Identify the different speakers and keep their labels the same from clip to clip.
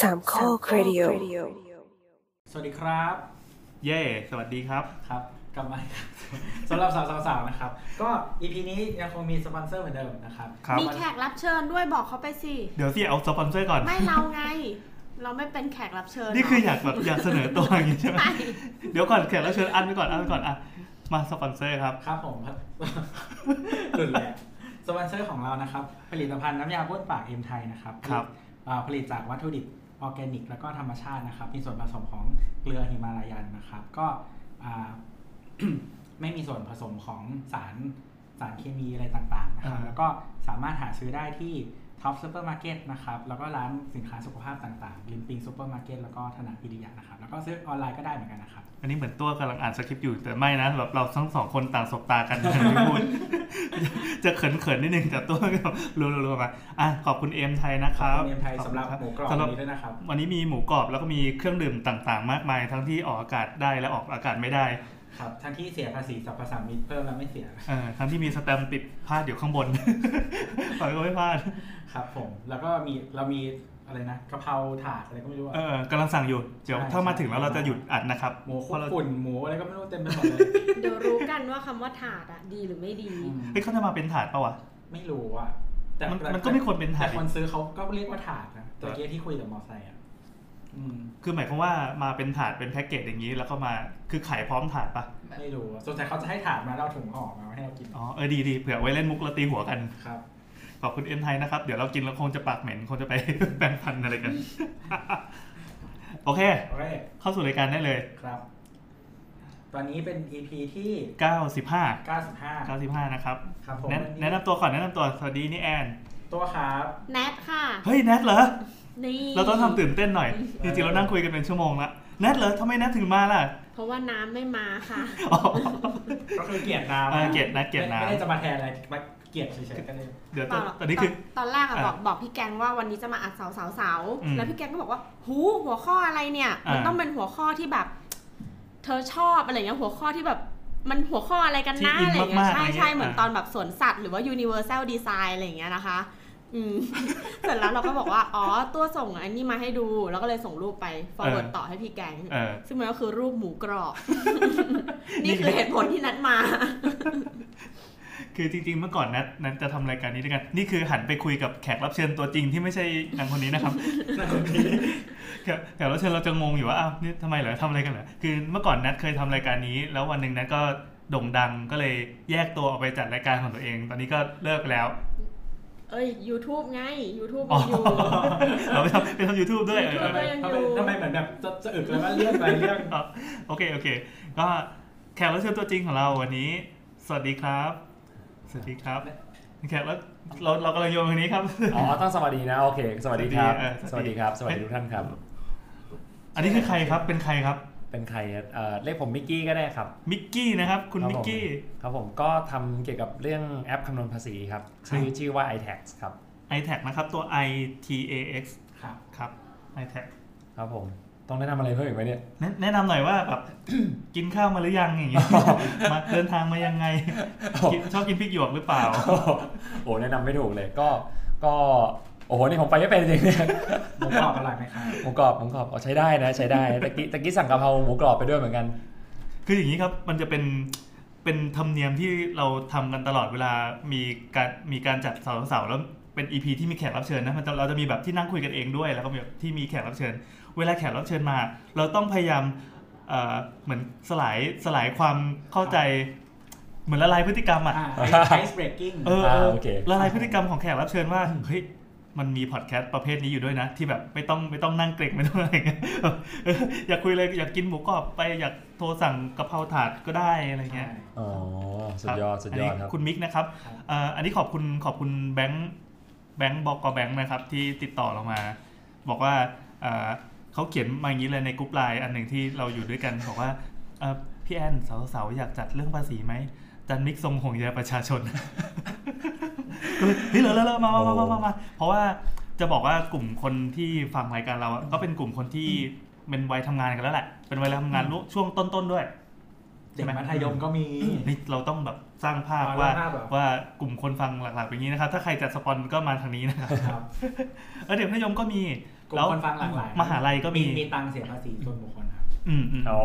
Speaker 1: สามข้อครดิโอ
Speaker 2: สวัสดีครับ
Speaker 3: เย่สวัสดีครับ
Speaker 2: ครับกลับ มาสำหรับสาวๆๆนะครับ ก็ EP นี้ยังคงมีสปอนเซอร์เหมือนเดิมนะครับ
Speaker 3: ครับ
Speaker 4: มีแขกรับเชิญด้วยบอกเขาไปสิ
Speaker 3: เดี๋ยวสิเอาสปอนเซอร์ก่อน
Speaker 4: ไม่เราไง เราไม่เป็นแขกรับเชิญ
Speaker 3: นี่คือ
Speaker 4: เะ
Speaker 3: อยากแบบอยากเสนอตัวอย่าง นี้ใช่ไหม
Speaker 4: ใช่
Speaker 3: เดี๋ยวก่อนแขกรับเชิญอันไปก่อนอันไปก่อนอ่ะมาสปอนเซอร์ครับ
Speaker 2: ครับ ผมหลุดแหละสปอนเซอร์ของเรานะครับ ผลิตภัณฑ์น้ำยาบ้วนปากเอ็มไทยนะครับ
Speaker 3: ครับ
Speaker 2: อ่าผลิตจากวัตถุดิบออร์แกนิก แล้วก็ธรรมชาตินะครับ มีส่วนผสมของเกลือฮิมาลายันนะครับ ก็อ่า ไม่มีส่วนผสมของสารสารเคมีอะไรต่างๆนะครับ
Speaker 3: อ่า
Speaker 2: แล้วก็สามารถหาซื้อได้ที่ท็อปซูเปอร์มาร์เก็ตนะครับ แล้วก็ร้านสินค้าสุขภาพต่างๆริมปิงซูเปอร์มาร์เก็ตแล้วก็ธนาพิริยะนะครับ แล้วก็ซื้อออนไลน์ก็ได้เหมือนกันนะครับ
Speaker 3: อันนี้เหมือนตัวกำลังอ่านสคริปต์อยู่แต่ไม่นะแบบเราทั้งสองคนต่างสบตากันไม่พูด จะเขินเขินๆนิดนึงแต่ตัวก็รัวๆมาอ่ะขอบ คุณเอ็มไทยนะค
Speaker 2: ขอบ
Speaker 3: รั
Speaker 2: คุ
Speaker 3: บ
Speaker 2: ณเอ็มไทย
Speaker 3: ขอ
Speaker 2: สำหรับ
Speaker 3: คุณค
Speaker 2: หมูกรอบ
Speaker 3: สำห
Speaker 2: นี้ด้วยนะครับ
Speaker 3: วันนี้มีหมูกรอบแล้วก็มีเครื่องดื่มต่างๆ มากมาย ทั้งที่ออกอากาศได้และออกอากาศไม่ได้
Speaker 2: ครับทั้งที่เสียภาษีสรรพสามิตเพิ่มแล้วไม่เสีย
Speaker 3: เออทั้งที่มีสแตมป์ติดพาดอยู่ข้างบน ปล่อยก็ไม่พลาด
Speaker 2: ครับผมแล้วก็มีเรามีอะไรนะกะเพราถาดอะไรก็ไม่รู้อะ
Speaker 3: เออกำลังสั่งอยู่เดี๋ยว
Speaker 2: ใช่
Speaker 3: ถ้ามา
Speaker 2: ใช่
Speaker 3: ถึงแล้วเราจะหยุดอัดนะครับ
Speaker 2: หมู
Speaker 3: เพ
Speaker 2: คุก
Speaker 3: ราะเรา
Speaker 2: ฝุ่นหมูอะไรก็ไม่รู้เต็มไปหมดเลย
Speaker 4: เดี๋ยวรู้กันว่าคำว่าถาดอะดีหรือไม่ดี
Speaker 2: อืม
Speaker 3: เฮ้ยเขาจะมาเป็นถาดปะวะ
Speaker 2: ไม่รู้อ่ะแต่
Speaker 3: มัน
Speaker 2: แต่
Speaker 3: มันก็ไม่ควรเป็นถาด
Speaker 2: แต่คนซื้อเขาก็เรียกว่าถาดนะตะเกียที่คุยกับมอไซค์อ่ะอืม
Speaker 3: คือหมายความว่ามาเป็นถาดเป็นแพ็กเกจอย่างนี้แล้วก็มาคือขายพร้อมถาดปะ
Speaker 2: ไม่รู้อะสวนใจเขาจะให้ถาดมาแล้วเอาถุงห่อมาให้เรากิน
Speaker 3: อ๋อเออดีดีเผื่อไว้เล่นมุกและตีหัวกัน
Speaker 2: ครับ
Speaker 3: ขอบคุณเอ็มไทยนะครับ เดี๋ยวเรากินแล้วคงจะปากเหม็นคงจะไป แปรงฟันอะไร กัน โอเค
Speaker 2: โอเค
Speaker 3: เข้าสู่รายการได้เลย
Speaker 2: ครับ ตอนนี้เป็น EP ที่
Speaker 3: 95
Speaker 2: 95
Speaker 3: 95 นะครับ
Speaker 2: ครับผมวั
Speaker 3: แนะ
Speaker 2: นนี้
Speaker 3: แนะนำตัวก่อนแนะนำตัวสวัสดีนี่แอน
Speaker 2: ตัวครับ
Speaker 4: แนทค่ะ
Speaker 3: เฮ้ยแนทเหรอ
Speaker 4: นี่
Speaker 3: เราต้องทำตื่นเต้นหน่อยจริงๆเรานั่งคุยกันเป็นชั่วโมงละแนทเหรอทำไมแนทถึงมาล่ะ
Speaker 4: เพราะว่าน้ำไม่มาค่ะ
Speaker 3: อ๋อ
Speaker 2: ก็คือเกลียดน้ำ
Speaker 3: เออเกลียดนะเกลียดน้ำ
Speaker 2: ไม่ได้จะมาแทนอะไรมาเกลียดเฉยๆกันเลย
Speaker 3: เดี๋ยว
Speaker 4: เปล่าหรอก
Speaker 3: ตอนนี้คือ
Speaker 4: ตอนแรกอะ
Speaker 3: อ่ะ
Speaker 4: บอกบอกพี่แกงว่าวันนี้จะมาอัดเสาเสาเสา
Speaker 3: อืม
Speaker 4: แล้วพี่แกงก็บอกว่า หูหัวข้ออะไรเนี่ย มัน
Speaker 3: อ่า
Speaker 4: ต้องเป็นหัวข้อที่แบบ เธอชอบอะไรอย่างเงี้ยหัวข้อที่แบบ มันหัวข้ออะไรกันนะ
Speaker 3: ที่อิน
Speaker 4: อะไรอย่างเงี้
Speaker 3: มาย กๆอะไรเงี้ย
Speaker 4: ใช่ใช่เหมือน
Speaker 3: อ่า
Speaker 4: ตอนแบบสวนสัตว์หรือว่า universal design อะไรอย่างเงี้ยนะคะ อืม เสร็จแล้วเราก็บอกว่า อ๋อ ตัวส่งอันนี้มาให้ดู แล้วก็เลยส่งรูปไป forward ต่อให้พี่แกง
Speaker 3: เออ
Speaker 4: ซึ่งมันก็คือรูปหมูกรอบ นี่คือเหตุผลที่นัดมา
Speaker 3: คือจริงๆ เมื่อก่อนนัดนัดจะทำรายการนี้ด้วยกัน นี่คือหันไปคุยกับแขกรับเชิญตัวจริงที่ไม่ใช่นางคนนี้ นะครับ แขกแขกรับเชิญเราจะงงอยู่ว่าอ้าวนี่ทำไมเหรอทำอะไรกันเหรอคือเมื่อก่อนนัดเคยทำรายการนี้ แล้ววันหนึ่งนัดก็โด่งดังก็เลยแยกตัวออกไปจัดรายการของตัวเอง ตอนนี้ก็เลิกไปแล้ว
Speaker 4: เอ้ย YouTube ไง YouTube
Speaker 3: อ๋อ
Speaker 4: มีอยู่
Speaker 3: เราไปทำไปทำยูทูบด้วยเออ
Speaker 2: ทำไมทำไมทำไมเหมือนแบบจะจะอึกแล้วว่าเลื่อนไปเลื่อน
Speaker 3: โอเคโอเค ก็แขกรับเชิญตัวจริงของเราวันนี้ สวัสดีครับ สวัสดีครับแขกรับเราเรากำลังโยงทางนี้ครับ
Speaker 5: อ๋อต้องสวัสดีนะโอเคสวัส ดีครับ
Speaker 3: เออส
Speaker 5: ส
Speaker 3: วั
Speaker 5: วั
Speaker 3: ส
Speaker 5: ส
Speaker 3: ดี
Speaker 5: ดีครับ สวัส
Speaker 3: เฮ้
Speaker 5: ดี
Speaker 3: ย
Speaker 5: ทุกท่านครับ
Speaker 3: อันนี้คือใครครับ เป็นใครครับ
Speaker 5: เป็นใครอะเอ่อเรียกผมมิกกี้ก็ได้ครับ
Speaker 3: มิกกี้นะครับ คุณมิกกี้
Speaker 5: ครับผมก็ทำเกี่ยวกับเรื่องแอปคำนวณภาษีครับ
Speaker 3: ครับ
Speaker 5: ชื่อชื่อว่า iTax ครับ
Speaker 3: i t a g นะครับ ตัว i t a x
Speaker 2: ครับ
Speaker 3: ครับ i t a g
Speaker 5: ครับผมต้องแนะนำอะไรเพิ่มอีกไหมเนี่ย
Speaker 3: แนะแนะนำหน่อยว่าแบบ กินข้าวมาหรือยังอย่างเงี้ย มาเดินทางมายังไงกินชอบกินพริกหยวกหรือเปล่า
Speaker 5: โอ้แนะนำไม่ถูกเลยก็ก็โอ้โหนี่ผมไปไม่เป็นจริงๆเนี่ย
Speaker 2: หมูกรอบอร่อยไหม ครับ
Speaker 5: หมูกรอบหมูกรอบอ๋อใช้ได้นะใช้ได้ตะกี้ตะกี้สั่งกะเพราหมูกรอบไปด้วยเหมือนกัน
Speaker 3: คืออย่างนี้ครับ มันจะเป็นเป็นธรรมเนียมที่เราทำกันตลอดเวลามีการมีการจัดเสาร์เสาร์แล้วเป็น EP ที่มีแขกรับเชิญนะมันจะเราจะมีแบบที่นั่งคุยกันเองด้วย แล้วก็มีแบบที่มีแขกรับเชิญ เวลาแขกรับเชิญมา เราต้องพยายามเอ่อเหมือนสลายสลายความเข้าใจ เหมือนละลายพฤติกรรมอ่ะ
Speaker 2: ไอซ์เบรกกิ้ง
Speaker 3: เออเออ
Speaker 5: โอเค
Speaker 3: ละลายพฤติกรรมของแขกรับเชิญว่าเฮ้ยมันมีพอดแคสต์ประเภทนี้อยู่ด้วยนะ ที่แบบไม่ต้องไม่ต้องนั่งเกรงไม่ต้องอะไรเงี้ยเอออยากคุยเลยอยากกินหมูกรอบไปอยากโทรสั่งกะเพราถาดก็ได้อะไรเงี้ย
Speaker 5: อ๋อสุดยอดสุดยอดค
Speaker 3: นนี้
Speaker 5: รับ
Speaker 3: คุณมิกนะครับเอ่ออันนี้ขอบคุณขอบคุณแบงค์แบงค์บอกแบงค์นะครับที่ติดต่อเรามา บอกว่าเอ่อเขาเขียนมาอย่างนี้เลยในกรุ๊ปไลน์อันหนึ่งที่เราอยู่ด้วยกัน บอกว่าเอ่อพี่แอนสาวๆอยากจัดเรื่องภาษีไหมจันมิกทรงห่วงใยประชาชน ก็เลยเฮ้ยเราเรามามามามามามาเพราะว่าจะบอกว่ากลุ่มคนที่ฟังรายการเราอะก็เป็นกลุ่มคนที่เป็นวัยทำงานกันแล้วแหละเป็นวัยทำงานช่วงต้นๆด้วย
Speaker 2: เด็กมัธยมก็มี
Speaker 3: นี่เราต้องแบบสร้างภาพ
Speaker 2: อ๋อ
Speaker 3: ว่า
Speaker 2: สร้างภาพเหรอ
Speaker 3: ว่า กลุ่มคนฟังหลักๆเป็นอย่างนี้นะครับ ถ้าใครจะสปอนก็มาทางนี้นะครับ
Speaker 2: ครับ
Speaker 3: เออเด็กพยมก็มี
Speaker 2: กลุ่มคนฟังหลากหลาย
Speaker 3: มหาลัยก็มี
Speaker 2: มีตังค์เสียภาษีส่วนบุคคลครับ
Speaker 3: อืมอืม
Speaker 5: โอ้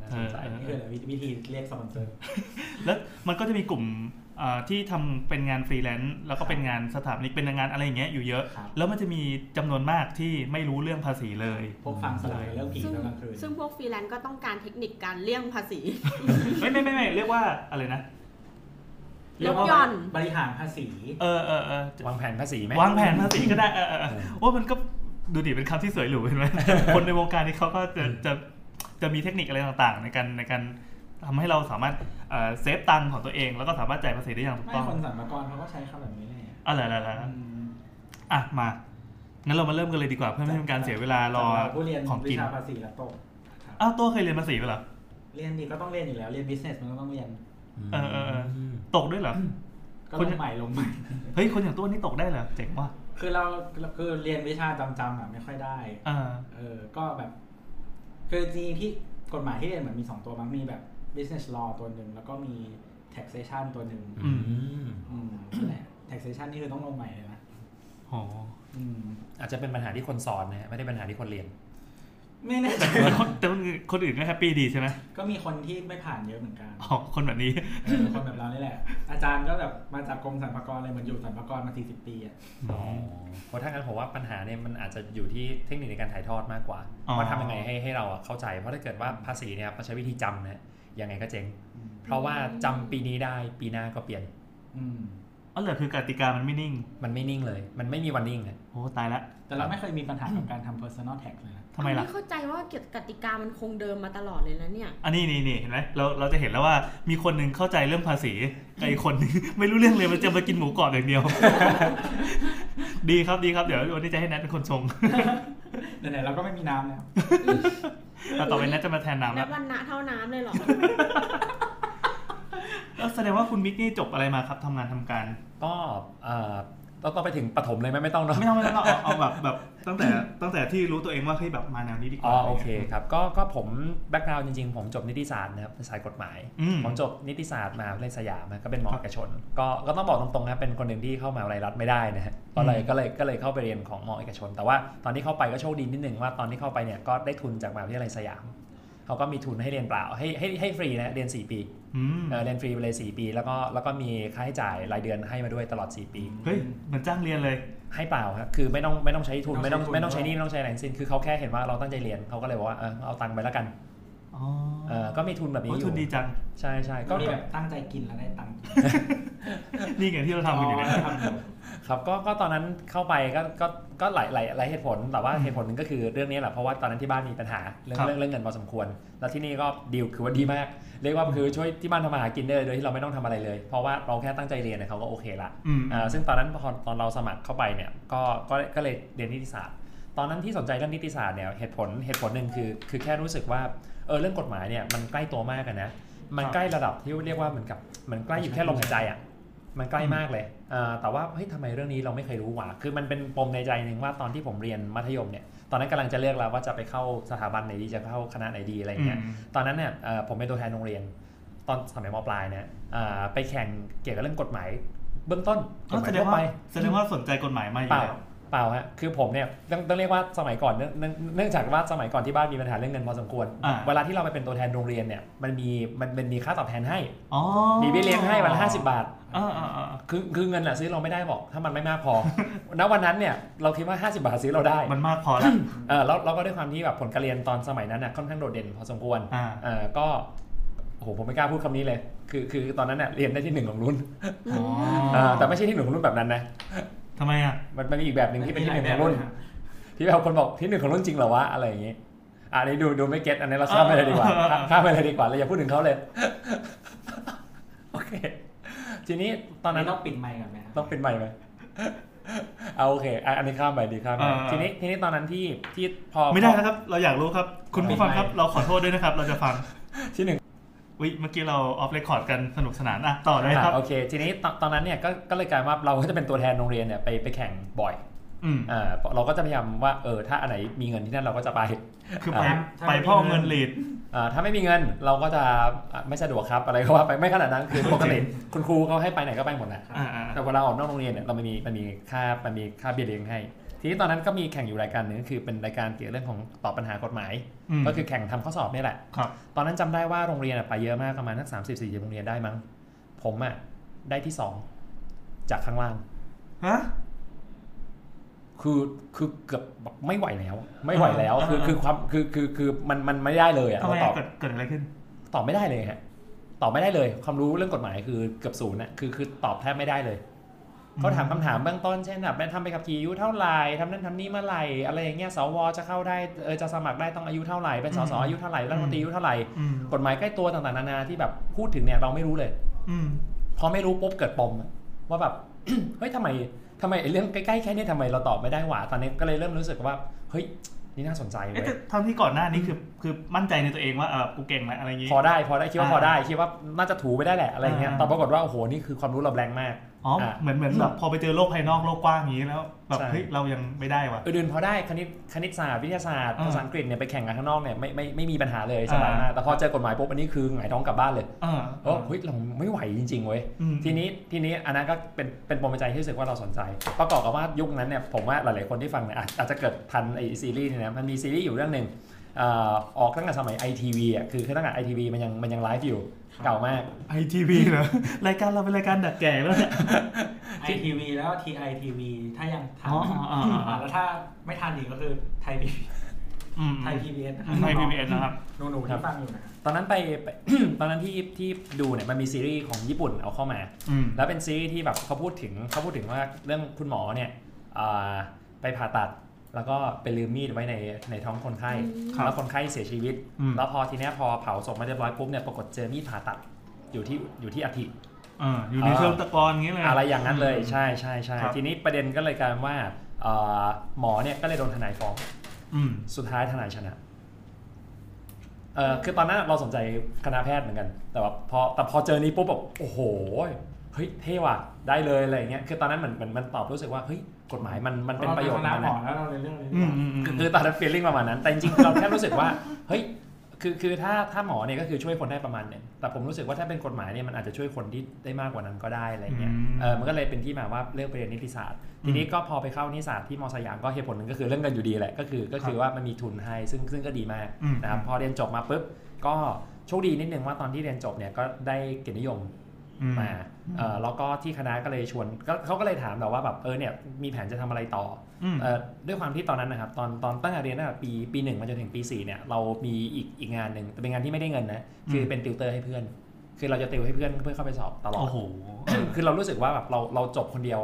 Speaker 5: น่าสนใจ
Speaker 2: นี่
Speaker 3: เออ
Speaker 2: คือวิธีเรียกสปอนเซอร์
Speaker 3: แล้วมันก็จะมีกลุ่มเอ่อที่ทำเป็นงานฟรีแลนซ์แล้วก็เป็นงานสถาปนิกเป็นงานอะไรอย่างเงี้ยอยู่เยอะ
Speaker 2: ครับ
Speaker 3: แล้วมันจะมีจำนวนมากที่ไม่รู้เรื่องภาษีเลย
Speaker 2: พวกฟังสลายเรื่องผี
Speaker 4: ซึ่ง
Speaker 2: ตอนกลางคืน
Speaker 4: ซึ่งพวกฟรีแลนซ์ก็ต้องการเทคนิคการเลี่ยงภาษี
Speaker 3: ไม่ไม่ไม่ไม่เรียกว่าอะไรนะ
Speaker 2: เรียกว่า
Speaker 4: ลดหย่อน
Speaker 2: บริหารภาษี
Speaker 3: เออเออเออ
Speaker 5: วางแผนภาษีไหม
Speaker 3: วางแผนภาษีก็ได้เออเออเออโอ้มันก็ดูดิเป็นคำที่สวยหรูเห็นไหม คนในวงการนี้เขาก็จะจะจะมีเทคนิคอะไรต่างๆ ในการในการทำให้เราสามารถเอ่อเซฟตังค์ของตัวเอง แล้วก็สามารถจ่ายภาษีได้อย่างถูก
Speaker 2: ไม่
Speaker 3: ต้อง
Speaker 2: คนสรรพากรเขาก็ใช้คำแบบนี้เลยอะ
Speaker 3: เอะไรอะไร
Speaker 2: อืม
Speaker 3: อ่ะมางั้นเรามาเริ่มกันเลยดีกว่าเพื่อไม่ให้เป็นการเสียเวลารอ
Speaker 2: สำหบผู้เรียน
Speaker 3: ของ
Speaker 2: วิ
Speaker 3: กิน
Speaker 2: ชาภาษีและตกครับ
Speaker 3: อ้าวตัวเคยเรียนภาษีไปเหรอ
Speaker 2: เรียนดีก็ต้องเรียนอยู่แล้ว เรียนบิสเนสมันก็ต้องเรียน
Speaker 3: เออเออเออ ตกด้วยเหรอ
Speaker 2: ก็
Speaker 3: คุ
Speaker 2: ล
Speaker 3: ณ
Speaker 2: งใหม่ลงใหม่
Speaker 3: เฮ้ยคนอย่างตัวนี่ตกได้เหรอเจ๋งว่ะ
Speaker 2: คือเราคือเรียนวิชาจำจำๆอะไม่ค่อยได้
Speaker 3: อ่า
Speaker 2: เออ ก็แบบ คือจริงๆที่กฎหมายที่เรียนเหมือนมีสองตัวมั้งมีแบบ business law ตัวหนึ่งแล้วก็มี taxation ตัวหนึ่ง
Speaker 3: อืม
Speaker 5: ม
Speaker 2: อืมนั่นแหละ taxation นี่คือต้องลงใหม่เลยนะ
Speaker 3: โห
Speaker 2: อืม
Speaker 5: อาจจะเป็นปัญหาที่คนสอนนะฮะไม่ได้ปัญหาที่คนเรียน
Speaker 2: ไม่แน่ใจ
Speaker 3: แต่แต่คนอื่นก็แฮปปี้ดีใช่ไหม
Speaker 2: ก็มีคนที่ไม่ผ่านเยอะเหมือนกัน
Speaker 3: อ๋อคนแบบนี้
Speaker 2: เออคนแบบเรานี่แหละ อาจารย์ก็แบบมาจากกรมสรรพากรเลยเหมือนอยู่สรรพากรมา 40 ปีอ่ะ
Speaker 5: อ๋อเพราะถ้างั้นผมว่าปัญหาเนี่ยมันอาจจะอยู่ที่เทคนิคในการถ่ายทอดมากกว่า
Speaker 3: อ๋อ
Speaker 5: ว่าทำยังไงให้ให้เราอะเข้าใจ เพราะถ้าเกิดว่าภาษีเนี่ยมันใช้วิธีจำนะฮะยังไงก็เจ๊ง
Speaker 2: อืม
Speaker 5: เพราะว่าจำปีนี้ได้ปีหน้าก็เปลี่ยน
Speaker 2: อืม
Speaker 3: อ๋อเหรอคือกติกามันไม่นิ่ง
Speaker 5: มันไม่นิ่งเลย มันไม่มีวันนิ่งอะ
Speaker 3: โอ้ตายละ
Speaker 2: แต่เราไม่เคยมีปัญหากับการทำ personal tax เลยนะ
Speaker 3: ทำไมล่ะ
Speaker 4: เข้าใจว่าเกียกติกามันคงเดิมมาตลอดเลยนะเนี่ย
Speaker 3: อันนี้นี่นี่เห็นไหมเราเราจะเห็นแล้วว่ามีคนหนึ่งเข้าใจเรื่องภาษีกับอีกคนหนึง ไม่รู้เรื่องเลยมันจะมากินหมูกรอบอย่างเดียว ดีครับดีครับเดี๋ยววันนี้จะให้แนทเป็นคนชง
Speaker 2: ไหนๆเราก็ไม่มีน้ำแล้ว
Speaker 3: แล้วต่อไปแนทจะมาแทนน้ำ
Speaker 4: นั
Speaker 3: แล้
Speaker 4: บ
Speaker 3: ว
Speaker 4: วันนะเท่าน้ำเลยเหรอ
Speaker 3: แล้วแสดงว่าคุณบิ๊กนี่จบอะไรมาครับทำงานทำ การ
Speaker 5: ก็เอ่อต้องต้องไปถึงปฐมเลยไหมไม่ต้องเนาะ
Speaker 3: ไม่ต้องไม่ต้องเอาเอาแบบแบบตั้งแต่ตั้งแต่ที่รู้ตัวเองว่าเฮ้ยแบบมาแนวนี้ดีก
Speaker 5: อ๋
Speaker 3: ว่า
Speaker 5: อโอเคครับก็ก็ผมแบ็กกราวด์จริงๆ ผมจบนิติศาสตร์นะครับสายกฎหมาย
Speaker 3: อืม
Speaker 5: ผมจบนิติศาสตร์มหาวิทยาลัยสยามนะก็เป็นหมอ
Speaker 3: ครับ
Speaker 5: เอกชน ก็ก็ต้องบอกตรงๆนะเป็นคนหนึ่งที่เข้ามหาวิทยาลัยรัฐไม่ได้นะฮะก็เลย
Speaker 3: อืม
Speaker 5: ก็เลยก็เลยเข้าไปเรียนของหมอเอกชน แต่ว่าตอนที่เข้าไปก็โชคดีนิดนึงว่าตอนที่เข้าไปเนี่ยก็ได้ทุนจากมหาวิทยาลัยสยามเขาก็มีทุนให้เรียนเปล่าให้ให้ให้ฟรีนะเรียน 4 ปี
Speaker 3: อืม
Speaker 5: เออเรียนฟรีไปเลย 4 ปี แล้วก็แล้วก็มีค่าใช้จ่ายรายเดือนให้มาด้วยตลอด 4 ปี
Speaker 3: เฮ้ยเหมือนจ้างเรียนเลย
Speaker 5: ให้เปล่าครับคือไม่ต้องไม่ต้องใช้ทุน
Speaker 2: ไม่
Speaker 5: ไม่
Speaker 2: ต้
Speaker 5: ต้อ
Speaker 2: อ
Speaker 5: งงไม่ต้อง
Speaker 2: ใช้ทุน
Speaker 5: ใช้หนี่ไม่ต้องใช้อะไรทั้งสิ้นคือเขาแค่เห็นว่าเราตั้งใจเรียนเขาก็เลยบอกว่าเออเอาตังค์ไปแล้วกัน
Speaker 3: อ๋อ
Speaker 5: เออก็มีทุนแบบนี้
Speaker 3: โอ้
Speaker 5: อ
Speaker 3: ทุ
Speaker 5: ยู่
Speaker 3: นดีจัง
Speaker 5: ใช่ใช่ก็
Speaker 2: ก็มี
Speaker 5: ก็
Speaker 2: แบบตั้งใจกินแล้วได้ตังค์กิน
Speaker 3: นี่ไงที่เราทำกันอยู่เนี่ย
Speaker 2: ทำอยู่
Speaker 5: ครับก็ก็ตอนนั้นเข้าไปก็ก็ก็หลายหลายหลายเหตุผลแต่ว่าเหตุผลหนึงก็คือเรื่องนี้แหละเพราะว่าตอนนั้นที่บ้านมีปัญหาเรื่อง
Speaker 3: ครับ
Speaker 5: เรื่องเรื่องเงินพอสมควร แล้วที่นี่ก็ดีลคือว่าดีมากเรียกว่าคือช่วยที่บ้านทำมาหากินได้เลยโดยที่เราไม่ต้องทำอะไรเลย เพราะว่าเราแค่ตั้งใจเรียนเนี่ยเขาก็โอเคละ
Speaker 3: อืม
Speaker 5: อ่าซึ่งตอนนั้นพอตอนเราสมัครเข้าไปเนี่ยก็ก็ก็เลยเรียนนิติศาสตร์ ตอนนั้นที่สนใจเรื่องนิติศาสตร์เนี่ยเหตุผลเหตุผลหนึ่งคือคือแค่รู้สึกว่าเออเรื่องกฎหมายเนี่ยมันใกล้ตัวมากอะนะมัน
Speaker 3: ครับ
Speaker 5: ใกล้ระดับที่เรียกว่าเหมือนกับมันใกล้อยู่แค่ลมหายใจอะ มันใกล้มากเลยเอ่อแต่ว่า เฮ้ยทำไมเรื่องนี้เราไม่เคยรู้ว่ะคือมันเป็นปมในใจหนึ่งว่าตอนที่ผมเรียนมัธยมเนี่ย ตอนนั้นกำลังจะเลือกแล้วว่าจะไปเข้าสถาบันไหนดี จะเข้าคณะไหนดีอะไร
Speaker 3: อื
Speaker 5: เงี้ย
Speaker 3: ม
Speaker 5: ตอนนั้นเนี่ยเอ่อผมเป็นตัวแทนโรงเรียน ตอนสมัยมปลายเนี่ยเอ่อไปแข่งเกี่ยวกับเรื่องกฎหมายเบื้องต้นก
Speaker 3: ก็
Speaker 5: ฎหมาย
Speaker 3: แสดง
Speaker 5: ทั่วไป
Speaker 3: ว่าแสดงว่าสนใจกฎหมายมาอยู่
Speaker 5: เปล่า
Speaker 3: แล้ว
Speaker 5: เปล่าฮะคือผมเนี่ยต้องต้องเรียกว่าสมัยก่อนเนื่องเนื่องเนื่องจากว่าสมัยก่อนที่บ้านมีปัญหาเรื่องเงินพอสมควร
Speaker 3: อ่า
Speaker 5: เวลาที่เราไปเป็นตัวแทนโรงเรียนเนี่ยมันมีมันมันมีค่าตอบแทนให้
Speaker 3: อ๋อ
Speaker 5: มีเบี้ยเลี้ยงให้วันละห้าสิบบาท
Speaker 3: อ่าอ่าอ่า
Speaker 5: คือคือเงินอะซื้อเราไม่ได้บอกถ้ามันไม่ มากพอ ณวันนั้นเนี่ยเราคิดว่า 50 บาทซื้อเราได้
Speaker 3: มันมากพอแล้ว
Speaker 5: เออแล้วเราก็ด้วยความที่แบบผลการเรียนตอนสมัยนั้นน่ะค่อนข้างโดดเด่นพอสมควร
Speaker 3: อ่า
Speaker 5: เออก็โอ้โหผมไม่กล้าพูดคำนี้เลย คือคือตอนนั้นเนี่ยเรียนได้ที่หนึ่งของรุ่น
Speaker 3: อ๋อ
Speaker 5: เออแต่ไม่ใช่ที่หนึ่งของรุ่นแบบนั้นนะ
Speaker 3: ทำไมอ่ะ
Speaker 5: มันมันมีอีกแบบหนึ่งที่เป็นที่หนึ่งของรุ่น ที่แบบคนบอกที่หนึ่งของรุ่นจริงเหรอวะอะไรอย่างงี้อันนี้ดูดูไม่เก็ตอันนี้เราข้ามไปเลยดีก ว่า
Speaker 3: เออเออเออ
Speaker 5: ข้ามไปเลยดีกว่าเราอย่าพูดถึงเขาเลย โอเค ทีนี้ต
Speaker 2: ต
Speaker 5: อ
Speaker 2: อน
Speaker 5: น
Speaker 2: นั้
Speaker 5: นั้น น
Speaker 2: ต้องปิดไมค์ก่อนไหมครับ
Speaker 5: ต้องเป็นใหม่ไหม เอาโอเคอ่ะอันนี้ข้ามไปดีข้ามไป
Speaker 3: เออเออ
Speaker 5: ทีนี้ทีนี้ตอนนั้นที่ที่พอ
Speaker 3: ไม่ได้
Speaker 5: พอ
Speaker 3: นะครับ เราอยากรู้ครับ คุณผู้ฟังครับเราขอโทษด้วยนะครับ เราจะฟัง
Speaker 5: ที่หนึ่ง
Speaker 3: วิเมื่อกี้เราออฟเรคคอร์ดกันสนุกสนานอ่ะต่อเลยครับ
Speaker 5: อ่ะโอเค ทีนี้ตอนตอนนั้นเนี่ยก็ก็เลยกลายว่าเราก็จะเป็นตัวแทนโรงเรียนเนี่ยไปไปแข่งบ่อย
Speaker 3: อืม
Speaker 5: อ่าเราก็จะพยายามว่าเออถ้าอันไหนมีเงินที่นั่นเราก็จะไป
Speaker 3: คือไป
Speaker 2: อ่ะ
Speaker 3: ไปพ่อเงินลีด
Speaker 5: อ่าถ้าไม่มีเงินเราก็จะอ่ะไม่สะดวกครับอะไรก็ว่าไปไม่ขนาดนั้นคือปกติคุณครูเขาให้ไปไหนก็ไปหมดนะ
Speaker 3: อ่าอ่า
Speaker 5: แต่เวลาออกนอกโรงเรียนเนี่ยเรามันมีมันมีค่ามันมีค่าเบี้ยเลี้ยงให้ ที ทีนี้ตอนนั้นก็มีแข่งอยู่รายการหนึงก็คือเป็นรายการเกี่ยวเรื่องของตอบปัญหากฎหมาย
Speaker 6: ม
Speaker 5: ก็คือแข่งทำข้อสอบนี่แหละ
Speaker 6: ครับ
Speaker 5: ตอนนั้นจำได้ว่าโรงเรียนอะไปเยอะมากประมาณสักสามสิบสี่สิบโรงเรียนได้มั้ง ผมอ่ะได้ที่สองจากข้างล่าง
Speaker 6: ฮะ
Speaker 5: คือคือเกือบแบบไม่ไหวแล้ว ไม่ไหวแล้ว
Speaker 6: อ่า
Speaker 5: คือ
Speaker 6: อ่า
Speaker 5: คือความคือคือคือมันมันไม่ได้เลยอ่ะ
Speaker 6: ทำไม
Speaker 5: เรา
Speaker 6: อะ
Speaker 5: ตอบ
Speaker 6: เกิดเกิดอะไรขึ้น
Speaker 5: ตอบไม่ได้เลยฮะตอบไม่ได้เลย ความรู้เรื่องกฎหมายคือเกือบศูนย์อ่ะคือคือตอบแทบไม่ได้เลย
Speaker 6: อืม
Speaker 5: เขาถามคำถามเบื้องต้นเช่นแบบทำไปขับขี่อายุเท่าไหร่ทำนั่นทำนี่เมื่อไหร่อะไรอย่างเงี้ยสวจะเข้าได้เออจะสมัครได้ต้องอายุเท่าไหร่เป็นสสอายุเท่าไหร่รัฐมนตรีอายุเท่าไหร่
Speaker 6: อืม
Speaker 5: กฎหมายใกล้ตัวต่างๆนานาที่แบบพูดถึงเนี่ยเราไม่รู้เลย
Speaker 6: อืม
Speaker 5: พอไม่รู้ปุ๊บเกิดปมอะว่าแบบ เฮ้ยทำไมทำไมไอ้เรื่องใกล้ๆแค่เนี้ยทำไมเราตอบไม่ได้หว่าตอนนี้ก็เลยเริ่มรู้สึกว่าเฮ้ยนี่น่าสนใจเว้
Speaker 6: เอ๊ะแต่
Speaker 5: ย
Speaker 6: เท่าที่ก่อนหน้านี้คือคือมั่นใจในตัวเองว่าเออกูเก่งแล้วอะไรอย่างงี้
Speaker 5: พอได้พอได้คิดว่า
Speaker 6: อ่า
Speaker 5: พอได้คิดว่าน่าจะถูไปได้แหละอะไรเงี้ย
Speaker 6: อ่า
Speaker 5: แต่ปรากฏว่าโอ้โหนี่คือความรู้เราแรงมาก
Speaker 6: อ๋อ
Speaker 5: อ่ะ
Speaker 6: เหมือนเหมือนแบบพอไปเจอโลกภายนอกโลกกว้างอย่างนี้แล้วแบบ
Speaker 5: ใช่
Speaker 6: เฮ้ยเรายังไม่ได้ว่ะ
Speaker 5: อื่นๆพอได้คณิตคณิตศาสตร์วิทยาศาสตร์
Speaker 6: อ่า
Speaker 5: ภาษาอังกฤษเนี่ยไปแข่งกันข้างนอกเนี่ยไม่ไม่ไม่มีปัญหาเลยสบายมา
Speaker 6: อ่า
Speaker 5: กแต่พอเจอกฎหมายปุ๊บอันนี้คือหงายท้องกลับบ้านเลย
Speaker 6: เออ
Speaker 5: เออเฮ้ยเราไม่ไหวจริงๆเว้ย
Speaker 6: อืม
Speaker 5: ทีนี้ทีนี้อันนั้นก็เป็นเป็นปมในใจที่รู้สึกว่าเราสนใจ ประกอบกับว่ายุคนั้นเนี่ยผมว่าหลาย ๆ คนที่ฟังเนี่ยอาจอาจจะเกิดทันไอซีรีส์เนี่ยนะมันมีซีรีส์อยู่เรื่องหนึ่งเอ่อออกตั้งแต่สมัย ITV อ่ะคือตั้งแต่ ITV มันยังมันยังไลฟ์อยู่
Speaker 2: ครับ
Speaker 5: เก่ามาก
Speaker 6: ไอทีวีเหรอ รายการเราเป็นรายการดักแก่แล้วเนี่ย
Speaker 2: ไอทีวีแล้วทีไอทีวีถ้ายังทัน
Speaker 6: อ๋ออ๋ออ๋ออ๋อ
Speaker 2: แล้วถ้าไม่ทันอีกก็คือไทยพี
Speaker 6: อืม
Speaker 2: ไท
Speaker 6: ไท
Speaker 2: ย
Speaker 6: ย
Speaker 2: พีบีเอส
Speaker 6: พีบีเอ็นนะครับ
Speaker 2: หนูๆ
Speaker 5: ครั
Speaker 2: ที่
Speaker 5: บ
Speaker 2: ฟังอยู่นะครับ
Speaker 5: ตอนนั้นไปไป ตอนนั้นที่ที่ดูเนี่ยมันมีซีรีส์ของญี่ปุ่นเอาเข้ามา
Speaker 6: อืม
Speaker 5: แล้วเป็นซีรีส์ที่แบบเขาพูดถึงเขาพูดถึงว่าเรื่องคุณหมอเนี่ยอ่าไปผ่าตัด แล้วก็ไปลืมมีดไว้ในในท้องคนไข้
Speaker 6: ครับ
Speaker 5: แล้วคนไข้เสียชีวิต
Speaker 6: อืม
Speaker 5: แล้วพอทีเนี้ยพอเผาศพมาเรียบร้อยปุ๊บเนี่ยปรากฏเจอมีดผ่าตัดอยู่ที่อยู่ที่อัฐิ
Speaker 6: เอออยู่ใน
Speaker 5: อ่า
Speaker 6: เชิงตะกอนอย่างนี้เลย
Speaker 5: อะไรอย่างนั้นเลยใช่ใช่ใช่
Speaker 6: ครับ
Speaker 5: ทีนี้ประเด็นก็เลยกลายเป็นว่าอ่าหมอเนี่ยก็เลยโดนทนายฟ้อง
Speaker 6: อืม
Speaker 5: สุดท้ายทนายชนะเออคือตอนนั้นเราสนใจคณะแพทย์เหมือนกัน แต่ว่าพอแต่พอเจอนี้ปุ๊บแบบโอ้โห เฮ้ยเท่ว่ะ ได้เลยอะไรอย่างเงี้ย คือตอนนั้นเหมือนมันมันตอบรู้สึกว่าเฮ้ยกฎหมายมันมันเป็นประโยชน์
Speaker 2: เรา
Speaker 5: นะ
Speaker 2: ไคณะหมอแล้วเราเลยเรื่องเลยดี
Speaker 6: อืม
Speaker 2: กว่า
Speaker 6: อืมอืม
Speaker 5: คือคือตอนนั้น feeling ประมาณนั้น แต่จริงๆ เราแค่รู้สึกว่าเฮ้ยคือคือถ้าถ้าหมอเนี่ยก็คือช่วยคนได้ประมาณหนึงแต่ผมรู้สึกว่าถ้าเป็นกฎหมายเนี่ยมันอาจจะช่วยคนที่ได้มากกว่านั้นก็ได้อะไรเงี้ย เออมันก็เลยเป็นที่มาว่าเลือกไปเรียนนิติศาสตร์ ทีนี้ก็พอไปเข้านิติศาสตร์ที่มอสยามก็เหตุผลหนึ่งก็คือเรื่องเงินอยู่ดีแหละ ก็คือก็คือว่ามันมีทุนให้ซึ่งซึ่งก็ดีมาก
Speaker 6: อืม
Speaker 5: นะครับพอเรียนจบมาปุ๊บก็โชคดีนิดนึงว่าตอนที่เรียนจบเนี่ยก็ได้เกียรตินิยม
Speaker 6: อืม
Speaker 5: มาเออแล้วก็ที่คณะก็เลยชวนก็เขาก็เลยถามเราว่าแบบเออเนี่ยมีแผนจะทำอะไรต่อ
Speaker 6: อืม
Speaker 5: เออด้วยความที่ตอนนั้นนะครับตอนตอนตั้งแต่เรียนตั้งแต่ปีปีหนึ่งมาจนถึงปีสี่เนี่ยเรามีอีกอีกงานหนึ่งแต่เป็นงานที่ไม่ได้เงินนะคือเป็นติวเตอร์ให้เพื่อน คือเราจะติวให้เพื่อนเพื่อเข้าไปสอบตลอด
Speaker 6: โอ้โห
Speaker 5: คือเรารู้สึกว่าแบบเราเราจบคนเดียว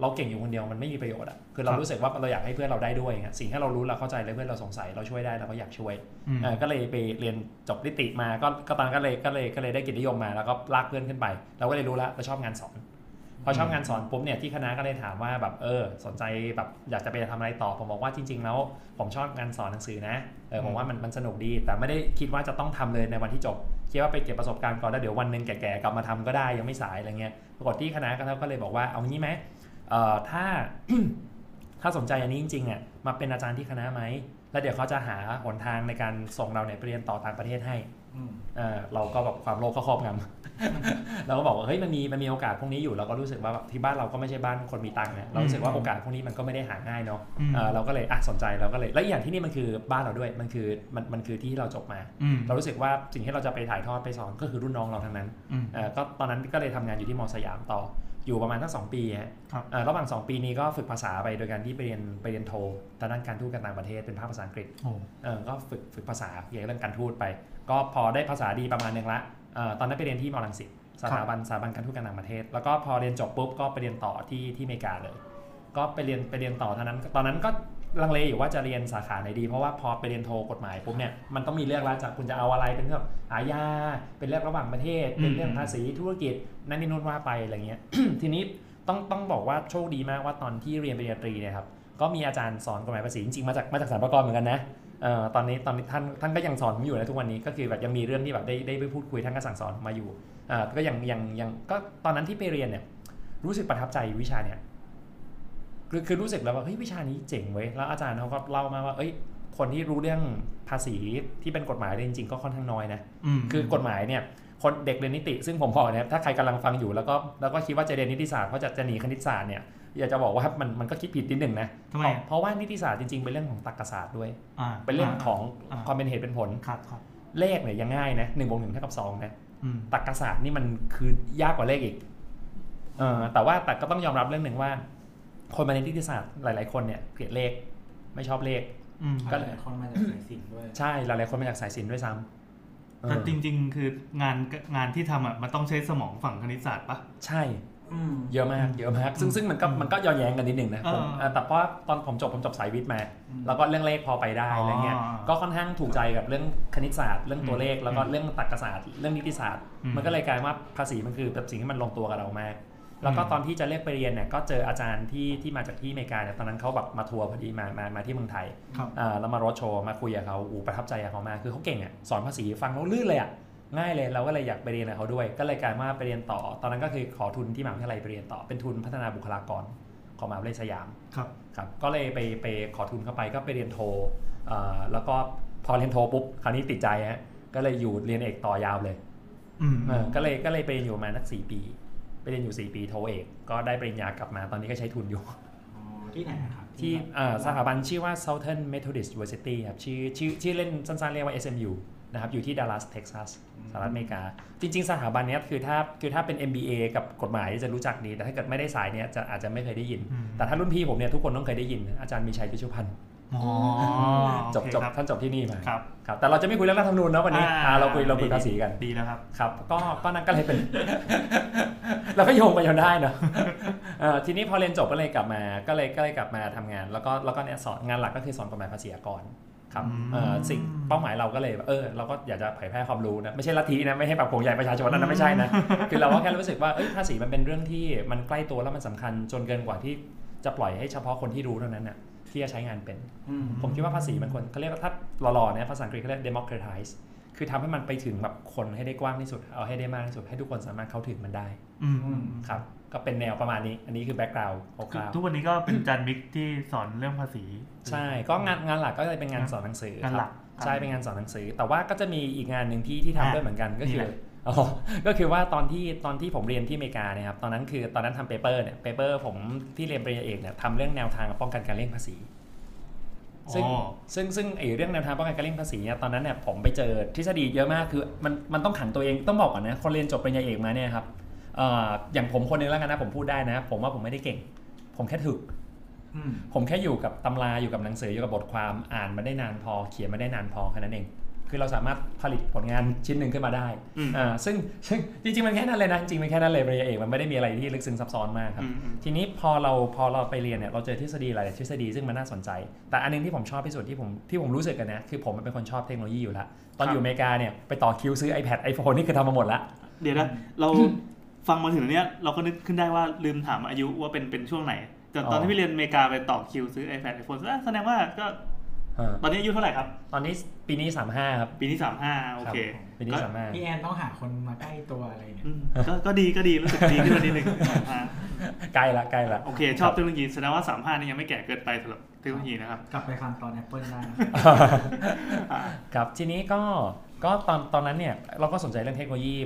Speaker 5: เราเก่งอยู่คนเดียวมันไม่มีประโยชน์อ่ะคือเรา
Speaker 6: ครับ
Speaker 5: รู้สึกว่าเราอยากให้เพื่อนเราได้ด้วยอย่างเงี้ยสิ่งที่เรารู้เราเข้าใจเลยเพื่อนเราสงสัยเราช่วยได้เราก็อยากช่วย
Speaker 6: อืม
Speaker 5: เออก็เลยไปเรียนจบนิติมาก็ก็ตอนนนก็เลยก็เลยก็เลยได้เกิจนิยมมาแล้วก็ลากเพื่อนขึ้นไป เราก็เลยรู้ละเราชอบงานสอนพอชอบงานสอนปุ๊บเนี่ยที่คณะก็เลยถามว่าแบบเออ สนใจแบบอยากจะไปทำอะไรต่อผมบอกว่าจริง ๆ แล้ว ผมชอบงานสอนหนังสือนะเออผมว่ามันมันสนุกดี แต่ไม่ได้คิดว่าจะต้องทำเลยในวันที่จบ คิดว่าไปเก็บประสบการณ์ก่อนแล้วเดี๋ยววันหนึ่งแก่ๆกลับมาทำก็ได้ยังไม่สายอะไรเงี้ยปรากฏที่คณะก็เขาก็เลยบอกว่าเอางี้ไหมเอ่อถ้า ถ้าสนใจอันนี้จริงๆเนี่ยมาเป็นอาจารย์ที่คณะไหมแล้วเดี๋ยวเขาจะหาหนทางในการส่งเราเนี่ยไปเรียนต่อต่างประเทศให้
Speaker 2: อืม
Speaker 5: เออเราก็แบบความโลภก็ครอบงำ เราก็บอกว่าเฮ้ยมันมีมันมีโอกาสพวกนี้อยู่เราก็รู้สึกว่าแบบที่บ้านเราก็ไม่ใช่บ้านคนมีตังค์นะเรารู้สึกว่าโอกาสพวกนี้มันก็ไม่ได้หาง่ายเนาะ
Speaker 6: อืม
Speaker 5: เอ่อเราก็เลยอ่ะสนใจเราก็เลยและอีกอย่างที่นี่มันคือบ้านเราด้วยมันคือมันมันคือที่เราจบมา
Speaker 6: อืม
Speaker 5: เรารู้สึกว่าสิ่งที่เราจะไปถ่ายทอดไปสอนก็คือรุ่นน้องเราทั้งนั้น
Speaker 6: อืม
Speaker 5: เอ่อก็ตอนนั้นก็เลยทำงานอยู่ที่มอสยามต่ออยู่ประมาณทั้งสองปีฮะ
Speaker 6: ครับ
Speaker 5: เอ่อระหว่างสองปีนี้ก็ฝึกภาษาไปโดยการที่ไปเรียนไปเรียนโททางด้านการทูตการต่างประเทศเป็นภาคภาษาอังกฤษ
Speaker 6: โอ้
Speaker 5: เอ่อก็ฝึกฝึกภาษาเกี่ยวกับเรื่องการทูตไป ก็พอได้ภาษาดีประมาณหนึงละเอ่อตอนนั้นไปเรียนที่มอลังสิตสถาบันสถาบันการทูตการต่างประเทศ แล้วก็พอเรียนจบปุ๊บก็ไปเรียนต่อที่ที่อเมริกาเลย ก็ไปเรียนไปเรียนต่อเท่านั้น ตอนนั้นก็ลังเลอยู่ว่าจะเรียนสาขาไหนดี เพราะว่าพอไปเรียนโทกฎหมายปุ๊บเนี่ยมันต้องมีเลือกแล้วจากคุณจะเอาอะไรเป็นแบบอาญาเป็นเรื่องระหว่างประเทศ เป็นเรื่องภาษีธุรกิจนั่นนี่นู่นว่าไปอะไรเงี้ย ทีนี้ต้องต้องบอกว่าโชคดีมากว่าตอนที่เรียนปริญญาตรีเนี่ยครับก็มีอาจารย์สอนกฎหมายภาษีจริงๆมาจากมาจากสารปกรเหมือนกันนะเอ่อตอนนี้ตอนนี้ท่านท่านก็ยังสอนผมอยู่นะทุกวันนี้ก็คือแบบยังมีเรื่องที่แบบได้ได้ไปพูดคุยท่านก็สั่งสอนมาอยู่อ่าก็ยังยังยังก็ตอนนั้นที่ไปเรียนเนี่ยรู้สึกประทับใจวิชาเนี่ย คือคือรู้สึกแล้วว่าเฮ้ยวิชานี้เจ๋งเว้ยแล้วอาจารย์เขาก็เล่ามาว่าเอ้ยคนที่รู้เรื่องภาษีที่เป็นกฎหมายเนี่ยจริงๆก็ค่อนข้างน้อยนะ
Speaker 6: อืม
Speaker 5: คือกฎหมายเนี่ยคนเด็กเรียนนิติซึ่งผมบอกนะครับถ้าใครกำลังฟังอยู่แล้วก็แล้วก็คิดว่าจะเรียนนิติศาสตร์เพราะจะจะหนีคณิตศาสตร์เนี่ย อยากจะบอกว่ามันมันก็คิดผิดนิดหนึ่งนะ
Speaker 6: ทำไม
Speaker 5: เพราะว่านิติศาสตร์จริงๆเป็นเรื่องของตรรกศาสตร์ด้วย
Speaker 6: อ่า
Speaker 5: เป็นเรื่องของ
Speaker 6: อ่า
Speaker 5: ความเป็นเหตุเป็นผล
Speaker 6: ครับครับ
Speaker 5: เลขเนี่ยยังง่ายนะหนึ่งบวกหนึ่งเท่ากับสองนะ
Speaker 6: อืม
Speaker 5: ตรรกศาสตร์นี่มันคือยากกว่าเลขอีก เออแต่ว่าแต่ก็ต้องยอมรับเรื่องหนึ่งว่า คนมาในนิติศาสตร์หลาย ๆ คนเนี่ยเกลียดเลข ไม่ชอบเลข
Speaker 6: อืม
Speaker 5: ก็
Speaker 2: ก็หลายคนมาจากสายสินด้วย
Speaker 5: ใช่หลาย ๆ คนมาจากสายศิลป์ด้วยซ้ำเออ
Speaker 6: แต่จริง ๆ คืองานงานที่ทำอ่ะมันต้องใช้สมองฝั่งคณิตศาสตร์ปะ
Speaker 5: ใช่
Speaker 2: อืม
Speaker 5: เยอะมากเยอะมาก ซึ่งซึ่งมันก็มันก็ย้อนแย้งกันนิดหนึ่งนะผม
Speaker 6: เออ
Speaker 5: เออแต่เพราะว่าตอนผมจบผมจบสายวิทย์มา
Speaker 2: อืม
Speaker 5: แล้วก็เรื่องเลขพอไปได้อะไรเงี้ย
Speaker 6: อ๋อ
Speaker 5: ก็ค่อนข้างถูกใจกับเรื่องคณิตศาสตร์เรื่องตัวเลขแล้วก็
Speaker 6: อืม
Speaker 5: เรื่องตรรกศาสตร์เรื่องนิติศาสตร์
Speaker 6: อืม
Speaker 5: มันก็เลยกลายว่าภาษีมันคือแบบสิ่งที่มันลงตัวกับเรามาก แล้วก็
Speaker 6: อืม
Speaker 5: ตอนที่จะเลือกไปเรียนเนี่ยก็เจออาจารย์ที่ที่มาจากที่อเมริกาเนี่ยตอนนั้นเขาแบบมาทัวร์พอดีมามามาที่เมืองไทย
Speaker 6: ครับ
Speaker 5: อ่าแล้วมารถโชว์มาคุยกับเขาอูประทับใจกับเขามากคือเขาเก่งอ่ะสอนภาษีฟังแล้วลื่นเลยอ่ะง่ายเลยเราก็เลยอยากไปเรียนกับเขาด้วย ก็เลยกลายมาไปเรียนต่อ ตอนนั้นก็คือขอทุนที่มหาวิทยาลัยไปเรียนต่อเป็นทุนพัฒนาบุคลากรของมหาวิทยาลัยสยาม
Speaker 6: ครับ
Speaker 5: ครับก็เลยไปไปขอทุนเข้าไปก็ไปเรียนโทเอ่อแล้วก็พอเรียนโทปุ๊บคราวนี้ติดใจฮะก็เลยอยู่เรียนเอกต่อยาวเลย
Speaker 6: อืม
Speaker 5: เออก็เลยก็เลยไปเรียนอยู่ประมาณสักสี่ปี ไปเรียนอยู่สี่ปีโทเอก ก็ได้ปริญญากลับมาตอนนี้ก็ใช้ทุนอยู่
Speaker 2: อ๋อที่ไหนนะครับ
Speaker 5: ที่เอ่อสถาบันชื่อว่า Southern Methodist University ครับชื่อชื่อชื่อเล่นสั้นๆเรียกว่า SMU นะครับอยู่ที่ดัลลัสเท็กซัสสหรัฐอเมริกา จริง ๆ สถาบันเนี้ยคือถ้าคือถ้าเป็น MBA กับกฎหมายจะรู้จักดีแต่ถ้าเกิดไม่ได้สายเนี้ยจะอาจจะไม่เคยได้ยิน
Speaker 6: อืม
Speaker 5: แต่ถ้ารุ่นพี่ผมเนี่ยทุกคนต้องเคยได้ยินอาจารย์มีชัยพิชุพันธ
Speaker 6: อ๋อ
Speaker 5: จบ
Speaker 6: โอเค
Speaker 5: จบ
Speaker 6: ครับ
Speaker 5: ท่านจบที่นี่มา
Speaker 6: ครับ
Speaker 5: ครับ แต่เราจะไม่คุยเรื่องรัฐธรรมนูญเนาะวันนี้
Speaker 6: อ่
Speaker 5: อ่าเราคุยเราคุย
Speaker 6: ดี
Speaker 5: ภาษีกัน
Speaker 6: ดีแล้วครับ
Speaker 5: ครับ ก็ก็นั่นก็เลยเป็น เราก็โยงไปโยนได้เนาะเอ่อทีนี้พอเรียนจบก็เลยกลับมาก็เลยก็เลยกลับมาทำงาน แล้วก็แล้วก็เนี่ยสอนงานหลักก็คือสอนกฎหมายภาษีอากรครับ
Speaker 6: อืม
Speaker 5: เอ่อสิ่งเป้าหมายเราก็เลยเออเราก็อยากจะเผยแพร่ความรู้นะไม่ใช่ลัทธินะไม่ใช่ปากผงใหญ่ประชาชนนะนะไม่ใช่นะ คือเราก็แค่รู้สึกว่าเอ้ยภาษีมันเป็นเรื่องที่มันใกล้ตัวแล้วมันสำคัญจนเกินกว่าที่จะปล่อยให้เฉพาะคนที่รู้เท่านั้นน่ะที่จะใช้งานเป็น
Speaker 2: อืม
Speaker 5: ผมคิดว่าภาษีมันควรเขาเรียกว่าถ้าหล่อๆเนี่ยภาษาอังกฤษเขาเรียก democratize คือทำให้มันไปถึงแบบคนให้ได้กว้างที่สุด เอาให้ได้มากที่สุด ให้ทุกคนสามารถเข้าถึงมันได้
Speaker 6: อืม
Speaker 5: ครับ ก็เป็นแนวประมาณนี้ อันนี้คือ background ค
Speaker 6: คือ
Speaker 5: ร่าว
Speaker 6: ทุกวันนี้ก็เป็นจันมิกที่สอนเรื่องภาษี
Speaker 5: ๆใช่ ก็งานงานหลักก็จะเป็นงานสอนหนังสือค
Speaker 6: งานหลั
Speaker 5: รับ
Speaker 6: ก
Speaker 5: ใช่เป็นงานสอนหนังสือ แต่ว่าก็จะมีอีกงานหนึ่งที่ที่ทำด้วยเหมือนกันก็คื
Speaker 6: นี่
Speaker 5: อ
Speaker 6: แหละ
Speaker 5: อ๋ อก็คือว่าตอนที่ตอนที่ผมเรียนที่อเมริกาเนี่ยครับตอนนั้นคือตอนนั้นทำเปเปอร์เนี่ยเปเปอร์ผมที่เรียนปริญญาเอกเนี่ยทำเรื่องแนวทางป้องกันการเลี่ยงภาษี ซึ่ง
Speaker 6: อ๋อ
Speaker 5: ซึ่งซึ่งไอ้เรื่องแนวทางป้องกันการเลี่ยงภาษีเนี่ยตอนนั้นเนี่ยผมไปเจอทฤษฎีเยอะมากคือมันมันต้องขังตัวเองต้องบอกก่อนนะคนเรียนจบปริญญาเอกมาเนี่ยครับเอ่ออย่างผมคนหนึงแล้วกันนะผมพูดได้นะ ผมว่าผมไม่ได้เก่ง ผมแค่ถึก
Speaker 2: อืม
Speaker 5: ผมแค่อยู่กับตำราอยู่กับหนังสืออยู่กับบทความอ่านมาได้นานพอ เขียนมาได้นานพอแค่นั้นเอง คือเราสามารถผลิตผลงานชิ้นหนึ่งขึ้นมาได้
Speaker 6: อืม
Speaker 5: อ่าซึ่งซึ่งจริงๆมันแค่นั้นเลยนะจริงๆมันแค่นั้นเลยปริญญาเอกมันไม่ได้มีอะไรที่ลึกซึ้งซับซ้อนมากครับ
Speaker 6: อืมอืม
Speaker 5: ทีนี้พอเราพอเราไปเรียนเนี่ยเราเจอทฤษฎีหลายๆทฤษฎีซึ่งมันน่าสนใจ แต่อันหนึงที่ผมชอบที่สุดที่ผมที่ผมรู้สึกกันนะคือผมเป็นคนชอบเทคโนโลยีอยู่แล้วตอนอยู่อเมริกาเนี่ยไปต่อคิวซื้อ iPad iPhone นี่คือทำมาหมดละ
Speaker 6: เดี๋ยวนะเราฟังมาถึงเนี้ยเราก็นึกขึ้นได้ว่าลืมถามอายุว่าเป็นเป็นช่วงไหนแต่ตอนที่พี่เรียนอเมริกาไปต่อคิวซื้อ iPad iPhone อ่ะแสดงว่าก็
Speaker 5: เออ
Speaker 6: ตอนนี้อายุเท่าไหร่ครับ
Speaker 5: ตอนนี้ปีนี้ 35 ครับ
Speaker 6: ปีที่สามห้าโอเค
Speaker 5: รับปีนี้
Speaker 2: พี่แอนต้องหาคนมาใกล้ตัวอะไรเนี่ย
Speaker 6: อืมก็ก็ดีก็ดีรู้สึกดีขึ้นมานิดนึงอ่า
Speaker 5: 35ใกล้ละใกล้ละ
Speaker 6: โอเค ชอบเทคโนโลยีแสดงว่าสามห้านี่ยังไม่แก่เกินไปสำหรับเทคโนโลยีนะครับ
Speaker 2: กลับไปฟังตอนแอปเปิลได้นะ
Speaker 6: อ่า
Speaker 5: ครับทีนี้ก็ก็ตอนตอนนั้นเนี่ยเราก็สนใจเรื่องเทคโนโลยี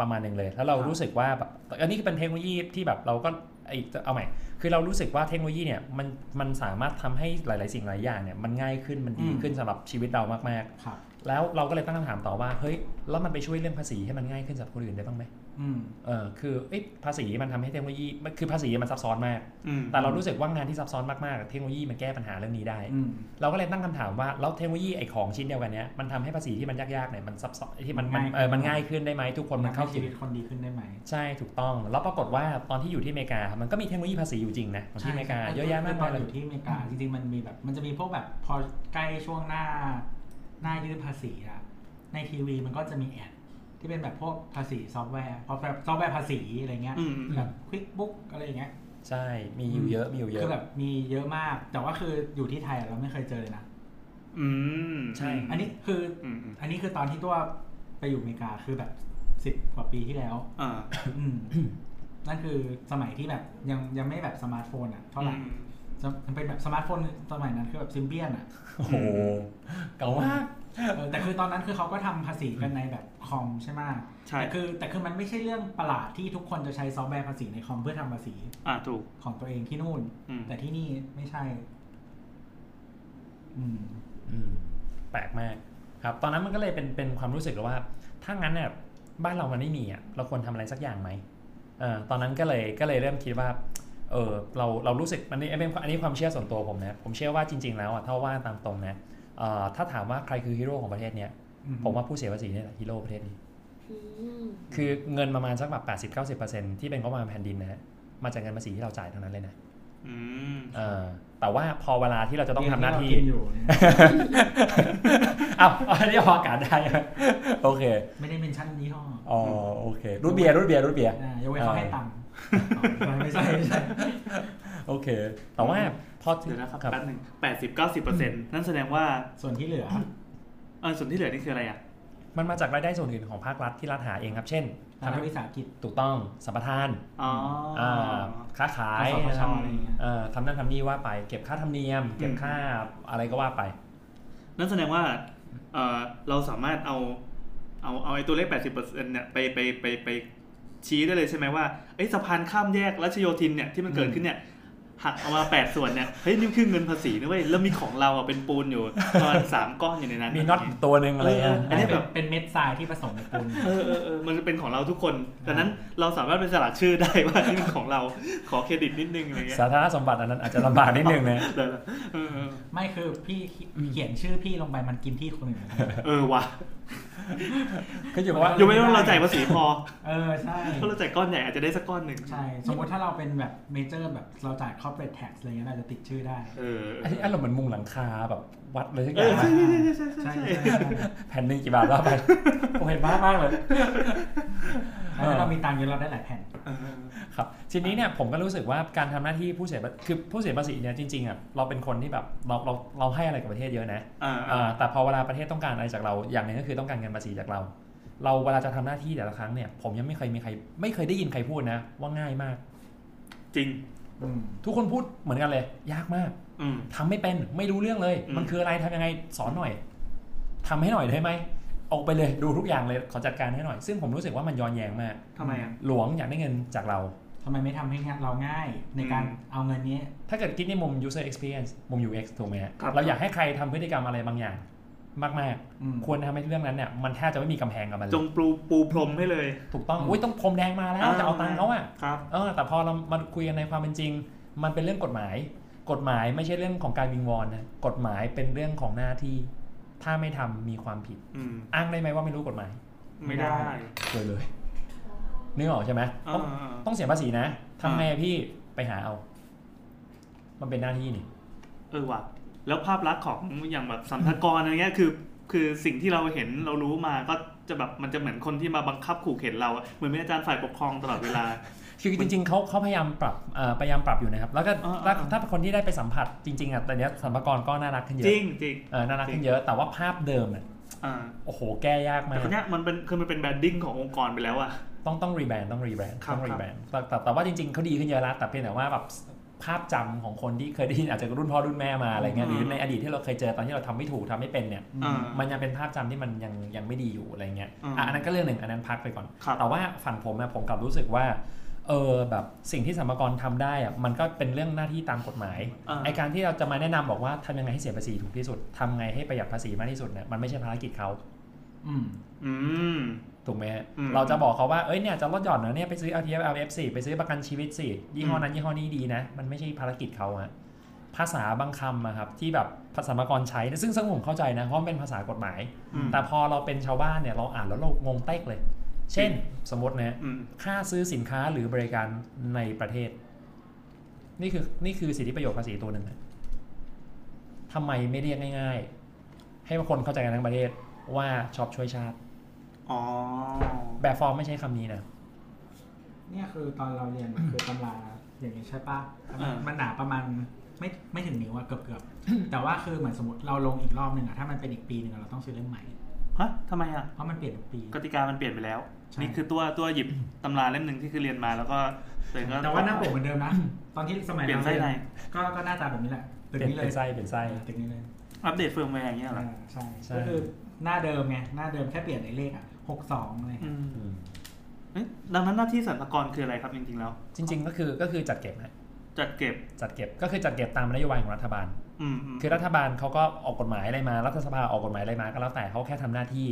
Speaker 5: ประมาณหนึ่งเลย แล้วเรา
Speaker 2: ครับ
Speaker 5: รู้สึกว่าแบบอันนี้เป็นเทคโนโลยีที่แบบเราก็ไอเอาใหม่ คือเรารู้สึกว่าเทคโนโลยีเนี่ยมันมันสามารถทำให้หลาย ๆ สิ่งหลายอย่างเนี่ยมันง่ายขึ้นมันดีขึ้นสำหรับชีวิตเรามาก
Speaker 2: ครับ
Speaker 5: ๆ แล้วเราก็เลยตั้งคำถามต่อว่าเฮ้ยแล้วมันไปช่วยเรื่องภาษีให้มันง่ายขึ้นสำหรับคนอื่นได้บ้างไหม
Speaker 2: อืม
Speaker 5: เออคือเอ้ยภาษีมันทำให้เทคโนโลยีมันคือภาษีมันซับซ้อนมาก
Speaker 6: อืม
Speaker 5: แต่เรารู้สึกว่างานที่ซับซ้อนมากๆเทคโนโลยีมันแก้ปัญหาเรื่องนี้ได้
Speaker 2: อืม
Speaker 5: เราก็เลยตั้งคำถามว่าแล้วเทคโนโลยีไอของชิ้นเดียวกันเนี้ยมันทำให้ภาษีที่มันยากๆเนี่ยมันซับซ้อนที่มันมัน
Speaker 2: ง่ายขึ้น
Speaker 5: เออมันง่ายขึ้นได้ไหมทุกคนมันเข้า
Speaker 2: ทำให้
Speaker 5: ถึ
Speaker 2: ชี
Speaker 5: ง
Speaker 2: วิตคนดีขึ้นได้ไหม
Speaker 5: ใช่ถูกต้อง แล้วปรากฏว่าตอนที่อยู่ที่อเมริกามันก็มีเทคโนโลยีภาษีอยู่จริงนะของที่อเมริกา
Speaker 2: ใช่
Speaker 5: เยอะแยะมาก
Speaker 2: ต
Speaker 5: มา
Speaker 2: อย น
Speaker 5: เล
Speaker 2: อย ยู่ที่อเมริกาจริงๆมันมีแบบมันจะมีพวกแบบพอใกล้ช่วงหน้า หน้ายื่นภาษีอะในทีวีมันก็จะมีแอดที่เป็นแบบพวกภาษีซอฟต์แวร์พอแบบซอฟต์แวร์ภาษีอะไรเงี้ย
Speaker 6: อืม
Speaker 2: แบบควิกบุ๊กอะไรอย่างเงี้ย
Speaker 5: ใช่มีอยู่เยอะมีอยู่เย
Speaker 2: คือ
Speaker 5: อะ
Speaker 2: แบบมีเยอะมาก แต่ว่าคืออยู่ที่ไทยอะเราไม่เคยเจอเลยนะ
Speaker 6: อืม
Speaker 5: ใช่
Speaker 2: อันนี้คืออ
Speaker 6: อืมอืม
Speaker 2: อันนี้คือตอนที่ตัวไปอยู่อเมริกาคือแบบสิบกว่าปีที่ แล้ว
Speaker 6: อ่า
Speaker 2: อืมนั่นคือสมัยที่แบบยังยังไม่แบบสมาร์ทโฟนอ่ะเท่าไหร่
Speaker 6: อืม
Speaker 2: จะมันเป็นแบบสมาร์ทโฟนสมัยนั้นคือแบบซิมเบียนอ่ะ
Speaker 5: โอ้โหเก่ามาก
Speaker 2: เออแต่คือตอนนั้นคือเขาก็ทำภาษีกันในแบบคอมใช่ไหม
Speaker 3: ใช่
Speaker 2: แต่คือแต่คือมันไม่ใช่เรื่องประหลาดที่ทุกคนจะใช้ซอฟต์แวร์ภาษีในคอมเพื่อทำภาษี
Speaker 3: อ่าถูก
Speaker 2: ของตัวเองที่นู่น
Speaker 3: อืม
Speaker 2: แต่ที่นี่ไม่ใช่ อืม
Speaker 5: อืมแปลกมากครับ ตอนนั้นมันก็เลยเป็นเป็นความรู้สึกว่า ถ้างั้นเนี่ยบ้านเรามันไม่มีอ่ะเราควรทำอะไรสักอย่างไหมเออตอนนั้นก็เลยก็เลยเริ่มคิดว่าเออเราเรารู้สึกอันนี้เป็นอันนี้ความเชื่อส่วนตัวผมนะผมเชื่อว่าจริง ๆ แล้วอ่ะถ้าว่าตามตรงนะเอ่อถ้าถามว่าใครคือฮีโร่ของประเทศเนี้ย
Speaker 2: อืม
Speaker 5: ผมว่าผู้เสียภาษีเนี่ยแหละฮีโร่ประเทศนี้
Speaker 4: อืม
Speaker 5: คือเงินประมาณสักแบบ80-90%ที่เป็นงบประมาณแผ่นดินนะฮะมาจากเงินภาษีที่เราจ่ายทั้งนั้นเลยนะ
Speaker 3: อืม
Speaker 5: เออแต่ว่าพอเวลาที่เราจะต้องทำหน้าที่
Speaker 2: เรียกเรกินอยู่เนี่ย
Speaker 5: อ้าว อันนี้พออากาศได้ ไหมโอเค
Speaker 2: ไม่ได้เมนชั่นยี่ห้อ
Speaker 5: อ๋อโอเครูดเบียร์รูดเบียร์รูดเบียร์
Speaker 2: อ่ายกเว้นเขาให้ตังค์ไม่ใช่ไม่ใช่
Speaker 5: โอเค แต่ว่าพอถึง
Speaker 3: เดี๋ยวนะครับแป๊บหนึ่งแปดสิบเก้าสิบเปอร์เซ็นต์นั่นแสดงว่า
Speaker 2: ส่วนที่เหลือ
Speaker 3: เออส่วนที่เหลือนี่คืออะไรอ่ะ
Speaker 5: มันมาจากรายได้ส่วนอื่นของภาครัฐที่รัฐหาเองครับ เช่น
Speaker 2: ทา
Speaker 5: ทำ
Speaker 2: ง
Speaker 5: ให้
Speaker 2: วิสาหกิจ
Speaker 5: ถูกต้องสัมปทาน
Speaker 3: อ๋ออ
Speaker 5: อ่าค้าขาก ย
Speaker 2: สทชอะไรอย่างเงี้ย
Speaker 5: เอ่อทำนั่นทำนี่ว่าไป เก็บค่าธรรมเนียม เก็บค่าอะไรก็ว่าไป
Speaker 3: นั่นแสดงว่าเออเราสามารถเอาเอาเอาไอ้ตัวเลข 80%เนี่ยไปไปไปไปชี้ได้เลยใช่ไหมว่าไอ้ยสะพานข้ามแยกรัชโยธินเนี่ยที่มันเกิดขึ้นเนี่ยหักเอามา 8 ส่วนเนี่ยเฮ้ยนี่คือเงินภาษีนะเว้ยแล้วมีของเราอ่ะเป็นปูนอยู่ประมาณสามก้อนอยู่ในนั้น
Speaker 5: มีน็อตตัวหนึ่งอะไรอ่ะ
Speaker 2: อันนี้แบบเป็นเม็ดทรายที่ผสมกับปูน
Speaker 3: เออเออเออมันจะเป็นของเราทุกคนดังนั้นเราสามารถเป็นสลักชื่อได้ว่า นี่เป็นของเราขอเครดิตนิดนึงอะไรเงี้ย
Speaker 5: สาธารณสมบัติอันนั้นอาจจะลำบากนิดนึงนะ
Speaker 3: เดี๋ยวนะเออเออ
Speaker 2: ไม่คือพี่เขียนชื่อพี่ลงไปมันกินที่คนอื่น
Speaker 3: เออว่ะ
Speaker 5: ก็อยู่กับว่า
Speaker 3: ยกเว้นว่าเราจ่ายภาษีพอ
Speaker 2: เออ ใช่
Speaker 3: ถ้าเราจ่ายก้อนใหญ่อาจจะได้สักก้อนหนึ่ง
Speaker 2: ใช่ สมมติถ้าเราเป็นแบบเมเจอร์แบบเราจ่าย corporate tax อะไรเงี้ยเราจะติดชื่อได้
Speaker 3: เออ
Speaker 5: อันนี้อารมณ์เหมือนมุงหลังคาแบบวัดเลยสักอ
Speaker 3: เอย่าง อ
Speaker 5: นะ
Speaker 3: ใช่ใช่ใช่
Speaker 2: ใช่
Speaker 3: ใช่ใช่
Speaker 2: ใช่
Speaker 5: แผ่นหนึ่งกี่บาทว่าไป ผมเห็นบ้ามากเลย
Speaker 2: แล้วถ้าเรามีตังค์เยอะเราได้หลายแผ่น
Speaker 5: ครับ ทีนี้เนี่ยผมก็รู้สึกว่าการทำหน้าที่ผู้เสียภาษีคือผู้เสียภาษีเนี่ยจริงๆอ่ะเราเป็นคนที่แบบเราเราเราให้อะไรกับประเทศเยอะนะ
Speaker 3: อ่า
Speaker 5: อ่าแต่พอเวลาประเทศต้องการอะไรจากเราอย่างหนึ่งก็คือต้องการเงินภาษีจากเรา เราเวลาจะทำหน้าที่แต่ละครั้งเนี่ยผมยังไม่เคยมีใครไม่เคยได้ยินใครพูดนะว่าง่ายมาก
Speaker 3: จริง
Speaker 2: อืม
Speaker 5: ทุกคนพูดเหมือนกันเลย ยากมาก
Speaker 3: อืม
Speaker 5: ทำไม่เป็นไม่รู้เรื่องเลย
Speaker 3: อืม
Speaker 5: มันคืออะไรทำยังไงสอนหน่อยทำให้หน่อยได้ไหมออกไปเลยดูทุกอย่างเลยขอจัดการให้หน่อย ซึ่งผมรู้สึกว่ามันย้อนแย้งมาก
Speaker 3: ทำไมอ่ะ
Speaker 5: หลวงอยากได้เงินจากเรา
Speaker 2: ทำไมไม่ทำให้เราง่ายในการ
Speaker 3: อืม
Speaker 2: เอาเงินนี้
Speaker 5: ถ้าเกิดคิดในมุม user experience มุม UX ถูกไหมฮะ
Speaker 3: ครับ
Speaker 5: เราอยากให้ใครทำพฤติกรรมอะไรบางอย่าง มาก
Speaker 2: อืม
Speaker 5: ๆ ควรทำให้เรื่องนั้นเนี่ย มันแทบจะไม่มีกำแพงกับมันเล
Speaker 3: จ
Speaker 5: ย
Speaker 3: งปูปูพรมให้เลย
Speaker 5: ถูกต้อง
Speaker 2: อืม
Speaker 5: อุ้ยต้องพรมแดงมาแล้ว
Speaker 3: อ่า
Speaker 5: จะเอาตังค์เขาอ่ะ
Speaker 3: ครับ
Speaker 5: เออแต่พอเรามาคุยกันในความเป็นจริง มันเป็นเรื่องกฎหมาย กฎหมายไม่ใช่เรื่องของการวิงวอนนะกฎหมายเป็นเรื่องของหน้าที่ ถ้าไม่ทำมีความผิด
Speaker 3: อืม
Speaker 5: อ้างได้ไหมว่าไม่รู้กฎหมาย
Speaker 3: ไม่ได้
Speaker 5: เคยเลยนึกออกใช่ไหม
Speaker 3: อ่า
Speaker 5: ต้อง
Speaker 3: อ่า
Speaker 5: ต้องเสียภาษีนะทำไงอะพี่ไปหาเอา มันเป็นหน้าที่นี่
Speaker 3: เออว่ะ แล้วภาพลักษณ์ของอย่างแบบสัมภากรอะไรเงี้ยคือ คือสิ่งที่เราเห็นเรารู้มาก็จะแบบมันจะเหมือนคนที่มาบังคับขู่เข็นเราอะเหมือนเป็นอาจารย์ฝ่ายปกครองตลอดเวลา
Speaker 5: คือจริงๆเขาเขาพยายามปรับเอ่อพยายามปรับอยู่นะครับ แล้วก็
Speaker 3: อ่า
Speaker 5: ถ้า
Speaker 3: อ่า
Speaker 5: ถ้าเป็นคนที่ได้ไปสัมผัสจริงๆอ่ะตอนเนี้ยสัมภากระก็น่ารักขึ้นเย
Speaker 3: จ
Speaker 5: อะ
Speaker 3: ริงจริง
Speaker 5: เออน่ารักขึ้นเยอะ แต่ว่าภาพเดิมอ่ะ
Speaker 3: อ่า
Speaker 5: โอ้โหแก้ยากมา
Speaker 3: แต่
Speaker 5: ก
Speaker 3: คนเนี้ยมันเป็นคือมันเป็นแบรนดิ้งขององค์กรไปแล้วอะ
Speaker 5: ต้องต้องรีแบรนด์ต้องรีแบรนด์
Speaker 3: ครับ
Speaker 5: ต้องรีแบรนด์แต่แต่แต่ว่าจริงๆเขาดีขึ้นเยอะแล้วแต่เพียงแต่ว่าแบบภาพจำของคนที่เคยได้ยินอาจจะรุ่นพ่อรุ่นแม่มาอะไรเงี้ย
Speaker 3: อื
Speaker 5: ห
Speaker 3: ม
Speaker 5: รือในอดีตที่เราเคยเจอตอนที่เราทำไม่ถูกทำไม่เป็นเนี่ย
Speaker 3: อ่า
Speaker 5: มันยังเป็นภาพจำที่มันยังยังไม่ดีอยู่อะไรเงี้ย
Speaker 3: อืม
Speaker 5: อ่ะอันนั้นก็เรื่องหนึ่งอันนั้นพักไปก่อน
Speaker 3: ครับ
Speaker 5: แต่ว่าฝั่งผมนะผมกลับรู้สึกว่า เออแบบสิ่งที่สมรพากรทำได้อะมันก็เป็นเรื่องหน้าที่ตามกฎหมาย
Speaker 3: อ่า
Speaker 5: ไอการที่เราจะมาแนะนำบอกว่าทำยังไงให้เสียภาษีถูกที่สุดทำไงให้ประหยัดภาษีมากที่สุดเนี่ยมันไม่ใช่ภารกิจเขา
Speaker 2: อืม
Speaker 3: อืม
Speaker 5: ถูกไหมฮะ
Speaker 3: อืม
Speaker 5: เราจะบอกเขาว่าเอ้ยเนี่ยจะลดหย่อนนะเนี่ยไปซื้อ LTF LF สิไปซื้อประกันชีวิตสิยี่ห้อนั้นยี่ห้อนี้ดีนะ มันไม่ใช่ภารกิจเขาอะภาษาบางคำอะครับที่แบบภาษามากรใช้ซึ่งซึ่งผมเข้าใจนะเพราะมันเป็นภาษากฎหมาย
Speaker 3: อืม
Speaker 5: แต่พอเราเป็นชาวบ้านเนี่ยเราอ่านแล้วเรางงเต็กเลย เช่น สมมตินะ
Speaker 3: อืม
Speaker 5: ค่าซื้อสินค้าหรือบริการในประเทศ นี่คือนี่คือสิทธิประโยชน์ภาษีตัวหนึ่งนะทำไมไม่เรียกง่ายๆ ให้คนเข้าใจกันทั้งประเทศว่าช็อปช่วยชาติ
Speaker 3: อ๋อ
Speaker 5: แบบฟอร์มไม่ใช้คำนี้นะ
Speaker 2: เนี่ยคือตอนเราเรียน คือตำราอย่างนี้ใช่ปะ
Speaker 3: อ่ามั
Speaker 2: มันหนาประมาณไม่ไม่ถึงนิ้วอะเกือบเกือบ แต่ว่าคือเหมือนสมมติเราลงอีกรอบหนึ่งอะถ้ามันเป็นอีกปีหนึ่งอะเราต้องซื้อเล่มใหม่
Speaker 6: ฮะทำไมอ่ะ
Speaker 2: เพราะมันเปลี่ยนทุกปี
Speaker 6: กติกามันเปลี่ยนไปแล้ว
Speaker 2: ใช่
Speaker 6: นี่คือตัวตัวหยิบตำราเล่มหนึ่งที่คือเรียนมาแล้วก็ตัวเองก็
Speaker 2: แต่ว่าหน้าปกเหมือนเดิมนะ ตอนที่สมัย
Speaker 6: เปลี่ยนไส้ใน
Speaker 2: ก็ก็หน้าตาแบบนี้แหละ
Speaker 5: เป
Speaker 2: ตึก
Speaker 5: ลี่ยน
Speaker 2: นี้เล
Speaker 5: เป็น
Speaker 2: ย
Speaker 5: ไส้เป็นไส้
Speaker 2: ตึกนี้เลย
Speaker 6: อัปเดตเฟิร์มแวร์อย่างเงี้ยเหรอ
Speaker 2: อ่าใช่
Speaker 5: ใช่
Speaker 2: ก็คือหน้าเดิมไงหน้าเดิมแค่เปลี่ยนไอ้เลขอ่ะหกสองอะไร
Speaker 6: อื
Speaker 2: เงี้ย
Speaker 6: ม
Speaker 5: อืม
Speaker 6: เอ๊ะดังนั้นหน้าที่สรรพากรคืออะไรครับจริงๆแล้ว
Speaker 5: จริง ๆ ก็คือก็คือจัดเก็บนะ
Speaker 6: จัดเก็บ
Speaker 5: จัดเก็บก็คือจัดเก็บตามนโยบายของรัฐบาล
Speaker 6: อืมอืม
Speaker 5: คือรัฐบาลเขาก็ออกกฎหมายอะไรมา รัฐสภาออกกฎหมายอะไรมาก็แล้วแต่เขาแค่ทำหน้าที่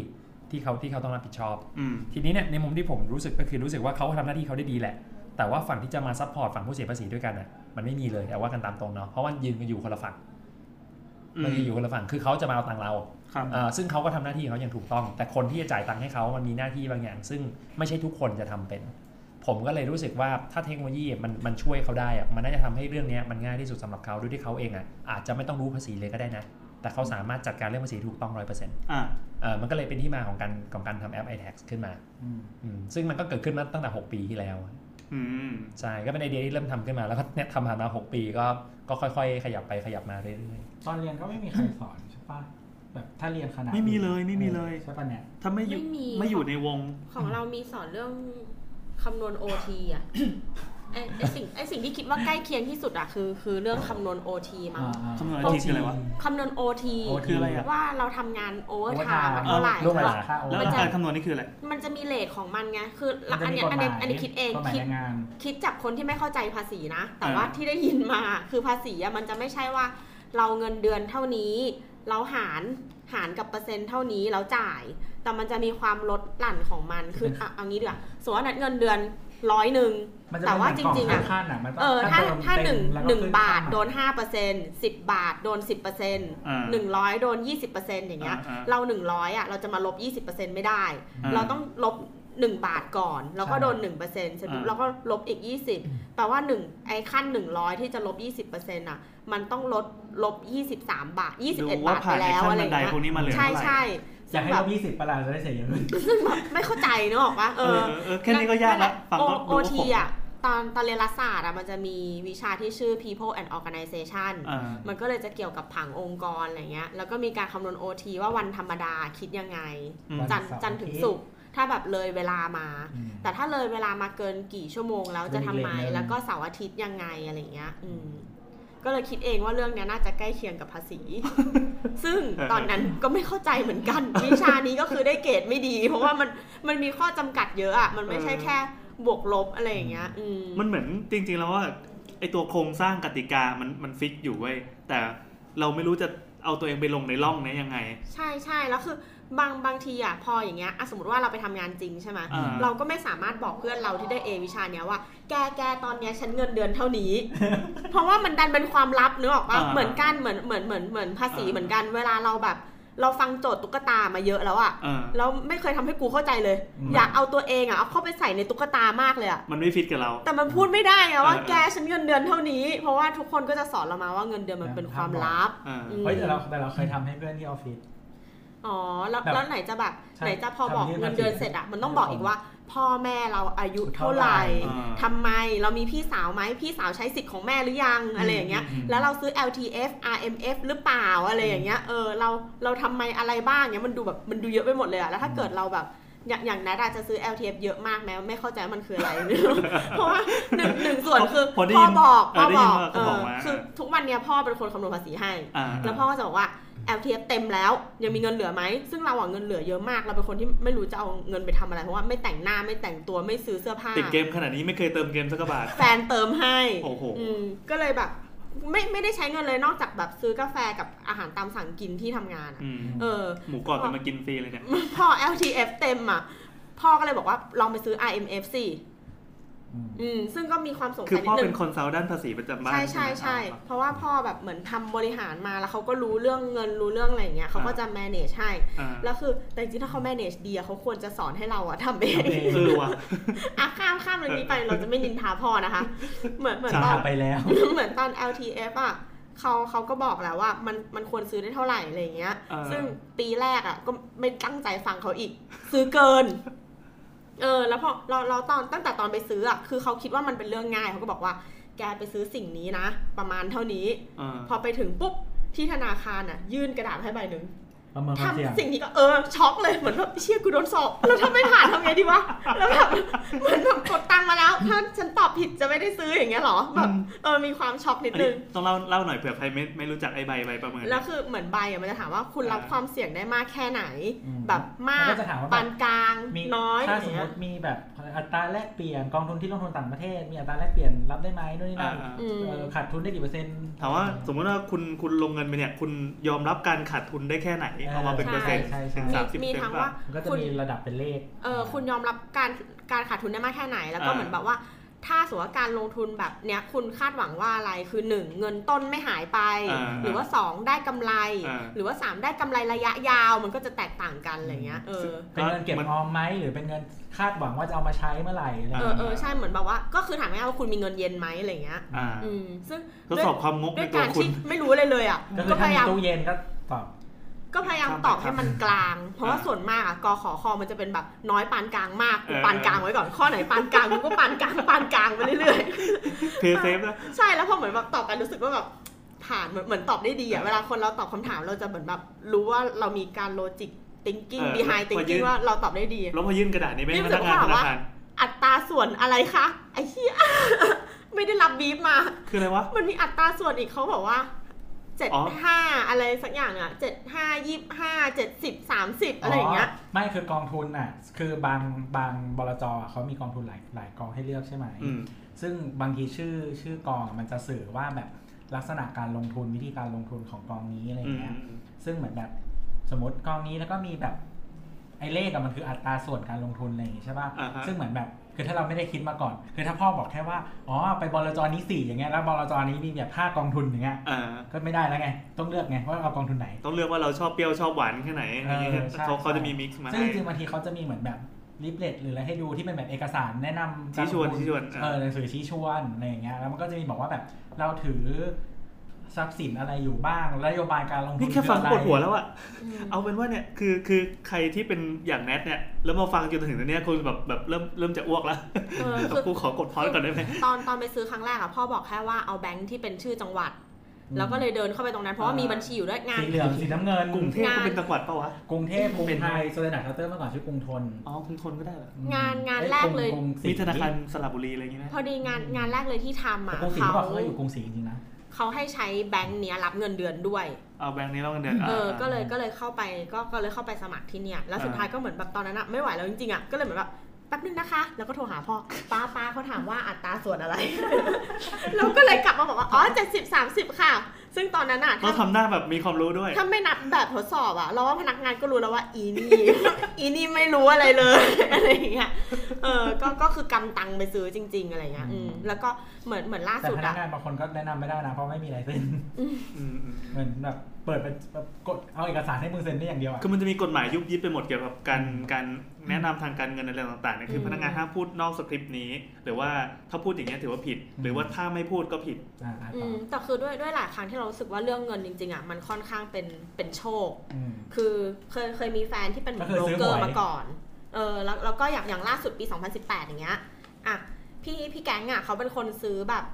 Speaker 5: ที่เขาที่เขาต้องรับผิดชอบ
Speaker 6: อืม
Speaker 5: ทีนี้เนี่ยในมุมที่ผมรู้สึกก็คือรู้สึกว่าเขาทำหน้าที่เขาได้ดีแหละ แต่ว่าฝั่งที่จะมาซัพพอร์ตฝั่งผู้เสียภาษีด้วยกันอ่ะมันไม่มีเลยแต่ว่ากันตามตรงเนาะเพราะว่ายืนกันอยู่คนละฝั่ง
Speaker 6: อืม
Speaker 5: เรายืนอยู่คนละฝั่งคือเขาจะมาเอาตังค์เรา
Speaker 6: ครับ
Speaker 5: เอ่อซึ่งเขาก็ทำหน้าที่ของเขาอย่างถูกต้อง แต่คนที่จะจ่ายตังค์ให้เขามันมีหน้าที่บางอย่าง ซึ่งไม่ใช่ทุกคนจะทำเป็น ผมก็เลยรู้สึกว่าถ้าเทคโนโลยีมันมันช่วยเขาได้อะมันน่าจะทำให้เรื่องเนี้ยมันง่ายที่สุดสำหรับเขาด้วยที่เขาเองอ่ะอาจจะไม่ต้องรู้ภาษีเลยก็ได้นะ แต่เขาสามารถจัดการเรื่องภาษีถูกต้องร้อยเปอร์เซ็นต์
Speaker 6: อ่า
Speaker 5: มันก็เลยเป็นที่มาของการของการทำแอป iTax ขึ้นมา
Speaker 2: อืม
Speaker 5: อืมซึ่งมันก็เกิดขึ้นมาตั้งแต่ 6 ปีที่แล้ว
Speaker 6: อืม
Speaker 5: ใช่ ก็เป็นไอเดียที่เริ่มทำขึ้นมาแล้วก็เนี่ยทำผ่านมา 6 ปีก็ก็ค่อยๆ ขยับไปขยับมาเรื่อย
Speaker 2: ตอนเรียนก็ไม่มีใครสอนใช่ปะแบบถ้าเรียนขนาด
Speaker 6: ไม่มีเลยไม่มีเลย
Speaker 2: ใช่ปะเนี่ย
Speaker 6: ถ้าไม่อยู่
Speaker 4: ไม่มี
Speaker 6: ไม่อยู่ในวง
Speaker 4: ของเรามีสอนเรื่องคำนวณ OT อ่ะ ไอไอ้สิ่งไอสิ่งที่คิดว่าใกล้เคียงที่สุดอ่ะคือคือเรื่องคำนวณ OT มั้ง
Speaker 2: อ่าๆ
Speaker 6: คำนวณอาทิตย์คืออะไรวะ
Speaker 4: คำนวณ OT
Speaker 2: OT
Speaker 6: คืออะไรอะ
Speaker 4: ว่าเราทำงานโอเวอร์ไทม์มา
Speaker 2: โอเวอร์ไทม์
Speaker 5: ๆ
Speaker 4: เท่าไหร่
Speaker 5: ล่วงเวลา
Speaker 2: ค่าโอ
Speaker 6: แล้ว
Speaker 2: เวอร์ไท
Speaker 6: การ
Speaker 2: ม์
Speaker 6: คำนวณนี่คืออะไร
Speaker 4: มันจะมีเลทของมันไง คือ
Speaker 2: มันจะ
Speaker 4: อัน
Speaker 2: มี
Speaker 4: เนี้ย
Speaker 2: กฎ
Speaker 4: อัน
Speaker 2: หมา
Speaker 4: เนี้
Speaker 2: ย
Speaker 4: ยอันเนี้ยคิดเอง
Speaker 2: กฎหมาย
Speaker 4: คิด
Speaker 2: แรงงาน
Speaker 4: คิดจากคนที่ไม่เข้าใจภาษีนะ แต่ว่า
Speaker 6: อ่า
Speaker 4: ที่ได้ยินมาคือภาษีอะมันจะไม่ใช่ว่า เราเงินเดือนเท่านี้ เราหารหารกับเปอร์เซ็นต์เท่านี้แล้วจ่าย แต่มันจะมีความลดหลั่นของมัน คืออ่ะเอางี้ดีกว่าสมมติว่านัดเงินเดือนร้อยหนึ่ง
Speaker 2: มันจะ
Speaker 4: แต่ว่าจริงๆอะ
Speaker 2: ค่าหนังมัน
Speaker 4: เออถ้าถ้าหนึ่งหนึ่งบาทโด
Speaker 2: น
Speaker 4: นห้าเปอร์เซ็นต์สิบบาทโดนสิบเปอร์เซ็นต์
Speaker 6: อ่า
Speaker 4: หนึ่งร้อยโดนยี่สิบเปอร์เซ็นต์อย่างเงี้ย
Speaker 6: อ่าๆ
Speaker 4: เราหนึ่งร้อยอ่ะเราจะมาลบยี่สิบเปอร์เซ็นต์ไม่ได้
Speaker 6: อ่า
Speaker 4: เราต้องลบหนึ่งบาทก่อน แล้วก็
Speaker 2: ใช่
Speaker 4: โดนหนึ่งเปอร์เซ็นต์เสร็จปุ๊บ
Speaker 6: อ่า
Speaker 4: เราก็ลบอีกยี่สิบแปลว่าหนึ่งไอ้ขั้นหนึ่งร้อยที่จะลบยี่สิบเปอร์เซ็นต์อ่ะ มันต้องลดลบยี่สิบสามบาทยี่สิบ
Speaker 6: ดู
Speaker 4: เอ็ด
Speaker 6: ว่า
Speaker 4: บาท
Speaker 6: ผ่า
Speaker 4: ไป
Speaker 6: นไอ้
Speaker 4: แล้ว
Speaker 6: ขั้น
Speaker 4: อะไร
Speaker 6: บันได
Speaker 4: เงี้ย
Speaker 6: พวกนี้มาเหลือ
Speaker 4: ใช่
Speaker 6: เท่าไหร่
Speaker 4: ใช่
Speaker 2: อยากให้ลบยี่สิบประหลาดจะได้เสียเยอะขึ้น
Speaker 4: ซึ่งแบบไม่เข้าใจเนกอะว่า
Speaker 6: เอ
Speaker 4: เอ
Speaker 6: อ
Speaker 4: อ
Speaker 6: เออแค่นี้ก็ยากละฟังก็
Speaker 4: โอ
Speaker 6: ดูว่า
Speaker 4: ที
Speaker 6: ผม
Speaker 4: อ่ะตอนตอนเรียนรัฐศาสตร์อ่ะมันจะมีวิชาที่ชื่อ people and organization
Speaker 6: อ่า
Speaker 4: มันก็เลยจะเกี่ยวกับผังองค์กรอะไรเงี้ย แล้วก็มีการคำนวณ OT ว่าวันธรรมดาคิดยังไง
Speaker 6: อืม
Speaker 4: จันทร์
Speaker 2: วันเสาร์
Speaker 4: จันทร์ถึง
Speaker 2: อาทิตย์
Speaker 4: ศุกร์ถ้าแบบเลยเวลามา
Speaker 2: อืม
Speaker 4: แต่ถ้าเลยเวลามาเกินกี่ชั่วโมงแล้วจะทำไม
Speaker 2: เรื่องอีกเรื่องหนึ่ง
Speaker 4: แล้วก็เสาร์อาทิตย์ยังไงอะไรเงี้ยอืมก็เลยคิดเองว่าเรื่องเนี้ยน่าจะใกล้เคียงกับภาษี ซึ่งตอนนั้นก็ไม่เข้าใจเหมือนกัน วิชานี้ก็คือได้เกรดไม่ดี เพราะว่ามันมันมีข้อจำกัดเยอะอ่ะมันไม่ใช่แค่บวกลบอะไรอย่างเงี้ย อืม
Speaker 6: มันเหมือนจริงๆแล้วว่าไอตัวโครงสร้างกติกามันมันฟิกอยู่เว้ยแต่เราไม่รู้จะเอาตัวเองไปลงในร่องเนี้ยยังไง
Speaker 4: ใช่ใช่แล้วคือบางบางทีอ่ะพออย่างเงี้ยอ่ะสมมติว่าเราไปทำงานจริงใช่ไหม
Speaker 6: อ่า
Speaker 4: เราก็ไม่สามารถบอกเพื่อนเราที่ได้เอวิชาเนี้ยว่า แกแกตอนเนี้ยฉันเงินเดือนเท่านี้ เพราะว่ามันดันเป็นความลับเนื้อออกปะ
Speaker 6: อ่า
Speaker 4: เหมือนกันเหมือนเหมือนเหมือนเหมือนภาษี
Speaker 6: อ่า
Speaker 4: เหมือนกัน เวลาเราแบบ เราฟังโจทย์ตุ๊กตามาเยอะแล้วอ่ะ
Speaker 6: เออ
Speaker 4: แล้วไม่เคยทำให้กูเข้าใจเลย
Speaker 2: อืม
Speaker 4: อยากเอาตัวเองอ่ะเอาเข้าไปใส่ในตุ๊กตามากเลยอ่ะ
Speaker 6: มันไม่ฟิตกับเรา
Speaker 4: แต่มันพูดไม่ได้อะว่า
Speaker 6: เออ
Speaker 4: แกฉันเงินเดือนเท่านี้ เพราะว่าทุกคนก็จะสอนเรามาว่าเงินเดือนมันเป็นความลับ
Speaker 6: เออ
Speaker 2: เฮ้ยแต่เราแต่เราเคยทำให้เพื่อนที่ออฟฟิศ
Speaker 4: อ๋อแล้ว
Speaker 2: แบบ
Speaker 4: แล้วไหนจะแบบ
Speaker 2: ใช่
Speaker 4: ไหนจะพอบอก
Speaker 2: ทำยื่น
Speaker 4: เงินเดือนเสร็จอะมันต้องบอกอีกว่า พ่อแม่เราอายุเท่า
Speaker 2: เท่า
Speaker 4: ไห
Speaker 2: ไหร่
Speaker 4: ร่
Speaker 6: อ่า
Speaker 4: ทำไมเรามีพี่สาวไหมพี่สาวใช้สิทธิ์ของแม่หรือยังอะไรอย่างเงี้ย
Speaker 2: อืม
Speaker 4: แล้วเราซื้อ LTF RMF หรือเปล่าอะไรอย่างเงี้ยเออเราเราทำไมอะไรบ้างเนี้ยมันดูแบบมันดูเยอะไปหมดเลยอะแล้วถ้าเกิดเราแบบอย่างอย่างนัดอาจจะซื้อ LTF เยอะมากแม้ไม่เข้าใจว่ามันคืออะไร เพราะว่าหนึ่งหนึ่งส่วนคือ
Speaker 6: พอได้
Speaker 4: พ่
Speaker 6: ยิ
Speaker 4: อน บอก
Speaker 6: เออ
Speaker 4: พ่อ
Speaker 6: ได้
Speaker 4: บ
Speaker 6: ยิน
Speaker 4: อก
Speaker 6: ว่าเขา
Speaker 4: เอ
Speaker 6: บอก
Speaker 4: อ
Speaker 6: มา
Speaker 4: คือทุกวันเนี้ยพ่อเป็นคนคำนวณภาษีให้
Speaker 6: อ่า
Speaker 4: แล้วพ่อก็จะบอกว่า LTF เต็มแล้ว ยังมีเงินเหลือไหม ซึ่งเราอ่ะเงินเหลือเยอะมาก เราเป็นคนที่ไม่รู้จะเอาเงินไปทำอะไร เพราะว่าไม่แต่งหน้าไม่แต่งตัวไม่ซื้อเสื้อผ้า
Speaker 6: ติดเกมขนาดนี้ไม่เคยเติมเกมสักกระบาท
Speaker 4: แฟนเติมให้
Speaker 6: โอ้โห
Speaker 4: อืมก็เลยแบบ ไม่ไม่ได้ใช้เงินเลยนอกจากแบบซื้อกาแฟกับอาหารตามสั่งกินที่ทำงานอะ
Speaker 6: อืม
Speaker 4: เออ
Speaker 6: หมูกรอบจะมากินฟรีเลยเนี่ย
Speaker 4: พอ LTF เต็มอ่ะ พ่อก็เลยบอกว่าลองไปซื้อ IMF สิ
Speaker 2: อืม
Speaker 4: อืมซึ่งก็มีความสง
Speaker 6: คือ
Speaker 4: สัยนิ
Speaker 6: พ่อ
Speaker 4: ดนึ
Speaker 6: เป็น
Speaker 4: ง
Speaker 6: คนเซาด้านภาษีประจำบ้าน
Speaker 4: ใช่ใช่
Speaker 6: ไหม
Speaker 4: ใช่
Speaker 6: อ่า
Speaker 4: เพราะว่าพ่อแบบเหมือนทำบริหารมาแล้วเขาก็รู้เรื่องเงินรู้เรื่องอะไรอย่างเงี้ยเขาก็
Speaker 6: อ่า
Speaker 4: จะ manage ให้
Speaker 6: อ่า
Speaker 4: แล้วคือแต่จริงๆถ้าเขา manage ดีอะเขาควรจะสอนให้เราอะทำเอง
Speaker 2: ทำเง
Speaker 6: เออว่ะ
Speaker 4: อะข้ามข้ามเรื่องนี้ ไปเราจะไม่นินทาพ่อนะคะ เหมือนเหมือน
Speaker 6: ใช่
Speaker 4: ตอ
Speaker 2: หาน ไปแล้ว
Speaker 4: เหมือนตอน LTF อะเขาเขาก็บอกแล้วว่ามันมันควรซื้อได้เท่าไหร่อะไรอย่างเงี้ย
Speaker 6: เออ
Speaker 4: ซึ่งปีแรกอะก็ไม่ตั้งใจฟังเขาอีก ซื้อเกิน เออ แล้วพอเราเราตอนตั้งแต่ตอนไปซื้ออะคือเขาคิดว่ามันเป็นเรื่องง่ายเขาก็บอกว่า แกไปซื้อสิ่งนี้นะ ประมาณเท่านี้
Speaker 6: เออ
Speaker 4: พอไปถึงปุ๊บที่ธนาคารน่ะ ยื่นกระดาษให้ใบหนึ่ง
Speaker 2: ประเมินความเสี่ยง
Speaker 4: ทำสิ่งนี้ก็เออช็อกเลยเหมือนแบบเชี่ยกูโดนสอบแล้วถ้าไม่ผ่านทำไงดีวะแล้วแบบเหมือนแบบกดตังค์มาแล้ว ถ้าฉันตอบผิดจะไม่ได้ซื้ออย่างเงี้ยเหรอแบบเออมีความช็อกนิด
Speaker 6: อัน
Speaker 4: นึ
Speaker 6: นี้
Speaker 4: ง
Speaker 6: ต้องเล่าเล่าหน่อยเผื่อใครไม่ไม่รู้จักไอ้ใบใบประเมิน
Speaker 4: แล้วคือเหมือนใบอะมันจะถามว่าคุณรับ
Speaker 6: อ่า
Speaker 4: ความเสี่ยงได้มากแค่ไหน
Speaker 2: อืม
Speaker 4: แบบมาก
Speaker 2: มันก็จะถามว่าแบบ
Speaker 4: ปานกลาง
Speaker 2: มี
Speaker 4: น้อย
Speaker 2: ถ้า
Speaker 4: อ
Speaker 2: สมม
Speaker 4: ย่างเงี้ย
Speaker 2: ติมีแบบอัตราแลกเปลี่ยนกองทุนที่ลงทุนต่างประเทศ มีอัตราแลกเปลี่ยนรับได้ไหมนู่นนี่นั่น
Speaker 6: อ่า
Speaker 4: อืม
Speaker 2: เออขาดทุนได้กี่เปอร์เซ็นต์
Speaker 6: ถามว่าสมมติว่าคุณคุณลงเงินไปเนี่ย คุณยอมรับการขาดทุนได้แค่ไหน เอามาเป็นเปอร์เซ็นต์
Speaker 2: ใช่
Speaker 6: ถึ
Speaker 2: ใช่
Speaker 6: ง
Speaker 2: ใช่
Speaker 6: สามสิบ
Speaker 4: มี
Speaker 6: เปอร์เซ็น
Speaker 4: ทั้ง
Speaker 6: ต์
Speaker 4: ว่า
Speaker 6: ป่ะ
Speaker 2: มันก็จะ
Speaker 4: คุณ
Speaker 2: มีระดับเป็นเลข
Speaker 4: เออคุณยอมรับการการขาดทุนได้มากแค่ไหน แล้วก็
Speaker 6: อ่า
Speaker 4: เหมือนแบบว่า ถ้าสมมติว่าการลงทุนแบบเนี้ยคุณคาดหวังว่าอะไรคือหนึ่งเงินต้นไม่หายไป
Speaker 6: อ่า
Speaker 4: หรือว่าสองได้กำไร
Speaker 6: อ่า
Speaker 4: หรือว่าสามได้กำไรระยะยาวมันก็จะแตกต่างกันอะไรเงี้ยเอ
Speaker 6: ซึ่
Speaker 4: อง
Speaker 2: เป็นเงินเก็บ
Speaker 6: มัน
Speaker 2: ออมไหมหรือเป็นเงินคาดหวังว่าจะเอามาใช้เมื่อไหร่อะไร
Speaker 4: เออเออใช่เหมือนแบบว่า ก็คือถามง่ายๆว่าคุณมีเงินเย็นไหมอะไรเงี้ย
Speaker 6: อ่า
Speaker 4: อืมซึ่ง
Speaker 6: ทดสอบความงก
Speaker 4: ด้
Speaker 6: ใน
Speaker 4: วย
Speaker 6: ตัว
Speaker 4: การ
Speaker 6: คุณ
Speaker 4: ที่ไม่รู้เลยเลยอ่ะ
Speaker 2: ก็คื
Speaker 4: ก็
Speaker 2: อ
Speaker 4: พ
Speaker 2: ถ้ามี
Speaker 4: ยายาม
Speaker 2: ตู้เย็นก็ตอบ
Speaker 4: ก็พยายามตอบให้มันกลาง เพราะว่าส่วนมากอะกขอคอมันจะเป็นแบบน้อยปานกลางมากกู
Speaker 6: เออ
Speaker 4: ปานกลางไว้ก่อนข้อไหนปานกลางกูก็ปานกลางปานกลางไปเรื่อย
Speaker 6: เพย์เซฟนะ
Speaker 4: ๆ ใช่แล้วพอเหมือนแบบตอบกันรู้สึกว่าแบบผ่านเหมือนเหมือนตอบได้ดีอะเวลาคนเราตอบคำถามเราจะเหมือนแบบรู้ว่าเรามีการโลจิก thinking
Speaker 6: เออ
Speaker 4: behind
Speaker 6: พอยื
Speaker 4: thinking
Speaker 6: น
Speaker 4: ว่าเราตอบได้ดี
Speaker 6: แล้วพอยื่นกระดาษนี้ไปให้
Speaker 4: นี่
Speaker 6: พ
Speaker 4: รู้สึ
Speaker 6: นั
Speaker 4: ก
Speaker 6: กงานธนา
Speaker 4: ว่าว่า
Speaker 6: คาร
Speaker 4: อัตราส่วนอะไรคะไอ้เหี้ย ไม่ได้รับบีฟมา
Speaker 6: คืออะไรวะ
Speaker 4: มันมีอัตราส่วนอีกเขาบอกว่าเจ็ด
Speaker 6: อ๋อ
Speaker 4: ห้าอะไรสักอย่างอะเจ็ดห้ายี่ห้าเจ็ดสิบสามสิบอะไรอย่างเงี้ย
Speaker 2: ไม่คือกองทุนอ่ะ คือบางบางบลจอ่ะเขามีกองทุนหลายหลายกองให้เลือกใช่ไหม
Speaker 6: อืม
Speaker 2: ซึ่งบางทีชื่อชื่อกองมันจะสื่อว่าแบบลักษณะการลงทุนวิธีการลงทุนของกองนี้อะไรอย่างเงี้ย ซึ่งเหมือนแบบสมมติกองนี้แล้วก็มีแบบไอ้เลขอะมันคืออัตราส่วนการลงทุนอะไรอย่างงี้ใช่ป่ะ
Speaker 6: อ่าฮะ
Speaker 2: ซึ่งเหมือนแบบคือถ้าเราไม่ได้คิดมาก่อน คือถ้าพ่อบอกแค่ว่าอ๋อไปบลจนี้สี่อย่างเงี้ยแล้วบลจนี้มีแบบห้ากองทุนอย่างเงี้ย
Speaker 6: อ่า
Speaker 2: ก็ไม่ได้แล้วไง ต้องเลือกไงว่าเอากองทุนไหน
Speaker 6: ต้องเลือกว่าเราชอบเปรี้ยวชอบหวานแค่ไหนอะไรอย่างเงี้ย
Speaker 2: เออใช่
Speaker 6: เขาเขา
Speaker 2: ใช่
Speaker 6: จะมีมิกซ์มา
Speaker 2: ซึ่ง
Speaker 6: ให้
Speaker 2: จริงๆบางทีเขาจะมีเหมือนแบบลิปเลตหรืออะไรให้ดูที่เป็นแบบเอกสารแนะนำ
Speaker 6: ชี้ชวน
Speaker 2: การลงทุ
Speaker 6: ชี้ชวนอ่า
Speaker 2: เออหนังสือชี้ชวนอะไรอย่างเงี้ยแล้วมันก็จะมีบอกว่าแบบเราถือทรัพย์สินอะไรอยู่บ้างนโยบายการลงทุน
Speaker 6: นี่แค่ฟัง
Speaker 2: คือ
Speaker 6: ป
Speaker 2: อะ
Speaker 6: วดหัว
Speaker 2: ไร
Speaker 6: แล้วอะเอาเป็นว่าเนี่ยคือคือใครที่เป็นอย่างแนทเนี่ยแล้วมาฟังจนถึงตอนเนี้ยคุณแบบแบบเริ่มเริ่มจะอ้วกแล้ว
Speaker 4: เออ
Speaker 6: แบบ
Speaker 4: คือ
Speaker 6: กูขอกดพอยก่อนได้ไหม
Speaker 4: ตอนตอนไปซื้อครั้งแรกอะพ่อบอกแค่ว่าเอาแบงค์ที่เป็นชื่อจังหวัด
Speaker 2: อืม
Speaker 4: แล้วก็เลยเดินเข้าไปตรงนั้นเพราะว่ามีบัญชีอยู่ด้วยงาน
Speaker 2: สีเหลืองสีน้ำเงิน
Speaker 6: กรุงเทพก็เป็นจังหวัดปะวะ
Speaker 2: กรุงเทพกรุง
Speaker 6: เป็น
Speaker 2: ไท
Speaker 6: ไง
Speaker 2: ยโซเดนัทเคาน์เตอร์เมื่อก่อนชื่อกรุงทน
Speaker 6: อ๋อกรุงทนก็ได้เหรอ
Speaker 4: งานงาน
Speaker 2: อ้
Speaker 4: แรกเลย
Speaker 2: รุงศ
Speaker 6: มีธนาคารสระบุรีอะไรอย่างงี้นะ
Speaker 4: พอดีงานงานแรกเลยที่ทำ
Speaker 2: แต่
Speaker 4: อะ
Speaker 2: กรุงศรีเขา
Speaker 4: เขา
Speaker 2: บอกเขาอยู่กรุงศรีจริงๆนะ
Speaker 4: เขาให้ใช้แบงค์เนี้ยรับเงินเดือนด้วย
Speaker 6: เอาแบงค์นี้แล้วกันเดือน
Speaker 4: เออ
Speaker 6: า
Speaker 4: ก็เลยก็เลยเข้าไปก็ก็เลยเข้าไปสมัครที่เนี่ย แล้วสุดท้ายก็เหมือนแบบตอนนั้นอะไม่ไหวแล้วจริงๆอะก็เลยเหมือนแบบแป๊บนึงนะคะ แล้วก็โทรหาพ่อป้าป้าเขาถามว่าอัตราส่วนอะไร แล้วก็เลยกลับมาบอกว่าอ๋อเจ็ดสิบสามสิบค่ะ ซึ่งตอนนั้นอะ
Speaker 6: ต้อ
Speaker 4: ถ้า
Speaker 6: งทำหน้าแบบมีความรู้ด้วย
Speaker 4: ถ้าไม่นับแบบทดสอบอะเราว่าพนักงานก็รู้แล้วว่าอีนี่ อีนี่ไม่รู้อะไรเลย อะไรอย่างเงี้ยเออก็ก็คือกำตังไปซื้อจริง ๆ อะไรเงี้ยอืมแล้วก็เหมือนเหมือนล่า
Speaker 2: แต่
Speaker 4: สุด
Speaker 2: พนัก
Speaker 4: อะ
Speaker 2: งานบางคนก็แนะนำไม่ได้นะ เพราะไม่มีลายเซ็น
Speaker 6: อืมอืม
Speaker 2: เหมือนแบบเปิดเป็นแบบกดเอาเอกสารให้มือเซ็นได้อย่างเดียวอ่ะ
Speaker 6: คือมันจะมีกฎหมายยุบยิบไปหมดเกี่ยวกับการการแนะนำทางการเงินอะไรต่างๆเนี่ยคือพนักงานห้ามพูดนอกสคริปต์นี้ หรือว่าถ้าพูดอย่างเงี้ยถือว่าผิด
Speaker 2: อืม
Speaker 6: หรือว่าถ้าไม่พูดก็ผิด
Speaker 2: อ่าอ่าน
Speaker 4: อื
Speaker 2: ต่อ
Speaker 4: มแต่คือด้วยด้วยหลายครั้งที่เรารู้สึกว่าเรื่องเงินจริง ๆอะมันค่อนข้างเป็นเป็นโชค
Speaker 2: อืม
Speaker 4: คือเคยเคยมีแฟนที่เป็นเหมือน
Speaker 2: ก็คือ
Speaker 4: โบร
Speaker 2: ซื้
Speaker 4: ก
Speaker 2: อ
Speaker 4: เกอ
Speaker 2: หว
Speaker 4: ร์
Speaker 2: ย
Speaker 4: มาก่อน เออแล้วแล้วก็อย่างอย่างล่าสุดปี 2018 อย่างเงี้ยอ่ะพี่พี่แก๊งอ่ะเขาเป็นคนซื้อแบบ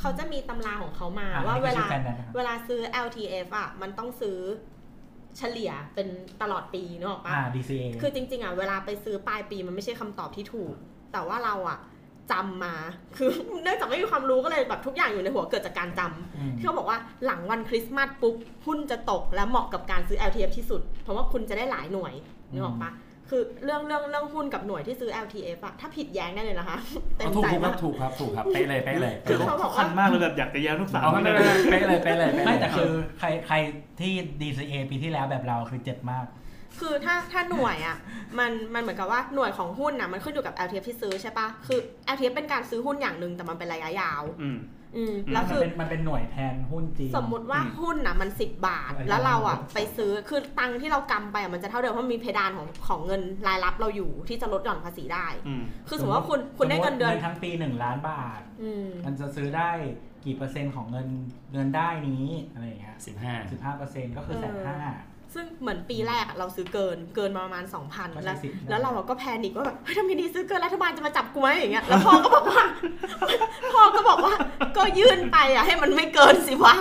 Speaker 4: เขาจะมีตำราของเขามา
Speaker 2: อ่ะ
Speaker 4: ว่า
Speaker 2: อัน
Speaker 4: เว
Speaker 2: นี้คือชื่
Speaker 4: ลา
Speaker 2: อแฟนนะครับ
Speaker 4: เวลาซื้อ LTF อ่ะ มันต้องซื้อเฉลี่ยเป็นตลอดปีนึกออกปะ
Speaker 2: อ่า DCA
Speaker 4: คือจริง ๆ อ่ะ เวลาไปซื้อปลายปีมันไม่ใช่คำตอบที่ถูก แต่ว่าเราอ่ะจำมา คือ เนื่องจากไม่มีความรู้ก็เลยแบบทุกอย่างอยู่ในหัวเกิดจากการจำ
Speaker 2: ม
Speaker 4: ที่เขาบอกว่าหลังวันคริสต์มาสปุ๊บ หุ้นจะตกและเหมาะกับการซื้อ LTF ที่สุด เพราะว่าคุณจะได้หลายหน่วยนึกออกปะคือเรื่องเรื่องเรื่องหุ้นกับหน่วยที่ซื้อ LTF อะถ้าผิดแย้งได้เลยนะคะ เต็ม
Speaker 5: ถูก
Speaker 4: ใจ
Speaker 5: ถูกค
Speaker 4: มา
Speaker 5: รับ
Speaker 4: ก
Speaker 5: ถูกครับถูกครับเป๊ะเลยเป๊ะเลย
Speaker 4: คือเขาบอกว่า
Speaker 6: คันมากเลยแบบอยากจะแย้มลูกสาว
Speaker 5: เอาไม่
Speaker 6: เล
Speaker 5: ไม่
Speaker 6: ย
Speaker 5: ไม่เป๊ะเลยเป๊ะเลยเป๊ะเลย
Speaker 2: ไม่แต่คือใครใครที่ DCA ปีที่แล้วแบบเราคือเจ็บมาก
Speaker 4: คือถ้าถ้าหน่วยอ่ะ มันมันเหมือนกับว่าหน่วยของหุ้นอ่ะมันขึ้นอยู่กับ LTF ที่ซื้อใช่ปะคือ LTF เป็นการซื้อหุ้นอย่างหนึ่งแต่มันเป็นระยะยาว
Speaker 6: อืม
Speaker 4: อืม
Speaker 6: อืม
Speaker 4: แล้ว
Speaker 2: มัน
Speaker 4: คือ
Speaker 2: เป็นมันเป็นหน่วยแทนหุ้นจีน
Speaker 4: สมมุติว่า
Speaker 6: อืม
Speaker 4: หุ้นอ่ะมัน 10 บาท
Speaker 2: ระยะยาว
Speaker 4: แล้วเราอ่ะไปซื้อคือตังค์ที่เรากำไปอ่ะมันจะเท่าเดิมเพราะมันมีเพดานของของเงินรายรับเราอยู่ที่จะลดหย่อนภาษีได้
Speaker 6: อืม
Speaker 4: คือสมมติว่าคุณคุณได้เงินเดือน
Speaker 2: สมมุติทั้งปีหนึ่งล้านบาท
Speaker 4: อืม
Speaker 2: มันจะซื้อได้กี่เปอร์เซ็นต์ของเงินเงินได้นี้อะไรอย่างเงี้ย
Speaker 5: สิบห้า
Speaker 2: สิบห้าเปอร์เซ็นต์ก็คือแสนห้า
Speaker 4: ซึ่งเหมือนปีแรกอะเราซื้อเกินเกินมาประมาณ 2,000 แล้
Speaker 2: ก็
Speaker 4: ว
Speaker 2: ใช้สิทธิ์ได้
Speaker 4: แล้วเราก็แพนิกว่าแบบเฮ้ยทำไงดีซื้อเกินรัฐบาลจะมาจับกูไหมอย่างเงี้ย แล้วพ่อก็บอกว่า พ่อก็บอกว่า ก็ยื่นไปอ่ะให้มันไม่เกินสิวะ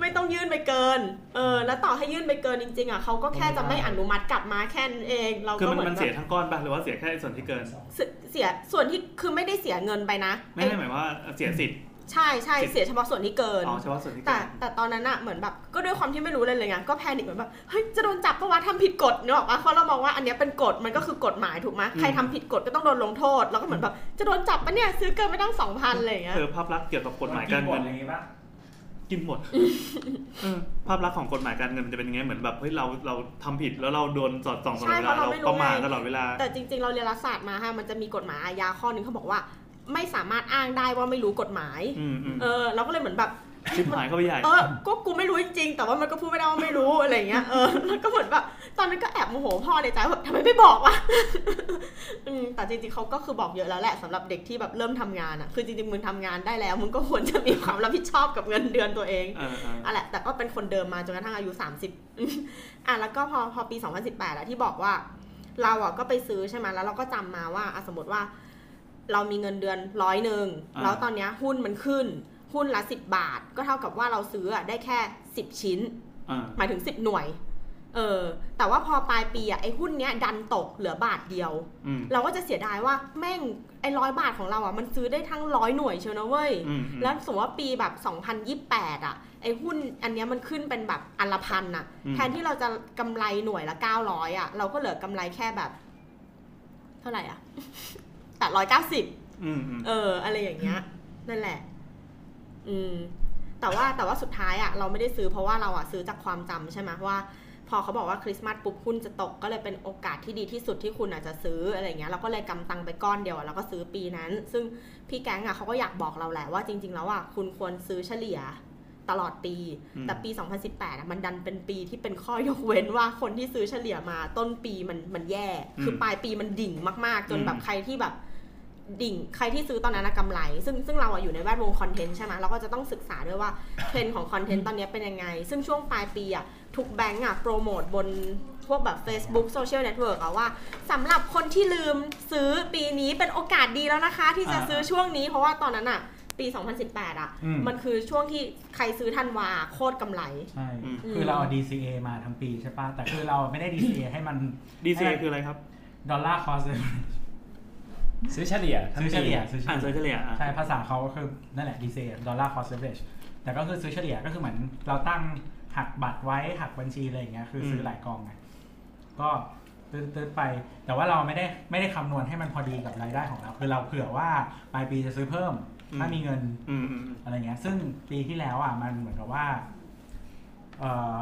Speaker 4: ไม่ต้องยื่นไปเกิน เออ แล้วต่อให้ยื่นไปเกินจริงๆอ่ะเขาก็แค่จะไม่อนุมัติกลับมาแค่นั้นเอง เรา
Speaker 6: คือ
Speaker 4: ก็
Speaker 6: มัน
Speaker 4: เหมือ
Speaker 6: มัน น
Speaker 4: แบ
Speaker 6: เสีย
Speaker 4: บ
Speaker 6: ทั้งก้อนปะหรือว่าเสียแค่ส่วนที่เกิน
Speaker 4: เสียเสียส่วนที่คือไม่ได้เสียเงินไปนะ
Speaker 6: ไม่ไม่หมายว่าเสียสิทธิ์
Speaker 4: ใช่ใช่เสียเฉพาะส่วนที่เกิน
Speaker 6: อ๋อเฉพาะส่วนที่
Speaker 4: แต่
Speaker 6: เกิน
Speaker 4: แต่ตอนนั้นอะเหมือนแบบก็ด้วยความที่ไม่รู้เลยเลยไงก็แพนิคเหมือนแบบเฮ้ยจะโดนจับเพราะว่าทำผิดกฎเนกอะปะเพราะเรามองว่าอันเนี้ยเป็นกฎมันก็คือกฎหมายถูกไหม
Speaker 6: อืม
Speaker 4: ใครทำผิดกฎก็ต้องโดนลงโทษแล้วก็เหมือนแบบจะโดนจับปะเนี่ยซื้อเกินไม่ต้องสองพันอะไรอย่างเงี้ย
Speaker 6: เออภาพลักษณ์เกี่ยวกับกฎหมายการ
Speaker 2: เงิ
Speaker 6: เงิ
Speaker 2: น
Speaker 6: น
Speaker 2: อะไรอย่างงี้ปะ
Speaker 6: กินหมดเออภาพลักษณ์ของกฎหมายการเงินมันจะเป็นยังไงเหมือนแบบเฮ้ยเราเราทำผิดแล้วเราโดนสอดส่องตลอดเวลาเราประมาทตลอดเวลา
Speaker 4: แต่จริง ๆ เราเรียนรัฐศาสตร์มาฮะมันจะมีกฎหมายอาญาข้อหนึ่งเขาบอกว่า ไม่สามารถอ้างได้ว่าไม่รู้กฎหมาย
Speaker 6: อืมอืม
Speaker 4: เออเราก็เลยเหมือนแบบ
Speaker 6: ชิบหายเข้าไปใหญ่
Speaker 4: เออ ก็กูไม่รู้จริงๆ แต่ว่ามันก็พูดไม่ได้ว่าไม่รู้อะไรอย่างเงี้ย เออ แล้วก็เหมือนแบบตอนนั้นก็แอบโมโหพ่อในใจว่าแบบทำไมไม่บอกวะ อืม แต่จริงๆเขาก็คือบอกเยอะแล้วแหละสำหรับเด็กที่แบบเริ่มทำงานอะคือจริงๆ มึงทำงานได้แล้ว มึงก็ควรจะมีความรับผิดชอบกับเงินเดือนตัวเอง
Speaker 6: เออเออ
Speaker 4: อะแหละแต่ก็เป็นคนเดิมมาจนกระทั่งอายุ 30อืม อ่ะแล้วก็พอพอปี 2018อะที่บอกว่า เราอะก็ไปซื้อใช่ไหมแล้วเราก็จำมาว่าอะสมมติว่า เรามีเงินเดือนร้อยหนึ่ง
Speaker 6: า
Speaker 4: แล้วตอนเนี้ยหุ้นมันขึ้น หุ้นละ 10 บาท ก็เท่ากับว่าเราซื้ออะได้แค่ 10 ชิ้น
Speaker 6: เออ
Speaker 4: หมายถึง 10 หน่วย เออ แต่ว่าพอปลายปีอะไอ้หุ้นเนี้ยดันตกเหลือบาทเดียว
Speaker 6: อืม
Speaker 4: เราก็จะเสียดายว่าแม่งไอ้ร้อยบาทของเราอะมันซื้อได้ทั้งร้อยหน่วยเชียวนะเว้ย
Speaker 6: อืมอืม
Speaker 4: แล้วสมมติว่าปีแบบ 2028 อ่ะ ไอ้หุ้นอันเนี้ยมันขึ้นเป็นแบบอันละพันน่ะ
Speaker 6: อืม
Speaker 4: แทนที่เราจะกำไรหน่วยละ 900 อ่ะ เราก็เหลือกำไรแค่แบบ เท่าไหร่อ่ะ แต่ร้อยเก้าสิบ
Speaker 6: อืมอืม
Speaker 4: เออ อะไรอย่างเงี้ย นั่นแหละ อืม แต่ว่าแต่ว่าสุดท้ายอ่ะเราไม่ได้ซื้อเพราะว่าเราอ่ะซื้อจากความจำใช่ไหมว่า พอเขาบอกว่าคริสต์มาสปุ๊บหุ้นจะตกก็เลยเป็นโอกาสที่ดีที่สุดที่คุณอาจจะซื้ออะไรเงี้ยเราก็เลยกำตังไปก้อนเดียวอะแล้วก็ซื้อปีนั้น ซึ่งพี่แก๊งอ่ะเขาก็อยากบอกเราแหละว่าจริง ๆ แล้วอ่ะคุณควรซื้อเฉลี่ยตลอดปี
Speaker 6: อืม
Speaker 4: แต่ปี 2018อ่ะมันดันเป็นปีที่เป็นข้อยกเว้นว่าคนที่ซื้อเฉลี่ยมาต้นปีมันมันแย่ คือปลายปีมันดิ่งมากๆ จนแบบใครที่แบบ ดิ่งใครที่ซื้อตอนนั้นนะกำไร ซึ่งซึ่งเราอะอยู่ในแวดวงคอนเทนต์ใช่ไหมเราก็จะต้องศึกษาด้วยว่า เทรนด์ของคอนเทนต์ตอนเนี้ยเป็นยังไง ซึ่งช่วงปลายปีอะทุกแบงก์อะโปรโมทบนพวกแบบ Facebook Social Network อะว่าสำหรับคนที่ลืมซื้อปีนี้เป็นโอกาสดีแล้วนะคะ ที่จะ
Speaker 6: อ่า
Speaker 4: ซื้อช่วงนี้ เพราะว่าตอนนั้นอะปี 2018อะ
Speaker 2: อืม
Speaker 4: มันคือช่วงที่ใครซื้อทันวาโคตรกำไร
Speaker 2: ใช่
Speaker 6: อืม
Speaker 2: คือเราเอา DCA มาทั้งปีใช่ปะแต่คือเราไม่ได้ DCA ให้มัน
Speaker 6: ดีซีคืออะไรครับ
Speaker 2: ดอลลาร์คอส
Speaker 5: ซื้อเฉลี่ยทั้ง
Speaker 2: ซื้อเฉ
Speaker 5: ปี
Speaker 2: ลี่ยซื้อเฉ
Speaker 6: อ่าน
Speaker 2: ลี่ย
Speaker 6: เฉลี่ยอ่ะ
Speaker 2: ใช่ภาษาเขาก็คือนั่นแหละ DCA Dollar Cost Average แต่ก็คือซื้อเฉลี่ยก็คือเหมือนเราตั้งหักบัตรไว้หักบัญชีอะไรอย่างเงี้ยคือซื้อ
Speaker 6: ม
Speaker 2: หลายกองไงก็ตื้นตื้นไป แต่ว่าเราไม่ได้ไม่ได้คำนวณให้มันพอดีกับรายได้ของเรา คือเราเผื่อว่าปลายปีจะซื้อเพิ่ม ถ้ามีเงิน
Speaker 6: อืมอืมอืม
Speaker 2: อะไรเงี้ย ซึ่งปีที่แล้วอ่ะมันเหมือนกับว่าเอ่อ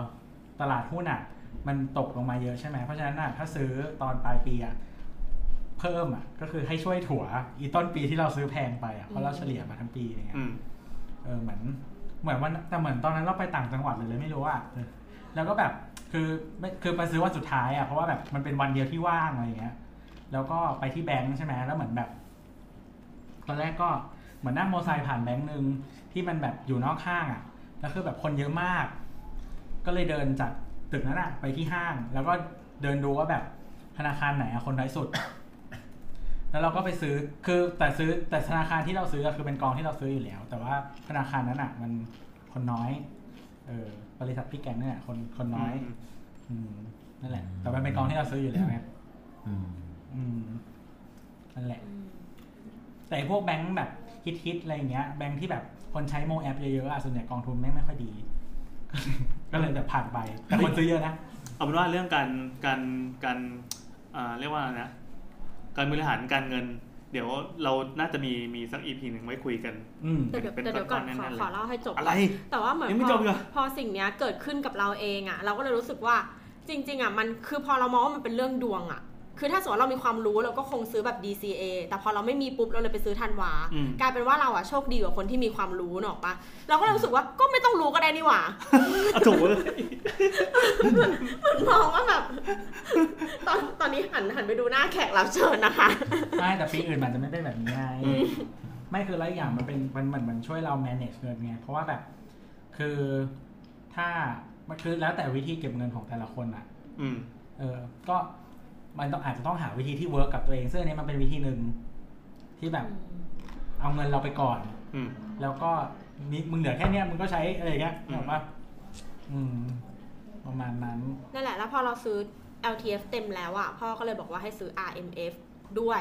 Speaker 2: ตลาดหุ้นอ่ะ มันตกลงมาเยอะใช่ไหม เพราะฉะนั้นอ่ะถ้าซื้อตอนปลายปีอ่ะเพิ่มอ่ะก็คือให้ช่วยถั่วอีต้นปีที่เราซื้อแพงไปอ่ะเพราะเราเฉลี่ยมาทั้งปีอะไรเงี้ย
Speaker 6: อืม
Speaker 2: เออเหมือนเหมือนวันแต่เหมือนตอนนั้นเราไปต่างจังหวัดเลยเลยไม่รู้อ่ะเออแล้วก็แบบคือไม่คือไปซื้อวันสุดท้ายอ่ะเพราะว่าแบบมันเป็นวันเดียวที่ว่างอะไรเงี้ย แล้วก็ไปที่แบงค์ใช่ไหมแล้วเหมือนแบบ ตอนแรกก็เหมือนนั่งมอไซค์ผ่านแบงค์หนึ่งที่มันแบบอยู่นอกห้างอะ่ะ แล้วคือแบบคนเยอะมาก ก็เลยเดินจากตึกนั้นอะ่ะ ไปที่ห้าง แล้วก็เดินดูว่าแบบธนาคารไหนอะคนน้อยสุด แล้วเราก็ไปซื้อ คือแต่ซื้อแต่ธนาคารที่เราซื้ออะคือเป็นกองที่เราซื้ออยู่แล้ว แต่ว่าธนาคารนั้นอะ่ะ มันคนน้อย เออบริษัทพี่แกงเนี่ยคนคนน้อย อืมนั่นแหละ แต่มันเป็นกองที่เราซื้ออยู่แล้วไง
Speaker 5: อืม
Speaker 2: อืมนั่นแหละ แต่ไอ้พวกแบงค์แบบฮิตๆอะไรอย่างเงี้ยแบงค์ที่แบบคนใช้โมแอปเยอะๆอ่ะส่วนใหญ่กองทุนแม่งไม่ค่อยดี ก็เลยจะผ่านไป แต่คนซื้อเยอะนะ
Speaker 6: เอาเป็นว่าเรื่องการการการเอ่อเรียกว่าอะไรนะการบริหารการเงิน เดี๋ยวเราน่าจะมีมีสักอีพีหนึ่งไว้คุยกัน
Speaker 2: อืม
Speaker 4: แต่เดี๋ยวแต่เดี๋ยวก่อน
Speaker 6: เป็น
Speaker 4: ข
Speaker 6: ก้อนๆแน่
Speaker 4: อ
Speaker 6: นๆเลย
Speaker 4: ขอเล่าให้จบ
Speaker 6: อะไร
Speaker 4: แต่ว่าเหมือน
Speaker 6: ยังไม่
Speaker 4: พอ
Speaker 6: จบอีกเหรอ
Speaker 4: พอสิ่งเนี้ยเกิดขึ้นกับเราเองอะ่ะ เราก็เลยรู้สึกว่าจริง ๆอะ่ะมันคือพอเรามองว่ามันเป็นเรื่องดวงอะ่ะ คือถ้าสมมติเรามีความรู้เราก็คงซื้อแบบ DCA แต่พอเราไม่มีปุ๊บเราเลยไปซื้อทันวา
Speaker 6: อืม
Speaker 4: กลายเป็นว่าเราอะ่ะโชคดีกว่าคนที่มีความรู้เนกออกปะเราก็เลยรู้สึกว่าก็ไม่ต้องรู้ก็ได้นี่หว่า
Speaker 6: อ่ะโถูกเว้ย
Speaker 4: มองว่าแบบ ตอนตอนนี้หันหันไปดูหน้าแขกรับเชิญนะคะ
Speaker 2: ไม่แต่ปีอื่นมันจะไม่เป็นแบบนี้ไงไม่คือไรอย่างมันเป็นมันเหมือนมันช่วยเรา manage เงินไงเพราะว่าแบบ คือถ้ามันคือแล้วแต่วิธีเก็บเงินของแต่ละคนอ่ะ
Speaker 6: อืม
Speaker 2: เออ ก็มันต้องอาจจะต้องหาวิธีที่ work กับตัวเองซึ่งอันนี้มันเป็นวิธีหนึ่งที่แบบเอาเงินเราไปก่อน
Speaker 6: อืม
Speaker 2: แล้วก็ นี่มึงเหลือแค่เนี้ยมึงก็ใช้อะไรอย่างเงี้ย
Speaker 6: อืม
Speaker 2: แบบว่าอืม ประมาณนั้น
Speaker 4: นั่นแหละ แล้วพอเราซื้อ LTF เต็มแล้วอะพ่อก็เลยบอกว่าให้ซื้อ RMF ด้วย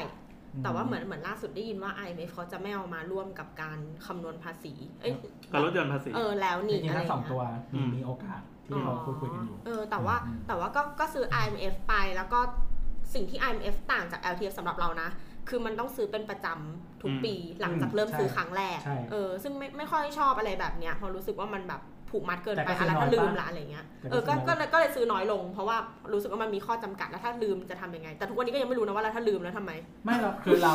Speaker 2: อืม
Speaker 4: แต่ว่าเหมือนเหมือนล่าสุดได้ยินว่า IMF เขาจะไม่เอามาร่วมกับการคำนวณภาษี เอ้ย
Speaker 6: การลดหย่อนภาษี
Speaker 4: เออแล้ว
Speaker 2: จ
Speaker 4: นี่
Speaker 2: ริงๆ
Speaker 4: อะไร
Speaker 2: ทั้งสอง
Speaker 4: เงี้ย
Speaker 2: ตัว
Speaker 6: อืม
Speaker 2: มีโอกาสที่เราพูดคุยกันอยู่
Speaker 4: เออแต่ว่า
Speaker 2: อืม
Speaker 4: แต่ว่าก็ก็ซื้อ IMF ไปแล้วก็สิ่งที่ IMF ต่างจาก LTF สำหรับเรานะ คือมันต้องซื้อเป็นประจำทุกปีหลังจากเริ่มซื้อครั้งแรก
Speaker 2: ใช่
Speaker 4: เออซึ่งไม่ไม่ค่อยชอบอะไรแบบเนี้ยเพราะรู้สึกว่ามันแบบผูกมัดเกิน
Speaker 2: แต่
Speaker 4: ไป
Speaker 2: ก็ซื้อน้อย
Speaker 4: อะไรก็ลืม
Speaker 2: ปะ
Speaker 4: ละอะไรเงี้ย
Speaker 2: แต่ก็
Speaker 4: เออก็
Speaker 2: ซื้อน้อย
Speaker 4: ก็เลยก็เลยซื้อน้อยลง เพราะว่ารู้สึกว่ามันมีข้อจำกัดแล้วถ้าลืมจะทำยังไง แต่ทุกวันนี้ก็ยังไม่รู้นะว่าแล้วถ้าลืมแล้วทำไม
Speaker 2: ไม่หรอกคือเรา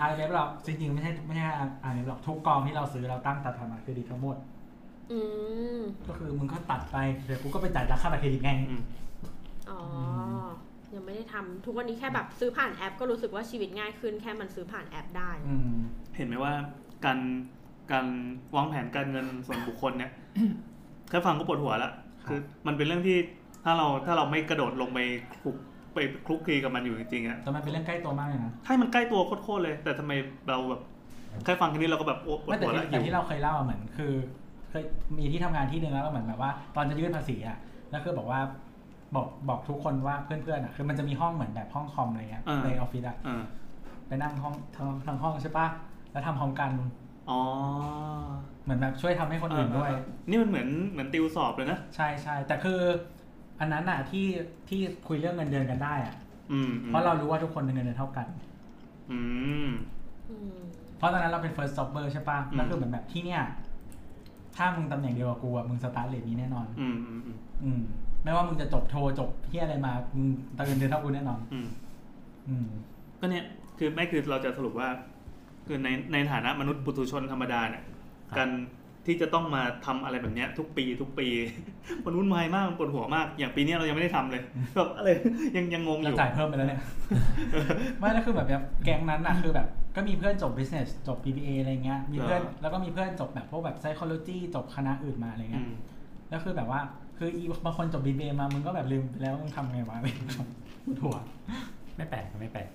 Speaker 2: อารเเราจริงๆไม่ใช่ไม่ใช่อาร์เอหรอกทุกกองที่เราซื้อเราตั้งตัดฐานะเครดิตทั้งหมด
Speaker 4: อืม
Speaker 2: ก็คือมึงก็ตัดไปเดี๋ยวกูก็ไปจ่ายราคาบัตรเครดิตไง
Speaker 6: อืม
Speaker 4: อ๋อ
Speaker 2: ม
Speaker 4: ยังไม่ได้ทำทุกวันนี้แค่แบบซื้อผ่านแอป ก็รู้สึกว่าชีวิตง่ายขึ้นแค่มันซื้อผ่านแอปได้
Speaker 2: อืม
Speaker 6: เห็นไหมว่าการการวางแผนการเงินส่วนบุคคล เนี่ย แค่ฟังก็ปวดหัวละ
Speaker 2: ครับ
Speaker 6: คือมันเป็นเรื่องที่ถ้าเราถ้าเราไม่กระโดดลงไปคลุกไปคลุกคลีกับมันอยู่จริงๆอะ
Speaker 2: แต่มันเป็นเรื่องใกล้ตัวมากเลยนะ
Speaker 6: ใช่มันใกล้ตัวโคตรๆเลย แต่ทำไมเราแบบแค่ฟังแค่นี้เราก็แบบโอ้ปวด
Speaker 2: ไม่แต่
Speaker 6: หัว
Speaker 2: ที่
Speaker 6: แล้ว
Speaker 2: แต่
Speaker 6: หิ
Speaker 2: ที่
Speaker 6: ว
Speaker 2: เราเคยเล่าอะเหมือนคือเคยมีที่ทำงานที่หนึ่งแล้วก็เหมือนแบบว่า ตอนจะยื่นภาษีอ่ะแล้วคือบอกว่าบอกบอกทุกคนว่าเพื่อนๆอ่ะคือมันจะมีห้องเหมือนแบบห้องคอมอะไรเงี้ยในออฟฟิศอ่ะ
Speaker 6: อ่า
Speaker 2: ไปนั่งห้องทั้งทั้งห้องใช่ปะแล้วทำพร้อมกัน
Speaker 6: อ๋อ
Speaker 2: เหมือนแบบช่วยทำให้คนอื่นด้วย
Speaker 6: นี่มันเหมือนเหมือนติวสอบเลยนะ
Speaker 2: ใช่ใช่แต่คืออันนั้นอ่ะที่ที่คุยเรื่องเงินเดือนกันได้อ่ะ
Speaker 6: อืม
Speaker 2: เพราะเรารู้ว่าทุกคนเงินเดือนเท่ากัน
Speaker 6: อืม
Speaker 4: อืม
Speaker 2: เพราะตอนนั้นเราเป็น first jobber ใช่ปะ
Speaker 6: อืม
Speaker 2: แล้วคือเหมือนแบบที่เนี่ย ถ้ามึงตำแหน่งเดียวกับกูอะมึงสตาร์ทเลทนี้แน่นอน
Speaker 6: อืมอืมอืม
Speaker 2: อืม ไม่ว่ามึงจะจบโทจบเที่ยอะไรมา มึงตำแหน่งเดือนเท่ากูแน่นอน
Speaker 6: อืม
Speaker 2: อืม
Speaker 6: ก็เนี่ยคือไม่คือเราจะสรุปว่า คือในในฐานะมนุษย์ปุถุชนธรรมดาเนี่ย
Speaker 5: ครับ
Speaker 6: การที่จะต้องมาทำอะไรแบบเนี้ย ทุกปีทุกปี มันวุ่นวายมากมันปวดหัวมาก อย่างปีเนี้ยเรายังไม่ได้ทำเลย แบบอะไรยังยังงงอ
Speaker 2: เรา
Speaker 6: ยู่
Speaker 2: จ่ายเพิ่มไป แล้วเนี่ย ไม่แล้วคือแบบแบบแก๊งนั้นอะคือแบบ ก็มีเพื่อนจบ business จบ BBA อะไรเงี้ย มีเพื่อน
Speaker 6: เหรอ
Speaker 2: แล้วก็มีเพื่อนจบแบบพวกแบบ psychology จบคณะอื่นมาอะไร
Speaker 6: อื
Speaker 2: เงี้ย
Speaker 6: ม
Speaker 2: แล้วคือแบบว่า คืออีบางคนจบ BBA มา มึงก็แบบลืมไปแล้วว่ามึงทำไงวะอะไร อย่างเงี้ยปวดหัว
Speaker 5: ไม่แปลกไม่แปลก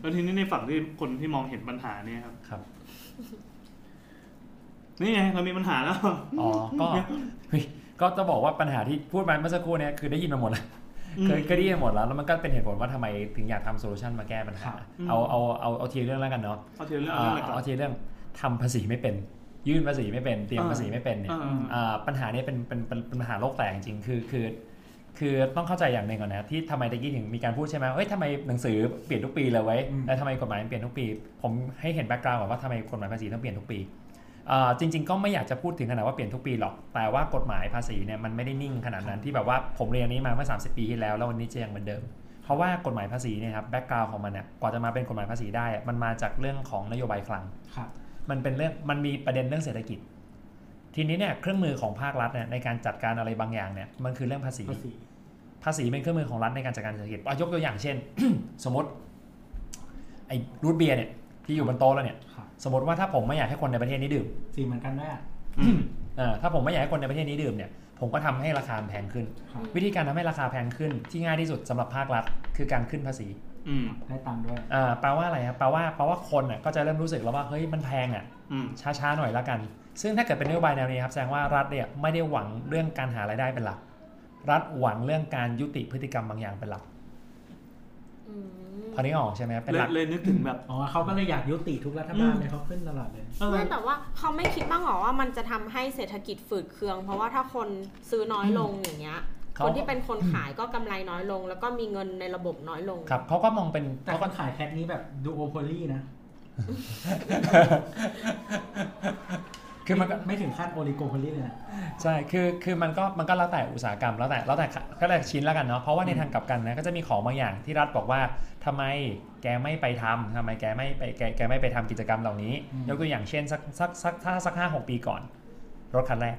Speaker 6: แล้วทีนี้ในฝั่งที่คนที่มองเห็นปัญหาเนี่ยครับ
Speaker 5: ครับ
Speaker 6: นี่ไงเรามีปัญหาแล้ว
Speaker 5: อ๋อก็เฮ้ยก็จะบอกว่าปัญหาที่พูดมาเมื่อสักครู่เนี่ยคือได้ยินมาหมดแล้ว เคยเคยได้ยินหมดแล้วแล้วมันก็เป็นเหตุผลว่าทำไมถึงอยากทำโซลูชันมาแก้ปัญ
Speaker 2: ครั
Speaker 5: หา
Speaker 2: บ
Speaker 5: เอาเอาเอาเอาทีละเรื่องแล้วกันเนาะ
Speaker 6: เอาทีละเรื่อง
Speaker 5: อ่า
Speaker 6: เรื่องอะไรก่อ
Speaker 5: เอา
Speaker 6: น
Speaker 5: ทีละเรื่องทำภาษีไม่เป็น ยื่นภาษีไม่เป็น เตรียมภาษีไม่เป็นเนี่ย
Speaker 6: อ่าอ่า
Speaker 5: อ่าปัญหาเนี้เป็นเป็นเป็นเป็นปัญหาโลกแตกจริงๆคือคือคือต้องเข้าใจอย่างหนึ่งก่อนนะที่ทำไมตะกี้ถึงมีการพูดใช่ไหมเฮ้ยทำไมหนังสือเปลี่ยนทุกปีเลยไว้ย
Speaker 2: อืม
Speaker 5: แล้วทำไมกฎหมายมันเปลี่ยนทุกปี ผมให้เห็นแบ็กกราวด์ก่อนว่าทำไมกฎหมายภาษีต้องเปลี่ยนทุกปีอ่าจริง ๆ ก็ไม่อยากจะพูดถึงขนาดว่าเปลี่ยนทุกปีหรอก แต่ว่ากฎหมายภาษีเนี่ยมันไม่ได้นิ่งขนาดนั้นที่แบบว่าผมเรียนอันนี้มาเมื่อ 30 ปีที่แล้วแล้ววันนี้จะยังเหมือนเดิม เพราะว่ากฎหมายภาษีเนี่ยครับแบ็กกราวด์ของมันเนี่ยกว่าจะมาเป็นกฎหมายภาษีได้อะมันมาจากเรื่องของนโยบายคลัง
Speaker 2: ครับ
Speaker 5: มันเป็นเรื่องมันมีประเด็นเรื่องเศรษฐกิจ ทีนี้เนี่ยเครื่องมือของภาครัฐเนี่ยในการจัดการอะไรบางอย่างเนี่ยมันคือเรื่องภาษี
Speaker 2: ภาษี
Speaker 5: ภาษีเป็นเครื่องมือของรัฐในการจัดการเศรษฐกิจอ่ะยกตัวอย่างเช่น สมมติไอ้รูทเบียร์เนี่ยที่อยู่บนโต๊ะแล้วเนี่ย
Speaker 2: ครับ
Speaker 5: สมมติว่าถ้าผมไม่อยากให้คนในประเทศนี้ดื่ม
Speaker 2: สีเหมือนกันด้วยอ่ะ
Speaker 6: อืม
Speaker 5: เอ่อถ้าผมไม่อยากให้คนในประเทศนี้ดื่มเนี่ยผมก็ทำให้ราคามันแพงขึ้น
Speaker 2: ครับ
Speaker 5: วิธีการทำให้ราคาแพงขึ้นที่ง่ายที่สุดสำหรับภาครัฐ คือการขึ้นภาษี
Speaker 6: อืม
Speaker 2: ได้ตังค์ด้วย
Speaker 5: อ่าแปลว่าอะไรครับแปลว่าแปลว่าคนน่ะก็จะเริ่มรู้สึกแล้วว่าเฮ้ยมันแพงอ่ะ
Speaker 6: อืม
Speaker 5: ช้าๆหน่อยละกัน ซึ่งถ้าเกิดเป็นนโยบายแนวนี้ครับ แสดงว่ารัฐเนี่ยไม่ได้หวังเรื่องการหารายได้เป็นหลัก รัฐหวังเรื่องการยุติพฤติกรรมบางอย่างเป็นหลัก
Speaker 4: อืม
Speaker 5: พอนี้ออกใช่ไหมครับ เป็น
Speaker 6: เล
Speaker 5: ห
Speaker 6: ย
Speaker 5: ลัก
Speaker 6: เลยนึกถึงแบบ
Speaker 2: อ๋อเขาก็เลยอยากยุติทุกรัฐบาลเลยเขาขึ้นตลอดเลย
Speaker 6: เออ
Speaker 4: ไม่แต่ว่าเขาไม่คิดบ้างเหรอว่ามันจะทำให้เศรษฐกิจฝืดเคือง เพราะว่าถ้าคนซื้อน้อยลงอย่างเงี้ย
Speaker 5: เขา
Speaker 4: คนที่เป็นคนขายก็กำไรน้อยลง แล้วก็มีเงินในระบบน้อยลง
Speaker 5: ครับเขาก็มองเป็น
Speaker 2: แต่
Speaker 5: เขา
Speaker 2: ค
Speaker 5: ก็
Speaker 2: นขายแคทนี้แบบดูโอโพลีนะ
Speaker 5: คือมันก็
Speaker 2: ไม่ถึงขั้นโอลิโกโพลีเลยนะ
Speaker 5: ใช่คือคือมันก็มันก็แล้วแต่อุตสาหกรรมแล้วแต่แล้วแต่ก็แล้วแต่ชิ้นแล้วกันเนาะเพราะว่าในทางกลับกันนะก็จะมีของบางอย่างที่รัฐบอกว่าทำไมแกไม่ไปทำทำไมแกไม่ไปแกแกไม่ไปทำกิจกรรมเหล่านี้
Speaker 2: อืม
Speaker 5: ยกตัวอย่างเช่นสักสักสักถ้าสักห้าหกปีก่อน รถคันแรก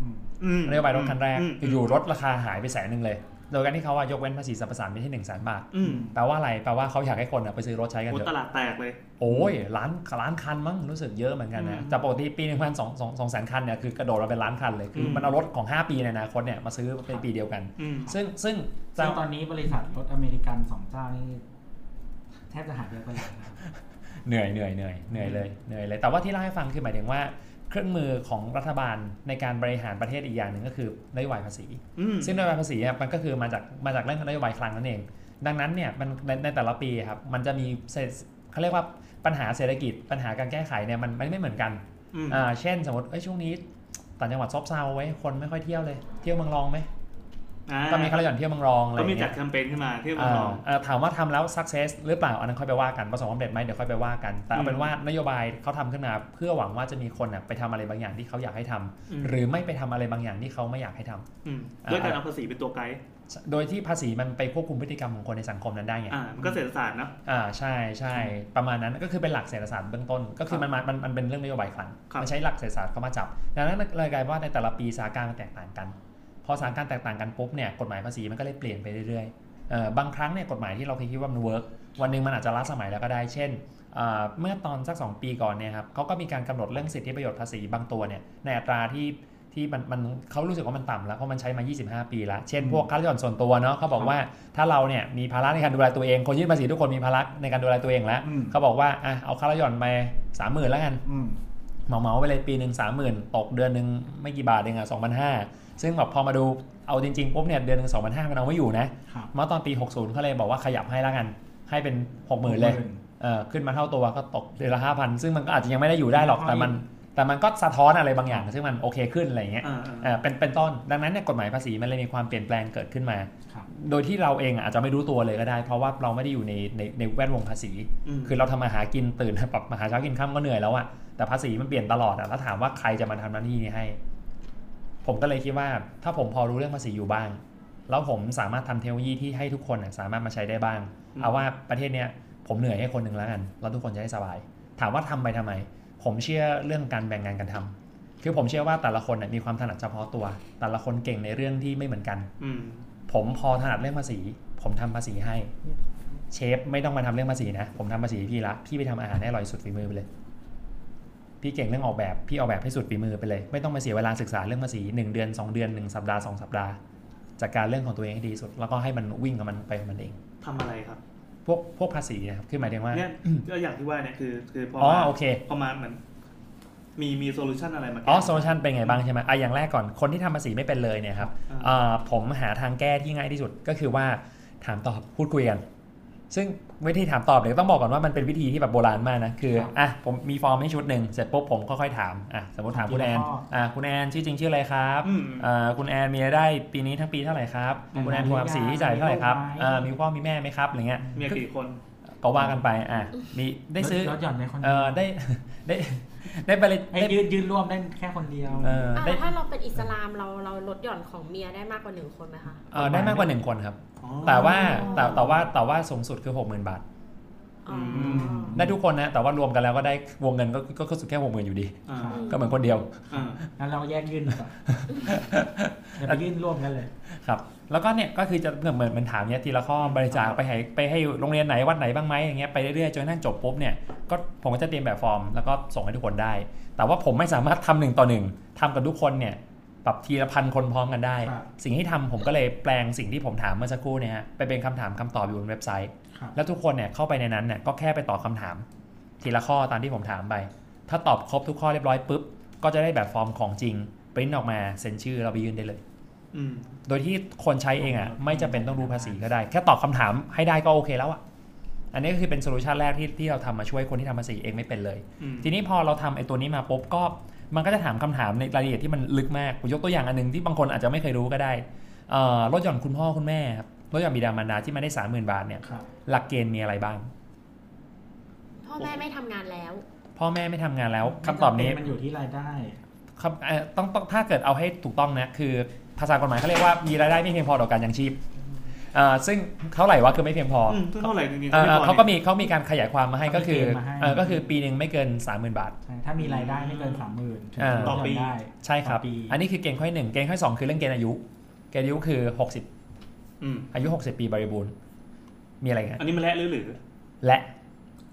Speaker 2: อืม
Speaker 6: อืม
Speaker 5: นโยบายรถคันแรก
Speaker 6: ม
Speaker 5: อยู่ๆรถราคาหายไปแสนหนึ่งเลย โดยการที่เขาอะยกเว้นภาษีสรรพสามิตที่หนึ่งแสนบาท
Speaker 6: อืม
Speaker 5: แปลว่าอะไร แปลว่าเขาอยากให้คนอะไปซื้อรถใช้กัน
Speaker 6: โอ้
Speaker 5: เย
Speaker 6: ต
Speaker 5: อะ
Speaker 6: ลาดแตกเลย
Speaker 5: โอ้ยล้านล้านคันมั้งรู้สึกเยอะเหมือนกันนะ
Speaker 6: อืม
Speaker 5: แต่ปกติปีหนึ่งพันสองสองสองแสนคันเนี่ยคือกระโดดมาเป็นล้านคันเลยคืออ
Speaker 6: ม
Speaker 5: มันเอารถของ 5 ปีในอนาคตเนี่ยมาซื้อเป็นปีเดียวกัน
Speaker 6: อืม
Speaker 5: ซึ่งซึ่ง
Speaker 2: ซึ่งตอนนี้บริษัทรถอเมริกันสองเจ้านี่แทบจะหายไปหมดแล้วนะครับ
Speaker 5: เหนื่อยเหนื่อยเหนื่อยเหนื่อยเลยเหนื่อยเลย แต่ว่าที่เล่าให้ฟังคือหมายถึงว่า เครื่องมือของรัฐบาลในการบริหารประเทศอีกอย่างหนึ่งก็คือนโยบายภาษี
Speaker 6: อืม
Speaker 5: ซึ่งนโยบายภาษีอะมันก็คือมาจากมาจากเรื่องนโยบายคลังนั่นเอง ดังนั้นเนี่ยมันในในแต่ละปีครับมันจะมีเศษเขาเรียกว่าปัญหาเศรษฐกิจปัญหาการแก้ไขเนี่ยมันมันไม่เหมือนกัน
Speaker 6: อืม
Speaker 5: อ่าเช่นสมมติเอ้ยช่วงนี้ต่างจังหวัดซบเซาไว้ยคนไม่ค่อยเที่ยวเลย เที่ยวเมืองรองไหม
Speaker 6: อ่า
Speaker 5: ก็มีเขาเลยหย่อนเที่ยวเมืองรองอะไรอ
Speaker 6: ก็มี
Speaker 5: ย่าง
Speaker 6: จัด
Speaker 5: เงี้ย
Speaker 6: แคมเปญขึ้นมาที่ผม
Speaker 5: อ่า
Speaker 6: ลอง
Speaker 5: เอ่อถามว่าทำแล้ว success หรือเปล่าอันนั้นค่อยไปว่ากันประสบความสำเร็จไหมเดี๋ยวค่อยไปว่ากัน แต่เอาเป็นว่านโยบายเขาทำขึ้นมา เพื่อหวังว่าจะมีคนน่ะไปทำอะไรบางอย่างที่เขาอยากให้ทำ
Speaker 6: อืม
Speaker 5: หรือไม่ไปทำอะไรบางอย่างที่เขาไม่อยากให้ทำ
Speaker 6: อืม
Speaker 5: อ่า
Speaker 6: ด้วยการเอาภาษีเป็นตัวไกด์
Speaker 5: โดยที่ภาษีมันไปควบคุมพฤติกรรมของคนในสังคมนั้นได้ไง
Speaker 6: อ่ามันก็เศรษฐศาสตร์นะ
Speaker 5: อ่าใช่ใช่ประมาณนั้นก็คือเป็นหลักเศรษฐศาสตร์เบื้องต้น ก็คือมันมามันมันเป็นเรื่องนโยบายคลัง
Speaker 6: ครับ
Speaker 5: มันใช้หลักเศรษฐศาสตร์เข้ามาจับดังนั้นเลยกลายว่าในแต่ละปีสถานการณ์มันแตกต่างกัน พอสถานการณ์แตกต่างกันปุ๊บเนี่ยกฎหมายภาษีมันก็เลยเปลี่ยนไปเรื่อยๆเอ่อบางครั้งเนี่ยกฎหมายที่เราเคยคิดว่ามันเวิร์กวันหนึ่งมันอาจจะล้าสมัยแล้วก็ได้เช่นอ่าเมื่อตอนสัก 2 ปีก่อนเนี่ยครับเขาก็มีการกำหนดเรื่องสิทธิประโยชน์ภาษีบางตัวเนี่ยในอัตราที่ที่มันมันเขารู้สึกว่ามันต่ำแล้วเพราะมันใช้มา 25 ปีแล้วเช่นพวกค่าจอดส่วนตัวเนาะเขาบอกว่า ถ้าเราเนี่ยมีภาระในการดูแลตัวเอง คนยื่นภาษีทุกคนมีภาระในการดูแลตัวเองแล้ว
Speaker 2: อืม
Speaker 5: เขาบอกว่าอ่ะเอาค่าละหย่อนไปสามหมื่นแล้วกัน
Speaker 2: อืม
Speaker 5: เหมาเหมาๆไปเลยปีหนึ่งสามหมื่นตกเดือนหนึ่งไม่กี่บาทเองอ่ะสองพันห้าซึ่งแบบพอมาดูเอาจริงๆปุ๊บเนี่ยเดือนหนึ่งสองพันห้ามันเอาไม่อยู่นะครับ เมื่อตอนปี 60เขาเลยบอกว่าขยับให้แล้วกัน ให้เป็น 6 0,000 เลยเออขึ้นมาเท่าตัวก็ตกเดือนละห้าพันซึ่งมันก็อาจจะยังไม่ได้อยู่ได้หรอกแต่มัน แต่มันก็สะท้อนอะไรบางอย่าง ซึ่งมันโอเคขึ้นอะไรอย่างเงี้ย
Speaker 6: อ่าอ่า
Speaker 5: อ่าเป็นเป็นต้นดังนั้นเนี่ยกฎหมายภาษีมันเลยมีความเปลี่ยนแปลงเกิดขึ้นมา
Speaker 2: ครับ
Speaker 5: โดยที่เราเองอาจจะไม่รู้ตัวเลยก็ได้ เพราะว่าเราไม่ได้อยู่ในในในแวดวงภาษี
Speaker 6: อืม
Speaker 5: คือเราทำมาหากินตื่น ปรับมาหาเช้ากินข้ามก็เหนื่อยแล้วอะแต่ภาษีมันเปลี่ยนตลอดอะแล้วถามว่าใครจะมาทำหน้าที่นี้ให้ ผมก็เลยคิดว่าถ้าผมพอรู้เรื่องภาษีอยู่บ้าง แล้วผมสามารถทำเทคโนโลยีที่ให้ทุกคนอะสามารถมาใช้ได้บ้าง
Speaker 6: อืม
Speaker 5: เอาว่าประเทศเนี้ยผมเหนื่อยให้คนหนึ่งแล้วกันแล้วทุกคนจะได้สบาย ถามว่าทำไปทำไม ผมเชื่อเรื่องการแบ่งงานกันทำคือผมเชื่อว่าแต่ละคนน่ะมีความถนัดเฉพาะตัว แต่ละคนเก่งในเรื่องที่ไม่เหมือนกัน
Speaker 6: อืม
Speaker 5: ผมพอถนัดเรื่องภาษี ผมทำภาษีให้ เชฟไม่ต้องมาทำเรื่องภาษีนะ ผมทำภาษีให้พี่ละ พี่ไปทำอาหารให้อร่อยสุดฝีมือไปเลย พี่เก่งเรื่องออกแบบ พี่ออกแบบให้สุดฝีมือไปเลย ไม่ต้องมาเสียเวลาศึกษาเรื่องภาษีหนึ่งเดือนสองเดือนหนึ่งสัปดาห์สองสัปดาห์ จัดการเรื่องของตัวเองให้ดีสุด แล้วก็ให้มันวิ่งกับมันไปของมันเอง
Speaker 6: ทำอะไรครับ
Speaker 5: พวกพวกภาษีนะครับคือหมายถึงว่า
Speaker 6: เนี่ยก็อย่างที่ว่าเนี่ยคือคือพอ
Speaker 5: อ๋อ
Speaker 6: มา
Speaker 5: โอเค
Speaker 6: พอมาเหมือนมีมีโซลูชันอะไรมาแก้
Speaker 5: อ๋อโซลูชันเป็นไงบ้างใช่ไหมอ่ะอย่างแรกก่อน คนที่ทำภาษีไม่เป็นเลยเนี่ยครับ
Speaker 6: อ่า
Speaker 5: เอ่อผมหาทางแก้ที่ง่ายที่สุดก็คือว่าถามตอบพูดคุยกันซึ่งวิธีถามตอบเนี่ยต้องบอกก่อนว่ามันเป็นวิธีที่แบบโบราณมากนะคือ
Speaker 2: ครับ
Speaker 5: อ่ะผมมีฟอร์มให้ชุดหนึ่งเสร็จปุ๊บผมค่อยๆถามอ่ะสมมติถามคุณแอน
Speaker 2: ทีละข้ออ่
Speaker 5: อ่ะคุณแอนชื่อจริงชื่ออะไรครับ
Speaker 6: อืม
Speaker 5: อ่าคุณแอนมีรายได้ปีนี้ทั้งปีเท่าไหร่ครับ
Speaker 2: อืม
Speaker 5: คุณแอนมีความสีที่จ่ายเท่าไหร่ครับ
Speaker 2: มีลูกไหม
Speaker 5: อ่ามีพ่อมีแม่ไหมครับอะไรเงี้ย
Speaker 6: เมียกี่คน
Speaker 5: ก็ว่ากันไปอ่ะมีได้ซื้อ
Speaker 2: ลดหย่อนในคน
Speaker 5: เอ
Speaker 2: เดียว
Speaker 5: อได้ ได้ได้ไปเลย
Speaker 2: ไอ้
Speaker 5: ได้
Speaker 2: ยืดยืดร่วมได้แค่คนเดียว
Speaker 5: เออ
Speaker 4: อ่ะ
Speaker 5: ได้
Speaker 4: แล้วถ้าเราเป็นอิสลามเราเราลดหย่อนของเมียได้มากกว่าหนึ่งคนไหมคะ
Speaker 5: เอ่อได้มากกว่าหนึ่งคนครับ
Speaker 6: อ๋อ
Speaker 5: แต่ว่าแต่แต่ว่าแต่ว่าสูงสุดคือ 60,000 บาท
Speaker 4: อ๋อ
Speaker 6: อื
Speaker 2: ม
Speaker 5: ได้ทุกคนนะ แต่ว่ารวมกันแล้วก็ได้วงเงินก็ก็ก็สุดแค่หกหมื่นอยู่ดี
Speaker 6: อ่า
Speaker 5: ก็เหมือนคนเดียว
Speaker 6: อ่า
Speaker 2: งั้นเราแยกยื่นดี กว่าอย่าไปยื่นร่วมกันเลย
Speaker 5: ครับ แล้วก็เนี่ยก็คือจะเหมือนเหมือนเหมือนถามเนี่ยทีละข้อบริจาคไปให้ไปให้โรงเรียนไหนวัดไหนบ้างไหมอย่างเงี้ยไปเรื่อยๆจนกระทั่งจบปุ๊บเนี่ยก็ผมก็จะเตรียมแบบฟอร์มแล้วก็ส่งให้ทุกคนได้ แต่ว่าผมไม่สามารถทำหนึ่งต่อหนึ่งทำกับทุกคนเนี่ยแบบทีละพันคนพร้อมกันได้
Speaker 2: ครับ
Speaker 5: สิ่งที่ทำผมก็เลยแปลงสิ่งที่ผมถามเมื่อสักครู่เนี่ยฮะไปเป็นคำถามคำตอบอยู่บนเว็บไซต์
Speaker 2: ครับ
Speaker 5: แล้วทุกคนเนี่ยเข้าไปในนั้นเนี่ยก็แค่ไปตอบคำถาม ทีละข้อตามที่ผมถามไป ถ้าตอบครบทุกข้อเรียบร้อยปุ๊บ ก็จะได้แบบฟอร์มของจริงปริ้นออกมาเซ็นชื่อเราไปยื่นได้เลย
Speaker 6: อืม
Speaker 5: โดยที่คนใช้เองอ่ะไม่จำเป็นต้องรู้ภาษีก็ได้ แค่ตอบคำถามให้ได้ก็โอเคแล้วอ่ะ อันนี้ก็คือเป็นโซลูชันแรกที่ที่เราทำมาช่วยคนที่ทำภาษีเองไม่เป็นเลย
Speaker 6: อืม
Speaker 5: ทีนี้พอเราทำไอ้ตัวนี้มาปุ๊บก็มันก็จะถามคำถามในรายละเอียดที่มันลึกมากผมยกตัวอย่างอันหนึงที่บางคนอาจจะไม่เคยรู้ก็ได้เอ่อลดหย่อนคุณพ่อคุณแม่ครับลดหย่อนบิดามารดาที่มาได้สามหมื่นบาทเนี่ย
Speaker 2: ครับ
Speaker 5: หลักเกณฑ์มีอะไรบ้าง
Speaker 4: พ่อแม่ไม่ทำงานแล้ว
Speaker 5: พ่อแม่ไม่ทำงานแล้วคำตอบนี้
Speaker 2: มันอยู่ที่รายได้
Speaker 5: คำเอ่อต้องต้องถ้าเกิดเอาให้ถูกต้องนะ คือภาษากฎหมายเขาเรียกว่ามีรายได้ไม่เพียงพอต่อการยังชีพเอ่อซึ่งเท่าไหร่วะคือไม่เพียงพอ
Speaker 6: อืมเท่าไหร่จริงๆ
Speaker 5: เอ่อ
Speaker 6: ไม่พอ
Speaker 5: เขาก็มีเขามีการขยายความมาให้
Speaker 2: เขามี
Speaker 5: ก็คือ
Speaker 2: เกณฑ์มาให้
Speaker 5: เอ่อก็คือปีหนึ่งไม่เกิน 30,000 บาท
Speaker 2: ใช่ถ้ามีรายได้ไม่เกินสามหมื่นถึง
Speaker 5: อ่า
Speaker 2: จะลดหย่นได้
Speaker 5: ใช่ครับ
Speaker 2: ต่อปี
Speaker 5: อันนี้คือเกณฑ์ข้อที่หนึ่งเกณฑ์ข้อที่สองคือเรื่องเกณฑ์อายุ เกณฑ์อายุคือ 60
Speaker 6: อืม
Speaker 5: อายุ 60 ปีบริบูรณ์ มีอะไรอีกัน
Speaker 6: อันนี้มันแลหรือหรือ
Speaker 5: และ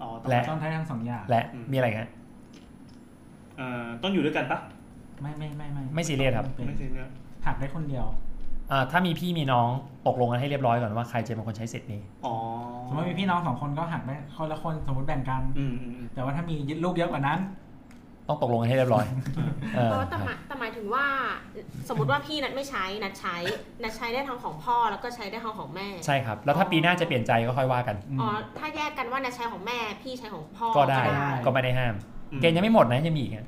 Speaker 6: อ๋อต้อง
Speaker 5: และ
Speaker 2: ต้องใช้ทั้งสองอย่าง
Speaker 5: และมีอะไรอีกัน
Speaker 6: เอ่อต้องอยู่ด้วยกันปะ
Speaker 2: ไม่ไม่ไม่ไม่
Speaker 5: ไม่ซีเรียสครับ
Speaker 2: เป็น
Speaker 6: ไม่ใช่เนี่ย
Speaker 2: หักได้คนเดียว
Speaker 5: อ่าถ้ามีพี่มีน้องตกลงกันให้เรียบร้อยก่อนว่าใครจะเป็นคนใช้สิทธิ์นี้
Speaker 6: อ๋อ
Speaker 2: สมมติมีพี่น้องสองคนก็หักได้คนละคนสมมติแบ่งกัน
Speaker 6: อืมอืมอืม
Speaker 2: แต่ว่าถ้ามีลูกเยอะกว่านั้น
Speaker 5: ต้องตกลงกันให้เรียบร้อยเออ
Speaker 4: เพราะว่าแต่หมายแต่หมายถึงว่าสมมติว่าพี่นัดไม่ใช้นัดใช้นัดใช้ได้ทั้งของพ่อแล้วก็ใช้ได้ทั้งของแม่
Speaker 5: ใช่ครับ แล้วถ้าปีหน้าจะเปลี่ยนใจก็ค่อยว่ากัน
Speaker 4: อ๋อ ถ้าแยกกันว่านัดใช้ของแม่พี่ใช้ของพ่อ
Speaker 5: ก็ได้
Speaker 2: ได้
Speaker 5: ก็ไม่ได้ห้าม
Speaker 6: อืม
Speaker 5: เกณฑ์ยังไม่หมดนะยังมีอีกนะ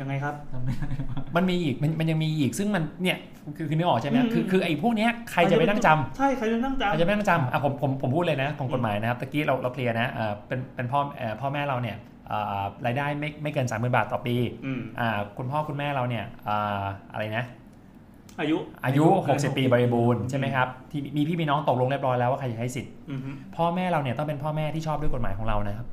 Speaker 3: ยังไงครับ
Speaker 2: จำไม่ได้ว่า
Speaker 5: มันมีอีกมันมันยังมีอีกซึ่งมันเนี่ยคือคือนึกออกใช่ไหมคือคือไอ้พวกเนี้ยใครจะไปนั่งจำ
Speaker 3: ใช่ใครจะนั่งจำ
Speaker 5: อาจจะไม่ต้องจำอ่ะผมผมผมพูดเลยนะของกฎหมายนะครับตะกี้เราเราเคลียร์นะเอ่อเป็นเป็นพ่อเอ่อพ่อแม่เราเนี่ยเอ่อรายได้ไม่ไม่เกิน 30,000 บาทต่อปี
Speaker 3: อืม
Speaker 5: อ่าคุณพ่อคุณแม่เราเนี่ยอ่าอะไรนะ
Speaker 3: อายุ
Speaker 5: อายุ
Speaker 2: อายุ
Speaker 5: 60
Speaker 2: 60
Speaker 5: ปีบริบูรณ์ใช่ไหมครับที่มีพี่มีน้องตกลงเรียบร้อยแล้วว่าใครจะใช้สิทธิ์
Speaker 3: อืมฮึ
Speaker 5: พ่อแม่เราเนี่ยต้องเป็นพ่อแม่ที่ชอบด้วยกฎหมายของเรานะครับ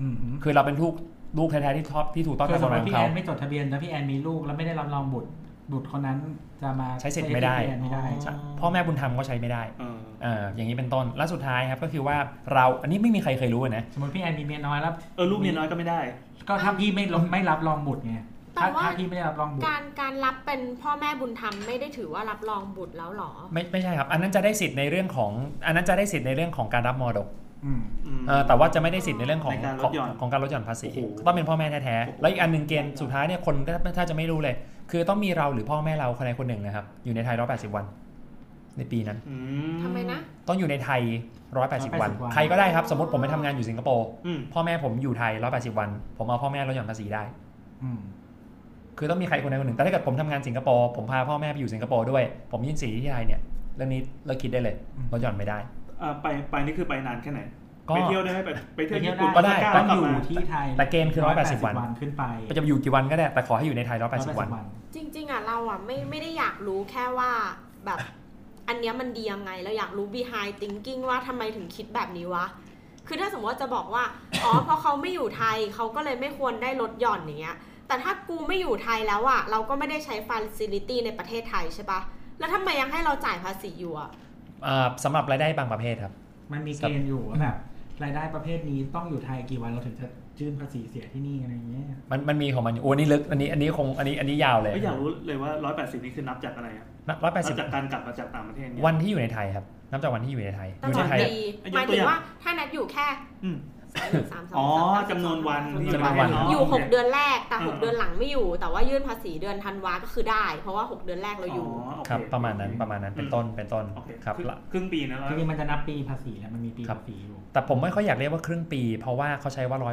Speaker 2: อืม
Speaker 5: คือเราเป็นลูกลูกแท้ๆที่ชอบที่ถูกต้อง
Speaker 2: คื
Speaker 5: ตา
Speaker 2: อ
Speaker 5: ม
Speaker 2: ส
Speaker 5: กฎ
Speaker 2: มม
Speaker 5: หมายขอ
Speaker 2: ติพี่
Speaker 5: ง
Speaker 2: แอ
Speaker 5: เขา
Speaker 2: นไม่จดทะเบียนแล้วพี่แอนมีลูกแล้วไม่ได้รับรองบุตรบุตรคนนั้นจะมา
Speaker 5: ใช้สิทธิ์ไม่ได้
Speaker 2: พี่แอนไม่ได้
Speaker 5: ใช่พ่อแม่บุญธรรมก็ใช้ไม่ได้
Speaker 3: อ่า
Speaker 5: เอ่ออย่างนี้เป็นต้นและสุดท้ายครับก็คือว่าเราอันนี้ไม่มีใครเคยรู้นะ
Speaker 2: สมมติพี่แอนมีเมียน้อยแล้ว
Speaker 3: เออลูกเมียน้อยก็ไม่ได้
Speaker 2: ก็ถ้าพี่ไม่ลงไม่รับรองบุตรไง
Speaker 4: แต่
Speaker 2: ถ้า
Speaker 4: ว่า
Speaker 2: ถ้าพี่ไม่ได้รับรองบุตร
Speaker 4: การการรับเป็นพ่อแม่บุญธรรมไม่ได้ถือว่ารับรองบุตรแล้วหรอ
Speaker 5: ไม่ไม่ใช่ครับ อันนั้นจะได้สิทธิ์ในเรื่องของ อันนั้นจะได้สิทธิ์ในเรื่องของการรับมรดก
Speaker 2: อืม
Speaker 3: อืม
Speaker 5: เอ่อแต่ว่าจะไม่ได้สิทธิ์ในเรื่องของ
Speaker 3: ในการล
Speaker 5: ของ
Speaker 3: ดหย่อน
Speaker 5: ของการลดหย่อนภาษี
Speaker 3: โอ้โห
Speaker 5: ต้องเป็นพ่อแม่แท้
Speaker 3: โอ้
Speaker 5: ๆ
Speaker 3: โห
Speaker 5: แล้วอีกอันหนึ่งเกณฑ์สุดท้ายเนี่ยคนก็ถ้าจะไม่รู้เลย คือต้องมีเราหรือพ่อแม่เราคนใดคนหนึ่งนะครับ อยู่ในไทย 180 วัน ในปีนั้น
Speaker 3: อื
Speaker 4: ทำไมนะ
Speaker 5: ต้องอยู่ในไทย 180 วัน
Speaker 2: 180วัน
Speaker 5: ใครก็ได้ครับสมมติผมไปทำงานอยู่สิงคโปร์
Speaker 3: อืม
Speaker 5: พ่อแม่ผมอยู่ไทย 180 วัน ผมเอาพ่อแม่ลดหย่อนภาษีได้
Speaker 2: อืม
Speaker 5: คือต้องมีใครคนใดคนหนึ่งแต่ถ้าเกิดผมทำงานสิงคโปร์ผมพาพ่อแม่ไปอยู่สิงคโปร์ด้วย ผมยื่นสีที่ไทยเนี่ยเรื่องนี้เลิกคิดได้เลยลดหย่อนไม่ได้
Speaker 3: อ่าไปไปนี่คือไปนานแค่ไหน
Speaker 5: ก็
Speaker 3: ไปเที่ยวได้ไหมไปไปเที่ยวญี่ปุ่น
Speaker 5: ก็ได้
Speaker 3: สั
Speaker 2: ต้อง
Speaker 3: เากลั
Speaker 2: อบ ยู่
Speaker 3: มา
Speaker 2: ที่ไทย
Speaker 5: แต่เกณฑ์คือ180วัน
Speaker 2: ขึ้นไป
Speaker 5: มันจะอยู่กี่วันก็ได้แต่ขอให้อยู่ในไทย 180 วัน
Speaker 4: จริง ๆอ่ะเราอ่ะไม่ไม่ได้อยากรู้แค่ว่าแบบอันเนี้ยมันดียังไงเราอยากรู้ behind thinking ว่าทำไมถึงคิดแบบนี้วะ คือถ้าสมมติว่าจะบอกว่า อ๋อ เพราะเขาไม่อยู่ไทยเขาก็เลยไม่ควรได้ลดหย่อนอย่างเงี้ย แต่ถ้ากูไม่อยู่ไทยแล้วอ่ะเราก็ไม่ได้ใช้ facility ในประเทศไทยใช่ปะแล้วทำไมยังให้เราจ่ายภาษีอยู่อ่ะ
Speaker 5: อ่าสำหรับรายได้บางประเภทครับ
Speaker 2: มันมีเกณฑ์อยู่ว่าแบบรายได้ประเภทนี้ต้องอยู่ไทยกี่วันเราถึงจะยื่นภาษีเสียที่นี่อะไรอย่างเงี้ย
Speaker 5: มันมันมีของมันอยู่โอ้นี่ลึกอันนี้อันนี้คงอันนี้อันนี้ยาวเลย
Speaker 3: ไม่อยากรู้เลยว่า 180 นี่คือนับจากอะไรอะ
Speaker 5: นับร้อยแปด
Speaker 3: นั
Speaker 5: สิบบ
Speaker 3: จากการกลับมาจากต่างประเทศเนี่ย
Speaker 5: วันที่อยู่ในไทยครับนับจากวันที่อยู่ในไทย
Speaker 4: ต
Speaker 5: อยู่
Speaker 4: ล
Speaker 5: ใน
Speaker 4: อด
Speaker 5: ไทย
Speaker 4: ปี
Speaker 3: อายุ
Speaker 4: หมาย
Speaker 3: ตัว
Speaker 4: ถึ
Speaker 3: อง ย่าง
Speaker 4: ว่าถ้านัดอยู่แค่
Speaker 3: อืม
Speaker 4: สามหนึ่งสามสอง
Speaker 3: อ๋อ
Speaker 4: สามสาม
Speaker 3: จำนวนวันที่อยู่
Speaker 4: จำนวนวัน
Speaker 3: ในประเทศ
Speaker 4: อยู่
Speaker 3: อ๋อ
Speaker 4: หกเดือนแรกแต่
Speaker 3: อ่า
Speaker 4: หกเดือนหลังไม่อยู่ แต่ว่ายื่นภาษีเดือนธันวาก็คือได้ เพราะว่าหกเดือนแรกเราอยู่
Speaker 3: โอเ
Speaker 5: ครับประมาณนั้นประมาณนั้นเป็นต้นเป็นต้น
Speaker 3: โอเค
Speaker 5: ครับ
Speaker 3: ง
Speaker 5: ละ
Speaker 3: ครึ่งปีนะร้อย
Speaker 2: จริงๆมันจะนับปีภาษีแหล้วมันมีปี
Speaker 5: ครับ
Speaker 2: ภาษีอยู่
Speaker 5: แต่ผมไม่ค่อยอยากเรียกว่าครึ่งปี เพราะว่าเขาใช้ว่า 180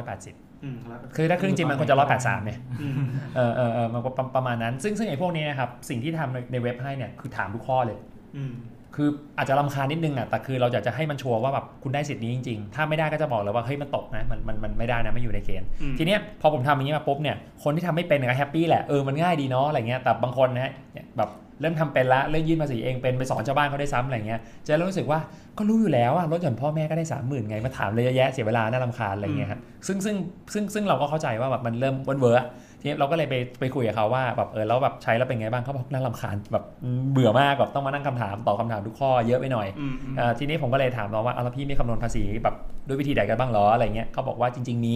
Speaker 3: อืมครับ
Speaker 5: คือถ้าครึ่งจริงมันควรจะ183เนี่ย
Speaker 3: อืม
Speaker 5: เออเออเออมันก็ประประมาณนั้น ซึ่งซึ่งไอ้พวกนี้นะครับสิ่งที่ทำในในเว็บให้เนี่ยคือถามทุกข้อเลย
Speaker 3: อืม
Speaker 5: คืออาจจะรำคาญนิดนึงอ่ะแต่คือเราอยากจะให้มันชัวร์ว่าแบบคุณได้สิทธิ์นี้จริงๆ ถ้าไม่ได้ก็จะบอกเลยว่าเฮ้ยมันตกนะมันมันมันไม่ได้นะไม่อยู่ในเกณฑ์
Speaker 3: อืม
Speaker 5: ทีเนี้ยพอผมทำอย่างนี้มาปุ๊บเนี่ยคนที่ทำไม่เป็นก็แฮปปี้แหละเออมันง่ายดีเนาะอะไรเงี้ยแต่บางคนนะฮะเนี่ยแบบเริ่มทำเป็นละเริ่มยื่นภาษีเองเป็นไปสอนชาวบ้านเขาได้ซ้ำอะไรเงี้ยจะเริ่มรู้สึกว่าก็รู้อยู่แล้วอะลดหย่อนพ่อแม่ก็ได้สามหมื่นไงมาถามเลยเยอะแยะเสียเวลาน่ารำคาญอะไรเงี้ยครับซึ่งซึ่งซึ่งซึ่งเราก็เข้าใจว่าแบบมันเริ่มเวิร์นเวอร์อะทีเนี้ยเราก็เลยไปไปคุยกับเขาว่าแบบเออแล้วแบบใช้แล้วเป็นไงบ้างเขาบอกน่ารำคาญแบบเบื่อมากแบบต้องมานั่งคำถามตอบคำถามทุกข้อเยอะไปหน่อย
Speaker 3: อืมอืม
Speaker 5: เอ่อทีนี้ผมก็เลยถามน้องว่าเอาแล้วพี่ไม่คำนวณภาษีแบบด้วยวิธีใดกันบ้างเหรออะไรเงี้ยเขาบอกว่าจริง ๆ มี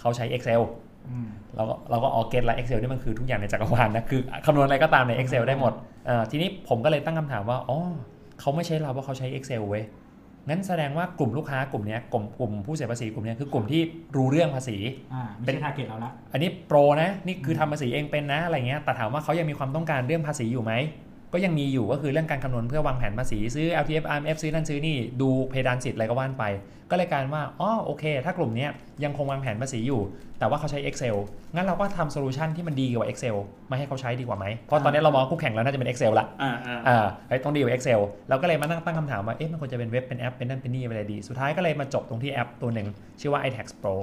Speaker 5: เขาใช้ Excel
Speaker 2: อืม
Speaker 5: เราก็เราก็ออเกตและ Excel นี่มันคือทุกอย่างในจักรวาลนะ คือคำนวณอะไรก็ตามใน Excel ได้หมดเอ่อทีนี้ผมก็เลยตั้งคำถามว่าอ๋อเขาไม่ใช่เราว่าเขาใช้ Excel เว้ย งั้นแสดงว่ากลุ่มลูกค้ากลุ่มเนี้ยกลุ่มกลุ่มผู้เสียภาษีกลุ่มเนี้ยคือกลุ่มที่รู้เรื่องภาษี
Speaker 2: อ่าไม่
Speaker 5: เป็น
Speaker 2: ใช่ทาร์เก็ตเราละ
Speaker 5: อันนี้โปรนะนี่คืออ
Speaker 2: ม
Speaker 5: ทำภาษีเองเป็นนะอะไรเงี้ยแต่ถามว่าเขายังมีความต้องการเรื่องภาษีอยู่ไหม ก็ยังมีอยู่ก็คือเรื่องการคำนวณเพื่อวางแผนภาษีซื้อ LTF RMF ซื้อนั่นซื้อนี่ดูเพดานสิทธิ์อะไรก็ว่านไป ก็เลยกลารว่าอ๋อโอเค ถ้ากลุ่มเนี้ยยังคงวางแผนภาษีอยู่ แต่ว่าเขาใช้ Excel งั้นเราก็ทำโซลูชันที่มันดีกว่า Excel มาให้เขาใช้ดีกว่าไหมเพราะตอนนี้เรามองคู่แข่งแล้วน่าจะเป็น Excel ละ
Speaker 3: อ่าอ่า
Speaker 5: อ่าไอ้ยต้องดีกว่า Excel เราก็เลยมานั่งตั้งคำถามว่าเอ๊ะมันควรจะเป็นเว็บเป็นแอปเป็นนั่นเป็นนี่อะไรดี สุดท้ายก็เลยมาจบตรงที่แอปตัวหนึ่งชื่อว่า iTax Pro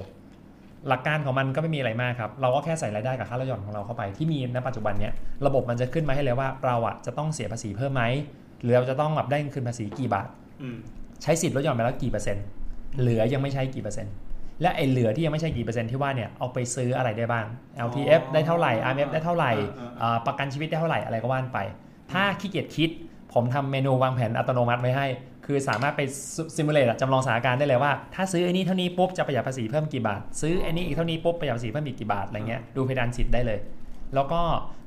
Speaker 5: หลักการของมันก็ไม่มีอะไรมากครับ เราก็แค่ใส่รายได้กับค่าลดหย่อนของเราเข้าไปที่มีณปัจจุบันเนี้ยระบบมันจะขึ้นมาให้เลยว่าเราอ่ะจะต้องเสียภาษีเพิ่มไหมหรือเราจะต้องแบบได้เงินคืนภาษีกี่บาท
Speaker 3: อืม
Speaker 5: ใช้สิทธิ์ลดหย่อนไปแล้วกี่เปอร์เซ็นต์เหลือยังไม่ใช้กี่เปอร์เซ็นต์และไอ้เหลือที่ยังไม่ใช่กี่เปอร์เซ็นต์ที่ว่าเนี่ยเอาไปซื้ออะไรได้บ้าง LTF ได้เท่าไหร่ RMF ได้เท่าไหร่เอ่อประกันชีวิตได้เท่าไหร่อะไรก็ว่านไป ถ้าขี้เกียจคิด ผมทำเมนูวางแผนอัตโนมัติไว้ให้ คือสามารถไปซิมูเลตจำลองสถานการณ์ได้เลยว่าถ้าซื้อไอ้นี่เท่านี้ปุ๊บจะประหยัดภาษีเพิ่มกี่บาท ซื้อไอ้นี่อีกเท่านี้ปุ๊บประหยัดภาษีเพิ่มอีกกี่บาทอะไรเงี้ยดูเพดานสิทธิ์ได้เลย แล้วก็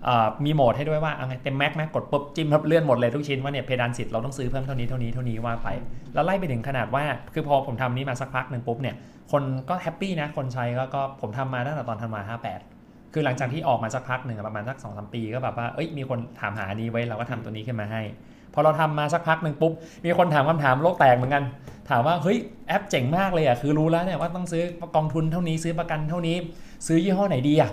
Speaker 5: เอ่อมีโหมดให้ด้วยว่าเอาไงเต็มแม็กแม็กกดปุ๊บจิ้มครับเลื่อนหมดเลยทุกชิ้นว่าเนี่ยเพดานสิทธิ์เราต้องซื้อเพิ่มเท่านี้เท่านี้เท่านี้ว่าไป แล้วไล่ไปถึงขนาดว่าคือพอผมทำนี้มาสักพักหนึ่งปุ๊บเนี่ยคนก็แฮปปี้นะคนใช้ก็ก็ผมทำมาตั้งแต่ตอนธันวา58 คือหลังจากที่ออกมาสักพักหนึ่งอะประมาณสักสองสามปีก็แบบว่าเอ้ยมีคนถามหาอันนี้ไว้เราก็ทำตัวนี้ขึ้นมาให้ พอเราทำมาสักพักหนึ่งปุ๊บ มีคนถามคำถามโลกแตกเหมือนกัน ถามว่าเฮ้ยแอปเจ๋งมากเลยอ่ะคือรู้แล้วเนี่ยว่าต้องซื้อกองทุนเท่านี้ซื้อประกันเท่านี้ ซื้อยี่ห้อไหนดีอ่ะ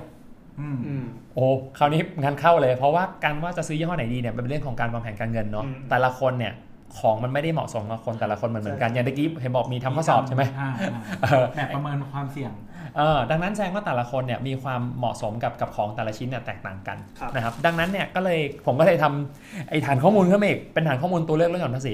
Speaker 2: อืม
Speaker 3: อืม
Speaker 5: โอ้คราวนี้งานเข้าเลย เพราะว่าการว่าจะซื้อยี่ห้อไหนดีเนี่ยมันเป็นเรื่องของการวางแผนการเงินเนาะ
Speaker 3: อืม
Speaker 5: แต่ละคนเนี่ยของมันไม่ได้เหมาะสมกับคนแต่ละคนเหมือนเหมือนกันอย่างตะกี้เห็นบอกมีทำข้อสอบใช่ไหม
Speaker 2: อ่า
Speaker 5: เออ
Speaker 2: ๆแบบประเมินความเสี่ยง
Speaker 5: เออดังนั้นแสดงว่าแต่ละคนเนี่ยมีความเหมาะสมกับกับของแต่ละชิ้นเนี่ยแตกต่างกัน
Speaker 3: ครับ
Speaker 5: นะครับดังนั้นเนี่ยก็เลยผมก็เลยทำไอ้ฐานข้อมูลขึ้นมาอีกเป็นฐานข้อมูลตัวเลือกเรื่องของภาษี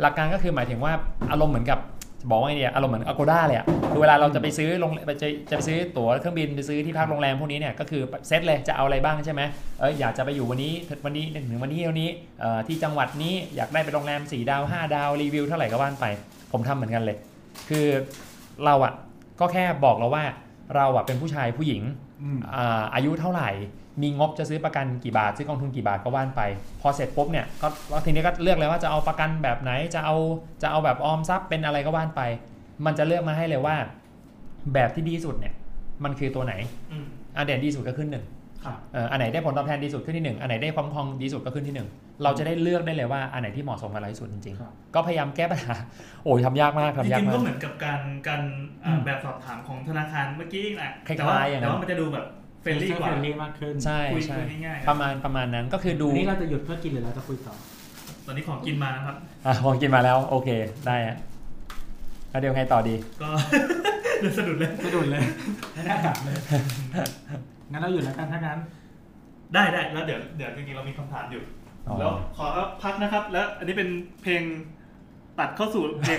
Speaker 5: หลักการก็คือหมายถึงว่าอารมณ์เหมือนกับจะบอกว่าไงเดียอารมณ์เหมือนอโกด้าเลยอะคือเวลาเราจะไปซื้อโรงจะจะไปซื้อตั๋วเครื่องบินไปซื้อที่พักโรงแรมพวกนี้เนี่ยก็คือเซตเลยจะเอาอะไรบ้างใช่ไหมเอออยากจะไปอยู่วันนี้วันนี้ถึงวันที่เท่านี้เอ่อที่จังหวัดนี้อยากได้เป็นโรงแรม4ดาว5 ดาวรีวิวเท่าไหร่ก็ว่านไป ผมทำเหมือนกันเลย คือเราอะก็แค่บอกเราว่าเราอะเป็นผู้ชายผู้หญิง
Speaker 2: อืม
Speaker 5: อ่าอายุเท่าไหร่ มีงบจะซื้อประกันกี่บาท ซื้อกองทุนกี่บาทก็ว่านไป พอเสร็จปุ๊บเนี่ยก็แล้วทีนี้ก็เลือกเลยว่าจะเอาประกันแบบไหน จะเอาจะเอาแบบออมทรัพย์เป็นอะไรก็ว่านไป มันจะเลือกมาให้เลยว่า แบบที่ดีที่สุดเนี่ย มันคือตัวไหน
Speaker 3: อืม
Speaker 5: อันไหนดีที่สุดก็ขึ้นหนึ่ง
Speaker 2: ครับ
Speaker 5: เอ่ออันไหนได้ผลตอบแทนดีสุดขึ้นที่หนึ่งอันไหนได้ความคล่องดีสุดก็ขึ้นที่หนึ่งเราจะได้เลือกได้เลยว่าอันไหนที่เหมาะสมกับเราที่สุดจริง
Speaker 2: ครับ
Speaker 5: ๆ ก็พยายามแก้ปัญหา โอ้ยทำยากมาก
Speaker 6: จ
Speaker 5: ทำยาก
Speaker 6: ริงๆ
Speaker 5: มา
Speaker 6: ก็
Speaker 5: ก
Speaker 6: เหมือนกับการการอ่า
Speaker 2: อืม
Speaker 6: แบบสอบถามของธนาคารเมื่อกี้แหละ
Speaker 5: คล้ายๆ
Speaker 6: แต่ว่า
Speaker 5: อย่างนั้น
Speaker 6: แต่ว่ามันจะดูแบบเฟรนลี่กว่า
Speaker 2: เฟรนลี่มากขึ้น
Speaker 5: ใช่
Speaker 6: คุย
Speaker 5: ใช่
Speaker 6: คุยง่ายๆ
Speaker 5: ประมาณประมาณนั้นก็คือดู
Speaker 2: วันนี้เราจะหยุดเพื่อกินหรือเราจะคุยต่อ
Speaker 6: ตอนนี้ของกินมานะครับ
Speaker 5: อ่ะพอกินมาแล้ว โอเคได้ฮะแล้วเดี๋ยวไงต่อดี
Speaker 6: ก็ เดือสะดุดเลย
Speaker 2: สะดุดเลย ไม่ได้กลับเลย งั้นเราหยุดแล้วกันถ้างั้น
Speaker 6: ได้ได้แล้วเดี๋ยวเดี๋ยวจริงๆเรามีคำถามอยู่
Speaker 5: อ๋อ
Speaker 6: แล้วขอพักนะครับ แล้วอันนี้เป็นเพลงตัดเข้าสู่เพลง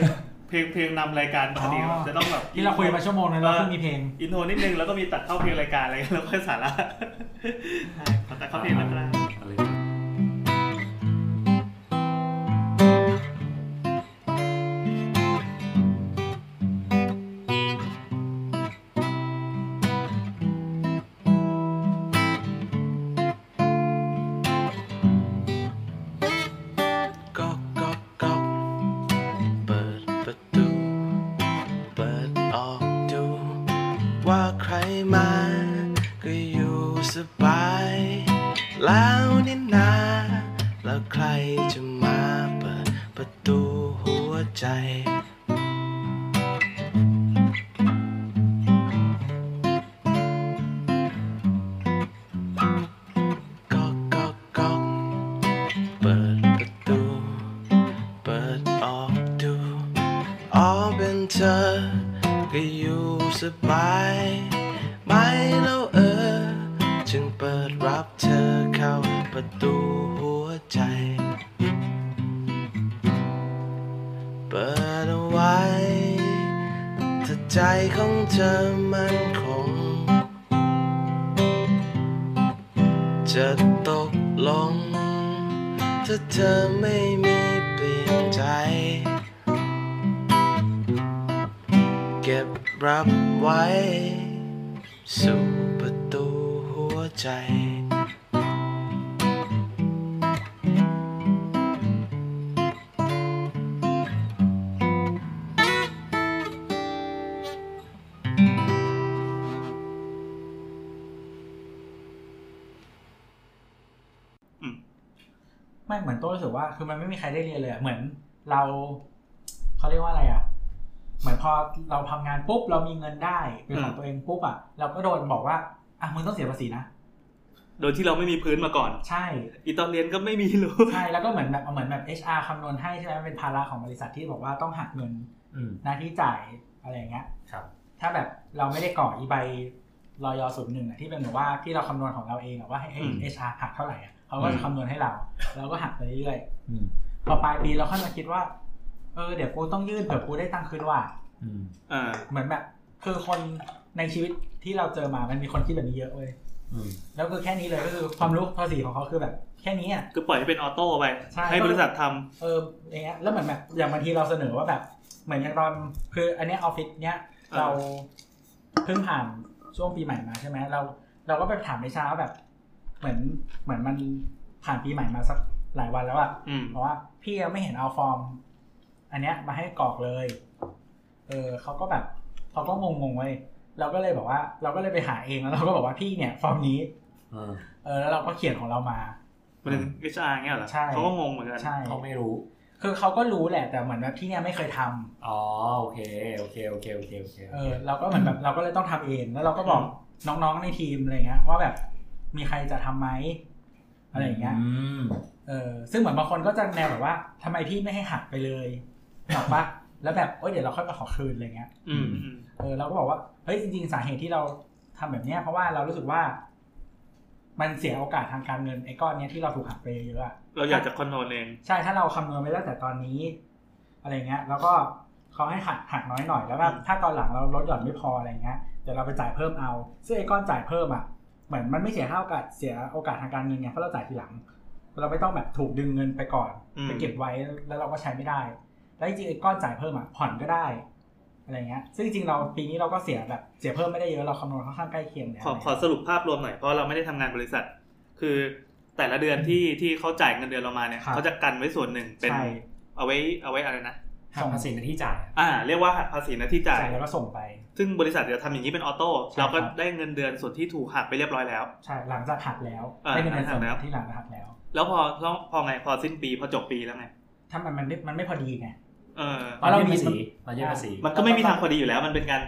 Speaker 6: เพลงเพลงนำรายการปกติ
Speaker 2: อ๋อ
Speaker 6: จะต้องแบบ
Speaker 2: ที่เราคุยมาชั่วโมงนึงแล้วเพิ่งมีเพลง
Speaker 6: อินโทรนิดนึงแล้วก็มีตัดเข้าเพลงรายการอะไรแล้วค่อยสาระ ใช่ขอตัดเข้าเพลงแล้วก็ได้
Speaker 7: ก๊อกก๊อกก๊อกเปิดประตู เปิดออกดู ว่าใครมา ก็อยู่สบาย แล้วนี่นา แล้วใครจะมาเปิดประตูหัวใจ ก๊อกก๊อกก๊อก เปิดประตู เปิดออกดูอ๋อเป็นเธอ ก็อยู่สบาย ไม่แล้วเออ จึงเปิดรับเธอเข้าประตูหัวใจ เปิดเอาไว้ถ้าใจของเธอมันคง จะตกลง ถ้าเธอไม่มีเปลี่ยนใจ เก็บรับไว้ สู่ประตูหัวใจ
Speaker 2: ไม่เหมือนโต้รู้สึกว่าคือมันไม่มีใครได้เรียนเลยอะเหมือนเราเขาเรียกว่าอะไรอ่ะ เหมือนพอเราทำงานปุ๊บเรามีเงินได้เป็นของ
Speaker 3: อืม
Speaker 2: ตัวเองปุ๊บอ่ะเราก็โดนบอกว่าอ่ะมึงต้องเสียภาษีนะ
Speaker 3: โดยที่เราไม่มีพื้นมาก่อน
Speaker 2: ใช่
Speaker 3: อีตอนเรียนก็ไม่มีรู้
Speaker 2: ใช่แล้วก็เหมือนแบบเหมือนแบบ HR คำนวณให้ใช่ไหมมันเป็นภาระของบริษัทที่บอกว่าต้องหักเงิน
Speaker 5: อืม
Speaker 2: หน้าที่จ่ายอะไรอย่างเงี้ย
Speaker 5: ครับ
Speaker 2: ถ้าแบบเราไม่ได้ก่ออีใบรอยอศูนย์หนึ่งอะที่เป็นแบบว่าที่เราคำนวณของเราเองอะว่าให้เอ้ย
Speaker 3: อืม
Speaker 2: HR หักเท่าไหร่อะเขาก็จะคำนวณให้เรา เราก็หักไปเรื่อยๆ
Speaker 5: อืม
Speaker 2: พอปลายปีเราค่อยมาคิดว่า เออเดี๋ยวกูต้องยื่นเผื่อกูได้ตังค์คืนว่ะ
Speaker 5: อืม
Speaker 3: อ่า
Speaker 2: เหมือนแบบ คือคนในชีวิตที่เราเจอมามันมีคนคิดแบบนี้เยอะเว้ย
Speaker 5: อืม
Speaker 2: แล้วคือแค่นี้เลยก็คือความรู้ภาษีของเขาคือแบบ แค่นี้อ่ะ
Speaker 3: คือปล่อยให้เป็นออโต้ไป
Speaker 2: ใช่
Speaker 3: บริษัททำ
Speaker 2: เอออย่างเงี้ยแล้วเหมือนแบบอย่างบางทีเราเสนอว่าแบบ เหมือนอย่างตอนคือ อันเนี้ยออฟฟิศเนี้ยเราเพิ่งผ่านช่วงปีใหม่มาใช่ไหมเรา เราก็ไปถามในชาว่าแบบ เหมือนเหมือนมันผ่านปีใหม่มาสักหลายวันแล้วอะ
Speaker 3: อืม
Speaker 2: เพราะว่าพี่ยังไม่เห็นเอาฟอร์ม อันเนี้ยมาให้กรอกเลย เออเขาก็แบบเขาก็งงๆเว้ยเราก็เลยบอกว่า เราก็เลยไปหาเองแล้วเราก็บอกว่าพี่เนี่ยฟอร์มนี้
Speaker 5: อืม
Speaker 2: เออแล้วเราก็เขียนของเรามา
Speaker 3: มันถึงวิชาเงี้ยเหรอ
Speaker 2: ใช่
Speaker 3: เขาก็งงเหมือนกัน
Speaker 2: ใช่
Speaker 5: เขาไม่รู้
Speaker 2: คือเขาก็รู้แหละแต่เหมือนว่าพี่เนี่ยไม่เคยทำ
Speaker 5: อ๋อโอเคโอเคโอเคโอเคโอเค
Speaker 2: เออเราก็เหมือนแบบเราก็เลยต้องทำเอง แล้วเราก็บอกน้องๆในทีมอะไรเงี้ยว่าแบบมีใครจะทำไหมอะไรอย่างเงี้ย
Speaker 5: อืม
Speaker 2: เออซึ่งเหมือนบางคนก็จะแนวแบบว่าทำไมพี่ไม่ให้หักไปเลยบอกปะแล้วแบบโอ๊ยเดี๋ยวเราค่อยมาขอคืนอะไรเงี้ย
Speaker 3: อืมอืม
Speaker 2: เออเราก็บอกว่าเฮ้ยจริงๆสาเหตุที่เราทำแบบเนี้ยเพราะว่าเรารู้สึกว่า มันเสียโอกาสทางการเงินไอ้ก้อนเนี้ยที่เราถูกหักไปเยอะๆอะ
Speaker 3: เราอยากจะคอนโทรลเอง
Speaker 2: ใช่ถ้าเราคำนวณไว้ตั้งแต่ตอนนี้ อะไรเงี้ย แล้วก็เขาให้หักหักน้อยหน่อยแล้วแบบถ้าตอนหลังเราลดหย่อนไม่พออะไรเงี้ยเดี๋ยวเราไปจ่ายเพิ่มเอาซึ่งไอ้ก้อนจ่ายเพิ่มอ่ะเหมือนมันไม่เสียค่าโอกาสเสียโอกาสทางการเงินไงเพราะเราจ่ายทีหลัง เราไม่ต้องแบบถูกดึงเงินไปก่อน
Speaker 3: อืม
Speaker 2: ไปเก็บไว้แล้วเราก็ใช้ไม่ได้ แล้วจริงๆไอ้ก้อนจ่ายเพิ่มอ่ะผ่อนก็ได้ อะไรเงี้ย ซึ่งจริงๆเราปีนี้เราก็เสียแบบเสียเพิ่มไม่ได้เยอะเราคำนวณค่อนข้างใกล้เคียงเนี่ย
Speaker 3: ขอขอสรุปภาพรวมหน่อยเพราะเราไม่ได้ทำงานบริษัท คือแต่ละเดือนที่ที่เขาจ่ายเงินเดือนเรามาเนี่ยเขาจะกันไว้ส่วนหนึ่งเป็น
Speaker 2: ใช่
Speaker 3: เอาไว้เอาไว้อะไรนะ
Speaker 5: หักภาษีในที่จ่าย
Speaker 3: อ่า เรียกว่าหักภาษีหนะที่จ่าย
Speaker 2: จ่ายแล้วก็ส่งไป
Speaker 3: ซึ่งบริษัทจะทำอย่างนี้เป็นออโต้
Speaker 2: ใช่
Speaker 3: เราก็
Speaker 2: ครับ
Speaker 3: ได้เงินเดือนส่วนที่ถูกหักไปเรียบร้อยแล้ว
Speaker 2: ใช่หลังจากหักแล้ว
Speaker 3: อ่า
Speaker 2: ไม่ได้เป็น
Speaker 3: หลัง
Speaker 2: ส่
Speaker 3: จาก
Speaker 2: วน
Speaker 3: แล้ว
Speaker 2: ที่หลังจากหักแล้ว
Speaker 3: แล้วพอแล้วพอไงพอสิ้นปีพอจบปีแล้วไง
Speaker 2: ถ้ามันมันไม่มันไม่พอดีไง
Speaker 3: เออ
Speaker 2: เรามี
Speaker 5: ภาษีเรายื่นภาษี
Speaker 3: มันก็ไม่มีทางพอดีอยู่แล้ว มันเป็นการ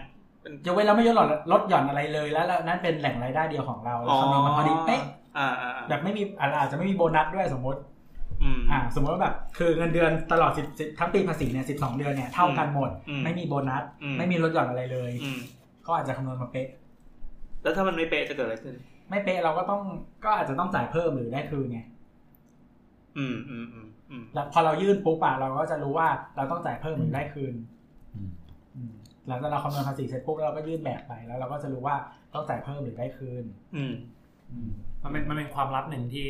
Speaker 2: ยกเว้นเราไม่ยกหล่อนลดหย่อนอะไรเลยแล้วแล้วนั่นเป็นแหล่งรายได้เดียวของเราเราคำนวณมาพอดีเป๊ะ
Speaker 3: อ่าอ่าอ่า
Speaker 2: แบบไม่มีอาอาจจะไม่มีโบนัสด้วยสมมติ
Speaker 3: อืม
Speaker 2: อ่า สมมติว่าแบบคือเงินเดือนตลอดสิบสิบทั้งปีภาษีเนี่ยสิบสองเดือนเนี่ยเท่ากันหมด
Speaker 3: อืม
Speaker 2: ไม่มีโบนัส
Speaker 3: อืม
Speaker 2: ไม่มีลดหย่อนอะไรเลย
Speaker 3: อืม
Speaker 2: ก็อาจจะคำนวณมาเป๊ะ
Speaker 3: แล้วถ้ามันไม่เป๊ะจะเกิดอะไรขึ้น
Speaker 2: ไม่เป๊ะเราก็ต้องก็อาจจะต้องจ่ายเพิ่มหรือได้คืนไง
Speaker 3: อืมอืมอืมอืม
Speaker 2: แล้วพอเรายื่นปุ๊บอะเราก็จะรู้ว่าเราต้องจ่ายเพิ่มหรือได้คืน
Speaker 5: อืม
Speaker 2: อืมหลังจากเราคำนวณภาษีเสร็จปุ๊บแล้วเราก็ยื่นแบบไปแล้ว เราก็จะรู้ว่าต้องจ่ายเพิ่มหรือได้คืน
Speaker 3: อืม
Speaker 2: อืม
Speaker 5: มันเป็นมันเป็นความลับหนึ่งที่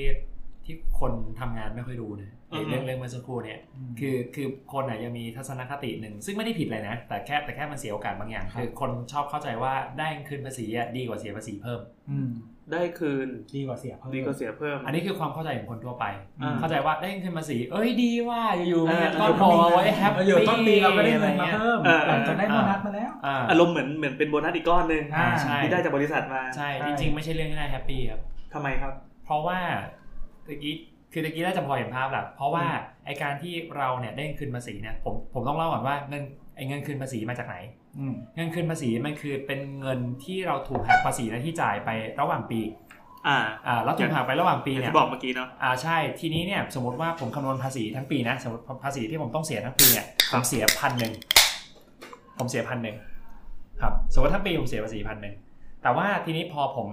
Speaker 5: ที่คนทำงานไม่ค่อยรู้นะ
Speaker 3: อืม
Speaker 5: เรื่องเรื่องเมื่อสักครู่เนี่ย คือคือคนอ่ะยังมีทัศนคติหนึ่งซึ่งไม่ได้ผิดเลยนะ แต่แค่แต่แค่มันเสียโอกาสบางอย่าง คือคนชอบเข้าใจว่าได้คืนภาษีอะดีกว่าเสียภาษีเพิ่ม
Speaker 2: อืม
Speaker 3: ได้คืน
Speaker 2: ดีกว่าเสียเพิ่ม
Speaker 3: ดีก็เสียเพิ่ม
Speaker 5: อันนี้คือความเข้าใจของคนทั่วไป
Speaker 2: อืม
Speaker 5: เข้าใจว่าได้คืนภาษีเอ้ยดีว่าอยู่ๆ
Speaker 3: เออ
Speaker 5: มันก็พอไว้แฮป
Speaker 2: อยู่
Speaker 5: ปี้
Speaker 2: ต้นปีเราก็ได้เงิน
Speaker 5: อะไร
Speaker 2: มา
Speaker 5: งี้ย
Speaker 2: เพิ่ม
Speaker 3: เออเออ
Speaker 2: หลังจากได้โบนัสมาแล้ว
Speaker 5: อ่า
Speaker 3: อารมณ์เหมือนเหมือนเป็นโบนัสอีกก้อนหนึ่ง
Speaker 2: อ่าใช่
Speaker 3: ที่ได้จากบริษัทมา
Speaker 5: ใช่จริงๆไม่ใช่เรื่องที่น่าแฮปปี้ครับ
Speaker 3: ทำไมครับ
Speaker 5: เพราะว่าตะกี้คือตะกี้น่าจะพอเห็นภาพแหละเพราะว่าไอการที่เราเนี่ยได้เงินคืนภาษีเนี่ยผมผมต้องเล่าก่อนว่าเงินไอเงินคืนภาษีมาจากไหน
Speaker 2: อืม
Speaker 5: เงินคืนภาษีมันคือเป็นเงินที่เราถูกหักภาษีและที่จ่ายไประหว่างปี
Speaker 3: อ่า
Speaker 5: อ่าแล้วถูกหักไประหว่างปี
Speaker 3: อย่าง
Speaker 5: เนี่ย
Speaker 3: ที่บอกเมื่อกี้เนาะ
Speaker 5: อ่าใช่ทีนี้เนี่ยสมมติว่าผมคำนวณภาษีทั้งปีนะสมมติภาษีที่ผมต้องเสียทั้งปีเนี่ยผมเสียพันหนึ่งผมเสียพันหนึ่งครับสมมติทั้งปีผมเสียภาษีพันหนึ่งแต่ว่าทีนี้พอผม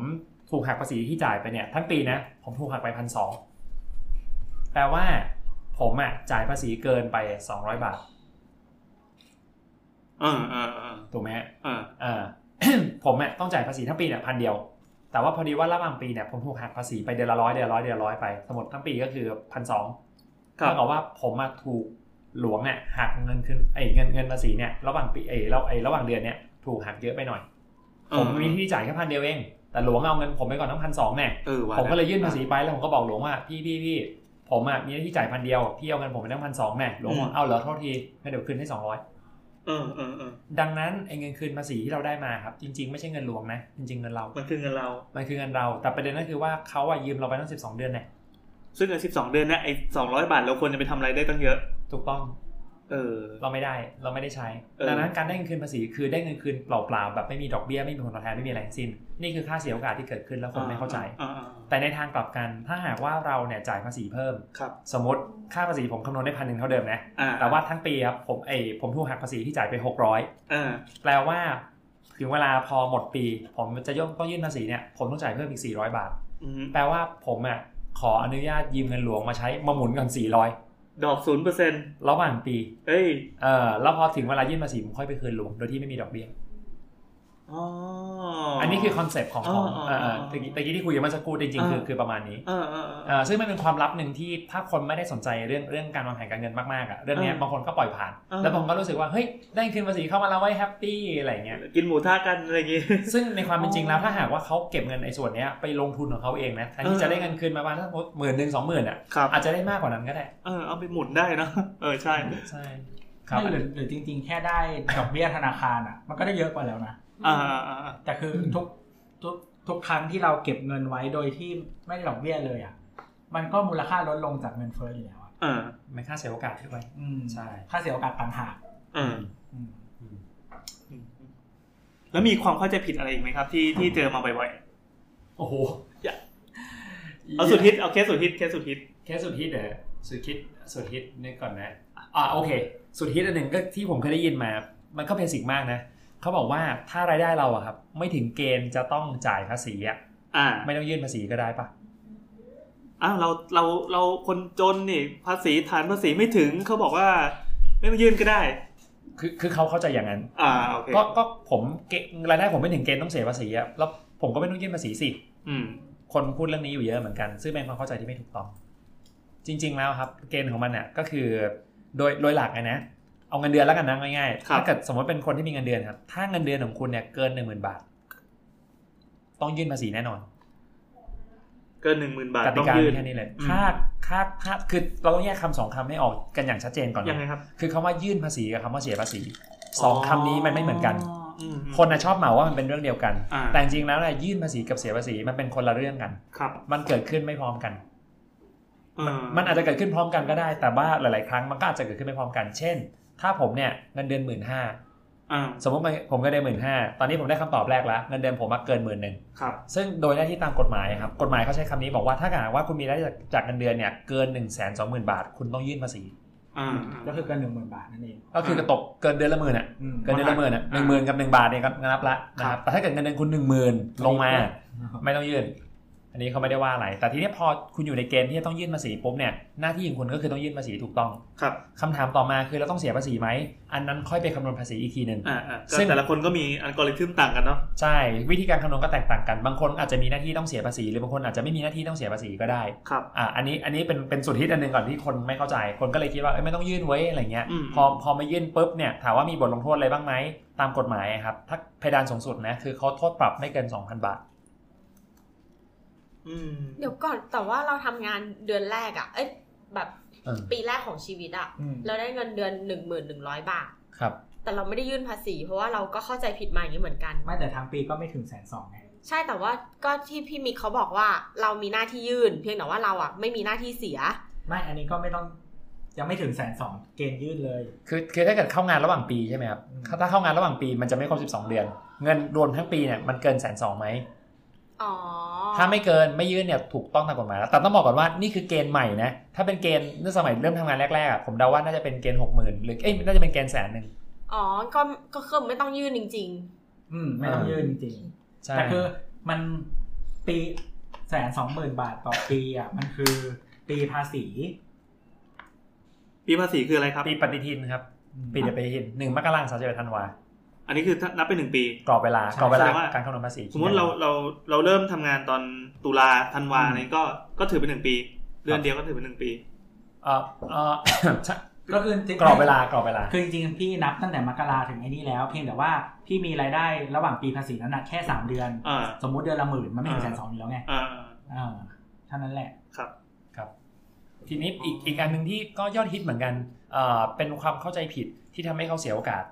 Speaker 5: ถูกหักภาษีที่จ่ายไปเนี่ยทั้งปีนะผมถูกหักไปพันสองแปลว่าผมอ่ะจ่ายภาษีเกินไป 200 บาท
Speaker 3: เออเออเออ
Speaker 5: ถูกไหมฮะ
Speaker 3: เออ
Speaker 5: เอ่อ ผมอ่ะต้องจ่ายภาษีทั้งปีเนี่ยพันเดียว แต่ว่าพอดีว่าระหว่างปีเนี่ยผมถูกหักภาษีไปเดือนละร้อยเดือนละร้อยเดือนละร้อยไปทั้งหมดทั้งปีก็คือพันสอง
Speaker 3: ครั
Speaker 5: เท่ากั
Speaker 3: บ
Speaker 5: บว่าผมมาถูกหลวงเนี่ยหักเงินขึ้นไอ้เงินเงินภาษีเนี่ยระหว่างปีไอ้เราไอ้ระหว่างเดือนเนี่ยถูกหักเยอะไปหน่อย ผมมีที่จ่ายแค่พันเดียวเอง แต่หลวงเอาเงินผมไปก่อนทั้งพันสองเนี่ย
Speaker 3: เออว่ะ
Speaker 5: ผมก็เลยยื่นภาษีไปแล้วผมก็บอกหลวงว่าพี่พี่พี่ผมอ่ะมีหน้าที่จ่ายพันเดียวพี่เอาเงินผมไปทั้งพันสองเนี่ยหลวงบอกเอาเหรอโทษทีงั้นเดี๋ยวคืนให้สองร้อย
Speaker 3: เออเออเออ
Speaker 5: ดังนั้นไอ้เงินคืนภาษีที่เราได้มาครับ จริง ๆ ไม่ใช่เงินหลวงนะ จริง ๆ เงินเรา
Speaker 3: มันคือเงินเรา
Speaker 5: มันคือเงินเรา แต่ประเด็นก็คือว่าเขาอะยืมเราไปตั้ง 12 เดือนเนี่ย
Speaker 3: ซึ่งเงินสิบสองเดือนเนี่ยไอ้สองร้อยบาทเราควรจะไปทำอะไรได้ตั้งเยอะ
Speaker 5: ถูกต้อง
Speaker 3: เออ
Speaker 5: เราไม่ได้เราไม่ได้ใช้
Speaker 3: เออ
Speaker 5: ดังนั้นการได้เงินคืนภาษีคือได้เงินคืนเปล่าๆแบบไม่มีดอกเบี้ยไม่มีผลตอบแทนไม่มีอะไรทั้งสิ้นนี่คือค่าเสียโอกาสที่เกิดขึ้นแล้วคนไม่เข้าใจ
Speaker 3: อ่อ่าอ่า
Speaker 5: แต่ในทางกลับกันถ้าหากว่าเราเนี่ยจ่ายภาษีเพิ่ม
Speaker 3: ครับ
Speaker 5: สมมติค่าภาษีผมคำนวณได้พันหนึ่งเท่าเดิมนะ
Speaker 3: อ่า
Speaker 5: แต่ว่าทั้งปีครับผมไอผมถูกหักภาษีที่จ่ายไป 600
Speaker 3: เออ
Speaker 5: แปลว่าถึงเวลาพอหมดปี ผมจะยกต้องยื่นภาษีเนี่ยผมต้องจ่ายเพิ่มอีก 400 บาท
Speaker 3: อืม
Speaker 5: แปลว่าผมอ่ะขออนุญาตยืมเงินหลวงมาใช้มาหมุนก่อน400
Speaker 3: ดอกศูนย์เปอร์เซ็นต์
Speaker 5: ระหว่างปี
Speaker 3: เอ้ย
Speaker 5: เออแล้วพอถึงเวลายื่นภาษีผมค่อยไปคืนหลวงโดยที่ไม่มีดอกเบี้ย
Speaker 3: อ๋อ
Speaker 5: อั
Speaker 3: อั
Speaker 5: นนี้คือคอนเซปต์ของ
Speaker 3: อ๋
Speaker 5: ข
Speaker 3: อ
Speaker 5: อง
Speaker 3: อ๋อ
Speaker 5: เอ่อเอ่อตะกี้ตะกี้ที่คุยกันเมื่อสักครู่จริงๆคือ
Speaker 3: อ่า
Speaker 5: คือประมาณนี้
Speaker 3: เออเออเออ
Speaker 5: เอ่อซึ่งมันเป็นความลับหนึ่งที่ถ้าคนไม่ได้สนใจเรื่องเรื่องการวางแผนการเงินมากๆอ่ะเรื่องเนี้ย
Speaker 3: อ่า
Speaker 5: บางคนก็ปล่อยผ่าน
Speaker 3: อ่า
Speaker 5: แล้วผมก็รู้สึกว่าเฮ้ยได้คืนภาษีเข้ามาแล้วไว้ยแฮปปี้อะไรอย่างเงี้ย
Speaker 3: กินหมูท่ากันอะไรอย่างงี้
Speaker 5: ซึ่งในความเป็นจริงแล้วถ้าหากว่าเขาเก็บเงินในส่วนเนี้ยไปลงทุนของเขาเองนะแทนที่จะได้เงินคืนมาประมาณสักหมื่นหนึ่งสองหมื่นอ่ะ
Speaker 3: ครับ
Speaker 5: อาจจะได้มากกว่านั้นก็ได้
Speaker 3: เออเอาไปหมุนได้เนอะเออใช่
Speaker 5: ใช่ครับ
Speaker 2: ไม่หรือหรือจริง ๆ แค่ได้ดอกเบี้ยธนาคารอ่ะ มันก็ได้เยอะกว่าแล้วนะ
Speaker 3: อ่าอ่าอ่า
Speaker 2: แต่คือทุกทุกทุกครั้งที่เราเก็บเงินไว้โดยที่ไม่ได้ดอกเบี้ยเลยอ่ะ มันก็มูลค่าลดลงจากเงินเฟ้ออยู่แล้วอะ
Speaker 3: เออ
Speaker 5: ไม่ค่าเสียโอกาสด้วย
Speaker 2: อืม
Speaker 5: ใช่
Speaker 2: ค่าเสียโอกาสต่างหาก
Speaker 3: เออ
Speaker 2: อืม
Speaker 3: อืมแล้วมีความเข้าใจผิดอะไรอีกไหมครับ ที่ที่เจอมาบ่อย
Speaker 5: โอ้ โห
Speaker 3: ๆเอาสุดฮิตเอาเคสสุดฮิตเคสสุดฮิต
Speaker 5: แค่สุดฮิตเหรอสุดฮิตสุดฮิตนึกก่อนนะอ่าโอเค สุดฮิตอันหนึ่งก็ที่ผมเคยได้ยินมา มันก็เบสิกมากนะเขาบอกว่าถ้ารายได้เราอะครับ ไม่ถึงเกณฑ์จะต้องจ่ายภาษีอะ
Speaker 3: อ่า
Speaker 5: ไม่ต้องยื่นภาษีก็ได้ปะ
Speaker 3: อ้าวเราเราเราคนจนนี่ ภาษีฐานภาษีไม่ถึงเขาบอกว่า ไม่มายื่นก็ได้
Speaker 5: คือคือเขาเข้าใจอย่างนั้น
Speaker 3: อ่าโอเค
Speaker 5: ก็ก็ผมเกณฑ์รายได้ผมไม่ถึงเกณฑ์ต้องเสียภาษีอะแล้วผมก็ไม่ต้องยื่นภาษีสิ
Speaker 3: อืม
Speaker 5: คนพูดเรื่องนี้อยู่เยอะเหมือนกัน ซึ่งเป็นความเข้าใจที่ไม่ถูกต้อง จริง ๆ แล้วครับ เกณฑ์ของมันเนี่ยก็คือโดยโดยหลักอะนะ เอาเงินเดือนแล้วกันนะง่ายๆ
Speaker 3: ครับ
Speaker 5: ถ้าเกิดสมมติเป็นคนที่มีเงินเดือนครับ ถ้าเงินเดือนของคุณเนี่ยเกินหนึ่งหมื่นบาท ต้องยื่นภาษีแน่นอน
Speaker 3: เกินหนึ่งหมื่นบาท
Speaker 5: ก
Speaker 3: ต้
Speaker 5: ติ
Speaker 3: อง
Speaker 5: กา
Speaker 3: ยื่น
Speaker 5: แค่นี้เลย
Speaker 3: อืม
Speaker 5: ค่าค่าค่าคือเราต้องแยกคำสองคำให้ออกกันอย่างชัดเจนก่อน
Speaker 3: ยังไง
Speaker 5: นะครับ คือคำว่ายื่นภาษีกับคำว่าเสียภาษีสองคำนี้มันไม่เหมือนกัน
Speaker 3: อืมอืม
Speaker 5: คนนะชอบเหมาว่ามันเป็นเรื่องเดียวกัน
Speaker 3: อ่า
Speaker 5: แต่จริงๆแล้วเนี่ยยื่นภาษีกับเสียภาษีมันเป็นคนละเรื่องกัน
Speaker 3: ครับ
Speaker 5: มันเกิดขึ้นไม่พร้อมกัน
Speaker 3: เออ
Speaker 5: มันอาจจะเกิดขึ้นพร้อมกันก็ได้ แต่ว่าหลาย ๆ ครั้งมันก็อาจจะเกิดขึ้นไม่พร้อมกัน เช่น ถ้าผมเนี่ยเงินเดือนหมื่นห้า
Speaker 3: อ่า
Speaker 5: สมมติผมเงินเดือนหมื่นห้าตอนนี้ผมได้คำตอบแรกแล้ว เงินเดือนผมมาเกินหมื่นหนึ่ง
Speaker 3: ครับ
Speaker 5: ซึ่งโดยหน้าที่ตามกฎหมายครับกฎหมายเขาใช้คำนี้บอกว่าถ้าเกิดว่าคุณมีรายได้จากจากเงินเดือนเนี่ยเกิน1นึ่งแสนสองหมื่นบาท คุณต้องยื่นภาษี
Speaker 3: อ่า
Speaker 2: ก็คือเกินหนึ่งหมื่นบาทนั่นเอง
Speaker 5: ก็คือจะตกเกินเดือนละหมื่นอ่ะ
Speaker 2: อืม
Speaker 5: เกินเดือนละหมื่นอ่ะหนึ่งหมื่นกับหนึ่งบาทเนี่ยก็นับละนะครับแต่ถ้าเกิดเงินเดือนคุณหนึ่งหมื่นลงมา ไม่ต้องยื่น อันนี้เขาไม่ได้ว่าอะไร แต่ทีเนี้ยพอคุณอยู่ในเกณฑ์ที่จะต้องยื่นภาษีปุ๊บเนี่ย หน้าที่ของคุณก็คือต้องยื่นภาษีถูกต้อง
Speaker 3: ครับ
Speaker 5: คำถามต่อมาคือเราต้องเสียภาษีไหม อันนั้นค่อยไปคำนวณภาษีอีกทีหนึ่ง
Speaker 3: อ่าอ่าก็
Speaker 5: ซึ่ง
Speaker 3: แต่ละคนก็มีอัลกอริทึมต่างกันเนาะ
Speaker 5: ใช่ วิธีการคำนวณก็แตกต่างกัน บางคนอาจจะมีหน้าที่ต้องเสียภาษี หรือบางคนอาจจะไม่มีหน้าที่ต้องเสียภาษีก็ได้
Speaker 3: ครับ
Speaker 5: อ่า อันนี้ อันนี้เป็น เป็นสุดฮิตอันหนึงก่อนที่คนไม่เข้าใจ คนก็เลยคิดว่าเอ้ยไม่ต้องยื่นไว้ยอะไรเงี้ย
Speaker 3: อืม
Speaker 5: พอ พอไม่ยื่นปุ๊บเนี่ย ถามว่ามีบทลงโทษอะไรบ้างไหม ตามกฎหมายครับ ถ้าเพดานสูงสุดนะ คือเขาโทษปรับไม่เกิน 2,000 บาท
Speaker 3: อืม
Speaker 4: เดี๋ยวก่อนแต่ว่าเราทำงานเดือนแรกอะเอ้ยแบบ
Speaker 5: เออ
Speaker 4: ปีแรกของชีวิตอะ
Speaker 2: อืม
Speaker 4: เราได้เงินเดือนหนึ่งหมื่นหนึ่งร้อยบาท
Speaker 5: ครับ
Speaker 4: แต่เราไม่ได้ยื่นภาษี เพราะว่าเราก็เข้าใจผิดมาอย่างนี้เหมือนกัน
Speaker 2: ไม่แต่ทางปีก็ไม่ถึงแสนสองไง
Speaker 4: ใช่แต่ว่าก็ที่พี่มิกเขาบอกว่าเรามีหน้าที่ยื่น เพียงแต่ว่าเราอะไม่มีหน้าที่เสีย
Speaker 2: ไม่อันนี้ก็ไม่ต้องยังไม่ถึงแสนสองเกณฑ์ยื่นเลย
Speaker 5: คือคือถ้าเกิดเข้างานระหว่างปีใช่ไหมครับ
Speaker 2: อืม
Speaker 5: ถ้าเข้างานระหว่างปีมันจะไม่ครบ 12 เดือน เงินรวมทั้งปีเนี่ยมันเกินแสนสองไหม
Speaker 4: อ๋อ
Speaker 5: ถ้าไม่เกินไม่ยื่นเนี่ยถูกต้องตามกฎหมายแล้วแต่ต้องบอกก่อนว่านี่คือเกณฑ์ใหม่นะ ถ้าเป็นเกณฑ์เมื่อสมัยเริ่มทำงานแรกๆอะผมเดาว่าน่าจะเป็นเกณฑ์หกหมื่นหรือเอ้ยน่าจะเป็นเกณฑ์แสนหนึ่ง
Speaker 4: อ๋อก็ก็คือไม่ต้องยื่นจริง
Speaker 2: อืมไม่ต้องยื่นจริงๆ
Speaker 5: ใช่
Speaker 2: แต่คือมันปีแสนสองหมื่นบาทต่อปีอ่ะมันคือปีภาษี
Speaker 3: ปีภาษีคืออะไรครับ
Speaker 5: ปีปฏิทินครับ
Speaker 2: อืม
Speaker 5: ปีเดียวปฏิทินหนึ่งมกราคมสามสิบเอ็ดธันวา
Speaker 3: อันนี้คือนับเป็นหนึ่งปี
Speaker 5: กรอบเวลา
Speaker 2: ใช่
Speaker 5: กรอบเวลา
Speaker 3: แสดงว่า
Speaker 5: การคำนวณภาษี
Speaker 3: สมมติเราเราเราเริ่มทำงานตอนตุลาธันวาอะไรก็ก็ถือเป็นหนึ่งปี เดือนเดียวก็ถือเป็นหนึ่งปี
Speaker 5: เออเออ ใช่
Speaker 2: ก็คือจงๆ
Speaker 5: กรอบเวลากรอบเวลา
Speaker 2: คือจริงๆ พี่นับตั้งแต่มกราถึงไอ้นี่แล้ว เพียงแต่ว่าพี่มีรายได้ระหว่างปีภาษีนั้นนะแค่สามเดือน
Speaker 3: อ่า
Speaker 2: สมมุติเดือนละหมื่นมันไม่ถึงแส
Speaker 3: อ่า
Speaker 2: นสองอยู่แล้วไง
Speaker 3: อ่า
Speaker 2: อ่าเท่านั้นแหละ
Speaker 3: ครับ
Speaker 5: ทีนี้อีกอีกอันหนึ่งที่ก็ยอดฮิตเหมือนกันเอ่อเป็นความเข้าใจผิดที่ทำให้เขาเสียโอกาส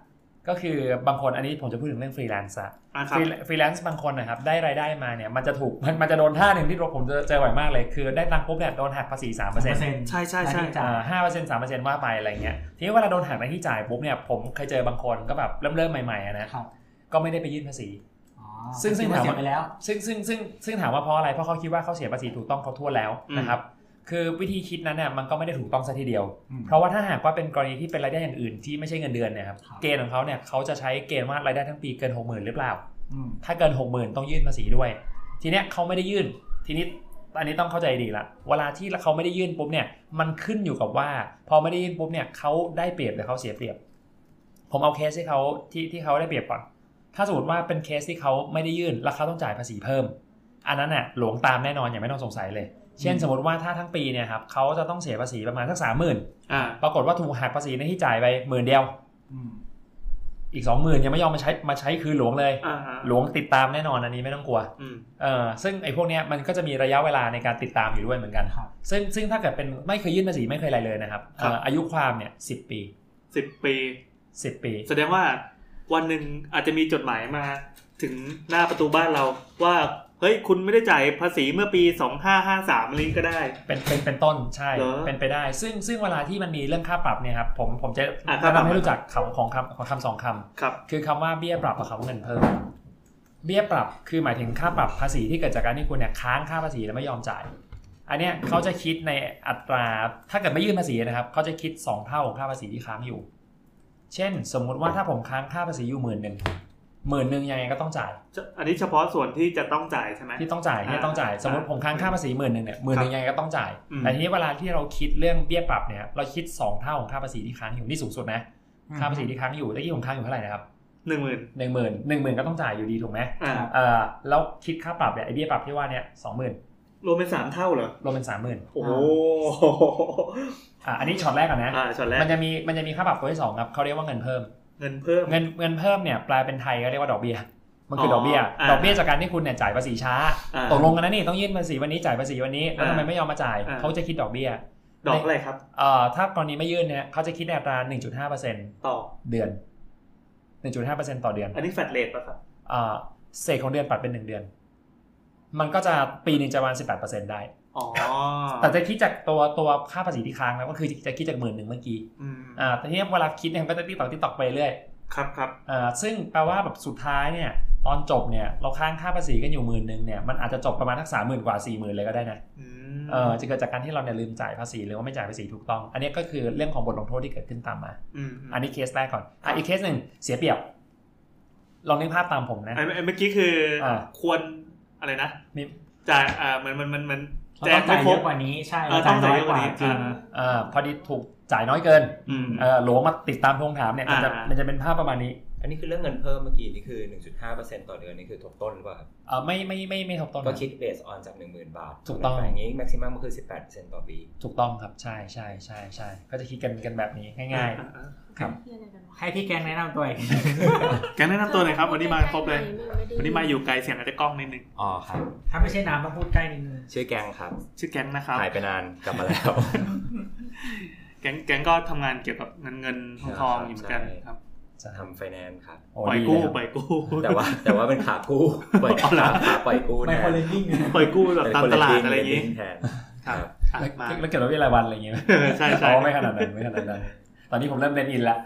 Speaker 5: ก็คือบางคนอันนี้ผมจะพูดถึงเรื่องฟรีแลนซ์อะ
Speaker 3: อ่าครับ
Speaker 5: ฟรีแลนซ์บางคนนะครับได้รายได้มาเนี่ยมันจะถูก มันมันจะโดนท่าหนึ่งที่ผมเจอเจอบ่อยมากเลย คือได้ตังค์ปุ๊บเนี่ยโดนหักภาษีสามเปอร์เซ็นต์
Speaker 3: ใช่ใช่ใช่
Speaker 2: จ่าย
Speaker 5: ห้าเปอร์เซ็นต์สามเปอร์เซ็นต์ว่าไปอะไรเงี้ยทีนี้เวลาโดนหักในที่จ่ายปุ๊บเนี่ยผมเคยเจอบางคนก็แบบเริ่มเริ่มๆใหม่ๆอะนะครับ ก็ไม่ได้ไปยื่นภาษี
Speaker 2: อ๋อ
Speaker 5: ซึ่งซึ่ง
Speaker 2: คิดว่
Speaker 5: ถาม
Speaker 2: เสี
Speaker 5: ว่า
Speaker 2: ยไปแล้ว
Speaker 5: ซึ่งซึ่งซึ่งซึ่งถามว่าเพราะอะไรเพราะเขาคิดว่าเขาเสียภาษีถูกต้องเขาทั่วแล้วนะครับคือวิธีคิดนั้นเนี่ยมันก็ไม่ได้ถูกต้องซะทีเดียว
Speaker 2: อืม
Speaker 5: เพราะว่าถ้าหากว่าเป็นกรณีที่เป็นรายได้อย่างอื่นที่ไม่ใช่เงินเดือนเนี่ยครับ
Speaker 2: ครับ
Speaker 5: เกณฑ์ของเขาเนี่ยเขาจะใช้เกณฑ์ว่ารายได้ทั้งปีเกิน 6 0,000 หรือเปล่า
Speaker 2: อืม
Speaker 5: ถ้าเกิน 6 0,000 ต้องยื่นภาษีด้วย ทีเนี้ยเขาไม่ได้ยื่นทีนี้อันนี้ต้องเข้าใจดีละเวลาที่เขาไม่ได้ยื่นปุ๊บเนี่ยมันขึ้นอยู่กับว่า พอไม่ได้ยื่นปุ๊บเนี่ยเขาได้เปรียบหรือเขาเสียเปรียบ ผมเอาเคสที่เขาที่ที่เขาได้เปรียบก่อน ถ้าสมมติว่าเป็นเคสที่เขาไม่ได้ยื่นแล้วเขาต้องจ่ายภาษีเพิ่ม อันนั้นน่ะหลวงตามแน่นอนอย่างไม่ต้องสงสัยเลย เช่นสมมติว่าถ้าทั้งปีเนี่ยครับเขาจะต้องเสียภาษีประมาณสักสามหมื่น
Speaker 3: อ่า
Speaker 5: ปรากฏว่าถูกหักภาษีในที่จ่ายไปหมื่นเดียว
Speaker 2: อืม
Speaker 5: อีกสองหมื่นยังไม่ยอมมาใช้มาใช้คืนหลวงเลย
Speaker 3: อ่าฮะ
Speaker 5: หลวงติดตามแน่นอนอันนี้ไม่ต้องกลัว
Speaker 3: อืม
Speaker 5: เออซึ่งไอ้พวกเนี้ยมันก็จะมีระยะเวลาในการติดตามอยู่ด้วยเหมือนกัน
Speaker 2: ครับ
Speaker 5: ซึ่งซึ่งถ้าเกิดเป็นไม่เคยยื่นภาษีไม่เคยอะไรเลยนะครับ
Speaker 3: ครับ
Speaker 5: เอ่ออายุความเนี่ยสิบปี
Speaker 3: สิบปี
Speaker 5: สิบปี
Speaker 3: แสดงว่าวันหนึ่งอาจจะมีจดหมายมา ถึงหน้าประตูบ้านเราว่า เฮ้ย คุณไม่ได้จ่ายภาษีเมื่อปี 2553อะไรนี้ก็ได้
Speaker 5: เป็นเป็นเป็นต้นใช่
Speaker 3: เหรอ
Speaker 5: เป็นไปได้ ซึ่งซึ่งเวลาที่มันมีเรื่องค่าปรับเนี่ยครับผมผมจะ
Speaker 3: อ่ะค่าปรับ
Speaker 5: ทำให้รู้จักคำของคำของคำสองค
Speaker 3: ครับ
Speaker 5: ำคือคำว่าเบี้ยปรับกับคำว่าเงินเพิ่ม เบี้ยปรับคือหมายถึงค่าปรับภาษีที่เกิดจากการที่คุณเนี่ยค้างค่าภาษีแล้วไม่ยอมจ่าย อันเนี้ยเขาจะคิดในอัตรา ถ้าเกิดไม่ยื่นภาษีนะครับเขาจะคิด 2 เท่าของค่าภาษีที่ค้างอยู่ เช่น สมมุติว่าถ้าผมค้างค่าภาษีอยู่หมื่นหนึ่งหมื่นหนึ่งยังไงก็ต้องจ่าย
Speaker 3: จะอันนี้เฉพาะส่วนที่จะต้องจ่ายใช่ไหม
Speaker 5: ที่ต้องจ่ายที่ต้องจ่าย
Speaker 3: อ่า
Speaker 5: สมมติผมค้างค่าภาษีหมื่นหนึ่งเนี่ยหมื่นหนึ่งยังไงก็ต้องจ่าย
Speaker 3: อืม
Speaker 5: แต่ทีนี้เวลาที่เราคิดเรื่องเบี้ยปรับเนี่ย เราคิด 2 เท่าของค่าภาษีที่ค้างอยู่นี่สูงสุดนะ
Speaker 2: อืม
Speaker 5: ค่าภาษีที่ค้างอยู่ตะกี้ผมค้างอยู่เท่าไหร่นะครับ
Speaker 3: หนึ่งหมื่น
Speaker 5: หนึ่งหมื่นหนึ่งหมื่นก็ต้องจ่ายอยู่ดีถูกไหม
Speaker 3: อ่า
Speaker 5: เอ่อแล้วคิดค่าปรับเนี่ยไอเบี้ยปรับที่ว่าเนี่ยสองหมื่น
Speaker 3: รวมเป็นสามเท่าเหรอ
Speaker 5: รวมเป็นสามหมื่น
Speaker 3: โอ้โห
Speaker 5: อ่ะอันนี้ช็อตแรกก่อนนะ
Speaker 3: อ่าช็อตแรก
Speaker 5: มันจะมีมันจะมีค่าปรับตัวที่สองครับเขาเรียกว่าเงินเพิ่ม
Speaker 3: เงินเพิ่ม
Speaker 5: เงินเงินเพิ่มเนี่ยแปลเป็นไทยก็เรียกว่าดอกเบี้ย มันคืออ
Speaker 3: อ
Speaker 5: ดอกเบี้ย
Speaker 3: อ่า
Speaker 5: ดอกเบี้ยจากการที่คุณเนี่ยจ่ายภาษีช้า
Speaker 3: อ่า
Speaker 5: ตกลงกันนะนี่ต้องยื่นภาษีวันนี้จ่ายภาษีวันนี้ แล้วทำไม
Speaker 3: อ่า
Speaker 5: ไม่ยอมมาจ่าย
Speaker 3: อ่า
Speaker 5: เขาจะคิดดอกเบี้ย
Speaker 3: ดอกอะไรครับ
Speaker 5: เอ่อถ้ากรณีไม่ยื่นเนี่ยเขาจะคิดในอัตรา 1.5%
Speaker 3: ต่อ
Speaker 5: เดือน 1.5%ต่อเดือน
Speaker 3: อันนี้แฟลตเลทป่ะครับ
Speaker 5: เอ่อเศษของเดือนปัดเป็น 1 เดือน มันก็จะปีหนึ่งจะประมาณ18%ได้
Speaker 3: อ๋อ
Speaker 5: แต่จะคิดจากตัวตัวค่าภาษีที่ค้างนะก็คือจะคิดจากหมื่นหนึ่งเมื่อกี้
Speaker 3: อืม
Speaker 5: อ่าแต่ทีนี้เวลาคิดเนี่ยมันก็จะติ๊กตอกติ๊กตอกไปเรื่อย
Speaker 3: ครับครับ
Speaker 5: อ่าซึ่งแปลว่าแบบสุดท้ายเนี่ยตอนจบเนี่ยเราค้างค่าภาษีกันอยู่หมื่นหนึ่งเนี่ยมันอาจจะจบประมาณทักสามหมื่นกว่าสี่หมื่นเลยก็ได้นะ
Speaker 3: อืม
Speaker 5: เออจะเกิดจากการที่เราเนี่ยลืมจ่ายภาษีหรือว่าไม่จ่ายภาษีถูกต้อง อันนี้ก็คือเรื่องของบทลงโทษที่เกิดขึ้นตามมา
Speaker 3: มม
Speaker 5: อันนี้เคสแรกก่อนอ่ะอีกเคสหนึ่งเสียเปรียบ ลองนึกภาพตามผมนะ
Speaker 3: ไอ้ไอ้เมื่อกี้คืออา ควรอะไรนะ
Speaker 5: มี
Speaker 3: จ่ายอ่าเหมือนมันมันมัน
Speaker 2: เรา
Speaker 3: แจ้
Speaker 2: ต้อง
Speaker 3: งไม่
Speaker 2: จ่าย
Speaker 3: คร
Speaker 2: เย
Speaker 3: บ
Speaker 2: อะกว่านี้ใช่
Speaker 3: เออต้องจ่ายเย
Speaker 2: เย
Speaker 3: อะ
Speaker 2: อะ
Speaker 3: ก
Speaker 2: ก
Speaker 3: ว่า
Speaker 2: ว่า
Speaker 3: นี้
Speaker 2: จริง
Speaker 3: อ่า
Speaker 5: เอ่อพอดีถูกจ่ายน้อยเกิน
Speaker 3: อืม
Speaker 5: เออหลวงมาติดตามทวงถามเนี่ย มันจะ
Speaker 3: อ่ามั
Speaker 5: มันจะเป็นภาพประมาณนี้
Speaker 8: อันนี้คือเรื่องเงินเพิ่มเมื่อกี้นี่คือ 1.5%ต่อเดือนนี่คือทบต้นหรือเปล่าครับ
Speaker 5: เออไม่ไม่ไม่ไม่ทบต้น
Speaker 8: ก็คิดเบสออนจาก 10,000 บาท
Speaker 5: ถูกต้อง
Speaker 8: ะไรอย่างงี้แม็กซิมัมก็คือ 18%ต่อปี
Speaker 5: ถูกต้องครับใช่ใช่ใช่ใช่ก็จะคิดกันกันแบบนี้ง่าย
Speaker 3: อ่าอ่า
Speaker 4: เหี้ยอะไรกันวะ
Speaker 2: ให้พี่แกงแนะนำตัวอีก
Speaker 3: แกแนะนำตัวหน่อยครับ วันนี้มาครบเลยวั
Speaker 4: ไม่ได้
Speaker 3: นนี้มาอยู่ไกลเสียงอาจจะกล้องนิดนึง
Speaker 8: อ๋อครับ
Speaker 2: ถ้าไม่ใช่น้ำต้องพูดใกล้นิดนึง
Speaker 8: ชื่อแกงครับ
Speaker 3: ชื่อแก๊งนะครับ
Speaker 8: หายไปนานกลับมา แล้ว
Speaker 3: แก๊งแก๊งก็ทำงานเกี่ยวกับเงินเงินทองทองอยู่เหมือนกัน
Speaker 8: ใช่
Speaker 3: ครับ
Speaker 5: ๆ จะท
Speaker 8: ทำไฟแนนซ์ครับ
Speaker 5: ำ
Speaker 3: ป
Speaker 5: โอ้
Speaker 3: ล่อย
Speaker 5: ดี
Speaker 3: กู้
Speaker 5: เลย
Speaker 3: ปล่อยกู้
Speaker 8: แต่ว่าแต่ว่าเป็นขากู้ปล่อยขาปล่อยกู้
Speaker 2: ไม
Speaker 8: แท
Speaker 2: โคร
Speaker 8: น
Speaker 2: เลนดิ้ง
Speaker 3: ปล่อยกู้แบบ
Speaker 8: เป็น
Speaker 3: ตาม
Speaker 8: คน
Speaker 3: ตลาด
Speaker 8: ดิ้
Speaker 3: อะไรอย่างงี้
Speaker 8: ดิ้แทน
Speaker 3: ครับอ่ะ
Speaker 5: แล้ว
Speaker 3: มา
Speaker 5: แล้วเกิดว่าเป็นรายวันอะไรอย่างเงี้ย
Speaker 3: เออใช่ใช่
Speaker 5: อ๋อไม่ขนาดนั้นไม่ขนาดนั้น ตอนนี้ผมเริ่มเล่นอินละ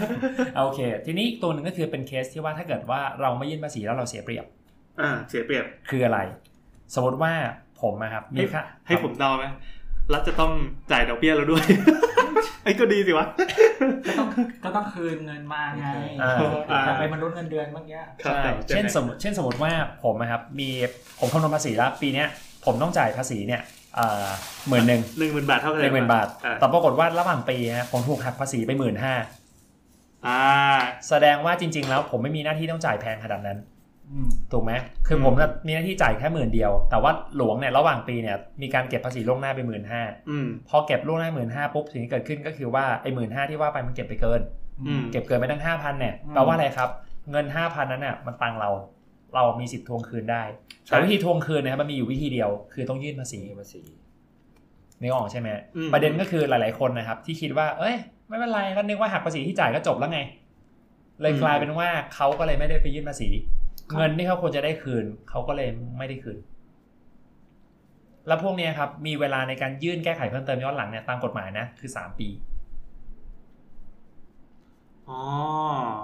Speaker 5: โอเค ทีนี้อีกตัวหนึ่งก็คือเป็นเคสที่ว่าถ้าเกิดว่าเราไม่ยื่นภาษีแล้วเราเสียเปรียบ
Speaker 3: อ่าเสียเปรียบ
Speaker 5: คืออะไร สมมติว่าผมนะครับมีค่า
Speaker 3: ให้ผมเดาไหมรัฐจะต้องจ่ายดอกเบี้ยเรา ด้วย ไอ้ก็ดีสิวะ
Speaker 2: ก็ต้องก็ต้องคืนเงินมาไง
Speaker 5: อ่า
Speaker 3: อ่า
Speaker 2: แต่เป็นมนุษย์เงินเดือนเมื่อกี้
Speaker 5: ใช่เช่นสมมติเช่นสมมติว่าผมนะครับมีผมคำนวณภาษีแล้วปีเนี้ยผมต้องจ่ายภาษีเนี่ยหมื่นหนึ่ง
Speaker 3: หนึ่งหมื่นบาทเท่ากัน
Speaker 5: หนึ่งหมื่นบาท
Speaker 3: อ่ะ
Speaker 5: แต่ปรากฏว่าระหว่างปีฮะผมถูกหักภาษีไปหมื่นห้า
Speaker 3: อ่า
Speaker 5: แสดงว่าจริง ๆ แล้วผมไม่มีหน้าที่ต้องจ่ายแพงขนาดนั้น
Speaker 2: อืม
Speaker 5: ถูกไหมคือ
Speaker 3: ม
Speaker 5: ผมน่ะมีหน้าที่จ่ายแค่หมื่นเดียว แต่ว่าหลวงเนี่ยระหว่างปีเนี่ยมีการเก็บภาษีล่วงหน้าไปหมื่นห้า
Speaker 3: อืม
Speaker 5: พอเก็บล่วงหน้าหมื่นห้าปุ๊บสิ่งที่เกิดขึ้นก็คือว่าไอ้หมื่นห้าที่ว่าไปมันเก็บไปเกิน
Speaker 3: อืม
Speaker 5: เก็บเกินไปตั้งห้าพันเนี่ย
Speaker 2: อืม
Speaker 5: แปลว่าอะไรครับ เงินห้าพันนั้นน่ะมันตังเรา เรามีสิทธิ์ทวงคืนได้
Speaker 3: ใช่
Speaker 5: แต่วิธีทวงคืนนะครับมันมีอยู่วิธีเดียวคือต้องยื่นภาษี
Speaker 8: นี่ภาษี
Speaker 5: นึกออกใช่ไหม
Speaker 3: อืม
Speaker 5: ประเด็นก็คือหลาย ๆคนนะครับที่คิดว่า เอ้ย ไม่เป็นไรก็นึกว่าหักภาษีที่จ่ายก็จบแล้วไง เลยกลายเป็นว่าเขาก็เลยไม่ได้ไปยื่นภาษี เงินที่เขาควรจะได้คืนเขาก็เลยไม่ได้คืน แล้วพวกเนี้ยครับ มีเวลาในการยื่นแก้ไขเพิ่มเติมย้อนหลังเนี่ยตามกฎหมายนะ คือ 3 ปี
Speaker 3: อ๋อ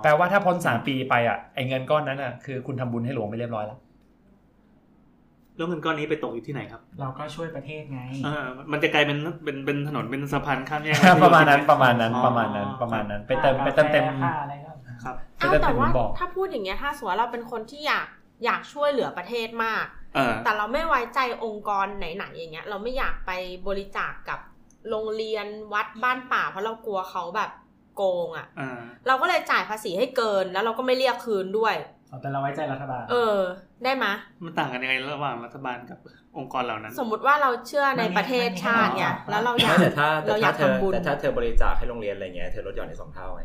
Speaker 5: แปลว่าถ้าพ้น 3 ปีไปอ่ะไอ้เงินก้อนนั้นอ่ะคือคุณทำบุญให้หลวงไปเรียบร้อยแล้ว
Speaker 3: แล้วเงินก้อนนี้ไปตกอยู่ที่ไหนครับ
Speaker 2: เราก็ช่วยประเทศไง
Speaker 3: เออมันจะกลายเป็นเป็นเป็นถนนเป็นสะพานข้ามแยก
Speaker 5: ประมาณนั้นประมาณนั้น
Speaker 3: อ๋อ
Speaker 5: ประมาณนั้นประมาณนั้น ไปเติมไปเติมเต็ม
Speaker 2: ค่าอะไรก็
Speaker 3: ครับ
Speaker 5: ก็
Speaker 4: เอา
Speaker 5: จะ
Speaker 4: แต่
Speaker 5: เป็น
Speaker 4: ว่า
Speaker 5: บอก
Speaker 4: ถ้าพูดอย่างเงี้ยถ้าสมมติว่าเราเป็นคนที่อยากอยากช่วยเหลือประเทศมาก
Speaker 3: เออ
Speaker 4: แต่เราไม่ไว้ใจองค์กรไหนๆอย่างเงี้ย เราไม่อยากไปบริจาคกับโรงเรียนวัดบ้านป่า เพราะเรากลัวเขาแบบโกงอะ่ะ
Speaker 3: อ่า
Speaker 4: เราก็เลยจ่ายภาษีให้เกินแล้วเราก็ไม่เรียกคืนด้วย
Speaker 2: เอาแต่เราไว้ใจรัฐบาล
Speaker 4: เออ ได้ไหมย
Speaker 3: มันต่างกันยังไงระหว่างรัฐบาลกับองค์กรเหล่านั้น
Speaker 4: สมมุติว่าเราเชื่อในประเทศชาติเนี่ยแล้วเราอยา
Speaker 8: ไม่
Speaker 4: ก
Speaker 8: แต่ถ้าแต่
Speaker 4: เรา
Speaker 8: ถ้าย
Speaker 4: อาก
Speaker 8: เธอ
Speaker 4: ทำบุญ
Speaker 8: แต่ถ้าเธอบริจาคให้โรงเรียนอะไรเงี้ยเธอลดหย่อนในสองเท่าไง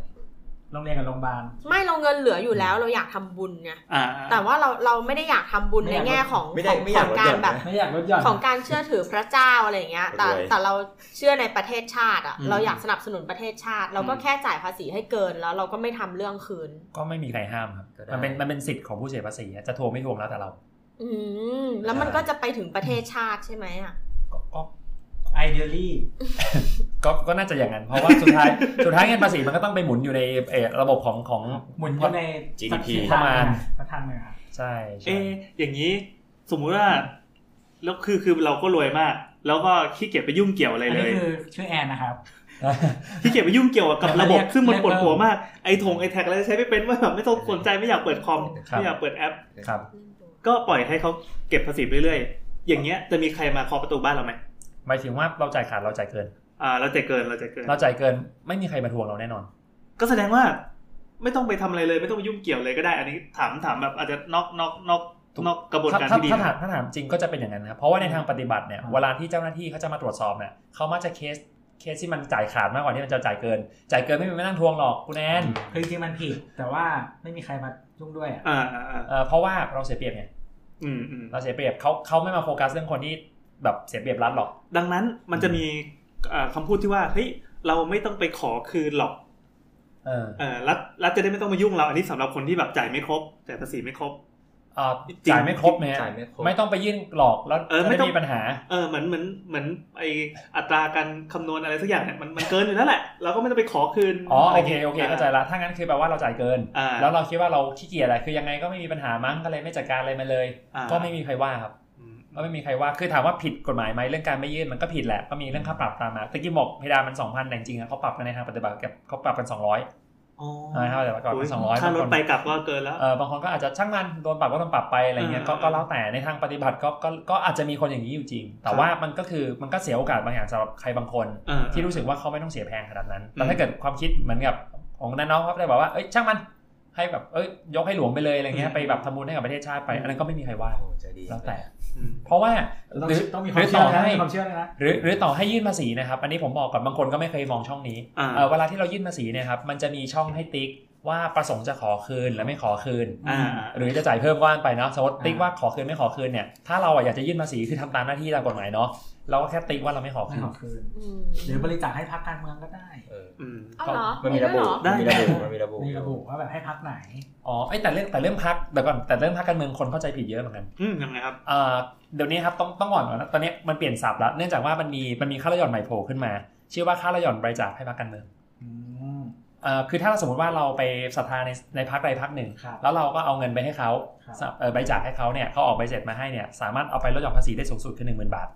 Speaker 2: โรงเรียนกับโรงพยาบาล
Speaker 4: ไม่เราเงินเหลืออยู่แล้วเราอยากทำบุญไง
Speaker 3: อ่า
Speaker 4: แต่ว่าเราเราไม่ได้อยากทำบุญ
Speaker 2: ไม่
Speaker 4: ใน
Speaker 2: อยาก
Speaker 4: แง่ของข
Speaker 8: ไม่ได้
Speaker 4: อง
Speaker 8: ไม่
Speaker 4: ข
Speaker 8: อ
Speaker 4: อ
Speaker 8: ยา
Speaker 4: ก ง
Speaker 8: ลด
Speaker 4: กา
Speaker 8: หย่
Speaker 4: ร
Speaker 8: อน
Speaker 4: แบ
Speaker 8: นะ
Speaker 4: บ
Speaker 2: ไม่อยากลดหย่อน
Speaker 4: ของการเชื่อถือพระเจ้าอะไรอย่างเงี้ย แต่
Speaker 8: รวย
Speaker 4: แต่เราเชื่อในประเทศชาติอ่ะ เราอยากสนับสนุนประเทศชาติ เราก็แค่จ่ายภาษีให้เกินแล้วเราก็ไม่ทำเรื่องคืน
Speaker 5: ก็ไม่มีใครห้ามครับ
Speaker 8: ก็ได้
Speaker 5: มันเป็นมันเป็นสิทธิ์ของผู้เสียภาษีอะจะทวงไม่ทวงแล้วแต่เรา
Speaker 4: อืมแล้วมันก็จะไปถึงประเทศชาติใช่ไหมอ่ะ
Speaker 5: ก็ก็
Speaker 2: ideally
Speaker 5: ก็ก็น่าจะอย่างนั้นเพราะว่าสุดท้ายสุดท้ายเงินภาษีมันก็ต้องไปหมุนอยู่ในเอ่อระบบของของ
Speaker 2: หมุนอยู่ใน
Speaker 8: GDP
Speaker 5: ประมาณ
Speaker 2: ประทางเหนือ
Speaker 5: ใช่ใช่
Speaker 3: เอะอย่างนี้สมมุติว่าแล้วคือคือเราก็รวยมาก แล้วก็ขี้เกียจไปยุ่งเกี่ยวอะไร
Speaker 2: อัน
Speaker 3: เล
Speaker 2: นี้
Speaker 3: ย
Speaker 2: คือชื่อแอนนะครับ
Speaker 3: ขี้เกียจไปยุ่งเกี่ยวกับระบบ
Speaker 2: เรียก
Speaker 3: ซึ่งมัน
Speaker 2: เรียก
Speaker 3: ปวดหัว
Speaker 2: เพิ่ม
Speaker 3: มากไอทงไอแท็กอะไรใช้ไม่เป็นว่าแบบไม่ต้องสนใจไม่อยากเปิดคอม
Speaker 8: ครับ
Speaker 3: ไม่อยากเปิดแอป
Speaker 5: ครับ
Speaker 3: ก็ปล่อยให้เขาเก็บภาษีไปเรื่อยๆอย่างเงี้ยจะมีใครมาเคาะประตูบ้านเราไหม
Speaker 5: หมายถึงว่าเราจ่ายขาดเราจ่ายเกิน
Speaker 3: อ่าเราจะเกินเราจะเกิน
Speaker 5: เราจ่ายเกินไม่มีใครมาทวงเราแน่นอน
Speaker 3: ก็แสดงว่าไม่ต้องไปทำอะไรเลย ไม่ต้องไปยุ่งเกี่ยวเลยก็ได้ อันนี้ถามถามแบบอาจจะนอกนอกนอก
Speaker 5: ถูก
Speaker 3: นอกกระบวนการ
Speaker 5: ถ้า
Speaker 3: ที่ดี
Speaker 5: ถ้าถาม
Speaker 3: นะ
Speaker 5: ถ้าถามจริงก็จะเป็นอย่างนั้นนะครับเพราะว่าในทางปฏิบัติเนี่ย
Speaker 2: อืม
Speaker 5: เวลาที่เจ้าหน้าที่เขาจะมาตรวจสอบเนี่ยเขามักจะเคสเคสที่มันจ่ายขาดมากกว่าที่มันจะจ่ายเกิน จ่ายเกินไม่มีไม่นั่งทวงหรอกคุณแอน
Speaker 2: คือจริงๆมันผิด แต่ว่าไม่มีใครมายุ่งด้วยอะ
Speaker 3: อ่าอ่าอ่า
Speaker 5: เอ่อเพราะว่าเราเสียเปรียบไง
Speaker 3: อืมอืม
Speaker 5: เราเสียเปรียบเขาเขาไม่มาโฟกัสเรื่องคนที่แบบเสียเปรียบรัฐหรอก
Speaker 3: ดังนั้นมันจะมีเอ่อคำพูดที่ว่าเฮ้ยเราไม่ต้องไปขอคืนหรอก
Speaker 5: เออ
Speaker 3: เออรัฐรัฐจะได้ไม่ต้องมายุ่งเรา อันนี้สำหรับคนที่แบบจ่ายไม่ครบจ่ายภาษีไม่ครบ
Speaker 5: เอ่อ
Speaker 3: จริง
Speaker 5: จ่ายไม่ครบนะฮะ
Speaker 8: จ่ายไม่ครบ
Speaker 5: ไม่ต้องไปยื่นหลอกแล้ว
Speaker 3: เออ
Speaker 5: จะ
Speaker 3: ไม่
Speaker 5: ไม่
Speaker 3: ต้อง
Speaker 5: มีปัญหา
Speaker 3: เออเหมือนเหมือนเหมือนไออัตราการคำนวณอะไรสักอย่างเนี่ยมันมันเกินอยู่แล้วแหละเราก็ไม่ต้องไปขอคืน
Speaker 5: อ๋อโอเคโอเคเข้าใจละถ้างั้นคือแปลว่าเราจ่ายเกิน
Speaker 3: อ่า
Speaker 5: แล้วเราคิดว่าเราขี้เกียจอะไรคือยังไงก็ไม่มีปัญหามั้งก็เลยไม่จัดการอะไรมาเลย
Speaker 3: อ่า
Speaker 5: ก็ไม่มีใครว่าครับ
Speaker 3: อืม
Speaker 5: ก็ไม่มีใครว่า คือถามว่าผิดกฎหมายไหมเรื่องการไม่ยื่นมันก็ผิดแหละ ก็มีเรื่องค่าปรับตามมาตะกี้บอกเพดานมันสองพันแต่จริงๆอะเขาปรับกันในทางปฏิบัติกับเขาปรับกันสองร้อย
Speaker 3: อ๋อ
Speaker 5: เออเท่าไหร่มาก่อน
Speaker 3: ย
Speaker 5: สองร้อย
Speaker 3: ค่าร
Speaker 5: บาง
Speaker 3: ถ
Speaker 5: คน
Speaker 3: ไปกลับก็เกินแล้ว
Speaker 5: เออบางคนก็อาจจะช่างมันโดนปรับก็โดนปรับไปอะไรเงี้ย
Speaker 3: อ่า
Speaker 5: ก็ก็แล้วแต่ในทางปฏิบัติก็ก็ก็อาจจะมีคนอย่างนี้อยู่จริง แต่
Speaker 3: ครับ
Speaker 5: ว่ามันก็คือมันก็เสียโอกาสบางอย่างสำหรับใครบางคน
Speaker 3: เออ
Speaker 5: ที่รู้สึกว่าเขาไม่ต้องเสียแพงขนาดนั้น แต่
Speaker 3: อืม
Speaker 5: ถ้าเกิดความคิดเหมือนกับของนันน้องครับได้บอกว่า เอ้ยช่างมัน ให้แบบ เอ้ยยกให้หลวงไปเลยอะไรเงี้ย ไปแบบทำบุญให้กับประเทศชาติไป อันนั้นก็ไม่มีใครว่า
Speaker 8: โอ้โหใจดี
Speaker 5: แล้วแต่
Speaker 3: อืม
Speaker 5: เพราะว่า
Speaker 2: ต้อง
Speaker 5: หรือ
Speaker 2: ต้องมี
Speaker 5: ห
Speaker 2: ความ
Speaker 5: รือ
Speaker 2: เชื่
Speaker 5: ต่
Speaker 2: อ
Speaker 5: อ
Speaker 2: นะ
Speaker 5: ให้
Speaker 2: มีความเชื่อเลยนะ
Speaker 5: หรือหรือต่อให้ยื่นภาษีนะครับ อันนี้ผมบอกก่อนบางคนก็ไม่เคยมองช่องนี้
Speaker 3: อ่า
Speaker 5: เอ่อเวลาที่เรายื่นภาษีเนยครับ มันจะมีช่องให้ติ๊กว่าประสงค์จะขอคืนและไม่ขอคืน
Speaker 3: อ่า
Speaker 5: หรือจะจ่ายเพิ่มว่านไปเนาะสมมติ
Speaker 2: อ่า
Speaker 5: ติ๊กว่าขอคืนไม่ขอคืนเนี่ยถ้าเราอ่ะอยากจะยื่นภาษีคือทำตามหน้าที่ตามกฎหมายเนาะเราก็แค่ติ๊กว่าเราไม่ขอ
Speaker 2: ไม่
Speaker 5: คืน
Speaker 2: ขอคืน
Speaker 4: อืม
Speaker 2: หรือบริจาคให้พักการเมืองก็ได้
Speaker 8: เออ
Speaker 3: อืม
Speaker 4: เอาเหรอ
Speaker 8: มันมีระบุ
Speaker 4: ได้วยเหอ
Speaker 8: มันมีระบุมันมี
Speaker 2: มี
Speaker 8: ระบุ
Speaker 2: ระบุว่าแบบให้พักไหน
Speaker 5: อ๋อไอยแต่เรื่องแต่เรื่องพักเดี๋ยวก่อนแต่เรื่องพักการเมืองคนเข้าใจผิดเยอะเหมือนกัน
Speaker 3: อืมยังไงครับ
Speaker 5: เอ่อเดี๋ยวนี้ครับต้องต้องก่อนก่อนนะตอนนี้มันเปลี่ยนศัพท์แล้วเนื่องจากว่ามันมีมันมีค่าระหย่อนใหม่โผล่ขึ้นมา ชื่อว่าค่าระหย่อนบริจาคให้พรรคการเมือง
Speaker 2: อืม
Speaker 5: เอ่อคือถ้าสมมติว่าเราไปศรัทธาในในพักใดพักหนึ่ง
Speaker 2: ครับ
Speaker 5: แล้วเราก็เอาเงินไปให้เขา
Speaker 2: ครับ
Speaker 5: สำหรับเอ่อบริจาคให้เขาเนี่ยเขาออกใบเสร็จมาให้เนี่ยสามารถเอาไปลดหย่อนภาษีได้สูงสุดคือหนึ่งหมื่นบาท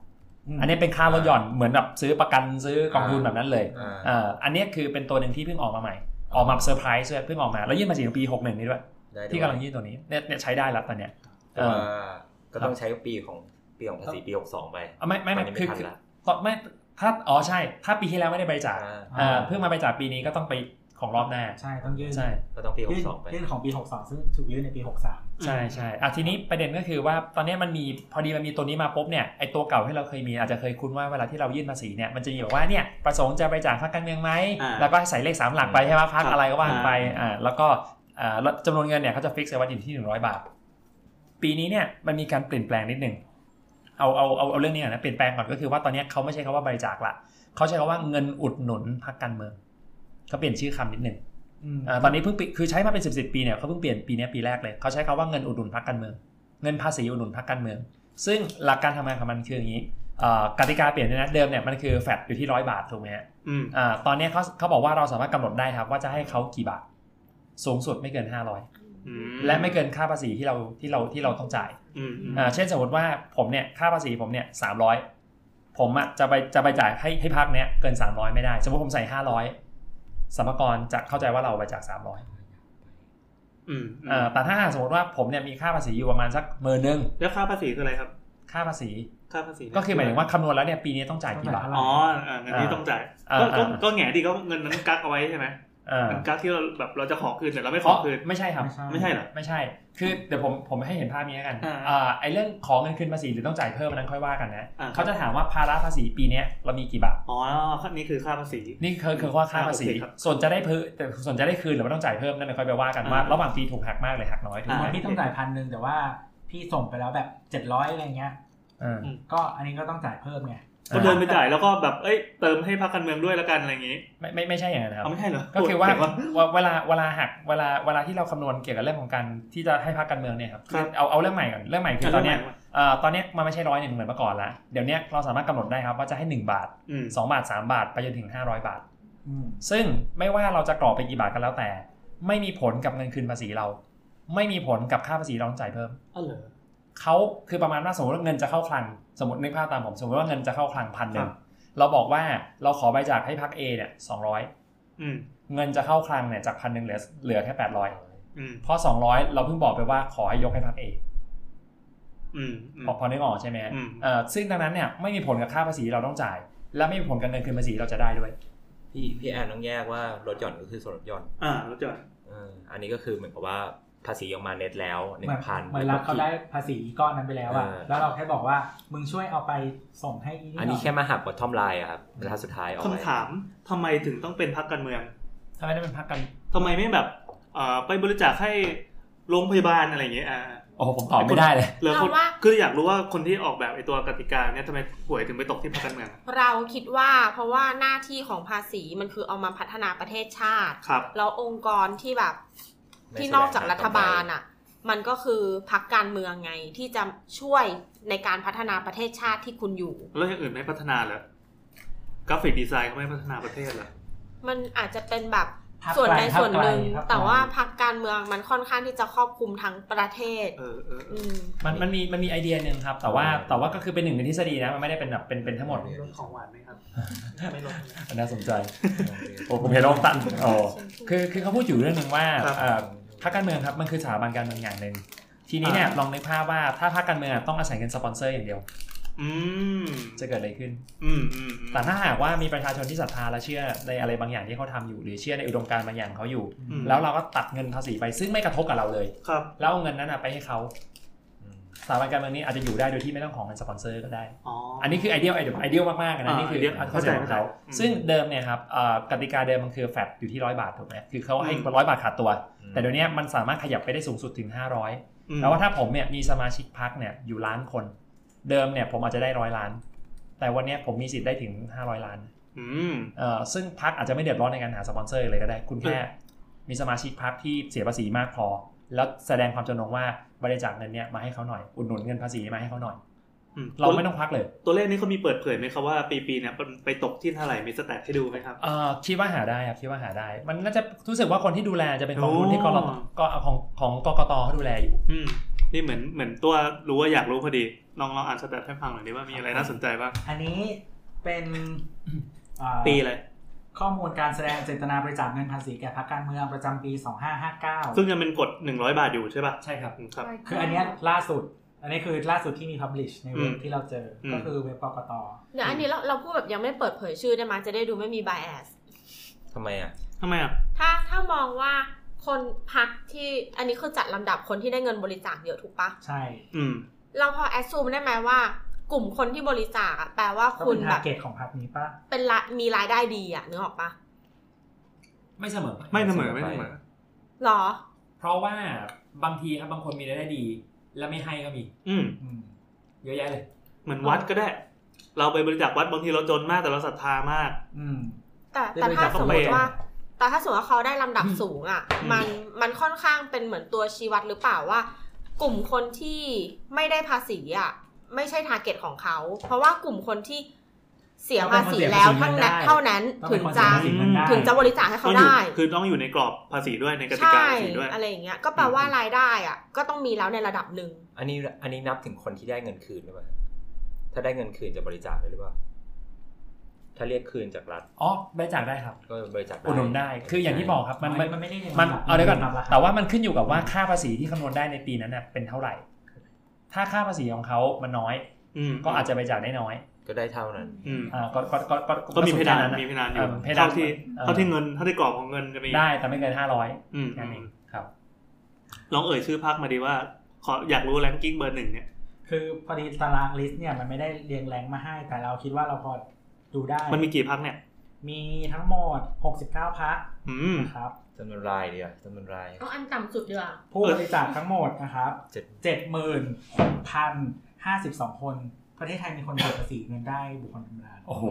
Speaker 5: อันนี้เป็นค่าลดหย่อนเหมือนแบบซื้อประกันซื้อกองทุนแบบนั้นเลย
Speaker 8: อ่า
Speaker 5: เอ่ออันนี้คือเป็นตัวหนึ่งที่เพิ่งออกมาใหม่ ออกมาเซอร์ไพรส์ด้วยเพิ่งออกมาแล้วยื่นภาษีของปีหกหนึ่งนี่ด้วย
Speaker 8: ได้ด้วย
Speaker 5: ที่กำลังยื่นตัวนี้เนี่ยเนี่ยใช้ได้แล้วตอนเนี้ย
Speaker 8: แต่
Speaker 5: เอ่
Speaker 8: ว่า
Speaker 5: อ
Speaker 8: ก็ต้องใช้ปีของปีของภาษีปีหกสองไป
Speaker 5: เอาไม่ไม่ไม่
Speaker 8: ตอนนี้ไม่
Speaker 5: คือ
Speaker 8: ทัน
Speaker 5: คือ
Speaker 8: ละ
Speaker 5: ตอนไม่ถ้าอ๋อใช่ ถ้าปีที่แล้วไม่ได้บริจาค
Speaker 8: อ่า
Speaker 5: เอ่อเพิ่งมาบริจาคปีนี้ก็ต้องไปของรอบหน้า
Speaker 2: ใช่ต้องยื่น
Speaker 5: ใช่
Speaker 8: ก็ต้องปีห
Speaker 2: ยื่
Speaker 8: ก
Speaker 2: น
Speaker 8: สองไป
Speaker 2: ยื่นของปี 62 ซึ่งถูกยื่นในปี 63
Speaker 5: ใช่ใช่อ่ะทีนี้ประเด็นก็คือว่าตอนเนี้ยมันมีพอดีมันมีตัวนี้มาปุ๊บเนี่ยไอตัวเก่าที่เราเคยมีอาจจะเคยคุ้นว่าเวลาที่เรายื่นภาษีเนี่ยมันจะมีแบบว่าเนี่ยประสงค์จะบริจาคพรรคการเมืองไหม
Speaker 3: อ่า
Speaker 5: แล้วก็ให้ใส่เลขสามหลักไปใช่ไหมพรรค
Speaker 3: ครับ
Speaker 5: อะไรก็ว่ากันไป
Speaker 3: อ่า
Speaker 5: อ่าแล้วก็อ่าแล้วจำนวนเงินเนี่ยเขาจะฟิกเอาไว้อยู่ที่หนึ่งร้อยบาท ปีนี้เนี่ยมันมีการเปลี่ยนแปลงนิดนึงเอาเอาเอาเอาเรื่องนี้ก่อนนะเปลี่ยนแปลงก่อนก็คือว่าตอนเนี้ยเขาไม่ใช่คำว่าบริจาคละเขาใช้คำว่าเงินอุดหนุนพรรคการเมืองเขาเปลี่ยนชื่อคำนิดนึง
Speaker 2: อืม
Speaker 5: อ่าตอนนี้เพิ่งปิคือใช้มาเป็นสิบสิบปีเนี่ยเขาเพิ่งเปลี่ยนปีเนี้ยปีแรกเลยเขาใช้คำว่าเงินอุดหนุนพรรคการเมือง เงินภาษีอุดหนุนพรรคการเมือง ซึ่งหลักการทำงานของมันคืออย่างนี้อ่ากติกาเปลี่ยนด้วยนะเดิมเนี่ยมันคือแฟดอยู่ที่ร้อยบาทถูกไหมฮะ
Speaker 3: อืม
Speaker 5: อ่าตอนเนี้ยเขาเขาบอกว่าเราสามารถกำหนดได้ครับว่าจะให้เขากี่บาท สูงสุดไม่เกิน
Speaker 3: อื
Speaker 5: 500 และไม่เกินค่าภาษีที่เราที่เราที่เราต้องจ่าย
Speaker 3: อืมอืม
Speaker 5: อ่าเช่นสมมติว่าผมเนี่ยค่าภาษีผมเนี่ยสามร้อยผมอ่ะจะไปจะไปจ่ายให้ให้พักเนี้ยเกิน 300 ไม่ได้ สมมติผมใส่500สมกรจะเข้าใจว่าเราไปจาก 300
Speaker 3: อืม
Speaker 5: เอ่อแต่ถ้าสมมติว่าผมเนี่ยมีค่าภาษีอยู่ประมาณสักหมื่นหนึ่ง
Speaker 3: แล้วค่าภาษีคืออะไรครับ
Speaker 5: ค่าภาษี
Speaker 3: ค่าภาษี
Speaker 5: ก็คือหมายถึงว่าคำนวณแล้วเนี่ยปีนี้ต้องจ่ายกี่บาท
Speaker 2: ตั้งแต่เท่าไหร่
Speaker 3: อ๋ออ่าเงินที่ต้องจ่าย
Speaker 5: อ่า
Speaker 3: ก็ก็
Speaker 5: อ่า
Speaker 3: ก็แง่ดีก็เงินนั้นกักเอาไว้ใช่ไหม
Speaker 5: เอ่อ
Speaker 3: เงินกักที่เราแบบเราจะขอคืนแต่เราไม่ข
Speaker 5: เพ
Speaker 3: อ
Speaker 5: ราะ
Speaker 3: คืน
Speaker 5: ไม่ใช่ครับ
Speaker 2: ไม่ใช่
Speaker 3: ไม่ใช่เหรอ
Speaker 5: ไม่ใช่ คือเดี๋ยวผมผมให้เห็นภาพนี้แล้วกัน
Speaker 3: อ่า
Speaker 5: เอ่อไอ้เรื่องของเงินคืนภาษีหรือต้องจ่ายเพิ่มอันนั้นค่อยว่ากันนะ
Speaker 3: อ่า
Speaker 5: เขาจะถามว่าภาระภาษีปีเนี้ยเรามีกี่บาท
Speaker 3: อ๋อนี่คือค่าภาษี
Speaker 5: นี่คือคือว่าค่าภาษี
Speaker 3: อ่าโอเคครับ
Speaker 5: ส่วนจะได้เพิ่มแต่ส่วนจะได้คืนหรือว่าต้องจ่ายเพิ่มนั่นเดี๋ยวค่อยไปว่ากัน
Speaker 3: อ่า
Speaker 5: ว่าระหว่างปีถูกหักมากเลยหักน้อยถูก
Speaker 2: สม
Speaker 5: ไหม
Speaker 2: มติพี่ต้องจ่ายพันหนึ่งแต่ว่าพี่ส่งไปแล้วแบบเจ็ดร้อยอะไรเงี้ย
Speaker 5: อ่า
Speaker 2: ก็อันนี้ก็ต้องจ่ายเพิ่มไง
Speaker 3: ก็เดินไปจ่ายแล้วก็แบบเอ้ยเติมให้พรรคการเมืองด้วยละกันอะไรอย่างงี้
Speaker 5: ไม่ไม่ไม่ใช่อย่างนั้นครับ
Speaker 3: เอาไม่ใช่เหรอ
Speaker 5: ก็คือว่า
Speaker 3: เดี๋ย
Speaker 5: ว่าเวลาเวลาหักเวลาเวลาที่เราคำนวณเกี่ยวกับเรื่องของการที่จะให้พักการเมืองเนี่ยครับ
Speaker 3: ครับ
Speaker 5: เอาเอาเรื่องใหม่ก่อนเรื่องใหม่คือ
Speaker 3: เอา
Speaker 5: ต
Speaker 3: เรื่
Speaker 5: อ
Speaker 3: อน งให
Speaker 5: เนี้
Speaker 3: ม่
Speaker 5: ยเอ่อตอนเนี้ยมันไม่ใช่ร้อยหนึ่งเหมือนเมื่อก่อนละเดี๋ยวเนี้ยเราสามารถกำหนดได้ครับว่าจะให้หนึ่งบาท
Speaker 3: อืม
Speaker 5: สองบาทสามบาทไปจนถึงห้าร้อยบาท
Speaker 2: อืม
Speaker 5: ซึ่งไม่ว่าเราจะกรอกไปกี่บาทก็แล้วแต่ ไม่มีผลกับเงินคืนภาษีเรา ไม่มีผลกับค่าภาษีเราต้องจ่ายเพิ่ม
Speaker 3: อ๋อเหรอ
Speaker 5: เขาคือประมาณว่าสมมติว่าเงินจะเข้าคลัง สมมตินึกภาพตามผม สมมติว่าเงินจะเข้าคลังพันหนึ่
Speaker 3: ครั
Speaker 5: ง
Speaker 3: บ
Speaker 5: เราบอกว่าเราขอบริจาคให้พักเอเนี่ยสองร้อย
Speaker 3: อืม
Speaker 5: เงินจะเข้าคลังเนี่ยจากพันหนึ่งเหลือเหลือแค่แปดร้อย
Speaker 3: อืม
Speaker 5: เพราะสองร้อยเราเพิ่งบอกไปว่าขอให้ยกให้พักเอ
Speaker 3: อืมอืม
Speaker 5: พอพอนึกออกใช่ไหมฮะ
Speaker 3: อืม
Speaker 5: เอ่อซึ่งดังนั้นเนี่ยไม่มีผลกับค่าภาษีเราต้องจ่าย และไม่มีผลกับเงินคืนภาษีเราจะได้ด้วย
Speaker 8: พี่พี่แอนต้องแยกว่ารถหย่อนก็คือส่วนลดหย่อน
Speaker 3: อ่าแล้วจอด
Speaker 8: เอออันนี้ก็คือเหมือนกับว่าภาษีออกมาเน็ตแล้วหนึ่
Speaker 2: เหมื
Speaker 8: ง
Speaker 2: อน
Speaker 8: พัน
Speaker 2: เหมือนรับเขาได้ภาษีก้อนนั้นไปแล้วอะ
Speaker 8: เออ
Speaker 2: แล้วเราแค่บอกว่ามึงช่วยเอาไปส่งให้อีนี่หย
Speaker 8: อันนี้แค่มาหักบอททอมไลน์ครับบรรทัดสุดท้ายออกไป
Speaker 3: คำถามทำไมถึงต้องเป็นพรรคการเมือง
Speaker 5: ถ้าไม่ได้เป็นพักกัน
Speaker 3: ทำไมไม่แบบเอ่อไปบริจาคให้โรงพยาบาลอะไรอย่างเงี้ยอ่า
Speaker 5: โอ้โหผมตอบไม่ได้เลย
Speaker 3: แล้วคน
Speaker 4: เราว่า
Speaker 3: คืออยากรู้ว่าคนที่ออกแบบไอตัวกติกาเนี่ยทำไมหวยถึงไปตกที่พรรคการเมืองอะ
Speaker 4: เราคิดว่าเพราะว่าหน้าที่ของภาษีมันคือเอามาพัฒนาประเทศชาติ
Speaker 3: ครับ
Speaker 4: แล้วองค์กรที่แบบ
Speaker 8: ไม่
Speaker 4: ที่
Speaker 8: แสดง
Speaker 4: นอกจากรัฐบาล
Speaker 8: ควม
Speaker 4: อ่ะ มันก็คือพักการเมืองไงที่จะช่วยในการพัฒนาประเทศชาติที่คุณอยู่
Speaker 3: แล้วอย่างอื่นไม่พัฒนาเหรอกราฟิกดีไซน์เขาไม่พัฒนาประเทศเหรอ
Speaker 4: มันอาจจะเป็นแบบ
Speaker 2: ภาค
Speaker 4: ส่วน
Speaker 2: กลา
Speaker 4: ใด
Speaker 2: ง
Speaker 4: ส่วนหนึ่ง
Speaker 2: ภคกลภคกล
Speaker 4: แต่ว่าพักการเมืองมันค่อนข้างที่จะครอบคลุมทั้งประเทศ
Speaker 3: เออเออเอ
Speaker 4: อื
Speaker 3: อ
Speaker 4: ม
Speaker 5: มันมันมีมันมีไอเดียหนึ่งครับแต่ว่าแต่ว่าก็คือเป็นหนึ่งในทฤษฎีนะมันไม่ได้เป็นแบบเป็นเป็นทั้งหมด
Speaker 3: มีรสของหวานไหมครับ ไม่ลดนะ
Speaker 5: น่าสนใจ
Speaker 8: เ
Speaker 5: โอ้ผมเห็นรองตันโอ้คือคือเขาพูดอยู่เรื่องหนึ่งว่า
Speaker 3: ครับ
Speaker 5: เอ่อพรรคการเมืองครับมันคือสถาบันการเมืองอย่างหนึ่งทีนี้เนี่ย
Speaker 3: อ่า
Speaker 5: ลองนึกภาพว่าถ้าพรรคการเมืองอะต้องอาศัยเงินสปอนเซอร์อย่างเดียว
Speaker 3: อืม
Speaker 5: จะเกิดอะไรขึ้น
Speaker 3: อืมอืมอืม
Speaker 5: แต่ถ้าหากว่ามีประชาชนที่ศรัทธาและเชื่อในอะไรบางอย่างที่เขาทำอยู่ หรือเชื่อในอุดมการณ์บางอย่างเขาอยู่
Speaker 3: อืม
Speaker 5: แล้วเราก็ตัดเงินภาษีไปซึ่งไม่กระทบกับเราเลย
Speaker 3: ครับ
Speaker 5: แล้วเอาเงินนั้นอะไปให้เขาสถาบันการเมืองนี้อาจจะอยู่ได้โดยที่ไม่ต้องของเงินสปอนเซอร์ก็ได้
Speaker 3: อ๋อ
Speaker 5: อั
Speaker 3: อั
Speaker 5: นนี้คือไอเดียไอเดียไอเดียมากๆนะ
Speaker 3: อ่า
Speaker 5: นี่คือ
Speaker 3: ideal
Speaker 5: เข้าใจของเขา
Speaker 3: เข้าใจเข้าใจ
Speaker 5: ซึ่งเดิมเนี่ยครับเอ่อกติกาเดิมมันคือแฟดอยู่ที่ร้อยบาทถูกไหมคือเขาให้
Speaker 3: อืม
Speaker 5: ร้อยบาทขาดตัว
Speaker 8: อืม
Speaker 5: แต่เดี๋ยวนี้มันสามารถขยับไปได้สูงสุดถึง 500แล้วว่าถ้าผมเนี่ยมีสมาชิกพักเนี่ยอยู่ล้านคน เดิมเนี่ยผมอาจจะได้ร้อยล้าน แต่วันเนี้ยผมมีสิทธิ์ได้ถึง 500 ล้าน
Speaker 3: อืม
Speaker 5: เอ่อซึ่งพักอาจจะไม่เดือดร้อนในการหาสปอนเซอร์เลยก็ได้ คุณแค่มีสมาชิกพักที่เสียภาษีมากพอ แล้วแสดงความจำนงว่าบริจาคเงินเนี่ยมาให้เขาหน่อยอุดหนุนเงินภาษีมาให้เขาหน่อย
Speaker 3: อืม
Speaker 5: เราไม่ต้องพักเลย
Speaker 3: ตัวเลขนี้เขามีเปิดเผยไหมครับว่าปีปีๆเนี่ยมันไปตกที่เท่าไหร่มีสแตทให้ดูไหมครับ
Speaker 5: เอ่อคิดว่าหาได้ครับคิดว่าหาได้ มันน่าจะรู้สึกว่าคนที่ดูแลจะเป็นของรุ่นที่กร
Speaker 3: โอ้
Speaker 5: ก็ของของกกตเขาดูแลอยู่
Speaker 3: อืมนี่เหมือนเหมือนตัวรู้ว่าอยากรู้พอดีลองลองอ่านสแตทให้ฟังหน่อยดิว่ามีอะไรน่าสนใจบ้าง
Speaker 2: อันนี้เป็นอ่า
Speaker 3: ปีอะไร
Speaker 2: ข้อมูลการแสดงเจตนาบริจาคเงินภาษีแก่พรรคการเมืองประจำปี
Speaker 3: ซึ่ง
Speaker 2: 2559
Speaker 3: ยังเป็นกฎหนึ่งร้อยบาทอยู่ใช่ป่ะ
Speaker 5: ใช่ครับ
Speaker 3: อืมครับ
Speaker 2: คืออันเนี้ยล่าสุด อันนี้คือล่าสุดที่มี publish ในเว็บ
Speaker 3: อืม
Speaker 2: ที่เราเจออ
Speaker 3: ม
Speaker 2: ก็คือเว็บกกต
Speaker 4: เดี๋ยวอันนี้เราเราพูดแบบยังไม่เปิดเผยชื่อได้ไหมยจะได้ดูไม่มี bias
Speaker 8: ทำไมอ่ะ
Speaker 3: ทำไมอ่ะ
Speaker 4: ถ้าถ้ามองว่าคนพักที่อันนี้คือจัดลำดับคนที่ได้เงินบริจาคเยอะถูกปะ
Speaker 2: ใช่
Speaker 3: อืม
Speaker 4: เราพอแอดซูมได้ไหมว่า กลุ่มคนที่บริจาคอะแปลว่า
Speaker 2: ก็
Speaker 4: คุ
Speaker 2: เป็
Speaker 4: ณ
Speaker 2: น
Speaker 4: แบ
Speaker 2: ทา
Speaker 4: บ
Speaker 2: ร์เก็ตของพรรคนี้ปะ
Speaker 4: เป็นละมีรายได้ดีอะนึกออกปะ
Speaker 5: ไม่เสมอ
Speaker 3: ไม่เสมอไม่เสมอ
Speaker 4: หรอ
Speaker 5: เพราะว่าบางทีครับบางคนมีรายได้ดี แล้วไม่ให้ก็มี
Speaker 3: อืม
Speaker 2: อืม
Speaker 5: เยอะแยะเลย
Speaker 3: เหมือนวัดก็ได้ เราไปบริจาควัดบางทีเราจนมากแต่เราศรัทธามาก
Speaker 2: อืม
Speaker 4: แต่
Speaker 2: ได้บ
Speaker 4: แต่
Speaker 2: ริ
Speaker 4: ถ้า
Speaker 2: จาค
Speaker 4: สมมติ
Speaker 2: เข้าไป
Speaker 4: ว่า แต่ถ้าสมมติว่าเขาได้ลำดับ
Speaker 5: อืม
Speaker 4: สูงอ่ะ มันมันค่อนข้างเป็นเหมือนตัวชี้วัดหรือเปล่าว่า กลุ่มคนที่ไม่ได้ภาษีอ่ะ ไม่ใช่ทาร์เก็ตของเขา เพราะว่ากลุ่มคนที่เสียภาษีแล้วทั้งนั้นเท่านั้น
Speaker 2: ต้อง
Speaker 4: ถึ
Speaker 2: เป็นค
Speaker 4: ง
Speaker 2: น
Speaker 4: จะ
Speaker 2: เสียภาษีเงินได้
Speaker 4: ถึงจะบริจาคให้
Speaker 3: ต้องอ
Speaker 4: เขา
Speaker 3: ยู่
Speaker 4: ได้
Speaker 3: คือต้องอยู่ในกรอบภาษีด้วยในกติกา
Speaker 4: ใช่
Speaker 3: ภาษีด้วย
Speaker 4: อะไรอย่างเงี้ย ก็แปลว่ารายได้อ่ะ ก็ต้องมีแล้วในระดับหนึ่ง
Speaker 8: อันนี้อันนี้นับถึงคนที่ได้เงินคืนหรือเปล่าถ้าได้เงินคืนจะบริจาคได้หรือเปล่า ถ้าเรียกคืนจากรัฐ
Speaker 5: อ๋อบริจาคได้ครับ
Speaker 8: ก็บริจาคได้
Speaker 5: อุดหนุนได้คืออย่างที่บอกครับมันมัน
Speaker 2: มันไม่ได้รีย
Speaker 5: มัน
Speaker 2: ลำดับ
Speaker 5: เอาเดี๋ยวก่อน
Speaker 2: รีลำดับ
Speaker 5: แต่ว่ามันขึ้นอยู่กับว่าค่าภาษีที่คำนวณได้ในปีนั้นน่ะเป็นเท่าไหร่ ถ้าค่าภาษีของเขามันน้อย
Speaker 3: อืม
Speaker 5: ก็อาจจะบริจาคได้น้อย
Speaker 8: ก็ได้เท่านั้น
Speaker 3: อืม
Speaker 5: อ่าก็ก็ก็
Speaker 3: ก็มีเพดาน
Speaker 5: สุ
Speaker 3: มี
Speaker 5: ด
Speaker 3: เพ
Speaker 5: แค่
Speaker 3: ดานอ
Speaker 5: เอยู่ อเพดาน
Speaker 3: เท่าที่เท่าที่เงินเท่าที่กรอบของเงินจะมี
Speaker 5: ได้แต่ไม่เกินห้าร้อย
Speaker 3: อืม
Speaker 5: แค่นั้นเองครับ
Speaker 3: ลองเอ่ยชื่อภาคมาดีว่า ขออยากรู้แรงกิ้งเบอร์หนึ่งเนี่ย
Speaker 2: คือพอดีตารางลิสต์เนี่ยมันไม่ได้เรียงแรงมาให้ แต่เราคิดว่าเราพอดูได้
Speaker 3: มันมีกี่ภาคเนี่ย
Speaker 2: มีทั้งหมด 69พัก
Speaker 3: อืม
Speaker 2: นะครับ
Speaker 8: จำนวนรายเดียวจำนวนราย
Speaker 4: เอาอันต่ำสุดดีกว่า
Speaker 2: ผู้บริจาคทั้งหมดนะครับ
Speaker 8: เจ็ด
Speaker 2: 76,052 คน ประเทศไทยมีคนเสียภาษีเงินได้บุคคลธรรมดา
Speaker 5: โอ้โห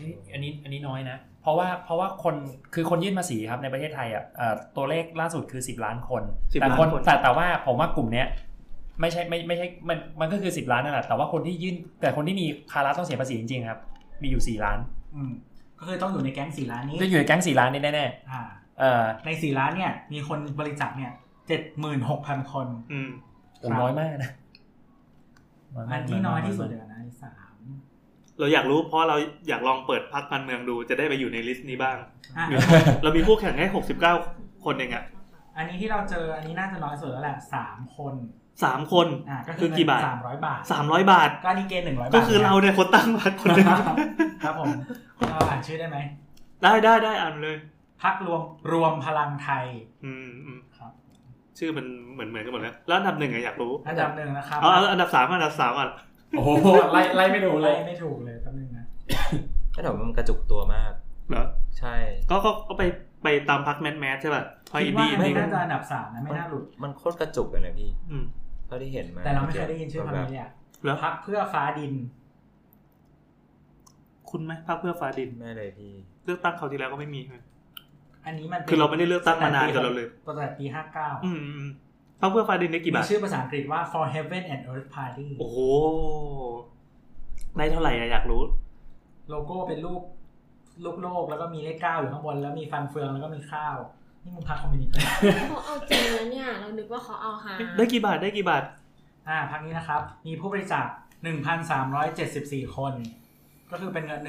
Speaker 5: นี่อันนี้อันนี้น้อยนะ เพราะว่าเพราะว่าคนคือคนยื่นภาษีครับในประเทศไทยอ่ะเอ่อตัวเลขล่าสุดคือ 10 ล้านคน
Speaker 3: 10
Speaker 5: แต่คน
Speaker 3: ล้านคน
Speaker 5: แต่แต่ว่าผมว่ากลุ่มเนี้ยไม่ใช่ไม่ไม่ใช่มันมันก็คือ 10 ล้านนั่นแหละแต่ว่าคนที่ยื่นแต่คนที่มีภาระต้องเสียภาษีจริงๆครับมีอยู่ 4 ล้าน
Speaker 2: อืมก็คือต้องอยู่ในแก๊งสี่ล้านนี้
Speaker 5: จะอยู่ในแก๊ง4ล้านนี่แน่
Speaker 2: อ่า
Speaker 5: ๆเอ่อ
Speaker 2: ในสี่ล้านเนี่ย มีคนบริจาคเนี่ย76,000 คน
Speaker 3: อืม
Speaker 5: โอ้น้อยมากนะยมา
Speaker 2: อั
Speaker 5: ก
Speaker 2: นที่น้อยที่สุด
Speaker 5: มา
Speaker 2: เดี๋
Speaker 5: ก
Speaker 2: ยวนะสาม
Speaker 3: เราอยากรู้เพราะเราอยากลองเปิดพักการเมืองดูจะได้ไปอยู่ในลิสต์นี้บ้าง
Speaker 2: อ่ะ
Speaker 3: เรามีคู่แข่งแค่หกสิบเก้าคนเองอะ
Speaker 2: อันนี้ที่เราเจออันนี้น่าจะน้อยสุดแล้วแหละสามคน
Speaker 3: สามคน
Speaker 2: อ่าก็
Speaker 3: คือกี่บาท
Speaker 2: สามร้อยบาท
Speaker 3: สามร้อยบาท
Speaker 2: ก็อันนี้เกณฑ์หนึ่งร้อยบาท
Speaker 3: ก็คือเราเนี่ยคนตั้งพักคนหนึง
Speaker 2: ครับผมเราอ่านชื่อได้ไหม
Speaker 3: ได้ได้ได้อ่านเลย
Speaker 2: พักรวมรวมพลังไทย
Speaker 3: อืมอืม
Speaker 2: ครับ
Speaker 3: ชื่อมันเหมือนเหมือนกันหมดแล้วแล้วอันดับหนึ่งอะอยากรู้
Speaker 2: อันดับหนึ่งนะครับ
Speaker 3: เอาเอาอันดับสามก่อนอันดับสามก่อน
Speaker 5: โอ้โหไล่ไล่ไม่ดูเลย
Speaker 2: ไม่ถูกเลยแป๊บนึงนะ
Speaker 8: ก็ถือว่ามันกระจุกตัวมาก
Speaker 3: เหรอ
Speaker 8: ใช่
Speaker 3: ก็ก็ก็ไปไปตามพักแมสแมสใช่ป่ะพอ
Speaker 2: คิ
Speaker 3: อิ
Speaker 2: ด
Speaker 3: น
Speaker 2: ว่า
Speaker 3: ดี้อิน
Speaker 2: ไม่
Speaker 3: ดี้กั
Speaker 2: น่าน จะอันดับสามนะไม่น่าหลุด
Speaker 8: มันโคตรกระจุกเลยนะพี่
Speaker 3: อืม
Speaker 8: เท่าที่เห็นมา
Speaker 2: แต่เราไม่เคยได้ยินชื่อคำนี้เลยอะ
Speaker 3: แล้ว
Speaker 2: พักเพื่อฟ้าดิน
Speaker 3: คุณไหมพักเพื่อฟ้าดิน
Speaker 8: ไม่เลยพี่
Speaker 3: เลือกตั้งคราวที่แล้วก็ไม่มี
Speaker 2: อันนี้มันป็น
Speaker 3: คือเราไม่ได้เลือกตั้งมานานกับเราเลย
Speaker 2: ตั้งแต่ปีห้าเก้า
Speaker 3: อืมอืมพักเพื่อฟ้าดินได้กี่บาท
Speaker 2: ชื่อภาษาอังกฤษว่า for heaven and earth party
Speaker 3: โอ้โหได้เท่าไหร่อะอยากรู้
Speaker 2: โลโก้เป็นรูปลูกโลกแล้วก็มีเลขเก้าอยู่ข้างบน แล้วมีฟันเฟืองแล้วก็มีข้าว นี่มึงพักคอมมิวนิสต์
Speaker 4: เขาเอาจริงนะเนี่ย เรานึกว่าเขาเอาฮา
Speaker 3: ได้กี่บาทได้กี่บาท
Speaker 2: อ่าพักนี้นะครับ มีผู้บริจาค1,374 คน ก็คือเป็นเงิน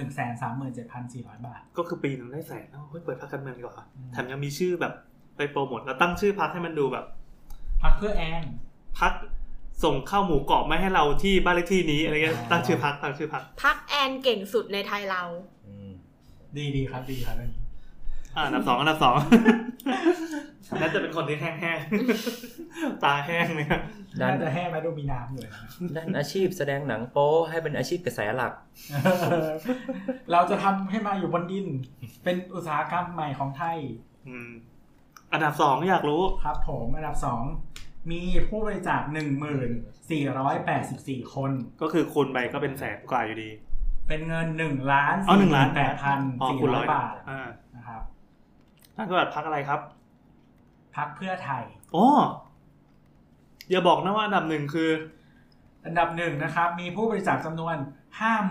Speaker 2: 137,400 บาท
Speaker 3: ก็คือปีหนึ่งได้แสนเอ้าเฮ้ยเปิดพักการเมืองดีกว่า
Speaker 2: อืม
Speaker 3: แถมยังมีชื่อแบบไปโปรโมทแล้วตั้งชื่อพักให้มันดูแบบ
Speaker 2: พักเพื่อแอน
Speaker 3: พักส่งข้าวหมูกรอบมาให้เราที่บ้านเลขที่นี้อะไรเงี้ยตั้งชื่อพักตั้งชื่อพัก
Speaker 4: พักแอนเก่งสุดในไทยเรา
Speaker 8: อืม
Speaker 2: ดีดีครับดีครับเรื่องนี้
Speaker 3: อ่าอันดับสองอันดับสอง น่าจะเป็นคนที่แห้งๆ ตาแห้งเลยครับ
Speaker 8: ด้าน
Speaker 2: น่าจะแห้งแล้วดูมีน้ำอยู่เลยนะ
Speaker 8: ด้านอาชีพแสดงหนังโป๊ให้เป็นอาชีพกระแสหลัก
Speaker 2: เราจะทำให้มาอยู่บนดิน เป็นอุตสาหกรรมใหม่ของไทย
Speaker 3: อืม อันดับสองอยากรู้
Speaker 2: ครับผมอันดับ 2 มีผู้บริจาค1,484 คน
Speaker 3: ก็คือคูณไปก็เป็นแสนกว่าอยู่ดี
Speaker 2: เป็นเงิน1ล้าน
Speaker 3: เอาหนึ่งล้าน
Speaker 2: แปดพัน
Speaker 3: อ๋อ
Speaker 2: สี่
Speaker 3: คูณ
Speaker 2: ร้
Speaker 3: ร้
Speaker 2: อ
Speaker 3: อย ย
Speaker 2: บาท
Speaker 3: อ่า
Speaker 2: นะครับ
Speaker 3: นั่นคือแบบพักอะไรครับ
Speaker 2: พักเพื่อไทย
Speaker 3: โอ้อย่าบอกนะว่าอันดับหนึ่งคือ
Speaker 2: อันดับหนึ่งนะครับ มีผู้บริจาคจำนวน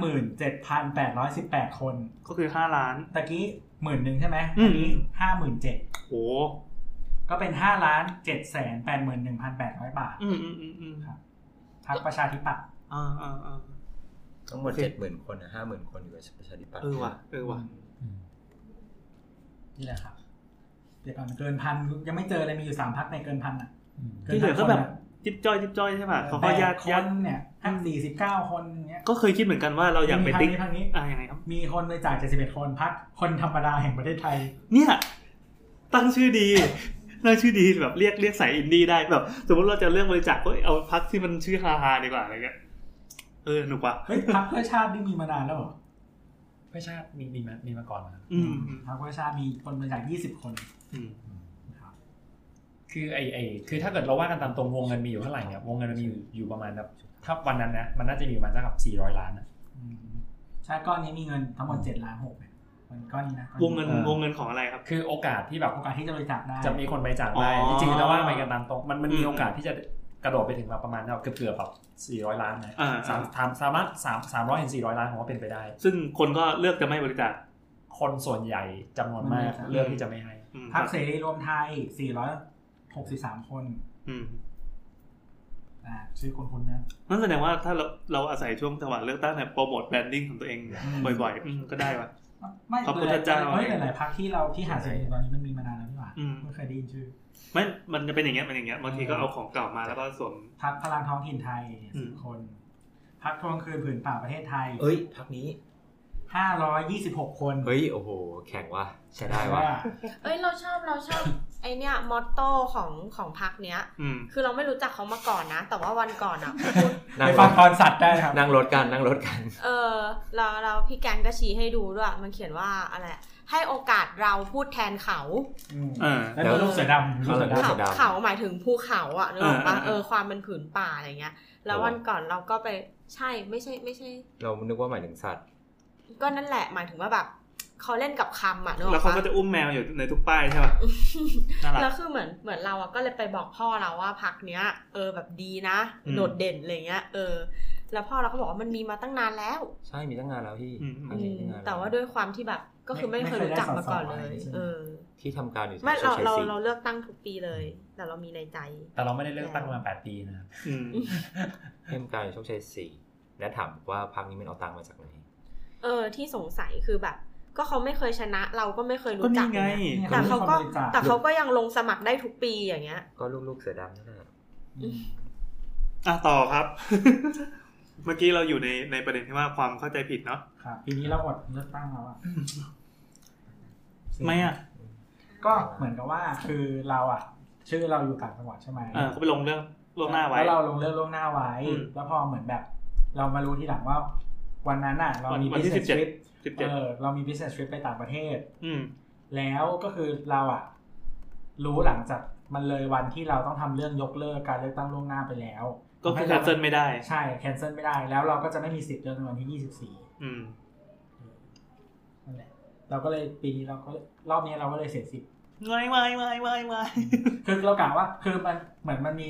Speaker 2: 57,818 คน
Speaker 3: ก็คือห้าล้าน
Speaker 2: ตะกี้หมื่นหนึ่งใช่ไหม
Speaker 3: อืม
Speaker 2: อันนี้ห้าหมื่นเจ็ด
Speaker 3: โอ้
Speaker 2: ก็เป็นห้าล้านเจ็ดแสนแปดหมื่นหนึ่งพันแปดร้อยบาท
Speaker 3: อืมอืมอืมอืม
Speaker 2: ครับ พักประชาธิปัตย์
Speaker 3: อ่าอ่าอ่า
Speaker 8: ทั้งหมดเจ็ดหมื่นคนนะห้าหมื่นคนอยู่กับประชาธิปัตย์
Speaker 3: เออว่ะเออว่ะ
Speaker 2: นี่แหละครับ เดี๋ยวก่อนเกินพันยังไม่เจอเลยมีอยู่สามพักในเกินพันอ่ะ
Speaker 3: ที่เหลือก็
Speaker 2: น
Speaker 3: แบ
Speaker 2: พันค
Speaker 3: บ
Speaker 2: น
Speaker 3: จิ๊บจ้อยจิ๊บจ้อยใช่ป่ะ
Speaker 2: อะ
Speaker 3: เขา
Speaker 2: แป
Speaker 3: ก็
Speaker 2: ด
Speaker 3: ญาติ
Speaker 2: ค
Speaker 3: ญาติ
Speaker 2: นเนี่ยทั้งสี่สิบเก้าคนเนี้ย
Speaker 3: ก็เคยคิดเหมือนกันว่าเราอยากไปติ๊ก
Speaker 2: มีทางนี้ทางนี้
Speaker 3: อ่ายังไงครับ
Speaker 2: มีคนบริจาคเจ็ดสิบเอ็ดคนพักคนธรรมดาแห่งประเทศไทย
Speaker 3: เนี่ย ตั้งชื่อดี ตั้งชื่อดีแบบเรียกเรียกสายอินดี้ได้แบบ สมมติเราจะเลือกบริจาคก็เอาพักที่มันชื่อฮาฮาดีกว่าอะไรเงี้ยเออหนุกว่ะ
Speaker 2: เฮ้ยพักเพื่อชาตินี่มีมานานแล้วเหรอ
Speaker 5: เพื่อชาติมีมีมามีมาก่อนนะครับ
Speaker 3: อืมอืม
Speaker 2: พักเพื่อชาติมีคนบริจาคยี่สิบคน
Speaker 3: อืม
Speaker 5: คือไอไอคือถ้าเกิดเราว่ากันตามตรงวงเงินมีอยู่เท่าไหร่เนี่ยวงเงินมันมีอยู่อยู่ประมาณแบบถ้าวันนั้นนะมันน่าจะมีประมาณสักสี่ร้อยล้านนะ
Speaker 2: อืมใช่ก้อนนี้มีเงินทั้งหมดเจ็ดล้านหกเนี่ยมันก้อนนี้นะ
Speaker 3: วงเงิน
Speaker 5: เออ
Speaker 3: วงเงินของอะไรครับ
Speaker 5: คือโอกาสที่แบบ
Speaker 2: โอกาสที่จะบริจาคได้
Speaker 5: จะมีคนไปจากได้
Speaker 3: อ๋อ
Speaker 5: จริงๆแล้วว่าไปกันตามตรงมันมัน
Speaker 3: อืม
Speaker 5: มีโอกาสที่จะกระโดดไปถึงแบบประมาณแบบเกือบเกือบแบบสี่ร้อยล้านนะ
Speaker 3: อ่า
Speaker 5: สามสามสามล้านสามสามร้อยถึงสี่ร้อยล้านผมว่าเป็นไปได้
Speaker 3: ซึ่งคนก็เลือกจะไม่บริจาค
Speaker 5: คนส่วนใหญ่จำนวนมากเลือกที่จะไม่ให้
Speaker 3: อืม
Speaker 2: พักเสรีรวมไทยสี่ร้อยหกสิบสามคน
Speaker 3: อืม
Speaker 2: อ่าชื่อคุณคุณนะ
Speaker 3: นั่นแสดงว่าถ้าเราเราอาศัยช่วงจังหวะเลือกตั้งเนี่ยโปรโมทแบรนดิ้งของตัวเองบ่อยๆอืมก็ได้ว่ะ
Speaker 2: ไม่
Speaker 3: พระพุทธเจ้า
Speaker 2: เฮ้ยหลายๆพักที่เราที่หาเสียงอยู่ตอนนี้มันมีมานานแล้วนี่หว่า
Speaker 3: อืม
Speaker 2: ไม่เคยได้ยินชื่อ
Speaker 3: ไม่มันจะเป็นอย่างเงี้ยมันอย่างเงี้ยบางทีก็เอาของเก่ามาแล้วก็สวม
Speaker 2: พักพลังท้องถิ่นไทย
Speaker 3: อื
Speaker 2: สิ
Speaker 3: ม
Speaker 2: บคน พักทวงคืนผืนป่าประเทศไทย
Speaker 8: เอ้ยพักนี้
Speaker 2: ห้าร้อยยี่สิบหกคน
Speaker 8: เฮ้ย โอ้โห แข่งว่ะใช้ได้ว่ะ
Speaker 2: ว่า
Speaker 4: เอ้ยเราชอบเราชอบ ไอเนี่ยมอตโต้ของของพักเนี้ย
Speaker 3: อืม
Speaker 4: คือเราไม่รู้จักเขามาก่อนนะ แต่ว่าวัน ก่อนอ่ะ
Speaker 8: นั่
Speaker 2: ไป
Speaker 8: งร
Speaker 2: ฟัง
Speaker 8: ถ
Speaker 2: ตอนสัตว์ได้นะครับ
Speaker 8: นั่งรถกันนั่งรถกัน
Speaker 4: เออเราเราพี่แกงก็ชี้ให้ดูด้วย มันเขียนว่าอะไรอะให้โอกาสเราพูดแทนเขา
Speaker 2: อืม
Speaker 3: เออ
Speaker 2: แล้วมีรูปเสือดำรูปเสือด
Speaker 8: เออ
Speaker 4: เขา
Speaker 8: ดำ
Speaker 4: เขาหมายถึงภูเขาอ่ะนึกออกปะ
Speaker 3: อ่าอ่า
Speaker 4: เออความเป็นผืนป่าอะไรเงี้ย แล้ววันก่อนเราก็ไปใช่ไม่ใช่ไม่ใช่
Speaker 8: เรานึกว่าหมายถึงสัตว์
Speaker 4: ก็นั่นแหละหมายถึงว่าแบบเขาเล่นกับคำอ่ะนึกอ
Speaker 3: แล้ว
Speaker 4: อก
Speaker 3: เขา
Speaker 4: ปะ
Speaker 3: ก็จะอุ้มแมวอยู่ในทุกป้ายใช่ป่ะ น่ารั
Speaker 4: แล้ว
Speaker 3: ก
Speaker 4: คือเหมือนเหมือนเราอะก็เลยไปบอกพ่อเราว่าพักเนี้ย เออแบบดีนะ
Speaker 3: อืม
Speaker 4: โดดเด่นอะไรเงี้ย เออ แล้วพ่อเราก็บอกว่ามันมีมาตั้งนานแล้ว
Speaker 8: ใช่มีตั้งงานแล้วพี่
Speaker 3: อืม
Speaker 8: อันนี้ตั้งงนล้
Speaker 4: แต่ว่าด้วยความที่แบบก็คือไม่เคยรู้จักมาก่อนเลย เออ
Speaker 8: ที่ทำการอยู่
Speaker 4: ไม่เรา
Speaker 8: ชัย
Speaker 4: เรา
Speaker 8: ศรี
Speaker 4: เราเลือกตั้งทุกปีเลย แต่เรามีในใจ
Speaker 5: แต่เราไม่ได้เลือกตั้งมาแปดปีนะครับ
Speaker 3: อืม
Speaker 8: ที่ทำการอยู่โชคชัยสี่และถามว่าพักนี้มันเอาตังค์มาจากไหน
Speaker 4: เออ ที่สงสัยคือแบบ ก็เขาไม่เคยชนะ เราก็ไม่เคย
Speaker 3: ก็
Speaker 4: รู้จั
Speaker 3: นี่
Speaker 4: ก
Speaker 3: ไง
Speaker 4: อย่างเงี้ย
Speaker 2: ำ
Speaker 4: แต่เขาก็
Speaker 2: มีคนบริจค
Speaker 4: แต่เขาก็ยังลงสมัครได้ทุกปีอย่างเงี้ย
Speaker 8: ก็ลูกๆเสือดำนั่นแหละ
Speaker 2: อืม
Speaker 3: อ่ะต่อครับ เมื่อกี้เราอยู่ในในประเด็นที่ว่าความเข้าใจผิดเนาะ
Speaker 2: ครับปีนี้เราอดเลือกตั้งแล้วอะ
Speaker 3: ไม่อ่ะ
Speaker 2: ก็เหมือนกับว่าคือเราอ่ะ ชื่อเราอยู่ต่างจังหวัดใช่ไหม
Speaker 3: เออเขาไปลงเรื่องล่วงหน้าไว้
Speaker 2: แล้วเราลงเรื่องล่วงหน้าไว้
Speaker 3: อืม
Speaker 2: แล้วพอเหมือนแบบ เรามารู้ทีหลังว่า วันนั้นน่ะ เรามี
Speaker 3: วันที่
Speaker 2: business
Speaker 3: 17
Speaker 2: trip
Speaker 3: สิบ
Speaker 2: เอ
Speaker 3: เจ็ด
Speaker 2: อเรามี business trip ไปต่างประเทศ
Speaker 3: อืม
Speaker 2: แล้วก็คือเราอ่ะ รู้หลังจากมันเลยวันที่เราต้องทำเรื่องยกเลิกการเลือกตั้งล่วงหน้าไปแล้ว
Speaker 3: ก็คือ
Speaker 2: ทำ
Speaker 3: แค
Speaker 2: ให้าน
Speaker 3: เซิลไม่ได้
Speaker 2: ใช่ cancel ไม่ได้ แล้วเราก็จะไม่มีสิทธิ์เลือกในวันที่
Speaker 3: อืม
Speaker 2: 24นั่นแหละเราก็เลยปีนี้เราก็รอบนี้เราก็เลยเสียสิทธิ
Speaker 3: ไม่ไม่ไม่ไม่ไม่
Speaker 2: คือเรากะว่าคือมันเหมือนมันมี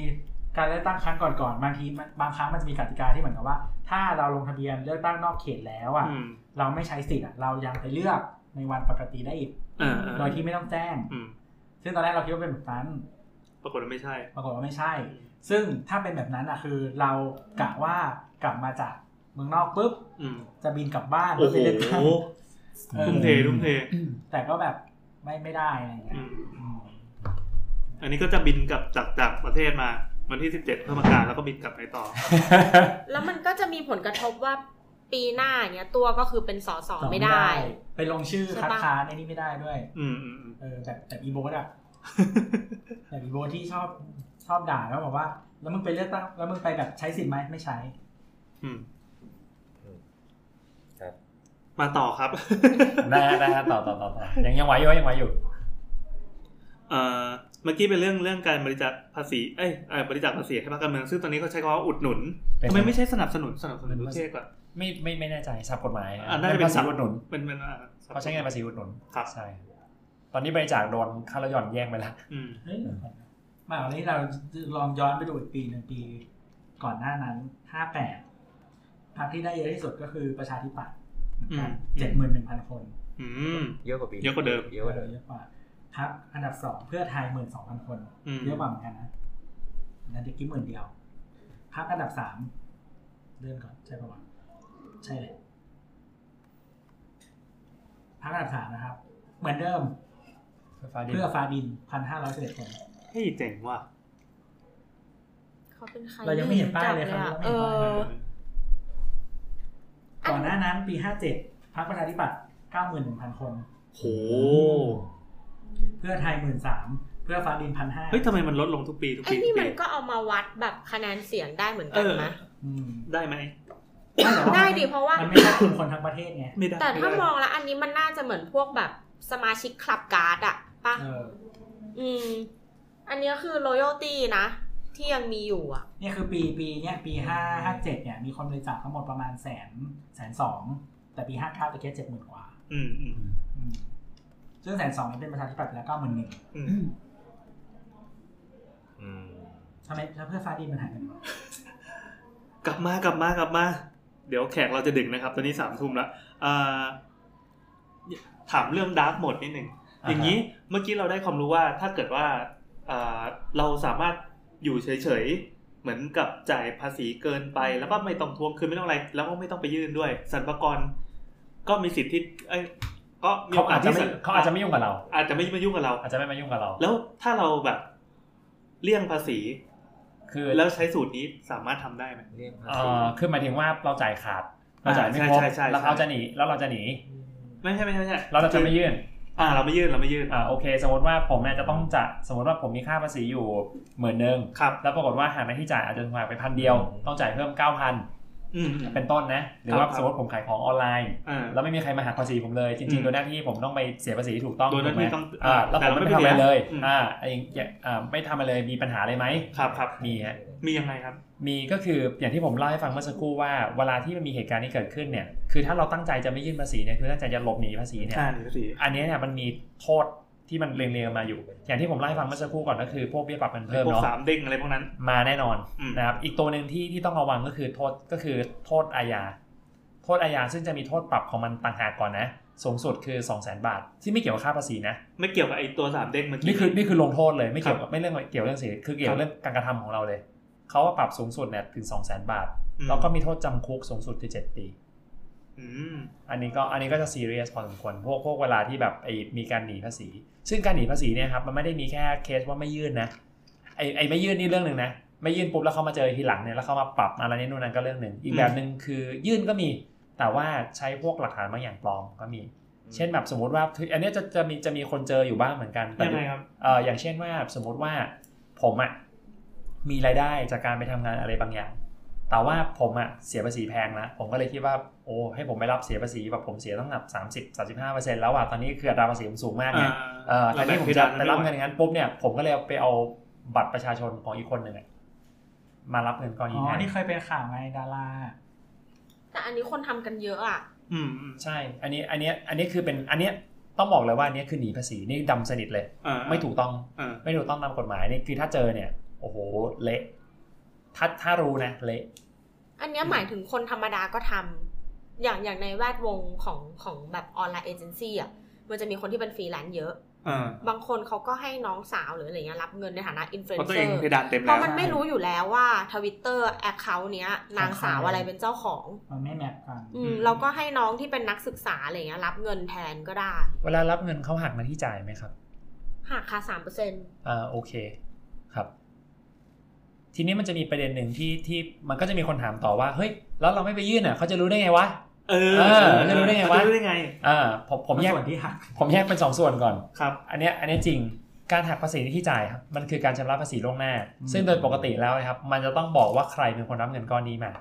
Speaker 2: การเลือกตั้งครั้งก่อนๆบางทีมันบางครั้งมันจะมีกติกาที่เหมือนกับว่า ถ้าเราลงทะเบียนเลือกตั้งนอกเขตแล้วอ่ะ
Speaker 3: อืม
Speaker 2: เราไม่ใช้สิทธิ์อะเรายังไปเลือกในวันปกติได้อีก
Speaker 3: เออเออ
Speaker 2: โดยที่ไม่ต้องแจ้ง
Speaker 3: อืม
Speaker 2: ซึ่งตอนแรกเราคิดว่าเป็นแบบนั้น
Speaker 3: ปรากฏว่าไม่ใช่
Speaker 2: ปรากฏว่าไม่ใช่ ซึ่งถ้าเป็นแบบนั้นอ่ะคือเรากะว่ากลับมาจากเมืองนอกปุ๊บ
Speaker 3: อืม
Speaker 2: จะบินกลับบ้าน
Speaker 3: โอ้
Speaker 2: แล้ว
Speaker 3: โห
Speaker 2: ไปเลือกตั้งเออ
Speaker 3: ทุ่มเททุ่มเท
Speaker 2: แต่ก็แบบไม่ไม่ได้อะไรอย่างเงี้
Speaker 3: อื
Speaker 2: ย
Speaker 3: ม
Speaker 2: อืม
Speaker 3: อันนี้ก็จะบินกลับจากจากประเทศมา วันที่สิบเจ็ดพฤษภาคมแล้วก็บินกลับไปต่อ
Speaker 4: แล้วมันก็จะมีผลกระทบว่าปีหน้าเนี้ยตัวก็คือเป็นสสไม่ได้
Speaker 2: ไปลงชื่อ
Speaker 4: ใช่
Speaker 2: คัด
Speaker 4: ปะ
Speaker 2: ค้านในนี้ไม่ได้ด้วย
Speaker 3: อืมอืมอืม
Speaker 2: เออแบบแบบอีโบสอะ แบบอีโบสที่ชอบชอบด่าแล้วบอกว่า แล้วมึงไปเลือกตั้งแล้วมึงไปแบบใช้สิทธิ์ไหมไม่ใช้
Speaker 3: อืม
Speaker 8: ครับ
Speaker 3: มาต่อครับ
Speaker 5: ได้ได้ต่อต่อต่อต่อยังยังไหวอยู่ยังไหวอยู่
Speaker 3: เอ่อเมื่อกี้เป็นเรื่องเรื่องการบริจาคภาษี เอ้ยเอ่อบริจาคภาษีให้พรรคการเมือง ซึ่งตอนนี้เขาใช้คำว่าอุดหนุน
Speaker 5: เป็น
Speaker 3: ทำไมไม่ใช่สนับสนุนสนับสนุนรู้เท่กว่า
Speaker 5: ไม่ไม่ไม่แน่ใจทราบกฎหมาย
Speaker 3: อ่ะน่าจะเป็น
Speaker 5: ภาษีอุดหนุน
Speaker 3: เป็นเป็นอ่ศัพท์
Speaker 5: เขาใช้เงินภาษีอุดหนุน
Speaker 3: ครับ
Speaker 5: ใช่ตอนนี้บริจาคโดนค่าลดหย่อนแย่งไปแล้ว
Speaker 3: อืม
Speaker 2: เฮ้ยมาวันนี้เราลองย้อนไปดูอีกปีหนึ่งปี ก่อนหน้านั้นห้าแปดพรรคที่ได้เยอะที่สุดก็คือประชาธิปัตย์เหมือนกัน
Speaker 3: อืม
Speaker 2: เจ็ดหมื่นหนึ่งพันคน
Speaker 3: อืม
Speaker 8: เยอะกว่าปี
Speaker 3: เยอะกว่าเดิม
Speaker 8: เยอะกว่าเดิม
Speaker 2: เยอะกว่าพรรคอันดับสองเพื่อไทยหมื่นสองพันคน
Speaker 3: อืม
Speaker 2: เยอะกว่าเหมือนกันนะนั่นเด็กกี้หมื่นเดียวพรรคอันดับสามเลื่อนก่อนใช่ปะวะใช่เลยพรรคอันดับสามนะครับ เหมือนเดิม
Speaker 5: เพื่อฟ้าดิน
Speaker 2: เพื่อฟ้าดินพันห้าร้อยสิบเอ็ดคน
Speaker 3: เฮ้ยเจ๋งว่ะ
Speaker 4: เขาเป็นใคร
Speaker 2: เรายังไม่เห็นป้ายเลยครับ
Speaker 4: ไม่
Speaker 2: เราไม่เห็นป้าย
Speaker 4: เห็นจับเลย
Speaker 2: เล
Speaker 4: อะ
Speaker 2: ย ก่อนหน้านั้น ปีห้าเจ็ดพรรคประชาธิปัตย์เก้าหมื่นหนึ่งพันคน
Speaker 3: โห
Speaker 2: เพื่อไทยหมื่นสามเพื่อฟ้าดินพันห้า
Speaker 3: เฮ้ยทำไมมันลดลงทุกปีทุก
Speaker 4: ไอ้
Speaker 3: ปีทุ
Speaker 4: นี่
Speaker 3: ก
Speaker 4: มั
Speaker 3: ปี
Speaker 4: นก็เอามาวัดแบบคะแนนเสียงได้เหมือนกัน
Speaker 3: เออ
Speaker 4: นะ
Speaker 3: ได้ไหม
Speaker 4: ได้ดิเพราะว่า
Speaker 2: นไม่ใช่คนคนทั้งประเทศไง
Speaker 3: ไม่ได้
Speaker 4: แต่ถ้า
Speaker 3: ไได้
Speaker 4: มองแล้วอันนี้มันน่าจะเหมือนพวกแบบสมาชิกคลับการ์ดอะปะ
Speaker 2: เออ
Speaker 4: อืม อันเนี้ยคือ o ร a l t y นะ ที่ยังมีอยู่อะ
Speaker 2: เนี่ยคือปีปีเนี่ยปีห้าห้าเจ็ดเนี่ยมีคนบริจาคทั้งหมดประมาณแสนแสนสองแต่ปีห้าเก้าจะแค่เจ็ดหมื่นกว่า
Speaker 3: อืมอืม
Speaker 2: อืมซึ่งแสนสองนี่เป็นประชาธิปัตย์ไปแล้วเก้าหมื่นหนึ่ง
Speaker 3: อืม
Speaker 8: อืม
Speaker 2: ทำไมแล้วเพื่อฟ้าดินมันหายไปไหนวะ
Speaker 3: กลับมากลับมากลับมา เดี๋ยวแขกเราจะดึกนะครับ ตอนนี้สามทุ่มละอ่าถามเรื่องดาร์กหมดนิดหนึ่ง อย่างนี้
Speaker 5: นี้
Speaker 3: เมื่อกี้เราได้ความรู้ว่าถ้าเกิดว่าเอ่อเราสามารถอยู่เฉยๆ เหมือนกับจ่ายภาษีเกินไป แล้วก็ไม่ต้องทวงคืนไม่ต้องอะไร แล้วก็ไม่ต้องไปยื่นด้วยสรรพากรก็มีสิทธิ์ที่เอ้ยก็มี
Speaker 5: เขา
Speaker 3: โก
Speaker 5: อาจจะไม่
Speaker 3: ที่
Speaker 5: เขาอาจจะไม่ยุ่งกับเรา
Speaker 3: อาจจะไม่มายุ่งกับเรา
Speaker 5: อาจจะไม่มายุ่งกับเรา
Speaker 3: แล้วถ้าเราแบบเลี่ยงภาษี
Speaker 5: คือ
Speaker 3: แล้วใช้สูตรนี้สามารถทำได้ไหม
Speaker 8: เรียกภา
Speaker 5: เอ่
Speaker 8: ษี
Speaker 5: อคือหมายถึงว่าเราจ่ายขาดเราจ่ายไม่ครบ
Speaker 3: ใช่ใช่ใช่
Speaker 5: แล้วเขาจะหนีแล้วเราจะหนี
Speaker 3: ไม่ใช่ไม่ใช่ไม่ใช่
Speaker 5: แล้วเราจะไม่ยื่น
Speaker 3: อ่า เราไม่ยื่นเราไม่ยื่น
Speaker 5: อ่าโอเค สมมติว่าผมเนี่ยจะต้องจ่ายสมมติว่าผมมีค่าภาษีอยู่หมื่นหนึ่ง
Speaker 3: ครับ
Speaker 5: แล้วปรากฏว่าหารหน้าที่จ่ายอาจจะถูกหักไปพันเดียว ต้องจ่ายเพิ่มเก้าพัน
Speaker 3: อืม
Speaker 5: เป็นต้นนะ หรือ
Speaker 3: ครั
Speaker 5: ว่า
Speaker 3: บ
Speaker 5: สมมติผมขายของออนไลน์
Speaker 3: อ่า
Speaker 5: แล้วไม่มีใครมาหักภาษีผมเลยจริง
Speaker 3: อื
Speaker 5: ๆ
Speaker 3: ม
Speaker 5: โดยหน้าที่ผมต้องไปเสียภาษีที่ถูกต้อง
Speaker 3: โดยหน้าที่
Speaker 5: ถูกไม
Speaker 3: ต้อง
Speaker 5: อ่าแล้ว
Speaker 3: แต่
Speaker 5: ผม
Speaker 3: เราไม่
Speaker 5: ไม่ทำอะไร
Speaker 3: ไปเสีย
Speaker 5: เลย
Speaker 3: อืม
Speaker 5: อ่าไอ้อย่างอ่าไม่ทำอะไรเลยมีปัญหาอะไรไหม
Speaker 3: ครับครับ
Speaker 5: มีฮะ
Speaker 3: มียังไงครับ
Speaker 5: มีก็คืออย่างที่ผมเล่าให้ฟังเมื่อสักครู่ว่าเวลาที่มันมีเหตุการณ์นี้เกิดขึ้นเนี่ยคือถ้าเราตั้งใจจะไม่ยื่นภาษีเนี่ยคือตั้งใจจะหลบหนีภาษีเนี่ย
Speaker 3: อ่าหนีภาษี
Speaker 5: อันเนี้ยเนี่ยมันมีโทษที่มันเรียงๆมาอยู่ อย่างที่ผมเล่าให้ฟังเมื่อสักครู่ก่อนก็คือพวกเบี้ยปรับเงินเพิ่ม
Speaker 3: พวก
Speaker 5: เนาะ
Speaker 3: สามเด้งอะไรพวกนั้น
Speaker 5: มาแน่นอน
Speaker 3: อืม
Speaker 5: นะครับอีกตัวหนึ่งที่ที่ต้องระวังก็คือโทษก็คือโทษอาญาโทษอาญาซึ่งจะมีโทษปรับของมันต่างหากก่อนนะ สูงสุดคือ 2 0 0 0 0 0 บาท ที่ไม่เกี่ยวกับค่าภาษีนะ
Speaker 3: ไม่เกี่ยวกับไอ้ตัวสามเด้งเมื่อกี้
Speaker 5: นี่คือนี่คือลงโทษเลยไม่เกี่ยว
Speaker 3: ครั
Speaker 5: กับบ ไม่เรื่องเกี่ยวเรื่องเสียคือเกี่ยว
Speaker 3: ครับ
Speaker 5: เรื่องการกระทำของเราเลยเขาว่าปรับสูงสุดเนี่ยถึง 2 0 0 0 0 0 บาท
Speaker 3: อื
Speaker 5: แล้วก็มีโทษจำคุกสูงสุดคือ7ปี
Speaker 3: อืม
Speaker 5: อันนี้ก็อันนี้ก็จะซีเรียสพอสมควรพวกพวกเวลาที่แบบไอ้มีการหนีภาษี ซึ่งการหนีภาษีเนี่ยครับมันไม่ได้มีแค่เคสว่าไม่ยื่นนะไอ้ไอ้ไม่ยื่นนี่เรื่องหนึ่งนะไม่ยื่นปุ๊บแล้วเขามาเจอทีหลังเนี่ยแล้วเขามาปรับมาอะไรนี่นู่นนั่นก็เรื่องหนึ่งอีก
Speaker 3: อืม
Speaker 5: แบบหนึ่งคือยื่นก็มี แต่ว่าใช้พวกหลักฐานบางอย่างปลอมก็มี เช่นแบบสมมติว่าอันเนี้ยจะจะมีจะมีคนเจออยู่บ้างเหมือนกันแต่
Speaker 3: ยังไงครับ
Speaker 5: เอออย่างเช่นว่าสมมติว่าผมอะมีรายได้จากการไปทำงานอะไรบางอย่าง แต่ว่าผมอะเสียภาษีแพงนะผมก็เลยคิดว่าโอ้ให้ผมไปรับเสียภาษีแบบผมเสียตั้งแบบสามสิบสาสิบห้าเปอร์เซ็นต์แล้วอะตอนนี้คืออัตราภาษีผมสูงมากไงเออแต่นี่ผมจะไปรับเงินอย่างนั้นปุ๊บเนี่ยผมก็เลยไปเอาบัตรประชาชนของอีกคนหนึ่งอะมารับเงินก้อน
Speaker 2: อ๋
Speaker 5: นี้
Speaker 2: อ
Speaker 5: แทน
Speaker 2: ที่เคยเป็นข่าวไงดารา
Speaker 4: แต่อันนี้คนทำกันเยอะอ่ะ
Speaker 3: อืมอืม
Speaker 5: ใช่ อันนี้อันเนี้ยอันนี้คือเป็นอันเนี้ยต้องบอกเลยว่าอันเนี้ยคือหนีภาษีนี่ดำสนิทเลย
Speaker 3: อ่า
Speaker 5: ไม่ถูกต้อง
Speaker 3: อ่า
Speaker 5: ไม่ถูกต้องตามกฎหมายนี่คือถ้าเจอเนี่ยโอ้โหเละถ้าถ้ารู้นะเละ
Speaker 4: อันเนี้ยหมายถึงคนธรรมดาก็ทำอย่างอย่างในแวดวงของของแบบออนไลน์เอเจนซี่อ่ะมันจะมีคนที่เป็นฟรีแลนซ์เยอะ
Speaker 3: อ่า
Speaker 4: บางคนเขาก็ให้น้องสาวหรืออะไรเงี้ยรับเงินในฐานะอินฟลูเอ
Speaker 3: เพ
Speaker 4: น
Speaker 3: ราะตัว
Speaker 4: เซอ
Speaker 3: เอง
Speaker 4: ร์
Speaker 3: เพดานเต็ม
Speaker 4: เพ
Speaker 3: แล้ว
Speaker 4: ราะมันไม่รู้อยู่แล้วว่าทวิตเตอร์แอคเคาท์เนี้ยนางสาวอะไรเป็นเจ้าของ
Speaker 2: มันไม่แมทกัน
Speaker 4: อืมเราก็ให้น้องที่เป็นนักศึกษาอะไรเงี้ยรับเงินแทนก็ได้
Speaker 5: เวลารับเงินเขาหักหน้าที่จ่ายไหมครับ
Speaker 4: หักค่าสามเปอร์เซ็น
Speaker 5: อ่าโอเคครับ ทีนี้มันจะมีประเด็นหนึ่งที่ที่มันก็จะมีคนถามต่อว่าเฮ้ยแล้วเราไม่ไปยื่นอ่ะเขาจะรู้ได้ไงวะ
Speaker 3: เออ
Speaker 5: เออจะรู้ได้ไงวะ
Speaker 3: จะรู้ได้ไง
Speaker 5: อ่าผมผมแยก
Speaker 2: ส่วนที่หัก
Speaker 5: ผมแยกเป็นสองส่วนก่อน
Speaker 3: ครับ
Speaker 5: อันเนี้ยอันเนี้ยจริงการหักภาษีที่จ่ายครับมันคือการชำระภาษีล่วงหน้า
Speaker 2: อืม
Speaker 5: ซึ่งโดยปกติแล้วนะครับ มันจะต้องบอกว่าใครเป็นคนรับเงินก้อนนี้มา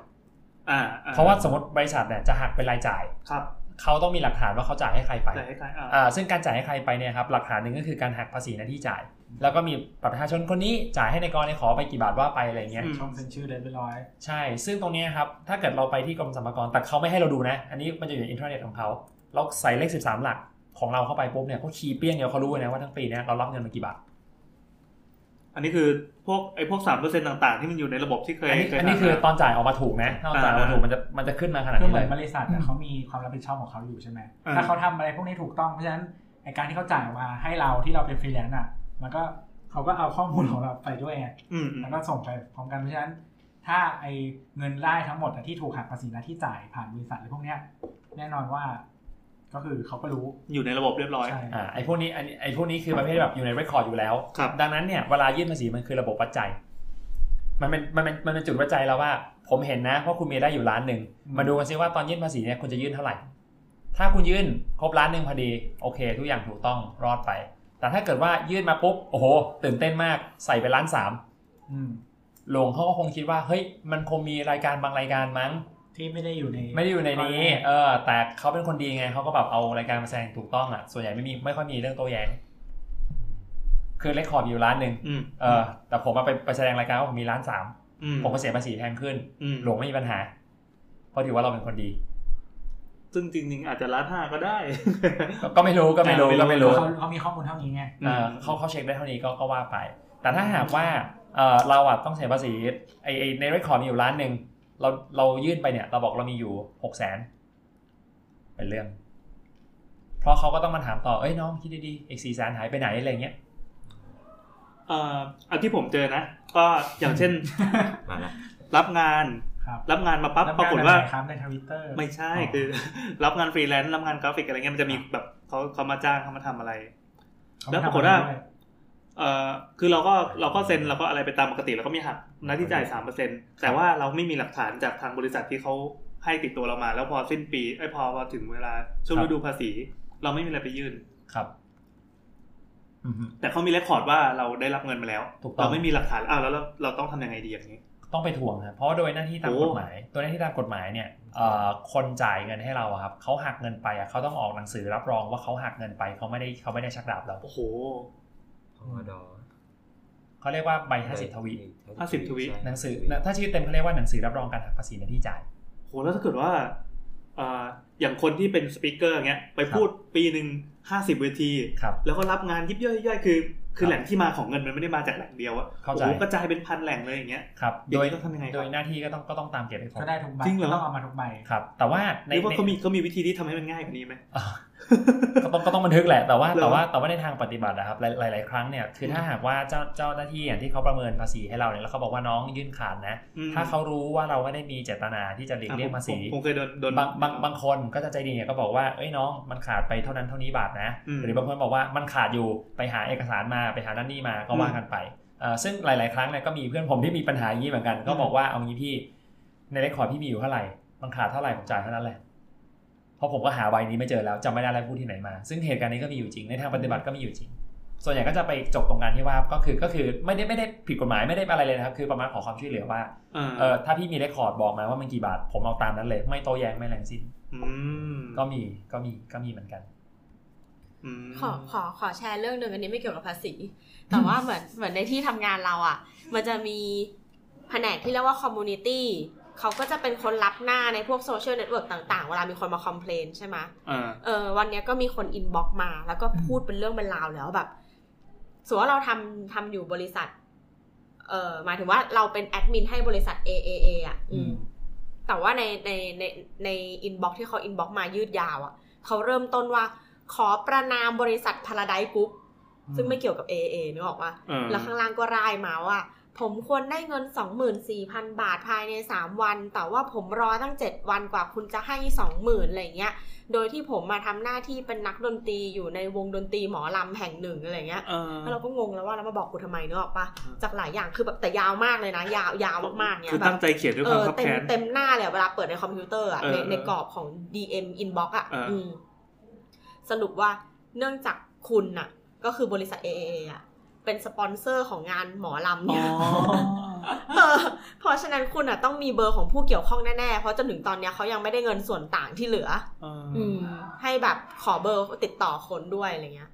Speaker 3: อ่าอ่
Speaker 5: เพราะว่าสมมติบริษัทเนี่ยจะหักเป็นรายจ่าย
Speaker 3: ครับ
Speaker 5: เขาต้องมีหลักฐานว่าเขาจ่ายให้ใครไป
Speaker 3: แต่ให้ใครอ่า
Speaker 5: อ่าซึ่งการจ่ายให้ใครไปเนี่ยครับหลักฐานหนึ่งก็คือการหักภาษีหน้าที่จ่าย แล้วก็มีบัตรประชาชนคนนี้จ่ายให้ในายกรในขอไปกี่บาทว่าไปอะไรเงี้ย
Speaker 2: ช่องเซ็นชื่อเลยไปร้อย
Speaker 5: ใช่ ซึ่งตรงเนี้ยครับถ้าเกิดเราไปที่กรมสรรพากรแต่เขาไม่ให้เราดูนะ อันนี้มันจะอยู่ในอินเทอร์เน็ตของเขาเราใส่เลข 13 หลักของเราเข้าไปปุ๊บเนี่ยเขาคีย์เปี้ยงเดียวเขารู้เลยนะว่าทั้งปีเนี่ยเรารับเงินมากี่บาท
Speaker 3: อันนี้คือพวกไอ้พวกสามเปอร์เซ็นต์ต่างๆ ที่มันอยู่ในระบบที่เคย
Speaker 5: อันนี้
Speaker 3: เคย
Speaker 5: อันนี้
Speaker 3: ทำ
Speaker 5: คือ
Speaker 3: มา
Speaker 5: ตอนจ่ายออกมาถูกนะถ้าตอนจ่ายออกมาถูกมันจะมันจะขึ้นมาขนาด
Speaker 2: คือ
Speaker 5: นี้
Speaker 2: เหมื
Speaker 5: เล
Speaker 2: อน
Speaker 5: ย
Speaker 2: บริษัทอะเขามีความรับผิดชอบของเขาอยู่ใช่ไหม
Speaker 3: อ่า
Speaker 2: ถ้าเขาทำอะไรพวกนี้ถูกต้อง เพราะฉะนั้นไอการที่เขาจ่ายมาให้เราที่เราเป็นฟรีแลนซ์อะมันก็เขาก็เอาข้อมูลของเราไปด้วยไง
Speaker 3: อืมอืม
Speaker 2: แล้วก็ส่งไปพร้อมกัน เพราะฉะนั้น ถ้าไอเงินได้ทั้งหมดอะที่ถูกหักภาษีหนะที่จ่ายผ่านบริษัทอะไรพวกเนี้ย แน่นอนว่า ก็คือเขาก็รู้
Speaker 3: อยู่ในระบบเรียบร้อย
Speaker 2: ใช่
Speaker 5: อ่าไอ้พวกนี้อันนี้ไอ้พวกนี้คือประเภทแบบอยู่ในเรคคอร์ดอยู่แล้ว
Speaker 3: ครับ
Speaker 5: ดังนั้นเนี่ยเวลายื่นภาษีมันคือระบบวัดใจยมันเป็นมันเป็นมันเป็นจุดวัดใจยแล้วว่า ผมเห็นนะว่าคุณมีได้อยู่ล้านหนึ่ง
Speaker 2: อืม
Speaker 5: มาดูกันซิว่าตอนยื่นภาษีเนี่ยคุณจะยื่นเท่าไหร่ ถ้าคุณยื่นครบล้านหนึ่งพอดีโอเค ทุกอย่างถูกต้องรอดไป แต่ถ้าเกิดว่ายื่นมาปุ๊บโอ้โห ตื่นเต้นมากใส่ไปล้านสาม
Speaker 2: อืม
Speaker 5: หลวงเขาก็คงคิดว่าเฮ้ยมันคงมีรายการบางรายการมั้ง
Speaker 2: ที่ไม่ได้อยู่ใน
Speaker 5: ไม่ได้อยู่ในนี้เออแต่เขาเป็นคนดีไงเขาก็แบบเอารายการมาแสดงถูกต้องอ่ะส่วนใหญ่ไม่มีไม่ค่อยมีเรื่องโต้แย้ง คือเรคคอร์ดอยู่ร้านหนึ่ง
Speaker 3: อืม
Speaker 5: เออแต่ผมมาไปไปแสดงรายการว่าผมมีร้านสาม
Speaker 3: อืม
Speaker 5: ผมก็เสียภาษีแพงขึ้น
Speaker 3: อืม
Speaker 5: หลวงไม่มีปัญหา เพราะถือว่าเราเป็นคนดี
Speaker 3: ซึ่งจริงๆอาจจะล้านห้าก็ได้
Speaker 5: ก็ก็ไม่รู้ก็ไม่รู้ก็ไม่รู้
Speaker 2: เขาเขามีข้อมูลเท่านี้ไง
Speaker 5: เออเขาเขาเช็คได้เท่านี้ก็ก็ว่าไป แต่ถ้าหากว่าเออเราอ่ะต้องเสียภาษีไอไอ้ในเรคคอร์ดมีอยู่ร้านหนึ่งเราเรายื่นไปเนี่ย เราบอกเรามีอยู่หกแสนเป็นเรื่อง เพราะเขาก็ต้องมาถามต่อเอ้ยน้องคิดดีๆอีกสี่แสนหายไปไหนอะไรเงี้ย
Speaker 3: เอ่ออันที่ผมเจอนะ ก็อย่างเช่น
Speaker 8: มาละ
Speaker 3: รับงาน
Speaker 2: ครับ
Speaker 3: รับงานมาปั๊บ
Speaker 2: แล้ว
Speaker 3: ปรากฏว่า
Speaker 2: แไหนครับในทวิตเตอร์
Speaker 3: ไม่ใช่
Speaker 2: อ๋อ
Speaker 3: คือ รับงานฟรีแลนซ์รับงานกราฟิกอะไรเงี้ยมันจะมีแบบเขาเขามาจ้างเขามาทำอะไร แล้วปรากฏว่า เอ่อคือเราก็เราก็เซ็นเราก็อะไรไปตามปกติเราก็มีหักหน้าที่จ่ายสามเปอร์เซ็นแต่ว่าเราไม่มีหลักฐานจากทางบริษัทที่เขาให้ติดตัวเรามา แล้วพอสิ้นปีไอ้ยพอพอถึงเวลาช่วง
Speaker 5: ครับ
Speaker 3: ฤดูภาษี เราไม่มีอะไรไปยื่น
Speaker 5: ครับ อือฮึ
Speaker 3: แต่เขามีเรคคอร์ดว่าเราได้รับเงินมาแล้ว
Speaker 5: ถูกต้อง
Speaker 3: เราไม่มีหลักฐานอ้าวแล้วเราเราต้องทำยังไงดีอย่างนี้
Speaker 5: ต้องไปทวงครับเพราะว่าโดยหน้าที่ตาม
Speaker 3: โอ้
Speaker 5: กฎหมาย ตัวหน้าที่ตามกฎหมายเนี่ยเอ่อคนจ่ายเงินให้เราอะครับเขาหักเงินไปอะเขาต้องออกหนังสือรับรองว่าเขาหักเงินไปเขาไม่ได้เขาไม่ได้ชักดาบเรา
Speaker 3: โอ้โห
Speaker 8: พองอดอ
Speaker 5: เขาเรียกว่าใบห้าสิบทวี
Speaker 3: 50ทวี
Speaker 8: ใช่
Speaker 5: หนังสือถ้าชื่อเต็มเขาเรียกว่าหนังสือรับรองการหักภาษีในที่จ่าย
Speaker 3: โหแล้วถ้าเกิดว่าเอ่ออย่างคนที่เป็นสปิเกอร์เงี้ยไปพูดปีหนึ่งห้าสิบเวที
Speaker 5: ครับ
Speaker 3: แล้วก็รับงานยิบย่อยย่อยๆคือ
Speaker 5: ค
Speaker 3: คื
Speaker 5: รั
Speaker 3: อบ แหล่งที่มาของเงินมันไม่ได้มาจากแหล่งเดียวอะ
Speaker 5: เข้าใจ
Speaker 3: โอ้โหกระจายเป็นพันแหล่งเลยอย่างเงี้ย
Speaker 5: ครับ
Speaker 3: อ
Speaker 5: โด
Speaker 3: ย่าง
Speaker 5: ย
Speaker 3: นี้ต้องทำยังไงครับ
Speaker 5: โดยหน้าที่ก็ต้องก็ต้องตามเก็บให้ครบ
Speaker 2: ก็ได้ทุกใบ
Speaker 3: จริงเหรอ
Speaker 2: ต้องเอามาทุกใบ
Speaker 5: ครับ แต่ว่าใน
Speaker 3: หรือว่าเขามี
Speaker 5: ใน
Speaker 3: เขามีวิธีที่ทำให้มันง่ายกว่านี้ไหม
Speaker 5: อ่ะก็ต้องก็ต้องบัน ทึกแหละแต่ว่า
Speaker 3: เหรอ
Speaker 5: แต่ว่าแต่ว่าในทางปฏิบัตินะครับหลายหลายๆครั้งเนี่ยคือถ้าหากว่าเจ้าเจ้าหน้าที่อย่างที่เขาประเมินภาษีให้เราเนี่ยแล้วเขาบอกว่าน้องยื่นขาดนะ
Speaker 3: อืม
Speaker 5: ถ้าเขารู้ว่าเราไม่ได้มีเจตนาที่จะหลีก
Speaker 3: อ่ะ
Speaker 5: เลี่ยงภาษี
Speaker 3: ผมผมผมเคยโดนโดน
Speaker 5: บางบางบางคนก็จะใจดีเนี่ยก็บอกว่าเอ้ยน้องมันขาดไปเท่านั้นเท่านี้บาทนะ
Speaker 3: อืม
Speaker 5: หรือบางคนบอกว่ามันขาดอยู่ไปหาเอกสารมาไปหานั่นนี่มาก็ว่ากันไปเอ่อซึ่งหลาย ๆ ครั้งเนี่ยก็มีเพื่อนผมที่มีปัญหาอย่างนี้เหมือนกัน ก็บอกว่าเอางี้พี่ในเรคคอร์ดพี่มีอยู่เท่าไหร่มันขาดเท่าไหร่ผมจ่ายเท่านั้นแหละเพราะผมก็หาใบนี้ไม่เจอแล้วจำไม่ได้แล้วพูดที่ไหนมา ซึ่งเหตุการณ์นี้ก็มีอยู่จริงในทางปฏิบัติก็มีอยู่จริง ส่วนใหญ่ก็จะไปจบตรงการที่ว่าก็คือก็คือไม่ได้ไม่ได้ผิดกฎหมายไม่ได้อะไรเลยนะครับ คือประมาณขอความช่วยเหลือว่า
Speaker 3: า
Speaker 5: เออถ้าพี่มีเรคคอร์ดบอกมาว่ามันกี่บาท ผมเอาตามนั้นเลย ไม่โต้แย้งไม่แรงสิ้น
Speaker 3: ม
Speaker 5: ก็มีก็มีก็มีเหมือนกัน
Speaker 3: อืม
Speaker 4: ขอขอขอแชร์เรื่องหนึ่งอันนี้ไม่เกี่ยวกับภาษี แต่ว่าเหมือนเหมือนในที่ทำงานเราอ่ะ มันจะมีแผนกที่เรียกว่าคอมมูนิตี้เขาก็จะเป็นคนรับหน้าในพวกโซเชียลเน็ตเวิร์กต่างๆ เวลามีคนมาคอมเพลนใช่ไหมะ
Speaker 3: อ่า
Speaker 4: เออวันเนี้ยก็มีคนอินบ็อกมา แล้วก็พูดเป็นเรื่องเป็นราวแล้วแบบสมมติว่าเราทำทำอยู่บริษัท เออหมายถึงว่าเราเป็นแอดมินให้บริษัท AAA อ่ะ อืม
Speaker 5: อืม
Speaker 4: แต่ว่าในในในในอินบ็อกที่เขาอินบ็อกมายืดยาวอ่ะเขาเริ่มต้นว่าขอประนามบริษัทพาราไดกรุ๊ปซึ่งไม่เกี่ยวกับ AAA นึกออกว่า
Speaker 3: เออ
Speaker 4: แล้วข้างล่างก็ร่ายมาว่า ผมควรได้เงิน 24,000 บาทภายใน 3 วัน แต่ว่าผมรอตั้ง 7 วันกว่าคุณจะให้ 20,000อะไรอย่างเงี้ย โดยที่ผมมาทำหน้าที่เป็นนักดนตรีอยู่ในวงดนตรีหมอลำแห่งหนึ่งอะไรเงี้ย
Speaker 3: เออ
Speaker 4: แล้วเราก็งงแล้วว่าแล้วมาบอกกูทำไมเนกอะปะ
Speaker 3: อืม
Speaker 4: จากหลายอย่างคือแบบแต่ยาวมากเลยนะ ยาวยาวมากๆเนี่ย
Speaker 3: คือ
Speaker 4: แบ
Speaker 3: ตั้
Speaker 4: บ
Speaker 3: งใจเขียนด้วย
Speaker 4: เอ
Speaker 3: ความ
Speaker 4: อ
Speaker 3: คับ
Speaker 4: เต็ม
Speaker 3: แค้น
Speaker 4: เต็มหน้าเลยอะเวลาเปิดในคอมพิวเตอร์อะ
Speaker 3: เออ
Speaker 4: ใน
Speaker 3: เออ
Speaker 4: ในกรอบของ DM inbox อะ
Speaker 3: เอออื
Speaker 4: มสรุปว่าเนื่องจากคุณน่ะ ก็คือบริษัท AAA อะเป็นสปอนเซอร์ของงานหมอลำ
Speaker 3: อ๋
Speaker 4: เนี่ย
Speaker 3: อ
Speaker 4: เออเพราะฉะนั้นคุณอ่ะต้องมีเบอร์ของผู้เกี่ยวข้องแน่ๆ เพราะจนถึงตอนเนี้ยเขายังไม่ได้เงินส่วนต่างที่เหลือ อืม ให้แบบขอเบอร์ติดต่อคนด้วยอะไรเงี้ย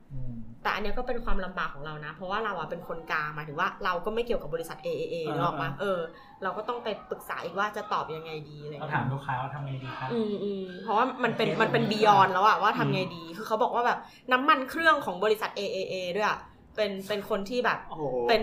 Speaker 4: แต่อันเนี้ยก็เป็นความลำบากของเรานะ เพราะว่าเราอ่ะเป็นคนกลางหมายถึงว่าเราก็ไม่เกี่ยวกับบริษัท AAA
Speaker 3: อ่า
Speaker 4: เนกอะมาเออ เราก็ต้องไปปรึกษาอีกว่าจะตอบยังไงดีอะไร
Speaker 2: เรา
Speaker 4: เงี้ย
Speaker 2: ถามลูกค้าว่าทำไงดีครับ
Speaker 4: อืมอืมเพราะว่ามันเป็น
Speaker 2: โอเค
Speaker 4: มันเป็นบียอนแล้วอะว่าทำไงดี คือเขาบอกว่าแบบน้ำมันเครื่องของบริษัท AAA ด้วยอะเป็นเป็นคนที่แบบ
Speaker 3: โอ้โห
Speaker 4: เป็น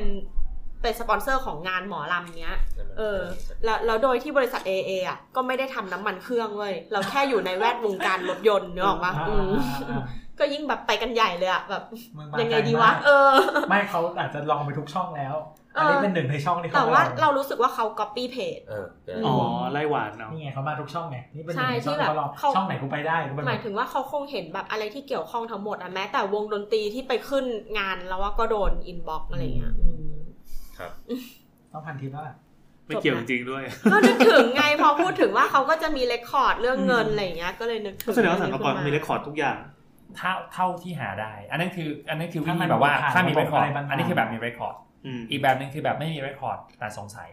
Speaker 4: เป็นสปอนเซอร์ของงานหมอลำเนี้ย
Speaker 8: นั่นมัน
Speaker 4: เออแล้วแล้วโดยที่บริษัท AA อ่ะก็ไม่ได้ทำน้ำมันเครื่องเว้ย เราแค่อยู่ในแวดวงการรถยนต์เนกอะปะอืม
Speaker 2: อ่า
Speaker 4: ก็ยิ่งแบบไปกันใหญ่เลยอะแบบ
Speaker 2: มึมา
Speaker 4: ยังไง
Speaker 2: ใจ
Speaker 4: ดีวะ
Speaker 2: มาก
Speaker 4: เออ
Speaker 2: ไม่เขาอาจจะลองไปทุกช่องแล้ว
Speaker 4: เอ
Speaker 2: อั
Speaker 4: ออั
Speaker 2: นนี้เป็นหนึ่งในช่องที่
Speaker 4: แต่
Speaker 2: เขา
Speaker 4: ว่า
Speaker 2: ล
Speaker 4: เรา
Speaker 2: อง
Speaker 4: รู้สึกว่าเขา copy page
Speaker 8: เออเดี๋ยว
Speaker 3: อ๋อไล่หวานเนาะ
Speaker 2: นี่ไงเขามาทุกช่องไง นี่เป็นหนึ่
Speaker 4: ใช่
Speaker 2: งในช่อง
Speaker 4: ที่แบ
Speaker 2: ที่
Speaker 4: บ
Speaker 2: เขาลอง
Speaker 4: เขา
Speaker 2: ช่องไหนกูไปได้กูไปห
Speaker 4: ห
Speaker 2: ม
Speaker 4: มาย
Speaker 2: ด
Speaker 4: ถึงว่าเขาคงเห็นแบบอะไรที่เกี่ยวข้องทั้งหมดอะแม้แต่วงดนตรีที่ไปขึ้นงานแล้วว่าก็โดน inbox อะไรเงี้ยอืม
Speaker 2: ต้องพันทิปแล้วล่ะ
Speaker 3: ไม่เกี่ยวจริงๆด้วย
Speaker 4: ก็นึกถึงไงพอพูดถึงว่าเขาก็จะมีเรคคอร์ดเรื่องเงินอะไรเงี้ยก็เลยนึกถึง
Speaker 3: ก็แสดงว่าสารกรมีเรคคอร์ดทุกอย่าง
Speaker 5: เท่าเท่าที่หาได้ อันนั้นคือ อันนั้นคือวิ
Speaker 2: ถ้ามั
Speaker 5: ธี
Speaker 2: น
Speaker 5: แบบว่า
Speaker 2: ผ่าน
Speaker 5: ถ้ามี
Speaker 2: ระบบ
Speaker 5: เรคคอร์ด
Speaker 2: อะไรบางอย่าง
Speaker 5: อันนี้คือแบบมีเรคคอร์ด
Speaker 3: อืม
Speaker 5: อีกแบบหนึ่งคือแบบไม่มีเรคคอร์ดแต่สงสัย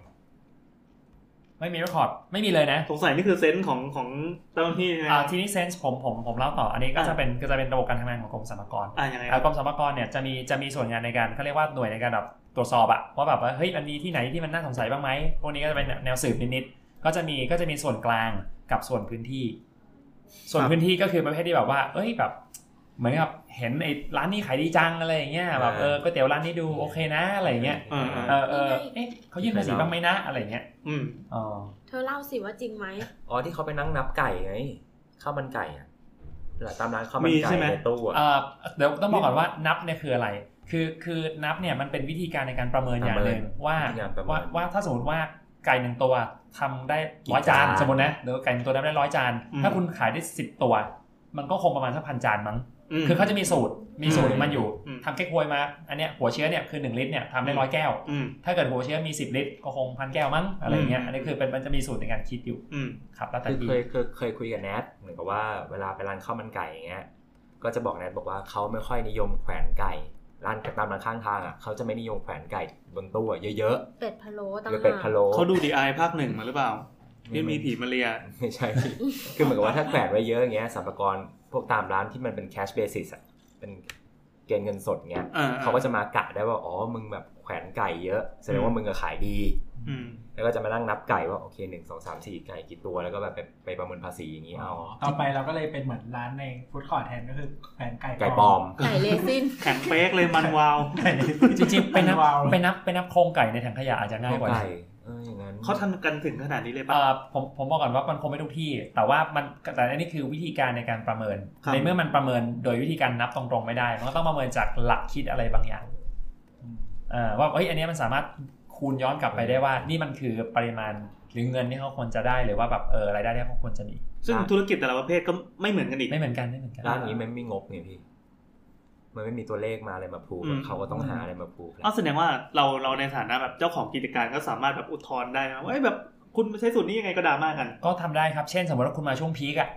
Speaker 5: ไม่มีเรคคอร์ดไม่มีเลยนะ
Speaker 3: สงสัยนี่คือเซนส์ของของเจ้าหน้าที่ใช่ไหม
Speaker 5: อ่าทีนี้เซนส์ผมผมผมเล่าต่อ อันนี้ก็จะเป็นก็จะเป็นระบบการทำงานของกรมสรรพากร
Speaker 3: อ่ายังไงค
Speaker 5: เอ่อ
Speaker 3: รั
Speaker 5: บ กรมสรรพากรเนี่ยจะมีจะมีส่วนงานในการเขาเรียกว่าหน่วยในการแบบตรวจสอบอะว่าแบบว่าเฮ้ยมันมีที่ไหนที่มันน่าสงสัยบ้างไหมพวกนี้ก็จะเป็นแนวสืบนิดๆก็จะมีก็จะมีส่วนกลางกับส่วนพื้นที่ ส่วนพื้นที่ก็คือประเภทที่แบบว่า เอ้ยแบบ เหมือนกับเห็นไอ้ร้านนี้ขายดีจังอะไรอย่างเงี้ยแบบเออก๋วยเตี๋ยวร้านนี้ดูโอเคนะอะไรอย่างเงี้ย
Speaker 3: เออ
Speaker 5: เออเออเอ๊ะเขายื่นภาษีบ้างไหมนะอะไรอย่างเงี้ย
Speaker 3: อืม
Speaker 5: อ๋อ
Speaker 4: เธอเล่าสิว่าจริงไหม
Speaker 8: อ๋อที่เขาไปนั่งนับไก่ไงข้าวมันไก่อะตามร้านข้าวมัน
Speaker 3: มี
Speaker 8: ไก่
Speaker 3: ใช่ไหม
Speaker 8: ในตู้อะ
Speaker 5: เออเดี๋ยวต้องบอกก่อนว่านับเนี่ยคืออะไร คือคือนับเนี่ยมันเป็นวิธีการในการประเมินอย่างหนึ่งว่า
Speaker 8: วิธีการประเมิน
Speaker 5: ว่าว่าถ้าสมมติว่าไก่หนึ่งตัวทำได้
Speaker 8: กี่
Speaker 5: ร้อยจาน
Speaker 8: จาน
Speaker 5: สมมตินะเดี๋ยวไก่หนึ่งตัวทำได้ร้อยจาน
Speaker 3: อืม
Speaker 5: ถ้าคุณขายได้สิบตัว มันก็คงประมาณสักพันจานมั้ง
Speaker 3: ม
Speaker 5: คือเขาจะมีสูตรมีสูตร
Speaker 3: อืม
Speaker 5: มันอยู่
Speaker 3: อืม
Speaker 5: ทำแก้ควยมาอันเนี้ยหัวเชื้อเนี่ยคือหนึ่งลิตรเนี่ยทำได้ร้อยแก้ว
Speaker 3: อืม
Speaker 5: ถ้าเกิดหัวเชื้อมีสิบลิตรก็คงพันแก้วมั้งอะไรอย่างเงี้ย
Speaker 3: อืม
Speaker 5: อันนี้คือเป็นมันจะมีสูตรในการคิดอยู่
Speaker 3: อืม
Speaker 5: ครับแล้วแต่
Speaker 8: คือ
Speaker 5: ที่
Speaker 8: เคยเคยเคยคุยกับแนทเหมือนกับว่าเวลาไปร้านข้าวมันไก่อย่างเงี้ย ก็จะบอกแนทบอกว่าเขาไม่ค่อยนิยมแขวนไก่ ร้านตามร้านข้างทางอ่ะเขาจะไม่นิยมแขวนไก่บนตู้อะเยอะ
Speaker 4: เป็ดพะโล้
Speaker 8: ๆ
Speaker 4: ต่าง
Speaker 8: หรือเป็ดพะโล้
Speaker 3: เขาดูดีไอภาคหนึ่งมาหรือเปล่าที่มีผีมาเรีย
Speaker 8: ไม่ใช่ คือเหมือนกับว่าถ้าแขวนไว้เยอะอย่างเงี้ยสัมภากระพวกตามร้านที่มันเป็น cash basis อ่ะเป็นเกณฑ์เงินสดเงี้ย
Speaker 3: อ่าๆ
Speaker 8: เขาก็จะมากะได้ว่าอ๋อมึงแบบแขวนไก่เยอะแสดงว่ามึงก็ขายดี
Speaker 3: อืม
Speaker 8: แล้วก็จะมานั่งนับไก่ว่าโอเคหนึ่งสองสามสี่ไก่กี่ตัวแล้วก็แบบไปไปประเมินภาษีอย่างนี้เอา
Speaker 2: ต่อไปเราก็เลยเป็นเหมือนร้านในฟู้ดคอร์ทแทนก็คือแผงไก่
Speaker 8: ไก่ปลอม
Speaker 4: ไก่เลซิน
Speaker 3: แข็งเป๊กเลยมันวาว
Speaker 2: ไก่
Speaker 5: จริงๆไป นับ
Speaker 2: วาว
Speaker 5: ไปนับไปนับโครงไก่ในถังขยะอาจจะง่ายกว่า
Speaker 8: ไก่เอออย่างนั้น
Speaker 3: เขาทำกันถึงขนาดนี้เลย
Speaker 5: เอ่อ
Speaker 3: ป่ะ
Speaker 5: ผมผมบอกก่อนว่ามันคงไม่ทุกที่ แต่ว่ามันแต่อันนี้คือวิธีการในการประเมิน
Speaker 3: ครับ
Speaker 5: ในเมื่อมันประเมินโดยวิธีการนับตรงๆไม่ได้ มันก็ต้องประเมินจากหลักคิดอะไรบางอย่างเอ่อว่าเฮ้ยอันเนี้ยมันสามารถคูณย้อนกลับไปได้ว่า นี่มันคือปริมาณหรือเงินที่เขาควรจะได้หรือว่าแบบเออรายได้ที่เขาควรจะมี
Speaker 3: ซึ่งธุรกิจแต่ละประเภทก็ไม่เหมือนกันอีก
Speaker 5: ไม่เหมือนกันไม่เหมือนกัน
Speaker 8: ร้านนี้มันไม่งบเนี่ยพี่ มันไม่มีตัวเลขมาอะไรมาพูด
Speaker 3: อืม
Speaker 8: เขาก็ต้องหาอะไรมาพูดแหละ
Speaker 3: เอาแสดงว่าเราเราในฐานะแบบเจ้าของกิจการก็สามารถแบบอุทธรณ์ได้นะว่าเอ้ยแบบคุณใช้สูตรนี้ยังไงก็ดราม่ากัน
Speaker 5: ก็ทำได้ครับ เช่นสมมติว่าคุณมาช่วงพีกอะ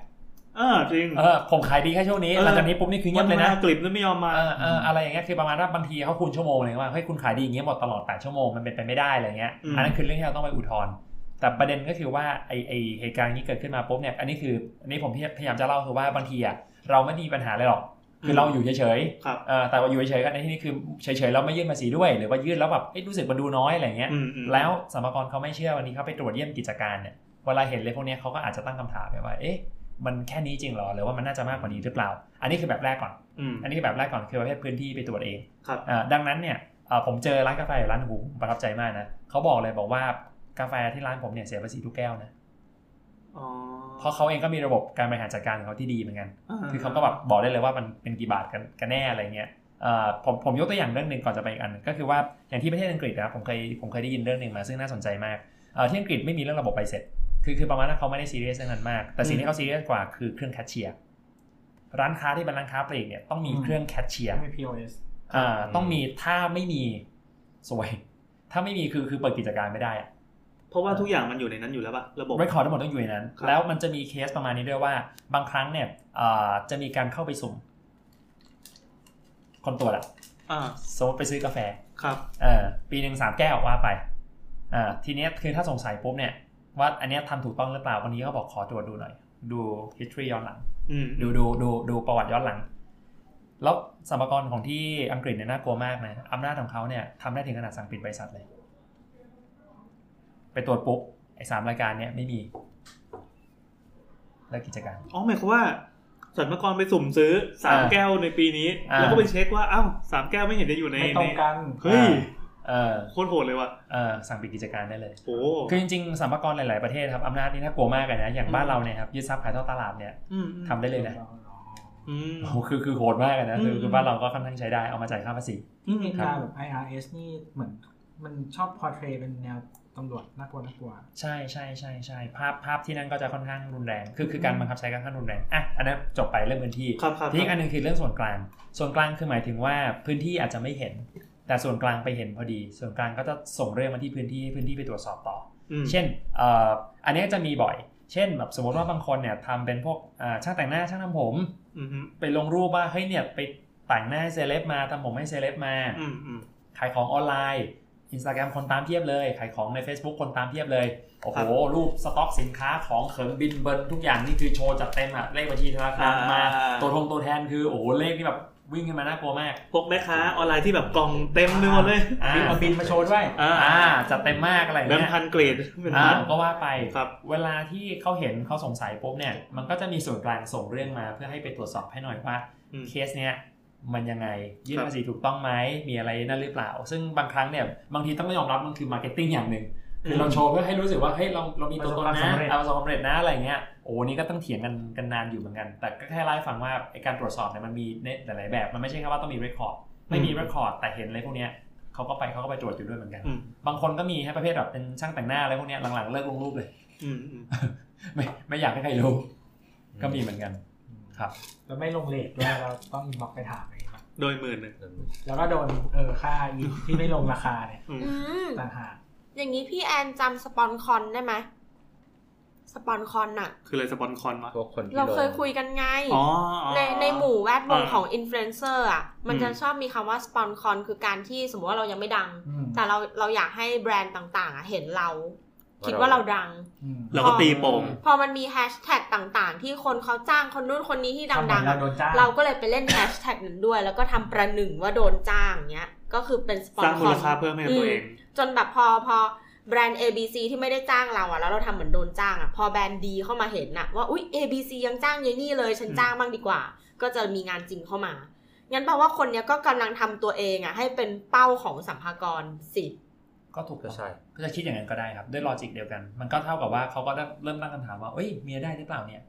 Speaker 3: เออจริง
Speaker 5: เออผมขายดีแค่ช่วงนี้
Speaker 3: เออ
Speaker 5: หลังจากนี้ปุ๊บนี่คือเงียบเลยนะ
Speaker 3: วัฒกลิบนั้นไม่ยอมมา
Speaker 5: เออเอออะไรอย่างเงี้ยคือประมาณว่าบางทีเขาคูณชั่วโมงเลยว่าเฮ้ยคุณขายดีอย่างเงี้ยหมดตลอด8ชั่วโมงมันเป็นไปไม่ได้อะไรเงี้ยอันนั้นคือเรื่องที่เราต้องไปอุทธรณ์แต่ประเด็นก็คือว่าไอไอเหตุการณ์นี้เกิดขึ้นมาปุ๊บเนี่ยอันนี้คืออันนี้ผมพยายามจะเล่าคือว่าบางทีอะเราไม่ได้มีปัญหาเลยหรอกคือเราอยู่เฉย
Speaker 3: ครับ
Speaker 5: ๆเออแต่ว่าอยู่เฉยๆกันในที่นี้คือเฉยๆแล้วไม่ยื่นภาษีด้วย หรือว่ายื่นแล้วแบบเอ้ยรู้สึกมันดูน้อยอะไรเงี้ย
Speaker 3: อืมอืม
Speaker 5: แล้วสมรพากรเขาไม่เชื่อวันนี้เขาไปตรวจเยี่ยมกิจการเนี่ยเวลาเห็นเลยพวกเนี้ยเขาก็อาจจะตั้งคำถามไปว่า เอ๊ะ มันแค่นี้จริงเหรอ หรือว่ามันน่าจะมากกว่านี้หรือเปล่า อันนี้คือแบบแรกก่อน
Speaker 3: อืม
Speaker 5: อันนี้คือแบบแรกก่อนคือประเภทพื้นที่ไปตรวจเอง
Speaker 3: ครับ
Speaker 5: อ่าดังนั้นเนี่ยเอ่อผมเจอร้านกาแฟอยู่ร้านหนึ่งผมประทับใจมากนะเขาบอกเลยบอกว่ากาแฟที่ร้านผมเนี่ยเสียภาษีทุกแก้วนะ
Speaker 3: อ๋อ
Speaker 5: เพราะเขาเองก็มีระบบการบริหารจัดการของเขาที่ดีเหมือนกัน คือเขาก็แบบบอกได้เลยว่ามันเป็นกี่บาทกันกันแน่อะไรเงี้ยเอ่อผมผมยกตัวอย่างเรื่องหนึ่งก่อนจะไปอีกอันหนึ่งก็คือว่าอย่างที่ประเทศอังกฤษนะครับผมเคยผมเคยได้ยินเรื่องหนึ่งมาซึ่งน่าสนใจมากเอ่อที่อังกฤษไม่มีเรื่องระบบใบเสร็จ คือคือประมาณว่าเขาไม่ได้ซีเรียสเรื่องนั้นมาก แต่สิ่งที่เขาซีเรียสกว่าคือเครื่องแคชเชียร์ร้านค้าที่เป็นร้านค้าปลีกเนี่ยต้องมีเครื่องแคชเชียร์
Speaker 2: ไม่มี POS
Speaker 5: อ่าต้องมีถ้าไม่มีสวย ถ้าไม่มีคือคือเปิดกิจการไม่ได้อะ
Speaker 3: เพราะว่าทุกอย่างมันอยู่ในนั้นอยู่แล้วป่ะระบบ
Speaker 5: เรคคอร์ดทั้งหมดต้องอยู่ในนั้น
Speaker 3: ครับ
Speaker 5: แล้วมันจะมีเคสประมาณนี้ด้วยว่า บางครั้งเนี่ยเอ่อจะมีการเข้าไปสุ่ม คนตรวจอะ
Speaker 3: อ่า
Speaker 5: สมมติไปซื้อกาแฟ
Speaker 3: ครับ
Speaker 5: เออปีหนึ่งสามแก้วว่าไปอ่าทีเนี้ยคือถ้าสงสัยปุ๊บเนี่ย ว่าอันเนี้ยทำถูกต้องหรือเปล่า วันนี้ก็บอกขอตรวจดูหน่อย ดู history ย้อนหลัง
Speaker 3: อืม
Speaker 5: ดูดูดูดูประวัติย้อนหลัง แล้วสรรพากรของที่อังกฤษเนี่ยน่ากลัวมากนะอำนาจของเขาเนี่ยทำได้ถึงขนาดสั่งปิดบริษัทเลย ไปตรวจปุ๊บไอ้สามรายการเนี่ยไม่มีเลิกกิจการ
Speaker 3: อ๋อหมายความว่าสรรพากรไปสุ่มซื้อสาม
Speaker 5: อ่า
Speaker 3: แก้วในปีนี้
Speaker 5: อ่า
Speaker 3: แล้วก็ไปเช็คว่าอ้าวสามแก้วไม่เห็นจะอยู่ใน
Speaker 2: ไม่ตรงกัน
Speaker 3: เฮ้ย
Speaker 5: เออ
Speaker 3: โคตรโหดเลยว่ะ
Speaker 5: เออสั่งปิดกิจการได้เลย
Speaker 3: โอ้
Speaker 5: คือจริงๆสรรพากรหลาย ๆ ประเทศครับอำนาจนี่น่ากลัวมากเลยนะ อย่างบ้านเราเนี่ยครับยึดทรัพย์ขายทอดตลาดเนี่ย
Speaker 3: อืมอืม
Speaker 5: ทำได้เลยนะ
Speaker 3: อืม
Speaker 5: โอ้โหคือคือโหดมากเลยนะคือคือบ้านเราก็ค่อนข้างใช้ได้เอามาจ่ายค่าภาษี
Speaker 2: ที่อเมริ
Speaker 5: ครั
Speaker 2: กา
Speaker 5: บ
Speaker 2: แบบ IRS นี่เหมือนมันชอบพอเทรเป็นแนวตำรวจน่ากลัวน่ากลัว
Speaker 5: ใช่ใช่ใช่ใช่ภาพภาพที่นั่นก็จะค่อนข้างรุนแรง คือคือการบังคับใช้ค่อนข้างรุนแรงอ่ะอันนั้นจบไปเรื่องพื้นที่
Speaker 3: ครับครับ
Speaker 5: ทีนี้อีกอันหนึงคือเรื่องส่วนกลาง ส่วนกลางคือหมายถึงว่าพื้นที่อาจจะไม่เห็น แต่ส่วนกลางไปเห็นพอดี ส่วนกลางก็จะส่งเรื่องมาที่พื้นที่ให้พื้นที่ไปตรวจสอบต่อ
Speaker 3: อืม
Speaker 5: เช่นเอ่ออันนี้จะมีบ่อย เช่นแบบสมมติว่าบางคนเนี่ยทำเป็นพวกอ่าช่างแต่งหน้าช่างทำผม
Speaker 3: อืมอืม
Speaker 5: ไปลงรูปว่าเฮ้ยเนี่ยไปแต่งหน้าให้เซเลบมาทำผมให้เซเลบมา
Speaker 3: อืมอืม
Speaker 5: ขายของออนไลน์อินสตาแกรมคนตามเพียบเลย ขายของใน Facebook คนตามเพียบเลย โอ้
Speaker 3: ค
Speaker 5: โห
Speaker 3: รับ
Speaker 5: รูปสต็อกสินค้าของเขิงบินเบิร์นทุกอย่างนี่คือโชว์จัดเต็มอะเลขบัญชีธนาคาร
Speaker 3: อ่าม
Speaker 5: มา ตัวทงตัวแทนคือโอ้โหเลขที่แบบวิ่งขึ้นมาน่ากลัวมาก
Speaker 3: พวกแม่ค้าออนไลน์ที่แบบกล่องเต็มไปหมดเลย
Speaker 5: อ่า
Speaker 2: บินเอาบินมาโชว์ด้วย
Speaker 3: อ่า
Speaker 5: อ่าจัดเต็มมากอะไร
Speaker 3: แบ
Speaker 5: เงี้
Speaker 3: ง
Speaker 5: ย
Speaker 3: ค์พันเกรดเป็น
Speaker 5: อ่า
Speaker 3: พัน
Speaker 5: ก็ว่าไป
Speaker 3: ครับ
Speaker 5: เวลาที่เขาเห็นเขาสงสัยปุ๊บเนี่ย มันก็จะมีส่วนกลางส่งเรื่องมา เพื่อให้ไปตรวจสอบให้หน่อยว่า
Speaker 3: อืม
Speaker 5: เคสเนี้ยมันยังไงยื่น
Speaker 3: ครับ
Speaker 5: ภาษีถูกต้องไหมมีอะไรนั่นหรือเปล่า ซึ่งบางครั้งเนี่ยบางทีต้องยอมรับมันคือมาร์เก็ตติ้งอย่างหนึ่งคือเราโชว์เพื่อให้รู้สึกว่าเฮ้ยเราเรามีตัวตน
Speaker 2: ประสบค
Speaker 5: นะ
Speaker 2: วามสำเร็จ
Speaker 5: เอาประสบความสำเร็จนะอะไรเงี้ยโอ้นี่ก็ต้องเถียงกันกันนานอยู่เหมือนกัน แต่ก็แค่เล่าให้ฟังว่าไอการตรวจสอบเนี่ยมันมีในหลายๆแบบ มันไม่ใช่แค่ว่าต้องมีเรคคอร์ดไม่มีเรคคอร์ดแต่เห็นอะไรพวกเนี้ยเขาก็ไปเขาก็ไปตรวจอยู่ด้วยเหมือนกัน
Speaker 3: อืม
Speaker 5: บางคนก็มีให้ประเภทแบบเป็นช่างแต่งหน้าอะไรพวกเนี้ยหลังๆเลิกลงรูปเลย
Speaker 3: อืมอืม
Speaker 5: ไม่ไม่อยากให้ใครรู้ ก็มีเหมือนกันครับ
Speaker 2: แล้วไม่ลงเลทด้วยเราต้องอินบ็อกซ์ไปถามเองครับ
Speaker 3: โดยหมื่นหนึ่ง
Speaker 2: แล้วก็โดนเออค่าอีกที่ไม่ลงราคาเนี่ย
Speaker 3: อืม
Speaker 4: อืม
Speaker 2: ต่างหาก
Speaker 4: อย่างนี้พี่แอนจำสปอนคอนได้ไหม สปอนคอนอะ
Speaker 3: คืออะไรสปอนคอนวะ
Speaker 8: พวกคนที่
Speaker 4: เรา
Speaker 8: ลง
Speaker 4: เคยคุยกันไง
Speaker 3: อ๋อ
Speaker 4: ในในหมู่แวดวง
Speaker 3: อ่า
Speaker 4: ของอินฟลูเอนเซอร์อ่ะ มัน
Speaker 3: อืม
Speaker 4: จะชอบมีคำว่าสปอนคอนคือการที่สมมติว่าเรายังไม่ดัง
Speaker 2: อืม
Speaker 4: แต่เราเราอยากให้แบรนด์ต่างๆอ่ะเห็นเรา คิดว่าเราดัง
Speaker 2: อืม
Speaker 3: เราก็ตีโป่ง
Speaker 4: พอมันมีแฮชแท็กต่างๆ ที่คนเขาจ้างคนนู้นคนนี้ที่
Speaker 2: ทำเหมื
Speaker 4: ดั
Speaker 2: อง น
Speaker 4: ๆ
Speaker 2: เรา
Speaker 4: อ่ะ
Speaker 2: โดนจ้าง
Speaker 4: เราก็เลยไปเล่นแฮชแท็กนั้นด้วย แล้วก็ทำประหนึ่งว่าโดนจ้างเงี้ย ก็คือเป็นสปอน
Speaker 3: สร้าง
Speaker 4: ค
Speaker 3: มู
Speaker 4: อ
Speaker 3: ล
Speaker 4: น
Speaker 3: ค่าเพิ่มให้กับตัวเอง
Speaker 4: จนแบบพอพอแบรนด์ ABC ที่ไม่ได้จ้างเราอ่ะแล้วเราทำเหมือนโดนจ้างอ่ะพอแบรนด์ดีเข้ามาเห็นอ่ะว่าอุ๊ย ABC ยังจ้างยายนี่เลยฉัน
Speaker 3: อืม
Speaker 4: จ้างบ้างดีกว่า ก็จะมีงานจริงเข้ามางั้นแปลว่าคนเนี้ยก็กำลังทำตัวเองอ่ะให้เป็นเป้าของสัมภากระสิ
Speaker 5: ก็ถูกต้
Speaker 8: ก็
Speaker 5: อง
Speaker 8: ใช่
Speaker 5: ก็จะคิดอย่างนั้นก็ได้ครับ ด้วยลอจิกเดียวกัน มันก็เท่ากับว่าเขาก็เริ่มตั้งคำถามว่าเอ้ยเมียได้หรือเปล่าเนี่ย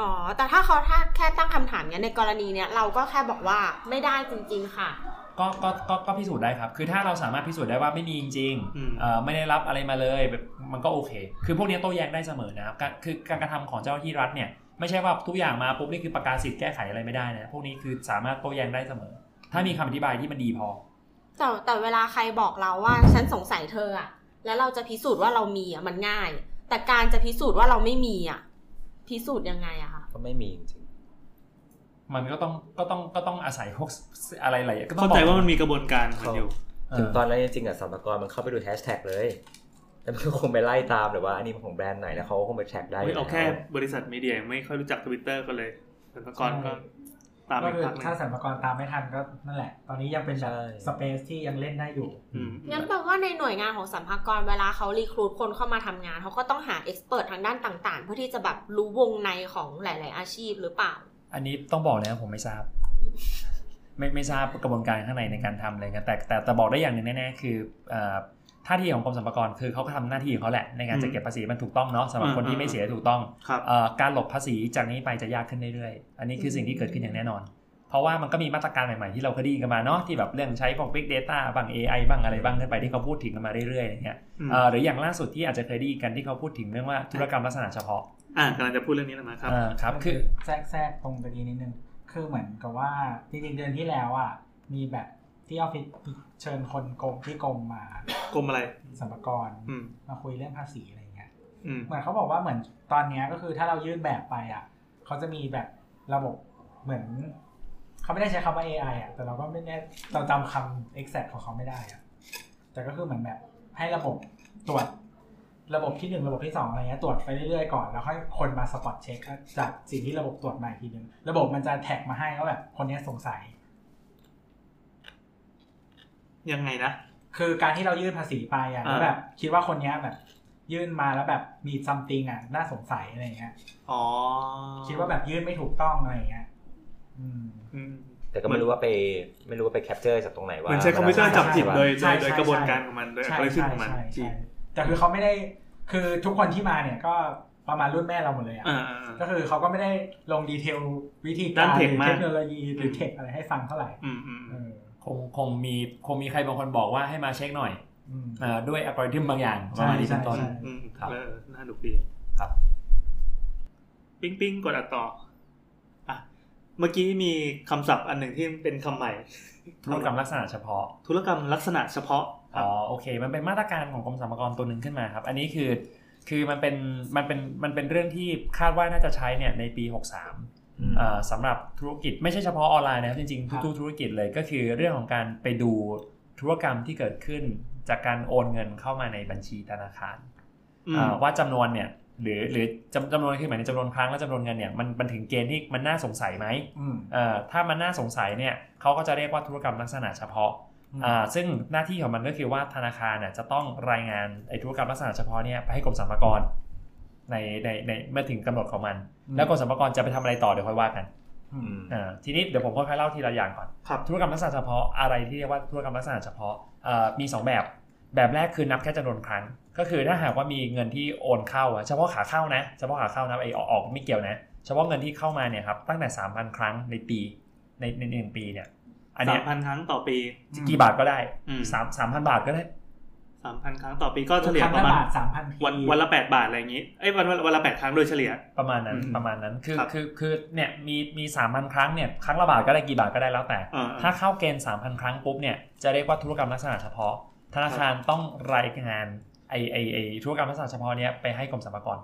Speaker 4: อ๋อ แต่ถ้าเขาถ้าแค่ตั้งคำถามเนี้ยในกรณีเนี้ยเราก็แค่บอกว่าไม่ได้จริง ๆ ค่ะ
Speaker 5: ก็ก็ก็ก็พิสูจน์ได้ครับ คือถ้าเราสามารถพิสูจน์ได้ว่าไม่มีจริง
Speaker 3: อืม
Speaker 5: ๆเอ่อไม่ได้รับอะไรมาเลยแบบมันก็โอเค คือพวกเนี้ยโต้แย้งได้เสมอนะครับการคือการกระทำของเจ้าหน้าที่รัฐเนี่ยไม่ใช่ว่าทุกอย่างมาปุ๊บนี่คือประกาศสิทธิ์แก้ไขอะไรไม่ได้นะ พวกนี้คือสามารถโต้แย้งได้เสมอ ถ้ามีคำอธิบายที่มันดีพอ
Speaker 4: แต่แต่เวลาใครบอกเราว่าฉันสงสัยเธออะแล้วเราจะพิสูจน์ว่าเรามีอะมันง่าย แต่การจะพิสูจน์ว่าเราไม่มีอะพิสูจน์ยังไงอะคะ
Speaker 8: ก็ไม่มีจริง
Speaker 5: มันก็ต้องก็ต้องก็ต้องอาศัยพวกอะไรหลายอย่างก็ต้อง
Speaker 3: เข้า
Speaker 5: บอก
Speaker 3: ใจว่ามันมีกระบวนการมันอยู่
Speaker 5: เอ
Speaker 8: ๆถึง
Speaker 5: อ
Speaker 8: ตอนนั้นจริงๆอะสรรพากรมันเข้าไปดูแฮชแท็กเลยแล้วมันก็คงไปไล่ตามแบบว่าอันนี้มันของแบรนด์ไหนแล้วเขาก็คงไปแท็กได้
Speaker 3: เฮ้ย
Speaker 8: ยู่
Speaker 3: เอาแค่
Speaker 8: ล้ว
Speaker 3: บริษัทมีเดียยังไม่ค่อยรู้จักทวิตเตอร์ก็เลยสรรพากรก็ตาม
Speaker 2: ก็คื
Speaker 3: อีก
Speaker 2: อ
Speaker 3: พักหนึง
Speaker 2: ถ้าสรรพากรตามไม่ทันก็นั่นแหละ ตอนนี้ยังเป็นแบบ
Speaker 8: ใช่
Speaker 2: สเปซที่ยังเล่นได้อยู่
Speaker 3: อืม
Speaker 4: งั้นแปลว่าในหน่วยงานของสัมภากระเวลาเขารีครูดคนเข้ามาทำงานเขาก็ต้องหาเอ็กซ์เพรสทางด้านต่างๆ เพื่อที่จะแบบรู้วงในของหลาย ๆ อาชีพหรือเปล่า
Speaker 5: อันนี้ต้องบอกเลยนะผมไม่ทราบ ไม่ไม่ทราบกระบวนการข้างในในการทำอะไรกันแต่แต่แต่บอกได้อย่างหนึ่งแน่ๆคือเอ่อท่าที่ของกรมสรรพากรคือเขาก็ทำหน้าที่ของเขาแหละในการจะเก็บภาษีมันถูกต้องเนาะสำหรับคนที่ไม่เสียถูกต้อง
Speaker 3: ครับ
Speaker 5: เอ่อการหลบภาษีจากนี้ไปจะยากขึ้นเรื่อยๆอันนี้คือสิ่งที่เกิดขึ้นอย่างแน่นอน เพราะว่ามันก็มีมาตรการใหม่ๆที่เราเคยได้ยินกันมาเนาะที่แบบเรื่องใช้พวก Big Data บ้าง AI บ้างอะไรบ้างขึ้นไปที่เขาพูดถึงกันมาเรื่อยๆอย่างเงี้ย
Speaker 3: ม
Speaker 5: เอ่อหรืออย่างล่าสุดที่อาจจะเคยได้ยินกันที่เขาพูดถึงเรื่องว่าธุรกรรมลักษณะเฉพาะ
Speaker 3: อ่ากำลังจะพูดเรื่องนี้แล้วนะครับ
Speaker 5: อ่าครับคือ
Speaker 2: แทรกแทรกตรงตรงนี้นิดนึง คือเหมือนกับว่าจริงๆเดือนที่แล้วอ่ะ มีแบบที่ออฟฟิศเชิญคนโกงที่โกงมาก
Speaker 3: รมอะไร
Speaker 2: สัมภากร
Speaker 3: อืม
Speaker 2: มาคุยเรื่องภาษีอะไรเงี้ย
Speaker 3: อืม
Speaker 2: เหมือนเขาบอกว่าเหมือนตอนเนี้ยก็คือถ้าเรายื่นแบบไปอ่ะ เขาจะมีแบบระบบเหมือน เขาไม่ได้ใช้คำว่า AI อ่ะ แต่เราก็ไม่แน่เราจำคำ exact ของเขาไม่ได้อ่ะ แต่ก็คือเหมือนแบบให้ระบบตรวจระบบที่หนึ่งระบบที่สองอะไรเงี้ยตรวจไปเรื่อยๆก่อนแล้วค่อยคนมาสปอตเช็คจากสิ่งที่ระบบตรวจมาอีกทีหนึงระบบมันจะแท็กมาให้ว่าแบบคนเนี้ยสงสัย
Speaker 3: ยังไงนะ
Speaker 2: คือการที่เรายื่นภาษีไปอ่ะแล้ว
Speaker 3: อ่า
Speaker 2: แบบคิดว่าคนเนี้ยแบบ ยื่นมาแล้วแบบมี something อ่ะน่าสงสัยอะไรเงี้ย
Speaker 3: อ๋อ
Speaker 2: คิดว่าแบบยื่นไม่ถูกต้องอะไรอย่างเงี้ย อืม
Speaker 3: อืม
Speaker 8: แต่ก็ไม่รู้ว่าไปไม่รู้ว่าไปแคปเจอร์จากตรงไหนว่า
Speaker 3: เหมือนใช้คอมพิวเตอร์จับจิตโดย
Speaker 2: ใช่
Speaker 3: โดยโดย
Speaker 2: ใช่
Speaker 3: กระบวนการของมันโดยอั
Speaker 2: ใช่
Speaker 3: ตราขึ้น
Speaker 2: ใช่
Speaker 3: ของมัน
Speaker 2: ใช่
Speaker 3: จริง
Speaker 2: ใช่แต่คือเขาไม่ได้ คือทุกคนที่มาเนี่ยก็ประมาณรุ่นแม่เราหมดเลยอ่ะ
Speaker 3: อ่าอ่า
Speaker 2: ก็
Speaker 3: อ่า
Speaker 2: คือเขาก็ไม่ได้ลงดีเทลวิธีการ
Speaker 3: ด้าน
Speaker 2: ห
Speaker 3: เท
Speaker 2: รื
Speaker 3: ค
Speaker 2: อ
Speaker 3: มาก
Speaker 2: เทคโนโลยีหรือเทคอะไรให้ฟังเท่าไหร่
Speaker 3: อืมอืม
Speaker 2: เอ
Speaker 3: อืม
Speaker 2: อ
Speaker 5: คงคงมีคงมีใครบางคนบอกว่าให้มาเช็คหน่อย
Speaker 2: อืม
Speaker 5: เอ่อด้วยอัลกอริทึมบางอย่างประมาณนี้เป็นต้น
Speaker 2: ใช่
Speaker 3: อืม
Speaker 5: ครับ
Speaker 3: เออน่าดูดี
Speaker 5: ครับ
Speaker 3: ปิ้งปิ้งกดอัดต่ออ่ะเมื่อกี้มีคำศัพท์อันหนึ่งที่เป็นคำใหม่
Speaker 5: ธุรกรรมลักษณะเฉพาะ
Speaker 3: ธุรกรรมลักษณะเฉพาะครั
Speaker 5: อ๋
Speaker 3: บ
Speaker 5: อโอเค มันเป็นมาตรการของกรมสรรพากรตัวหนึ่งขึ้นมาครับ อันนี้คือคือมันเป็นมันเป็นมันเป็นเรื่องที่คาดว่าน่าจะใช้เนี่ยในปี 63
Speaker 8: ม
Speaker 5: เอ่อสำหรับธุรกิจไม่ใช่เฉพาะออนไลน์นะครับจริงๆทุกๆธุรกิจเลยก็คือเรื่องของการไปดูธุรกรรมที่เกิดขึ้น จากการโอนเงินเข้ามาในบัญชีธนาคาร
Speaker 3: อืม
Speaker 5: อ่าว่าจำนวนเนี่ยหรือหรือจำจำนวนคือหมายถึงจำนวนครั้งและจำนวนเงินเนี่ยมันมันถึงเกณฑ์ที่มันน่าสงสัยไหม
Speaker 2: อืม
Speaker 5: เอ่อถ้ามันน่าสงสัยเนี่ยเขาก็จะเรียกว่าธุรกรรมลักษณะเฉพาะอ่าซึ่งหน้าที่ของมันก็คือว่าธนาคารเนี่ยจะต้องรายงานไอ้ธุรกรรมลักษณะเฉพาะเนี่ยไปให้กรมสรรพากรในในในเมื่อถึงกำหนดของมัน แล้วกรมสรรพากรจะไปทำอะไรต่อเดี๋ยวค่อยว่ากัน
Speaker 2: อืม
Speaker 5: อ่าทีนี้เดี๋ยวผมค่อยๆเล่าทีละอย่างก่อน
Speaker 3: ครับ
Speaker 5: ธุรกรรมลักษณะเฉพาะอะไรที่เรียกว่าธุรกรรมลักษณะเฉพาะเอ่อมี 2 แบบ แบบแรกคือนับแค่จำนวนครั้ง ก็คือถ้าหากว่ามีเงินที่โอนเข้าอะเฉพาะขาเข้านะเฉพาะขาเข้านะไอออกออกไม่เกี่ยวนะ เฉพาะเงินที่เข้ามาเนี่ยครับตั้งแต่ 3,000 ครั้งในปีในในหนึ่งปีเนี่ยอัน
Speaker 3: สา
Speaker 5: เนี้
Speaker 3: ม
Speaker 5: ย
Speaker 3: พันครั้งต่อปี
Speaker 5: กี่บาทก็ได้
Speaker 3: อืม
Speaker 5: สามสามพันบาทก็ได้
Speaker 3: สามพันครั้งต่อปีก็
Speaker 2: ก็
Speaker 3: เฉลี่ยประมาณ
Speaker 2: สามพันที
Speaker 3: วันวันละแปดบาทอะไรอย่างนี้เอ้ยวันวันวันละแปดครั้งโดยเฉลี่ย
Speaker 5: ประมาณนั้น
Speaker 3: อืม
Speaker 5: ประมาณนั้นคือ
Speaker 3: ครับ
Speaker 5: คือคือเนี่ยมีมีสามพันครั้งเนี่ยครั้งละบาทก็ได้กี่บาทก็ได้แล้วแต่
Speaker 3: อ่าๆ
Speaker 5: ถ้าเข้าเกณฑ์สามพันครั้งปุ๊บเนี่ยจะเรียกว่าธุรกรรมลักษณะเฉพาะ ธนาคารต้องรายงานไอไอไอธุรกรรมลักษณะเฉพาะเนี่ยไปให้กรมสรรพากร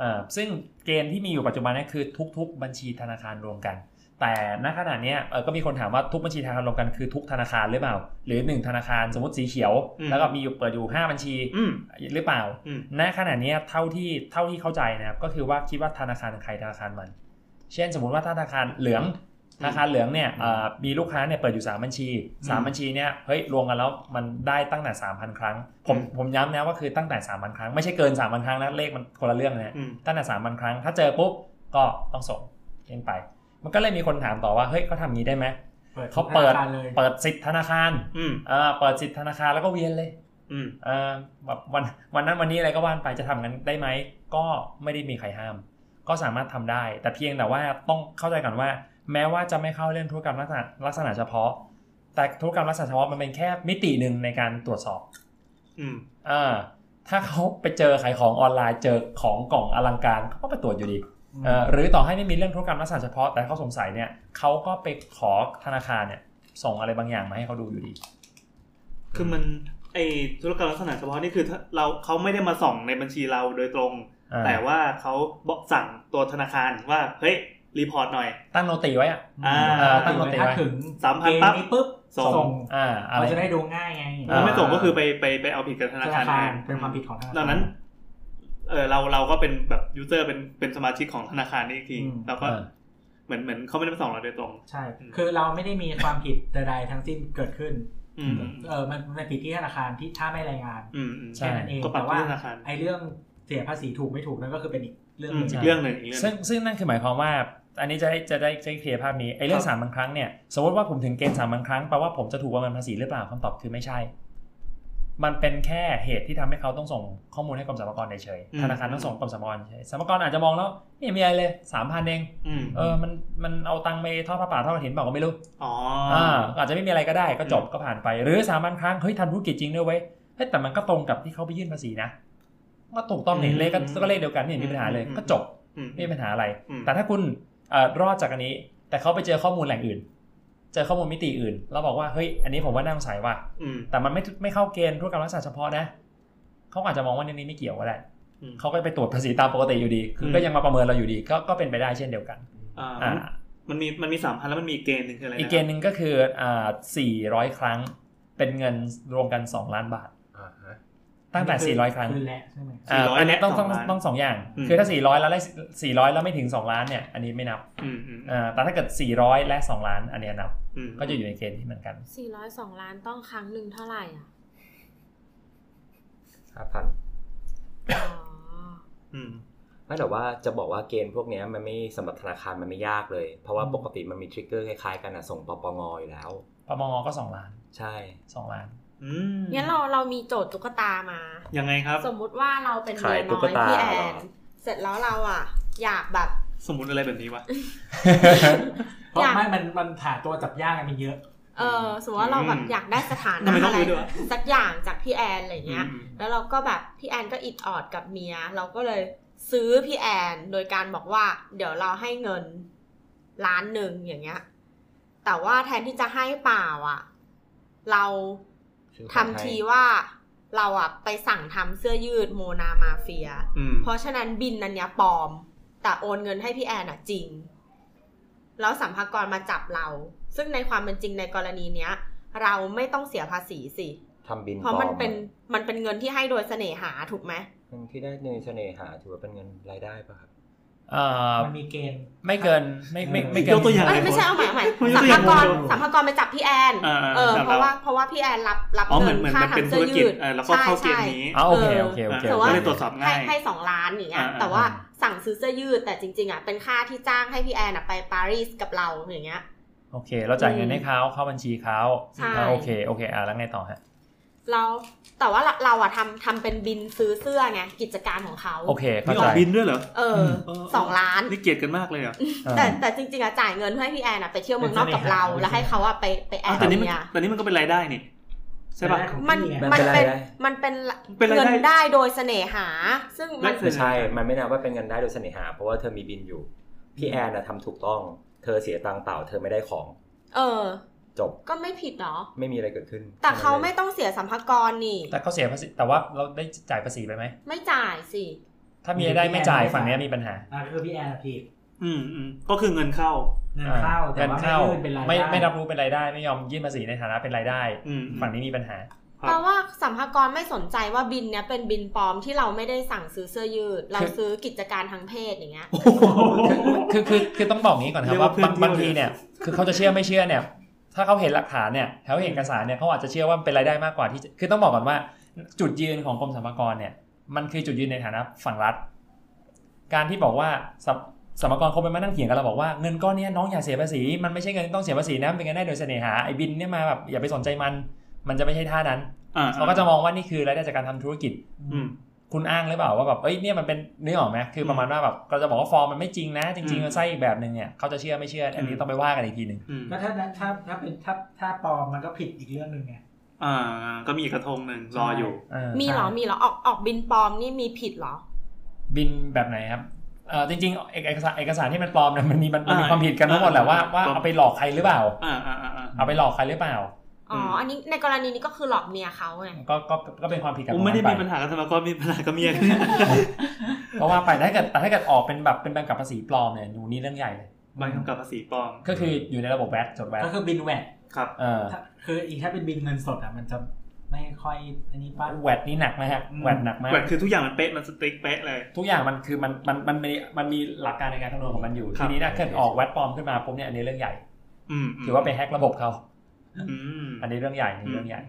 Speaker 5: อ่าซึ่งเกณฑ์ที่มีอยู่ปัจจุบันเนี้คือทุก ๆ บัญชีธนาคารรวมกัน แต่ณขณะเนี้ยเออก็มีคนถามว่าทุกบัญชีธนาคารรวมกันคือทุกธนาคารหรือเปล่า หรือหนึ่งธนาคารสมมติสีเขียว
Speaker 3: อืม
Speaker 5: แล้วก็มีอยู่เปิดอยู่ห้าบัญชี
Speaker 3: อืม
Speaker 5: หรือเปล่า
Speaker 3: อืม
Speaker 5: ณขณะเนี้ยเท่าที่เท่าที่เข้าใจนะครับก็คือว่าคิดว่าธนาคารใครธนาคารมัน เช่นสมมุติว่าถ้าธนาคารเหลืองธนาคารเหลืองเนี่ยเอ่อมีลูกค้าเนี่ยเปิดอยู่สามบัญชีสามบัญชีเนี่ยเฮ้ยรวมกันแล้วมันได้ตั้งแต่3,000 ครั้ง ผม
Speaker 3: อืม
Speaker 5: ผมย้ำนะว่าคือตั้งแต่3,000 ครั้งไม่ใช่เกิน3,000 ครั้งนะเลขมันคนละเรื่องนะ
Speaker 3: อืม
Speaker 5: ตั้งแต่สามพันครั้ง ถ้าเจอปุ๊บ ก็ต้องส่งเองไป มันก็เลยมีคนถามต่อว่า เฮ้ยเขาทำงี้ได้ไหม เขาเปิด
Speaker 2: ธนครเลย
Speaker 5: เปิดสิทธิธนาคาร
Speaker 3: อืม
Speaker 5: เออเปิดสิทธิธนาคารแล้วก็เวียนเลย
Speaker 3: อืม
Speaker 5: เออแบบวัน วันนั้นวันนี้อะไรก็ว่านไปจะทำงั้นได้ไหม ก็ไม่ได้มีใครห้าม ก็สามารถทำได้ แต่เพียงแต่ว่าต้องเข้าใจก่อนว่า แม้ว่าจะไม่เข้าเรื่องธุรกรรมลักษณะลักษณะเฉพาะ แต่ธุรกรรมลักษณะเฉพาะมันเป็นแค่มิติหนึ่งในการตรวจสอบ
Speaker 3: อืม
Speaker 5: อ่า ถ้าเขาไปเจอขายของออนไลน์เจอของกล่องอลังการเขาก็ไปตรวจอยู่ดี เอ่อหรือต่อให้ไม่มีเรื่องธุรกรรมลักษณะเฉพาะแต่เขาสงสัยเนี่ยเขาก็ไปขอธนาคารเนี่ยส่งอะไรบางอย่างมาให้เขาดูอยู่ดี
Speaker 3: คือมันไอธุรกรรมลักษณะเฉพาะนี่คือถ้าเราเขาไม่ได้มาส่องในบัญชีเราโดยตรง
Speaker 5: อ่า
Speaker 3: แต่ว่าเขาบอกสั่งตัวธนาคารว่า เฮ้ย รีพอร์ตหน่อย
Speaker 5: ตั้งโนติไว้อะ
Speaker 3: อ่า
Speaker 5: เออตั้งโนติไว้
Speaker 2: ถ้าถึง
Speaker 3: สามพัน
Speaker 2: เกณ
Speaker 3: ปั๊บ
Speaker 2: นี้ปุ๊บ
Speaker 3: ส่ง
Speaker 2: ส่ง
Speaker 5: อ่าอะไร
Speaker 2: เราจะได้ดูง่ายไง
Speaker 5: อ่
Speaker 3: ถ้าไม่ส่งก็คือไปไปไปเอาผิดกับธ
Speaker 2: ธ
Speaker 3: นา
Speaker 2: นา
Speaker 3: คาร
Speaker 2: คาร
Speaker 3: เอง
Speaker 2: เป็นความผิดของธนาคาร
Speaker 3: ดังนั้น เออเราเราก็เป็นแบบยูเซอร์เป็นเป็นสมาชิกของธนาคารนี่อีกที
Speaker 2: อืม
Speaker 3: เราก็
Speaker 5: เออ
Speaker 3: เหมือนเหมือนเขาไม่ได้มาส่องเราโดยตรง
Speaker 2: ใช่ คือเราไม่ได้มีความผิดใดๆทั้งสิ้นเกิดขึ้น
Speaker 3: อืม
Speaker 2: เออมันมันผิดที่ธนาคารที่ถ้าไม่รายงาน
Speaker 3: อืมอืม
Speaker 5: ใช่
Speaker 2: แค่นั้นเอง
Speaker 3: ก็ปรับ
Speaker 2: แต่ว่า
Speaker 3: ที่ธนาคาร
Speaker 2: ไอ้เรื่องเสียภาษีถูกไม่ถูกนั่นก็คือเป็นอีกเรื่อง
Speaker 3: อื
Speaker 2: ห
Speaker 3: ม
Speaker 2: นึ่ง
Speaker 3: อีกเรื่องหนึ่งอีกเรื่องห
Speaker 5: ซึ่
Speaker 3: นึ่
Speaker 5: ง
Speaker 3: ง
Speaker 5: ซึ่งนั่นคือหมายความว่า อันนี้จะได้จะได้จะได้เคลียร์ภาพนี้ไอ้เรื่อง
Speaker 3: ครับ
Speaker 5: สามพันครั้งเนี่ยสมมติว่าผมถึงเกณฑ์สามพันครั้งแปลว่าผมจะถูกประเมินภาษีหรือเปล่าคำตอบคือไม่ใช่ มันเป็นแค่เหตุที่ทำให้เขาต้องส่งข้อมูลให้กรมสรรพากรเฉยๆธนาคารต้องส่งกรมสรรพากรเฉยๆสรรพากรอาจจะมองแล้วไม่มีอะไรเลยสามพันเอง
Speaker 3: อืม
Speaker 5: เออมันมันเอาตังค์ไปทอดผ้าป่าทอดกฐินเปล่าก็ไม่รู้
Speaker 3: อ๋ออ
Speaker 5: อ่าอาจจะไม่มีอะไรก็ได้ก็จบ
Speaker 3: อืม
Speaker 5: ก็ผ่านไป หรือสามัญครั้งเฮ้ยทำธุรกิจจริงด้วยเว้ยเฮ้ยแต่มันก็ตรงกับที่เขาไปยื่นภาษีนะก็ถูกต้องเนี่ยเลขก็ก็เลขเดียวกันไม่เห็นมีปัญหาเลยก็จบ
Speaker 3: อืม
Speaker 5: ไม่มีปัญหาอะไร
Speaker 3: อืม
Speaker 5: แต่ถ้าคุณเอ่อรอดจากอันนี้ แต่เขาไปเจอข้อมูลแหล่งอื่น เจอข้อมูลมิติอื่น แล้วบอกว่าเฮ้ยอันนี้ผมว่าน่าสงสัยว่ะ
Speaker 3: อืม
Speaker 5: แต่มันไม่ไม่เข้าเกณฑ์ธุรกรรมลักษณะเฉพาะนะเขาอาจจะมองว่าเรื่องนี้ไม่เกี่ยวก็ได้
Speaker 3: อืม
Speaker 5: เขาก็ไปตรวจภาษีตามปกติอยู่ดี คือก็ยังมาประเมินเราอยู่ดีก็ก็เป็นไปได้เช่นเดียวกัน
Speaker 3: อ่า
Speaker 5: อ่า
Speaker 3: มันมีมันมีสามพันแล้วมันมีอีกเกณฑ์หนึ่งคืออะไรนะ
Speaker 5: อีกเกณฑ์หนึ่งก็คืออ่า400 ครั้ง เป็นเงินรวมกัน 2 ล้านบาท
Speaker 8: อ่าฮะ
Speaker 5: ตั้งแต่
Speaker 2: คือ
Speaker 5: 400 ครั้ง
Speaker 2: คือแหละใช่ไหม
Speaker 5: อ่า
Speaker 3: สี่ร้อย
Speaker 5: อันนี้
Speaker 3: และ
Speaker 5: ต้องต้อง
Speaker 3: สล้าน
Speaker 5: ต้องสองอย่าง
Speaker 3: อืม
Speaker 5: คือถ้า 400 แล้วได้400 แล้วไม่ถึง 2 ล้านเนี่ย อันนี้ไม่นับ
Speaker 3: อืมอืม
Speaker 5: อ่าแต่ถ้าเกิด 400 และ 2 ล้าน อันเนี้ยนับ
Speaker 3: อืม
Speaker 5: ก็จะอยู่ในเกณฑ์ที่เหมือนกัน
Speaker 4: สี่ร้อยสองล้านต้องครั้งหนึ่งเท่าไหร่อ่ะ
Speaker 8: ห้าพัน
Speaker 4: อ๋อ
Speaker 3: อืม
Speaker 8: ไม่แต่ว่าจะบอกว่าเกณฑ์พวกเนี้ยมันไม่สำหรับธนาคารมันไม่ยากเลย เพราะว่าปกติมันมีทริกเกอร์คล้ายๆกันนะส่งปปงอยู่แล้ว
Speaker 5: ปมงก็ 2 ล้าน
Speaker 8: ใช่
Speaker 5: 2 ล้าน
Speaker 3: อืม
Speaker 4: งั้นเราเรามีโจทย์ตุ๊กตามา
Speaker 3: ยังไงครับ
Speaker 4: สมมุติว่าเราเป็น
Speaker 8: ขา
Speaker 4: เมี
Speaker 8: ย
Speaker 4: ยน้
Speaker 8: ตุ๊
Speaker 4: อก ย
Speaker 8: ตา
Speaker 4: พี่แอ
Speaker 8: เหรอน
Speaker 4: เสร็จแล้วเราอ่ะ อยาก แบบ
Speaker 3: สมมติอะไรแบบนี้วะ
Speaker 2: เพราะ
Speaker 4: อย่าง
Speaker 2: ไม่มันมันหาตัวจับยากกันมันเยอะ
Speaker 4: เออสมมติว่าเราแบบ
Speaker 3: อืม
Speaker 4: อยากได้สถานะ
Speaker 3: ทำไมต้อง
Speaker 4: อะไร
Speaker 3: รู้ด้วยวะ
Speaker 4: สักอย่างจากพี่แอนอะไรเงี้ย
Speaker 3: อืม
Speaker 4: แล้วเราก็แบบพี่แอนก็อิดออดกับเมีย เราก็เลยซื้อพี่แอนโดยการบอกว่า เดี๋ยวเราให้เงินล้านหนึ่งอย่างเงี้ย แต่ว่าแทนที่จะให้เปล่าอ่ะ เรา
Speaker 8: ชื่อ
Speaker 4: ทำ
Speaker 8: คนไย
Speaker 4: ทีว่าเราอ่ะไปสั่งทำเสื้อยืดโมนามาเฟีย
Speaker 3: อืม
Speaker 4: เพราะฉะนั้นบินนันเนี้ยปลอม แต่โอนเงินให้พี่แอนอะจริง แล้วสัมภากรมาจับเรา ซึ่งในความเป็นจริงในกรณีเนี้ย เราไม่ต้องเสียภาษีสิ
Speaker 8: ทำบิน
Speaker 4: เพราะ
Speaker 8: ปลอ
Speaker 4: มัน
Speaker 8: ม
Speaker 4: เป็นมันเป็นเงินที่ให้โดยเสน่หาถูกไหม
Speaker 8: เงินที่ได้ในเสน่หาถือว่าเป็นเงินรายได้ป่ะครับ
Speaker 5: เอ่อ
Speaker 2: มันมีเกณฑ์
Speaker 5: ไม่เกิน ไม่ไม่ไม่เกิ
Speaker 3: ย
Speaker 5: น
Speaker 3: กตัวอย่าง
Speaker 4: เอ้ย
Speaker 3: เลย
Speaker 4: ไม่ใช่เอาใหม่เอาใหม่
Speaker 3: มันย
Speaker 4: สั
Speaker 3: ก
Speaker 4: ม
Speaker 3: ตัวอย่า
Speaker 4: ภางกร
Speaker 3: เดียว
Speaker 4: สัมภากรไปจับพี่แอน
Speaker 3: อ่าๆ
Speaker 4: เออ
Speaker 3: จับ
Speaker 4: เพ
Speaker 3: เรา
Speaker 4: ราะว่าเพราะว่าพี่แอนรับรับ
Speaker 3: อ๋อเหมือน
Speaker 4: เงิน
Speaker 3: เหมือน
Speaker 4: ค่า
Speaker 3: มันเป็น
Speaker 4: ทำเสื้อ
Speaker 3: ธุรกิ
Speaker 4: ยื
Speaker 3: จ
Speaker 4: ด
Speaker 3: เออแล้วก็เข้าเกณฑ์นี้
Speaker 5: อ๋อโอเคโอเคโอเค
Speaker 4: แต่ว่า
Speaker 3: ก็เลยตรวจสอบง่าย
Speaker 4: ให้ให้สองล้านอย่างเงี้ย
Speaker 3: อ่าๆ
Speaker 4: แต่ว่าสั่งซื้อเสื้อยืดแต่จริง ๆอ่ะเป็นค่าที่จ้างให้พี่แอนอะไปปารีสกับเราอย่างเงี้ย
Speaker 5: โอเค เราจ่ายเงินให้เขาเข้าบัญชีเขา
Speaker 4: ใช่
Speaker 5: อ่าโอเคโอเคอ่ะแล้วไงต่อฮะ
Speaker 4: เราแต่ว่าเราเราอะทำทำเป็นบินซื้อเสื้อไงกิจการของเขา
Speaker 5: โอเคเข้า
Speaker 3: นี่อ
Speaker 5: ใจ
Speaker 3: อกบินด้วยเหรอ
Speaker 4: เอออ
Speaker 3: ม
Speaker 4: สองล้าน
Speaker 3: นี่เกลียดกันมากเลยเหรอ
Speaker 4: แต่แต่จริงๆอะจ่ายเงินเพื่อให้พี่แอนอะไปเที่ยวเมืองนอกกับเรา
Speaker 2: เป็นเสน่หา
Speaker 4: แล้วให้เขาอะไปไปแอ
Speaker 3: อ้าว
Speaker 4: บ
Speaker 3: แต่นี่มัน
Speaker 4: เมีย
Speaker 3: แต่นี่มันก็เป็นรายได้นี่ ใช่ป่ะ
Speaker 2: รายได้ของ
Speaker 4: มัน
Speaker 2: พี่ไง
Speaker 8: มั
Speaker 4: มัน
Speaker 8: นเป็
Speaker 4: เป็น น
Speaker 8: รายได้
Speaker 4: มันเป็น
Speaker 3: เป็นรายได้
Speaker 4: เงินได้โดยเสน่หา ซึ่งมัน
Speaker 8: ไม่ใช่ มันไม่นับว่าเป็นเงินได้โดยเสน่หา เพราะว่าเธอมีบินอยู่ พี่แอนนะทำถูกต้อง เธอเสียตังค์เปล่า เธอไม่ได้ของ
Speaker 4: เออ
Speaker 8: จบ
Speaker 4: ก็ไม่ผิดเนาะ
Speaker 8: ไม่มีอะไรเกิดขึ้น
Speaker 4: แต่เขา
Speaker 8: ท่นั้นล
Speaker 4: ไม่
Speaker 8: ย
Speaker 4: ต้องเสียสัมภากรนี่
Speaker 5: แต่เขาเสียภาษีแต่ว่าเราได้จ่ายภาษีไปไหม
Speaker 4: ไม่จ่ายสิ
Speaker 5: ถ้ามีรายได้ไม่จ่ายฝั่งเนี้ยมีปัญหา
Speaker 2: อ่าก็คือพี่แอนอะผิด
Speaker 3: อืมอืมก็คือเงินเข้า
Speaker 2: เงินเข้า
Speaker 5: อ่
Speaker 2: แต่ว่าไม่ยื่นเป็นรายได้
Speaker 5: ไม่ไม่รับรู้เป็นรายได้ไม่ยอมยื่นภาษีในฐานะเป็นรายได้
Speaker 3: อืมอืม
Speaker 5: ฝั่งนี้มีปัญหา
Speaker 3: ครับ
Speaker 4: แปลว่าสัมภากรไม่สนใจว่าบินเนี้ยเป็นบินปลอมที่เราไม่ได้สั่งซื้อเสื้อยืด เราซื้อกิจการทางเพศอย่างเงี้ย
Speaker 5: คือคือคือต้องบอกงี้ก่อนนะครับ
Speaker 3: เรียก
Speaker 5: ว่า
Speaker 3: ว่าเพื่อบ
Speaker 5: าน งบาง
Speaker 3: เที่ยว
Speaker 5: ทีเนี่ยคือเขาจะเชื่อไม่เชื่อเนี่ย ถ้าเขาเห็นหลักฐานเนี่ยเขาเห็นเอกสารเนี่ยเขาอาจจะเชื่อว่ามันเป็นรายได้มากกว่าที่จะคือต้องบอกก่อนว่า จุดยืนของกรมสรรพากรเนี่ย มันคือจุดยืนในฐานะฝั่งรัฐ การที่บอกว่าสรรสรรพากรเขาไปมานั่งเถียงกันเราบอกว่าเงินก้อนเนี้ยน้องอย่าเสียภาษีมันไม่ใช่เงินต้องเสียภาษีนะมันเป็นเงินได้โดยเสน่หาไอ้บินเนี่ยมาแบบอย่าไปสนใจมัน มันจะไม่ใช่ท่านั้น
Speaker 3: อ่า
Speaker 5: เขาก็จะมองว่านี่คือรายได้จากการทำธุรกิจ
Speaker 3: อืม
Speaker 5: คุณอ้างหรือเปล่าว่าแบบเอ้ยเนี่ยมันเป็นเนื้อออกไหมคือประมาณว่าแบบเราจะบอกว่าฟอร์มมันไม่จริงนะ จริง
Speaker 3: อื
Speaker 5: ๆ
Speaker 3: ม
Speaker 5: มันไส้อีกแบบหนึ่งเนี่ยเขาจะเชื่อไม่เชื่อ อันนี้
Speaker 3: อืม
Speaker 5: ต้องไปว่ากันอีกทีหนึ่ง
Speaker 3: อืม
Speaker 2: ก็ถ้าถ้าถ้าเป็นถ้าถ้าปลอมมันก็ผิดอีกเรื่องหนึ่งไง
Speaker 3: อ่า ก็มีอีกกระทงหนึ่งรออยู่
Speaker 5: เออ
Speaker 4: มีเหรอ
Speaker 5: ใช่
Speaker 4: มีเหรอ ออกออกบินปลอมนี่มีผิดเหรอ
Speaker 5: บินแบบไหนครับเออจริงๆเอกเอกสารเอกสารที่มันปลอมเนี่ยมันมีมันมันมี
Speaker 3: อ่า
Speaker 5: ความผิดกันทั้งหมดแหละว่า
Speaker 3: อ่า
Speaker 5: ว่า
Speaker 3: ปลอม
Speaker 5: เอาไปหลอกใครหรือเปล่า
Speaker 3: อ่าอ่าอ่าอ่า
Speaker 5: เอาไปหลอกใครหรือเปล่า
Speaker 4: อ๋ออ
Speaker 3: ม
Speaker 4: อันนี้ในกรณีนี้ก็คือหลอกเมียเขาไง
Speaker 5: ก็ก็ก็เป็นความผิดกับ
Speaker 3: ผม
Speaker 5: ตรง
Speaker 3: ไม่
Speaker 5: นั้นป
Speaker 3: ได้มีปัญหากับสมาคมมีปัญหา กับเมีย
Speaker 5: เพราะว่าไปถ้าเกิดแต่ถ้าเกิดออกเป็นแบบเป็นใบกำกับภาษีปลอมเนี่ยหนูนี่เรื่องใหญ่เลย
Speaker 3: ใบกำกับภาษีปลอม
Speaker 5: ก็คืออยู่ในระบบแวดจดแวด
Speaker 2: ก็คือบินแวด
Speaker 3: ครับ
Speaker 5: เออ
Speaker 2: ถ้าคืออีกถ้าเป็นบินเงินสดอ่ะมันจะไม่ค่อยอันนี้ป้า
Speaker 5: แวดนี่หนักนะฮะแวดหนักมาก
Speaker 3: แบบคือทุกอย่างมันเป๊ะมันสติ๊กเป๊ะเลย
Speaker 5: ทุกอย่างมันคือมันมันมันมีมันมีหลักการในการคำนวณของมันอยู่
Speaker 3: ครับ
Speaker 5: ทีนี้ถ้าเกิดออกแวดปลอมขึ้นมาปุ๊บเนี่ยอันนี้เรื่องใหญ่
Speaker 3: อืม
Speaker 5: ถือว่าไปแฮกระบบเขา
Speaker 3: อืม
Speaker 5: อันนี้เรื่องใหญ่อันนี้เรื่องใหญ่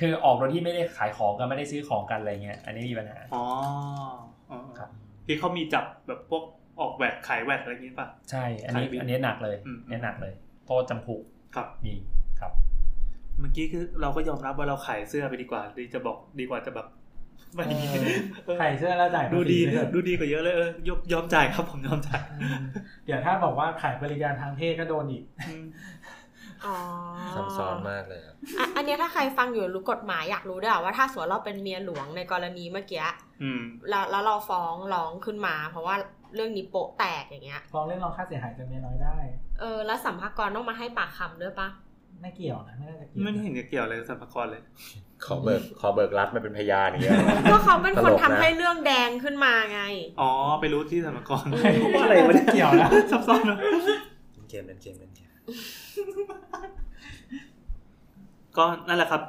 Speaker 5: คือออกโดยที่ไม่ได้ขายของกันไม่ได้ซื้อของกันอะไรเงี้ยอันนี้มีปัญหา
Speaker 3: อ๋ออ๋อ
Speaker 5: ครับ
Speaker 3: ที่เขามีจับแบบพวกออกแหวกขายแหวกอะไรอย่างนี้ป่ะ
Speaker 5: ใช่ อันนี้
Speaker 3: ขายบิน
Speaker 5: อันนี้หนักเลย
Speaker 3: อืม
Speaker 5: อันนี้หนักเลยโทษจำคุก
Speaker 3: ครับ
Speaker 5: มีครับ
Speaker 3: เมื่อกี้คือเราก็ยอมรับว่าเราขายเสื้อไปดีกว่าดีจะบอกดีกว่าจะแบบไม่ดี
Speaker 2: เออ ใส่เสื้อแล้วจ่ายภาษี
Speaker 3: ดูดี
Speaker 2: ไปเถอะ
Speaker 3: ดูดีกว่าเยอะเลยเออยกยอมจ่ายครับ ผมยอมจ่าย
Speaker 2: อืมเดี๋ยวถ้าบอกว่าขายบริการทางเพศก็โดนอีก
Speaker 3: อืม
Speaker 4: อ๋อ
Speaker 8: ซับซ้อนมากเลยครับ
Speaker 4: อ่ะอันเนี้ยถ้าใครฟังอยู่รู้กฎหมายอยากรู้ด้วยอะว่าถ้าสมมติเราเป็นเมียหลวงในกรณีเมื่อกี้
Speaker 3: อืม
Speaker 4: แล้วแล้วเราฟ้องร้องขึ้นมา เพราะว่าเรื่องนี้โปะแตกอย่างเงี้ย
Speaker 2: ฟ้องเรื่องร้องค่าเสียหายจากเมียน้อยได้
Speaker 4: เออ แล้วสัมภากรต้องมาให้ปากคำด้วยปะ
Speaker 2: ไม่เกี่ยวนะไม่น่าจะเกี่ยว
Speaker 3: ไม่ได้เห็นจะเกี่ยวอะไรกับสรรพากรเลย
Speaker 8: ขอเบิกขอเบิกรัฐมาเป็นพยานอย่างเงี้ย
Speaker 4: ก็เขาเป็นคน
Speaker 8: ตลกนะ
Speaker 4: ทำให้เรื่องแดงขึ้นมาไง
Speaker 3: อ๋อ ไปรู้ที่สรรพากร
Speaker 2: ว่าอะไรไม่เกี่ยวนะ
Speaker 3: ซับซ้อนนะ
Speaker 8: เล่นเกมเล่นเกมเล่นเกม
Speaker 3: ก็นั่นแหละครับ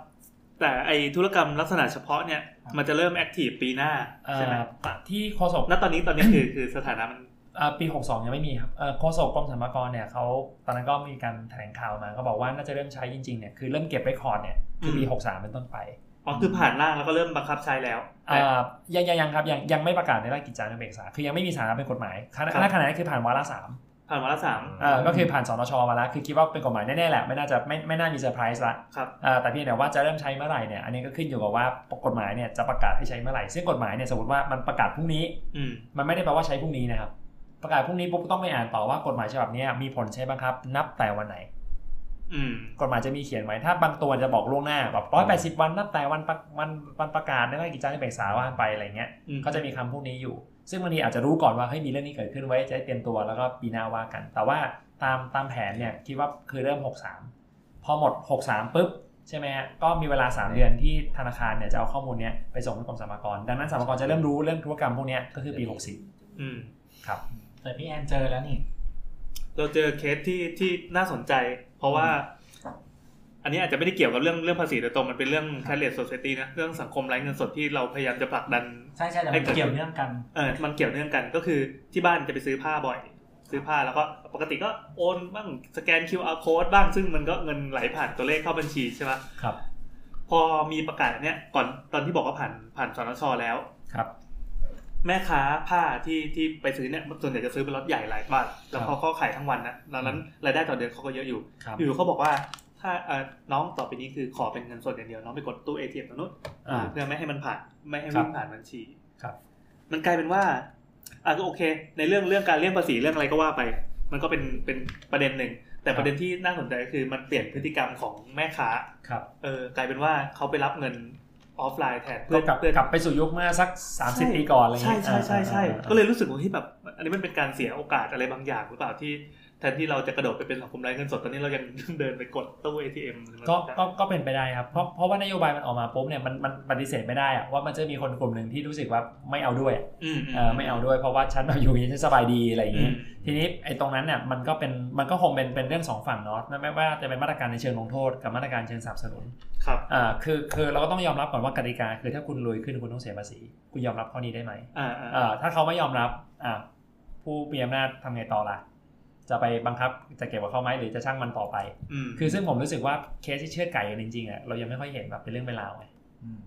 Speaker 3: แต่ไอธุรกรรมลักษณะเฉพาะเนี่ย มันจะเริ่มแอคทีฟปีหน้าใช่ไหม
Speaker 5: เอ่อ ที่โฆษก
Speaker 3: ณตอนนี้ตอนนี้คือคือสถานะมัน
Speaker 5: เอ่อปี 62 ยังไม่มีครับเอ่อโฆษกกรมสรรพากรเนี่ยเขาตอนนั้นก็มีการแถลงข่าวมาเขาบอกว่าน่าจะเริ่มใช้จริงๆเนี่ยคือเริ่มเก็บเรคคอร์ดเนี่ยคือปี
Speaker 3: อืม
Speaker 5: 63เป็นต้นไป
Speaker 3: อ๋อคือผ่านร่างแล้วก็เริ่มบังคับใช้แล้วแต่
Speaker 5: อ่ายังยังยังครับยังยังไม่ประกาศในราชกิจจานุเบกษาคือยังไม่มีสาระเป็นกฎหมายคณะ
Speaker 3: ค
Speaker 5: ค
Speaker 3: รับ
Speaker 5: ณะขณะนี้คือผ่านวาระสาม
Speaker 3: ผ่านวาระสาม
Speaker 5: เอ่อก็คือผ่านสนชมาแล้วคือคิดว่าเป็นกฎหมายแน่ๆแหละไม่น่าจะไม่ไม่น่ามีเซอร์ไพรส์ละ
Speaker 3: ครับ
Speaker 5: เอ่อแต่เพียงแต่ว่าจะเริ่มใช้เมื่อไหร่เนี่ยอันนี้ก็ขึ้นอยู่กับว่ากฎหมายเนี่ยจะประกาศให้ใช้เมื่อไหร่ซึ่งกฎหมายเนี่ยสมมติว่ามันประกาศพรุ่งนี้
Speaker 3: อืม
Speaker 5: มันไม่ได้แปลว่าใช้พรุ่งนี้นะครับประกาศพรุ่งนี้ปุ๊บต้องไปอ่านต่อว่ากฎหมายฉบับเนี้ยมีผลใช้บังคับ นับแต่วันไหน
Speaker 3: อืม
Speaker 5: กฎหมายจะมีเขียนไว้ถ้าบางตัวจะบอกล่วงหน้าแบบ180 วันนับแต่วันประวันวันประกาศในราชกิจจานุเบกษาว่าไปอะไรเงี้ย
Speaker 3: อืม
Speaker 5: ก็จะมีคำพวกนี้อยู่ ซึ่งบางทีอาจจะรู้ก่อนว่าเฮ้ยมีเรื่องนี้เกิดขึ้นไว้จะได้เตรียมตัวแล้วก็ปีหน้าว่ากัน แต่ว่าตามตามแผนเนี่ยคิดว่าคือเริ่ม 63 พอหมด 63ปุ๊บใช่ไหมฮะก็มีเวลา 3 เดือนที่ธนาคารเนี่ยจะเอาข้อมูลเนี้ยไปส่งให้กรมสรรพากร ดังนั้นสรรพากรจะเริ่มรู้เรื่องธุรกรรมพวกเนี้ยก็คือปี
Speaker 3: อืม
Speaker 5: 60 ครับ
Speaker 2: แต่พี่แอนเจอแล้วนี่
Speaker 3: เราเจอเคสที่ที่น่าสนใจ เพราะว่า อันนี้อาจจะไม่ได้เกี่ยวกับเรื่องเรื่องภาษีโดยตรงมันเป็นเรื่อง cashless society นะเรื่องสังคมไร้เงินสดที่เราพยายามจะผลักดัน
Speaker 2: ใช่ใช่แต่มันเกี่ยวเนื่องกัน
Speaker 3: เออมันเกี่ยวเนื่องกันก็คือที่บ้านจะไปซื้อผ้าบ่อย ซื้อผ้าแล้วก็ปกติก็โอนบ้างสแกน QR code บ้างซึ่งมันก็เงินไหลผ่านตัวเลขเข้าบัญชีใช่ปะ
Speaker 5: ครับ
Speaker 3: พอมีประกาศเนี้ยก่อนตอนที่บอกว่าผ่านผ่านสนชแล้ว
Speaker 5: ครับ
Speaker 3: แม่ค้าผ้าที่ที่ไปซื้อเนี่ยส่วนใหญ่จะซื้อเป็นล็อตใหญ่หลายบาทแล้
Speaker 5: ค
Speaker 3: ว
Speaker 5: รั
Speaker 3: เขา
Speaker 5: บ
Speaker 3: ก็ขายทั้งวันนะดังนั้นรายได้ต่อเดือนเขาก็เยอะอยู่
Speaker 5: ครับ
Speaker 3: อยู่เขาบอกว่าถ้าเอ่อน้องต่อไปนี้คือขอเป็นเงินสดอย่างเดียวน้องไปกดตู้ ATM ตรงนู้น
Speaker 5: อ่า
Speaker 3: เพื่อไม่ให้มันผ่านไม่ให้
Speaker 5: ครั
Speaker 3: วิ่
Speaker 5: บ
Speaker 3: งผ่านบัญชี
Speaker 5: ครับ
Speaker 3: มันกลายเป็นว่าอ่ะก็โอเค ในเรื่องเรื่องการเลี่ยงภาษีเรื่องอะไรก็ว่าไป มันก็เป็นเป็นประเด็นหนึ่ง แต่ประเด็นที่น่าสนใจก็คือมันเปลี่ยนพฤติกรรมของแม่ค้า
Speaker 5: ครับ
Speaker 3: เออกลายเป็นว่าเขาไปรับเงินออฟไลน์แทน
Speaker 5: ก็
Speaker 3: เพื่อก
Speaker 5: ลับ
Speaker 3: เพื่อก
Speaker 5: ลับไปสู่ยุคเมื่อสัก 30 ปีก่อนอะไร
Speaker 3: ใช่
Speaker 5: เงี้ย
Speaker 3: ใช่ใช่ใช่
Speaker 5: อ่าอ่าอ่า
Speaker 3: ก็เลยรู้สึกว่าที่แบบ อันนี้มันเป็นการเสียโอกาสอะไรบางอย่างหรือเปล่าที่ แทนที่เราจะกระโดดไปเป็นสังคมไร้เงินสดตอนนี้เรายัง เดินไปกดตู้ ATM
Speaker 5: ก็ก็ก็เป็นไปได้ครับ เพราะเพราะว่านโยบายมันออกมาปุ๊บเนี่ยมันมันปฏิเสธไม่ได้อะว่ามันจะมีคนกลุ่มหนึ่งที่รู้สึกว่าไม่เอาด้วยอะ
Speaker 3: อืม
Speaker 5: เออไม่เอาด้วยเพราะว่าฉันเอาอยู่อย่างนี้ฉันสบายดีอะไรอย่าง
Speaker 3: อื
Speaker 5: เงี้
Speaker 3: ม
Speaker 5: ยทีนี้ไอ้ตรงนั้นเนี่ยมันก็เป็นมันก็คงเป็นเป็นเรื่องสองฝั่งเนาะนั่นไม่ว่าจะเป็นมาตรการในเชิงลงโทษกับมาตรการเชิงสนับสนุน
Speaker 3: ครับ
Speaker 5: อ่าคือคือเราก็ต้องยอมรับก่อนว่ากติกาคือถ้าคุณรวยขึ้นคุณต้องเสียภาษีคุณยอมรับข้อนี้ได้ไหม
Speaker 3: อ่าอ่า
Speaker 5: เอ่อถ้าเขาไม่ยอมรับอ่ะผู้มีอำนาจทำไงต่อล่ะ จะไปบังคับจะเก็บกับเขาไหมหรือจะช่างมันต่อไป
Speaker 3: อืม
Speaker 5: คือซึ่งผมรู้สึกว่าเคสที่เชือดไก่กันจริงๆอ่ะเรายังไม่ค่อยเห็นแบบเป็นเรื่องเป็นราวไง
Speaker 2: อืม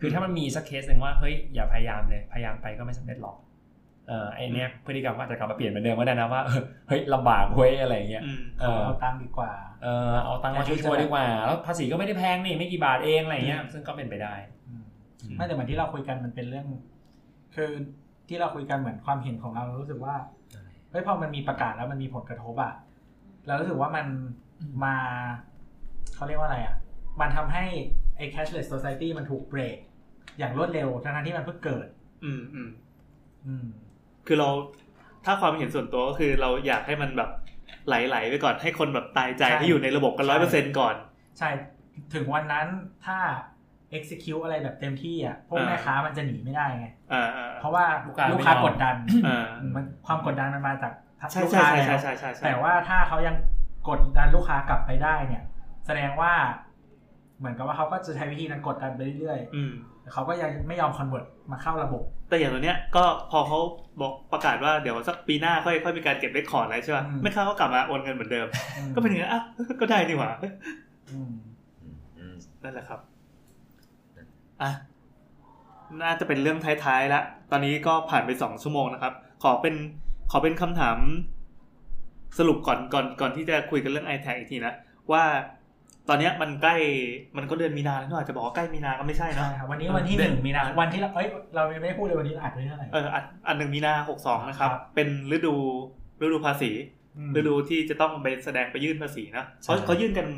Speaker 5: คือถ้ามันมีสักเคสหนึ่งว่าเฮ้ยอย่าพยายามเลยพยายามไปก็ไม่สำเร็จหรอกเออไอเนี้ยพฤติกรรมก็อาจจะกลับมาเปลี่ยนเหมือนเดิมก็ได้นะว่าเออเฮ้ยลำบากเว้ยอะไรอย่างเงี้ย
Speaker 3: อืม
Speaker 5: เออ
Speaker 2: เอาตามดีกว่า
Speaker 5: เออเอาตังค์มาช่วยๆดีกว่าแล้วภาษีก็ไม่ได้แพงนี่ไม่กี่บาทเองอะไรอย่างเงี้ยซึ่งก็เป็นไปได้
Speaker 2: อืม
Speaker 5: อืม
Speaker 2: ไม่แต่เหมือนที่เราคุยกันมันเป็นเรื่อง คือที่เราคุยกันเหมือนความเห็นของเราเรารู้สึกว่าเฮ้ยพอมันมีประกาศแล้วมันมีผลกระทบอะเรารู้สึกว่ามันมาเขาเรียกว่าอะไรอะมันทำให้ไอ้ cashless society มันถูกเบรกอย่างรวดเร็วทั้งๆที่มันเพิ่งเกิด
Speaker 3: อืมอืม
Speaker 2: อืม
Speaker 3: คือเราถ้าความเห็นส่วนตัวก็คือเราอยากให้มันแบบไหลๆไปก่อนให้คนแบบตายใจ
Speaker 2: ใช่
Speaker 3: ให้อยู่ในระบบกันร้อยเปอร์เซ็นต์ก่อน
Speaker 2: ใช่ ถึงวันนั้นถ้า execute อะไรแบบเต็มที่อะพวก
Speaker 3: อ่า
Speaker 2: แม่ค้ามันจะหนีไม่ได้ไง
Speaker 3: อ่าอ่า
Speaker 2: เพราะว่า
Speaker 5: ลูกค้าไม่ยอม
Speaker 2: ลูกค้ากดดัน
Speaker 3: อ่า
Speaker 2: มันความกดดันมันมาจาก
Speaker 3: ใช่
Speaker 2: ลูก
Speaker 3: ใช่
Speaker 2: ค้าแล้ว
Speaker 3: ใช่ใช่ใช่ใช่ใช่
Speaker 2: แต่ว่าถ้าเขายังกดดันลูกค้ากลับไปได้เนี่ย แสดงว่า เหมือนกับว่าเขาก็จะใช้วิธีนั้นกดดันไปเรื่อย
Speaker 3: อืม
Speaker 2: ๆแต่เขาก็ยังไม่ยอมคอนเวิร์ตมาเข้าระบบ
Speaker 3: แต่อย่างตัวเนี้ยก็พอเขาบอกประกาศว่าเดี๋ยวสักปีหน้าค่อยค่อยมีการเก็บเรคคอร์ดอะไรใช่ป่ะ
Speaker 2: อืม
Speaker 3: ไม่ค้าก็กลับมาโอนเงินเหมือนเดิม
Speaker 2: อืม
Speaker 3: ก็เป็นอย่างนี้นอ่ะ ก็ได้นี่หว่า
Speaker 2: อืม
Speaker 8: อืม
Speaker 3: นั่นแหละครับอ่ะน่าจะเป็นเรื่องท้ายๆละตอนนี้ก็ผ่านไปสองชั่วโมงนะครับ ขอเป็นขอเป็นคำถามสรุปก่อนก่อนก่อนที่จะคุยกันเรื่อง i t a g อีกทีนะว่าตอนเนี้ยมันใกล้มันก็เดือนมีนาแล้วเนอะอาจจะบอกว่าใกล้มีนาก็ไม่ใช่เนอะ
Speaker 2: ใช่ครับวันนี้วันที่ห
Speaker 3: เด่น
Speaker 2: นึ่งมีนาวันที่เราเอ้ยเราไม่ได้พูดเลยวันนี้เราอัดไว้เท่าไหร่
Speaker 3: เอออันอันหนึ่งมีนาหกสองนะครับ
Speaker 2: ครับ
Speaker 3: เป็นฤดูฤดูภาษี
Speaker 2: ม
Speaker 3: ฤดูที่จะต้องไปแสดงไปยื่นภาษีนะ
Speaker 5: ใช่
Speaker 3: เขาเขายื่นกัน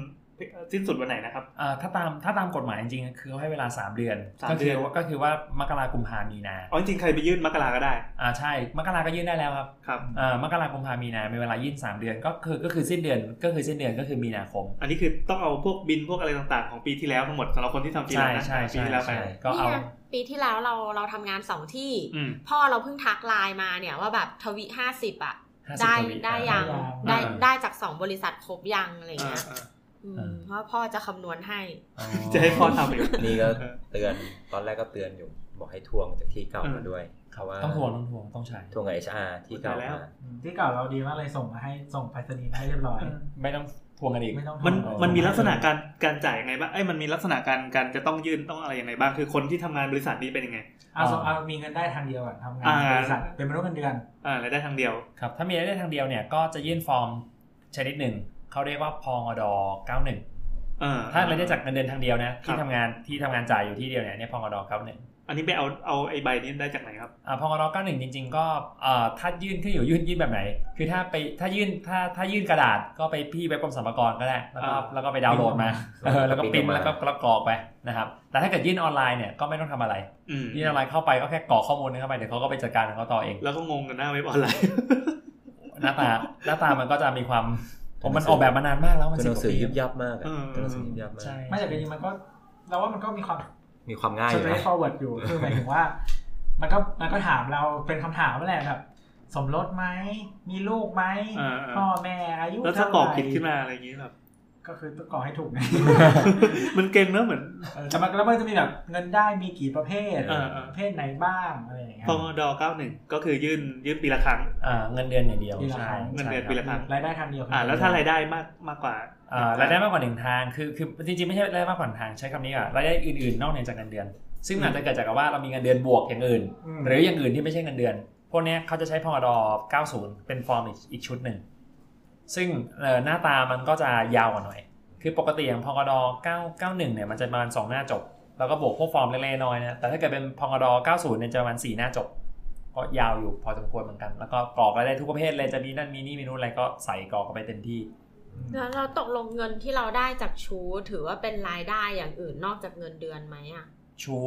Speaker 3: สิ้นสุดวันไหนนะครับ
Speaker 5: อ่าถ้าตามถ้าตามกฎหมายจริงๆคือเขาให้เวลา 3 เดือน
Speaker 3: สาม
Speaker 5: ก็
Speaker 3: เดื
Speaker 5: คื
Speaker 3: อน
Speaker 5: ว่าก็คือว่ามกรากุมภามีนา
Speaker 3: อ๋อจริงๆใครไปยื่นมกราก็ได้
Speaker 5: อ่าใช่ มกราก็ยื่นได้แล้วครับ
Speaker 3: ครับ
Speaker 5: อ่ามกรากุมภามีนามีเวลายื่น3 เดือนก็คือก็คือสิ้นเดือนก็คือสิ้นเดือนก็คือมีนาคม
Speaker 3: อันนี้คือต้องเอาพวกบินพวกอะไรต่างๆ ของปีที่แล้วทั้งหมดสำหรับคนที่ทำปี
Speaker 5: ใช่
Speaker 3: แล้วนะ
Speaker 5: ใช่
Speaker 3: ปี
Speaker 5: ใช่
Speaker 3: ที่แล้วไป
Speaker 5: ใช่ก็เอา
Speaker 4: เนี่ยปีที่แล้วเราเราทำงานสองที่
Speaker 3: อืม
Speaker 4: พ่อเราเพิ่งทักไลน์มาเนี่ยว่าแบบทวิห้าสิบอ่ะ
Speaker 5: 50
Speaker 4: ได้
Speaker 5: ทวีต
Speaker 4: ได้
Speaker 5: อ่ะ
Speaker 4: ยัง
Speaker 3: ได้
Speaker 4: ได้
Speaker 3: ยัง
Speaker 4: ได้จากสองบริษัทครบยังอะไรเงี้ย
Speaker 3: อ่า
Speaker 4: อืม
Speaker 5: อ่า
Speaker 4: เพราะพ่อจะคำนวณให้
Speaker 5: อ๋อ
Speaker 3: ๆจะให้พ่อทำอีก
Speaker 8: นี่ก็
Speaker 3: เออ
Speaker 8: เตือนตอนแรกก็เตือนอยู่ บอกให้ทวงจากที่เก่ามาด้วยเพราะว่า
Speaker 5: ต้องทวงต้องทวงต้องใช้
Speaker 8: ทวงกับ HR ที่เก่า
Speaker 3: แล้ว
Speaker 8: มา
Speaker 2: อืมที่เก่าเราดีมากเลยส่งมาให้ส่งไปรษณีย์มาให้เรียบร้อย
Speaker 5: ไม่ต้องทวงกันอีก
Speaker 2: ไม่ต้อง
Speaker 3: มัน
Speaker 2: ทำ
Speaker 3: มันมีลักษณะการการจ่ายยังไงบ้างไอ้ยมันมีลักษณะการการจะต้องยื่นต้องอะไรยังไงบ้างคือคนที่ทำงานบริษัทนี้เป็นยังไง
Speaker 2: เอาสมเอามีเงินได้ทางเดียวก่อนทำงาน
Speaker 3: อ่า
Speaker 2: บริษัทเป็นมนุษย์เงินเดือน
Speaker 3: อ่ารายได้ทางเดียว
Speaker 5: ครับถ้ามีรายได้ทางเดียวเนี่ยก็จะยื่นฟอร์มชนิดหนึ่งเขาเรียกว่าพองอด91
Speaker 3: เออ
Speaker 5: ถ้ารายได้จากเงินเดือนทางเดียวนะที่
Speaker 3: ครับ
Speaker 5: ทำงานที่ทำงานจ่ายอยู่ที่เดียวเนี่ยเนี่ยพองอด91
Speaker 3: อันนี้ไปเอาเอาไอ้ใบนี้ได้จากไหนครับ
Speaker 5: อ่าพอกร91จริง ๆ ก็เอ่อถ้ายื่นขึ้นอยู่ยื่นยื่นแบบไหน คือถ้าไปถ้ายื่นถ้าถ้ายื่นกระดาษก็ไปพี่เว็บกรมสรรพากรก็ได้แล้วก็
Speaker 3: อ่า
Speaker 5: แล้วก็ไปดาวน์โหลดมาเออแล้วก็ปริ้นแล้วก็แล้วก็กรอกไปนะครับแต่ถ้าเกิดยื่นออนไลน์เนี่ยก็ไม่ต้องทำอะไร
Speaker 3: อืม
Speaker 5: ยื่นออนไลน์เข้าไปก็แค่กรอกข้อมูลเข้าไปเดี๋ยวเขาก็ไปจัดการของเขาต่อเอง
Speaker 3: แล้วก็งงกันหน้าเว็บออนไลน์
Speaker 5: หน้าตาหน้าตามันก็จะมีความผมมันออกแบบมานานมากแล้วมัน
Speaker 8: คือ
Speaker 5: สิบกว่า
Speaker 8: หนังสื
Speaker 5: ปี
Speaker 8: อยิบยับมากอะ
Speaker 3: อืม
Speaker 8: คือหนังสือยิบยับมาก
Speaker 5: ใช่
Speaker 2: ไม่แต่จริงๆมันก็เราว่ามันก็มีความ
Speaker 8: มีความง่ายอ
Speaker 2: ส
Speaker 8: ยู่
Speaker 2: เตรท
Speaker 8: นะ
Speaker 2: ฟอร์เวิร์ดอยู่ คือหมายถึงว่า มันก็มันก็ถามเราเป็นคำถามนั่นแหละแบบ สมรสไหม มีลูกไหม
Speaker 3: อ่าๆ
Speaker 2: พ่อแม่อายุ
Speaker 3: แล้วถ้ากรอกผิดขึ้นมาอะไรอย่างงี้แบบ
Speaker 2: ก็คือต้องกรอกให้ ถูกไง
Speaker 3: มันเก่งเนอะเหมือน
Speaker 2: เออแต่มันแล้วมันจะมีแบบเงินได้มีกี่ประเภท
Speaker 3: อ่าๆ
Speaker 2: ประเภทไหนบ้างอะไรอย่างเงี้ย
Speaker 3: พงด91 ก็คือยื่นยื่นปีละครั้ง
Speaker 5: อ่าเงินเดือนอย่างเดียว
Speaker 2: ปีละ
Speaker 5: ใช่
Speaker 2: ครั้ง
Speaker 3: เงินเดือน
Speaker 5: ใช่ครับ
Speaker 3: ปีละครั้ง
Speaker 2: รายได้ทางเดียวคื
Speaker 3: อ่า แล้วถ้ารายได้มากมากกว่า
Speaker 5: อ่ารายได้มากกว่าหนึ่งทาง คือ คือ จริงๆ ไม่ใช่รายได้มากกว่าหนึ่งทาง ใช้คำนี้อ่ะ รายได้อื่นๆ นอกเหนือจากเงินเดือน ซึ่งมันอาจจะเกิดจากว่าเรามีเงินเดือนบวกอย่างอื่น
Speaker 2: อืม
Speaker 5: หรืออย่างอื่นที่ไม่ใช่เงินเดือน พวกเนี้ยเขาจะใช้พอดอ90 เป็นฟอร์มอีกอีกชุดหนึ่ง ซึ่งเอ่อหน้าตามันก็จะยาวกว่าหน่อย คือปกติอย่างพอกด991 เนี่ย มันจะประมาณ 2 หน้าจบ แล้วก็บวกพวกฟอร์มเล็กๆน้อยๆนะ แต่ถ้าเกิดเป็นพอกด90 เนี่ยจะประมาณ 4 หน้าจบ ก็ยาวอยู่พอสมควรเหมือนกัน แล้วก็กรอกรายได้ทุกประเภทเลย จะมีนั่นมีนี่มีนู่นอะไรก็ใส่กรอกเข้าไปเต็มที่
Speaker 4: แล้วเราตกลงเงินที่เราได้จากชูถือว่าเป็นรายได้อย่างอื่นนอกจากเงินเดือนไหมอ่ะ
Speaker 5: ชู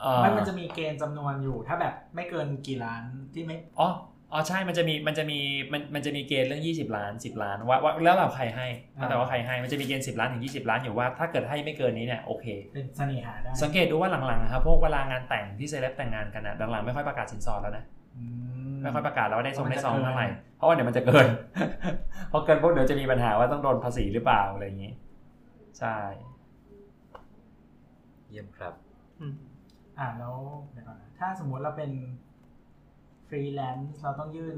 Speaker 5: เอ่อ
Speaker 2: ไม่มันจะมีเกณฑ์จำนวนอยู่ ถ้าแบบไม่เกินกี่ล้านที่ไม่
Speaker 5: อ๋อ อ๋อใช่มันจะมีมันจะมีมันมันจะมีเกณฑ์เรื่อง 20 ล้าน 10 ล้านว่าว่าแล้วเราใครให้แล้วแต่ว่าใครให้มันจะมีเกณฑ์10 ล้านถึง 20 ล้านอยู่ว่าถ้าเกิดให้ไม่เกินนี้เนี่ยโอเค
Speaker 2: เป็นเสน่หาได้
Speaker 5: สังเกตดูว่าหลังๆนะครับพวกเวลางานแต่งที่เซเลบแต่งงานกันนะหลังๆไม่ค่อยประกาศสินสอดแล้วนะ
Speaker 2: อื
Speaker 5: ไม่ค่อยประกาศแล้วว่าได้ซอง
Speaker 2: เพ
Speaker 5: ได้
Speaker 2: ราะมัน
Speaker 5: ซอง
Speaker 2: จะเกิน
Speaker 5: เท่าไหร่เพราะว่าเดี๋ยวมันจะเกิน เพราะเกินพวกเดี๋ยวจะมีปัญหาว่าต้องโดนภาษีหรือเปล่าอะไรอย่างนี้ ใช่
Speaker 8: เยี่ยมครับ
Speaker 3: อืม
Speaker 2: อ่าแล้วเดี๋ยวก่อนนะถ้าสมมุติเราเป็นฟรีแลนซ์เราต้องยื่น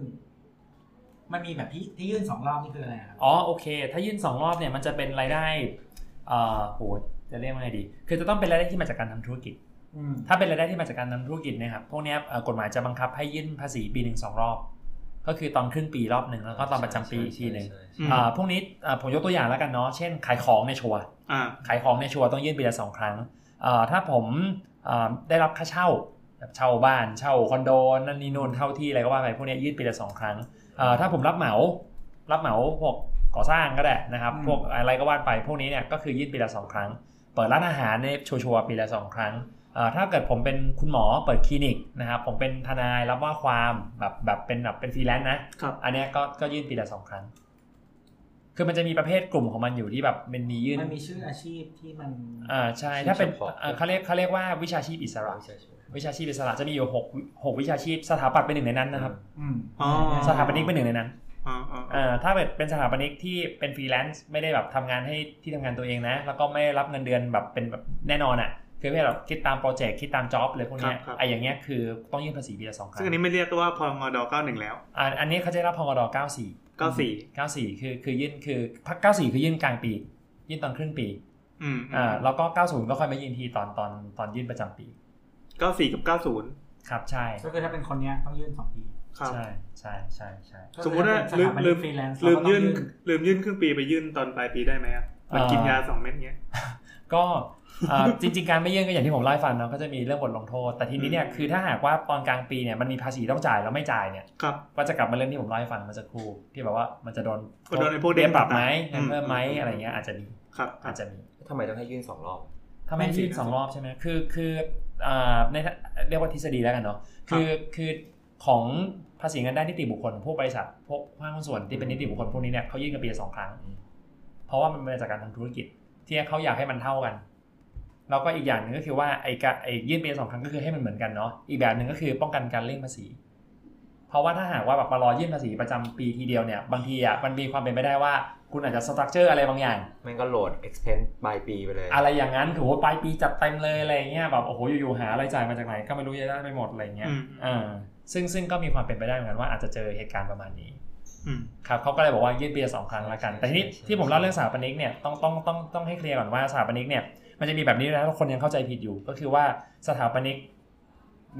Speaker 2: มันมีแบบที่ที่ยื่นสองรอบนี่คืออะไรครับ
Speaker 5: อ๋อโอเค ถ้ายื่นสองรอบเนี่ยมันจะเป็นรายได้เอ่อโหจะเรียกว่าไงดี คือจะต้องเป็นรายได้ที่มาจากการทำธุรกิจ
Speaker 2: อืม
Speaker 5: ถ้าเป็นรายได้ที่มาจากการทำธุรกิจเนะครับพวกเนี้ยเอ่อกฎหมายจะบังคับให้ยื่นภาษีปีหนึ่งสองรอบ ก็คือตอนครึ่งปีรอบหนึ่งแล้วก็ตอนประจำปีอีกทีหนึ่ง
Speaker 8: ใช่ใช่ใช่
Speaker 3: อืม
Speaker 5: อ่าพวกนี้อ่าผมยกตัวอย่างแล้วกันเนาะเช่นขายของในยชัวร์
Speaker 3: อ่า
Speaker 5: ขายของในยชัวร์ต้องยื่นปีละสองครั้งเอ่อถ้าผมเอ่อได้รับค่าเช่าแบบเช่าบ้าน เช่าคอนโดนั่นนี่นู่นเท่าที่อะไรก็ว่าไปพวกเนี้ยยื่นปีละสองครั้งเอ่อถ้าผมรับเหมา รับเหมาพวกก่อสร้างก็ได้นะครับ พวกอะไรก็ว่าไปพวกนี้เนี่ยก็คือยื่นปีละสองครั้ง เปิดร้านอาหารเนี่ยชัวร์ๆปีละสองครั้งเอ่อถ้าเกิดผมเป็นคุณหมอเปิดคลินิกนะครับ ผมเป็นทนายรับว่าความแบบแบบเป็นแบบเป็นฟรีแลนซ์นะ
Speaker 3: ครับ
Speaker 5: อันเนี้ยก็ก็ยื่นปีละสองครั้ง คือมันจะมีประเภทกลุ่มของมันอยู่ที่แบบมันมียื่น
Speaker 2: มันมีชื่ออาชีพที่มัน
Speaker 5: อ่าใช่ถ้าเป็นอ่าเขาเรียกเขาเรียกว่าวิชาชีพอิสระ
Speaker 8: ใช่ใช่
Speaker 5: วิชาชีพอิสระจะมีอยู่หกหกวิชาชีพสถาปัตย์เป็นหนึ่งในนั้นนะครับ
Speaker 2: อืม
Speaker 3: อ๋อ
Speaker 5: สถาปนิกเป็นหนึ่งในนั้น
Speaker 3: อ่าอ่าอ่า
Speaker 5: อ่าถ้าเป็นเป็นสถาปนิกที่เป็นฟรีแลนซ์ไม่ได้แบบทำงานให้ที่ทำงานตัวเองนะ แล้วก็ไม่รับเงินเดือนแบบเป็นแบบแน่นอนอ่ะคือไม่แบบคิดตามโปรเจกต์คิดตามจ็อบเลยพวกเนี้ยไอ้อย่างเงี้ยคือต้องยื่นภาษีปีละสองครั้
Speaker 3: ซึ่
Speaker 5: ง
Speaker 3: งอันนี้ไม่เรียกว่าพองอดอ91 แล้ว
Speaker 5: อ่าอันนี้เขาจะได้รับพงด94
Speaker 3: 94
Speaker 5: 94คือคือยื่นคือพัก94 คือยื่นกลางปี ยื่นตอนครึ่งปี
Speaker 3: อืม
Speaker 5: อ่าแล้วก็ 90 ก็ค่อยมายื่นทีตอนตอนตอนยื่นประจำปี
Speaker 3: 94 กับ 90
Speaker 5: ครับใช่
Speaker 2: ก็คือถ้าเป็นคนเนี้ยต้องยื่นสองปี
Speaker 3: ครับ
Speaker 5: ใช่ใช่ใช่ใช่
Speaker 3: สมมุติว่าลืมลืม
Speaker 2: ฟรีแลนซ์
Speaker 3: ลืมยื่นลืมยื่นครึ่งปีไปยื่นตอนปลายปีได้ไหมอะเหมือนกินยาสองเม็ดเงี้ย
Speaker 5: ก็เอ่อ จริง ๆ การไม่ยื่นก็อย่างที่ผมเล่าให้ฟังเนาะก็จะมีเรื่องบทลงโทษ แต่ทีนี้เนี่ย
Speaker 3: อืม
Speaker 5: คือถ้าหากว่าตอนกลางปีเนี่ยมันมีภาษีต้องจ่ายแล้วไม่จ่ายเนี่ย
Speaker 3: ครับ
Speaker 5: ก็จะกลับมาเรื่องที่ผมเล่าให้ฟังเมื่อสักครู่ที่แบบว่ามันจะโดน
Speaker 3: ก็โดนไอ้พวกเด้ง
Speaker 5: เรียปรับไหม
Speaker 3: ต่างๆ
Speaker 5: เงินเพิ่มไหม
Speaker 3: อืม
Speaker 5: อะไรเงี้ยอาจจะมี
Speaker 3: ครับ
Speaker 5: อาจจะมี
Speaker 8: ทำไมต้องให้ยื่นสองรอบ
Speaker 5: ถ้าไม่ยื่นสองรอบใช่ไหมคือคือเอ่อในเรียกว่าทฤษฎีแล้วกันเนาะคือคือของภาษีเงินได้นิติบุคคลพวกบริษัทพวกห้างหุ้นส่วนที่เป็นนิติบุคคลพวกนี้เนี่ยเขายื่นกันปีละสองครั้ง เพราะว่ามันมาจากการทำธุรกิจที่เขาอยากให้มันเท่ากัน แล้วก็อีกอย่างหนึ่งก็คือว่าไอ้กะไอ้ยื่นเป็นสองครั้งก็คือให้มันเหมือนกันเนาะอีกแบบหนึ่งก็คือป้องกันการเลี่ยงภาษี เพราะว่าถ้าหากว่าแบบมารอยื่นภาษีประจำปีทีเดียวเนี่ยบางทีอ่ะมันมีความเป็นไปได้ว่าคุณอาจจะสตรัคเจอร์อะไรบางอย่าง
Speaker 8: มันก็โหลด expense ปลายปีไปเลย
Speaker 5: อะไรอย่างนั้นถือว่าปลายปีจัดเต็มเลยอะไรเงี้ยแบบโอ้โหอยู่ๆหารายจ่ายมาจากไหนก็ไม่รู้เยอะแยะไปหมดอะไรเงี้ย
Speaker 3: อืม
Speaker 5: อ่าซึ่งซึ่งก็มีความเป็นไปได้เหมือนกันว่าอาจจะเจอเหตุการณ์ประมาณนี้
Speaker 3: อืม
Speaker 5: ครับเขาก็เลยบอกว่ายื่นปีละสองครั้งละกัน แต่ทีนี้
Speaker 8: ใช่ใช่
Speaker 5: ที่ผมเล่าเรื่องสถาปนิกเนี่ยต้องต้องต้องต้องให้เคลียร์ก่อนว่าสถาปนิกเนี่ยมันจะมีแบบนี้ด้วยนะคนยังเข้าใจผิดอยู่ ก็คือว่าสถาปนิก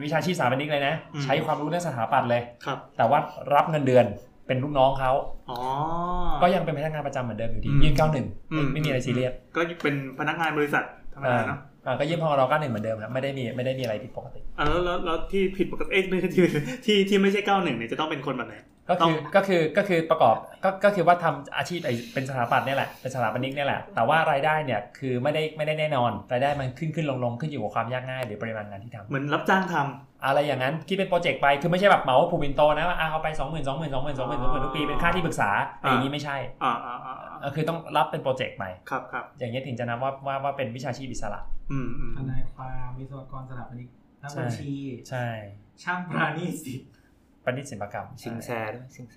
Speaker 5: วิชาชีพสถาปนิกเลยนะ
Speaker 3: อืม
Speaker 5: ใช้ความรู้เรื่องสถาปัตย์เลย
Speaker 3: ครับ
Speaker 5: แต่ว่ารับเงินเดือนเป็นลูกน้องเขา
Speaker 3: อ๋อ
Speaker 5: ก็ยังเป็นพนักงานประจำเหมือนเดิมอยู่ดี
Speaker 3: อืม
Speaker 5: ยื่นเก้าหนึ่ง
Speaker 3: อืม
Speaker 5: ไม่มีอะไรซีเรียส
Speaker 3: ก็เป็นพนักงานบริษัทธรรมดาเนาะ
Speaker 5: อ่าก็ยื่นพอรอเก้าหนึ่งเหมือนเดิมครับไม่ได้มีไม่ได้มีอะไรผิดปกติ
Speaker 3: อ่ะแล้วแล้วแล้วที่ผิดปกติเอ๊ะไม่ใช่ที่ที่ที่ไม่ใช่ 91 เนี่ยจะต้องเป็นคนแบบไหน
Speaker 5: ก็
Speaker 3: ต้อ
Speaker 5: คื
Speaker 3: ง
Speaker 5: อก็คือก็คือประกอบก็ก็คือว่าทำอาชีพไอ้เป็นสถาปัตย์เนี่ยแหละเป็นสถาปนิกเนี่ยแหละ แต่ว่ารายได้เนี่ยคือไม่ได้ไม่ได้แน่นอนรายได้มันขึ้นขึ้นลงลงขึ้นอยู่กับความยากง่ายหรือปริมาณงานที่ทำ
Speaker 3: เหมือนรับจ้างทำ
Speaker 5: อะไรอย่างนั้นคิดเป็นโปรเจกต์ไปคือไม่ใช่แบบเหมาผูมินโตนะว่าอ่ะเอาไป2 0 0 0 0 2 0 0 0 0 2 0 0 0 0 2 0 0 0 0 0ทุกปีเป็นค่าที่ปรึกษาอะไรอย่างนี้ไม่ใช่
Speaker 3: อ่าอ่าอ่า
Speaker 5: เออคือต้องรับเป็นโปรเจกต์ไป
Speaker 3: ครับครับ
Speaker 5: อย่างนี้ยถึงจะนับว่าว่าว่าเป็นวิชาชีพอิสระ
Speaker 3: อืมอืม
Speaker 2: ทนายความวิศวกรสถาปนิกนักบัญชี
Speaker 5: ใช่
Speaker 2: ช่างปราณีตสิลป์
Speaker 5: ประณิตศิลปกรรม
Speaker 8: สิงแซ
Speaker 5: ใช่
Speaker 8: ด้วยสิงแซ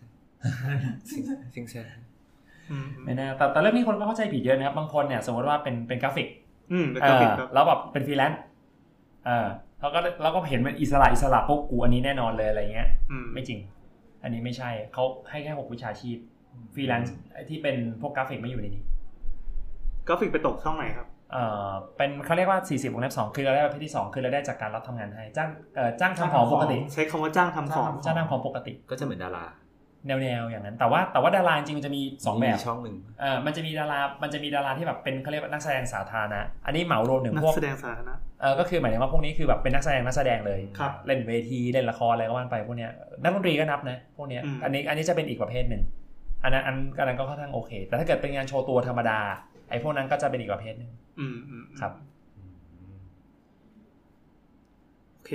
Speaker 8: สิงแซ
Speaker 3: อืม
Speaker 5: ไม่แน่แต่แต่เรื่องนี้คนก็เข้าใจผิดเยอะนะครับบางคนเนี่ยสมมติว่าเป็นเป็นกราฟิก
Speaker 3: อืมแล้ว
Speaker 5: เอ
Speaker 3: ก็
Speaker 5: อ
Speaker 3: ผิดครับ
Speaker 5: แล้วแบบเป็นฟรีแลนซ์เออแล้วก็แล้วก็เห็นเป็นอิสระอิสระปุ๊บกูอันนี้แน่นอนเลยอะไรเงี้ย
Speaker 3: อืม
Speaker 5: ไม่จริง อันนี้ไม่ใช่เขาให้แค่หกวิชาชีพฟรีแลนซ์ที่เป็นพวกกราฟิกไม่อยู่ในนี้
Speaker 3: กราฟิกไปตกช่องไหนครับ
Speaker 5: เออเป็นเขาเรียกว่า 40วงเล็บ2คือรายได้ประเภทที่ 2 คือรายได้จากการรับทำงานให้จ้างเออจ้างทำของปกติ
Speaker 3: ใช้คำว่าจ้างทำของ
Speaker 5: จ้างทำของปกติ
Speaker 8: ก็จะเหมือนดารา
Speaker 5: แนวๆอย่างนั้น แต่ว่าแต่ว่าดาราจริงๆมันจะมีสองแบบ
Speaker 8: มีช่องหนึ่ง
Speaker 5: เออมันจะมีดารามันจะมีดาราที่แบบเป็นเขาเรียกว่านักแสดงสาธารณะอันนี้เหมารวมถึง
Speaker 3: นัก
Speaker 5: พวก
Speaker 3: แสดงสาธารณะ
Speaker 5: เออก็คือหมายถึงว่าพวกนี้คือแบบเป็นนักแสดงนักแสดงเลย
Speaker 3: ครับ
Speaker 5: เล่นเวทีเล่นละครอะไรก็ว่าไปพวกเนี้ยนักดนตรีก็นับนะพวกเนี้ย
Speaker 3: อืม
Speaker 5: อันนี้อันนี้จะเป็นอีกประเภทหนึ่งอันนั้นอันอันนั้นก็ค่อนข้างโอเค แต่ถ้าเกิดเป็นงานโชว์ตัวธรรมดาไอ้พวกนั้นก็จะเป็นอีกประเภทหนึ่ง
Speaker 3: อืมอืม
Speaker 5: ครับ
Speaker 3: โอเค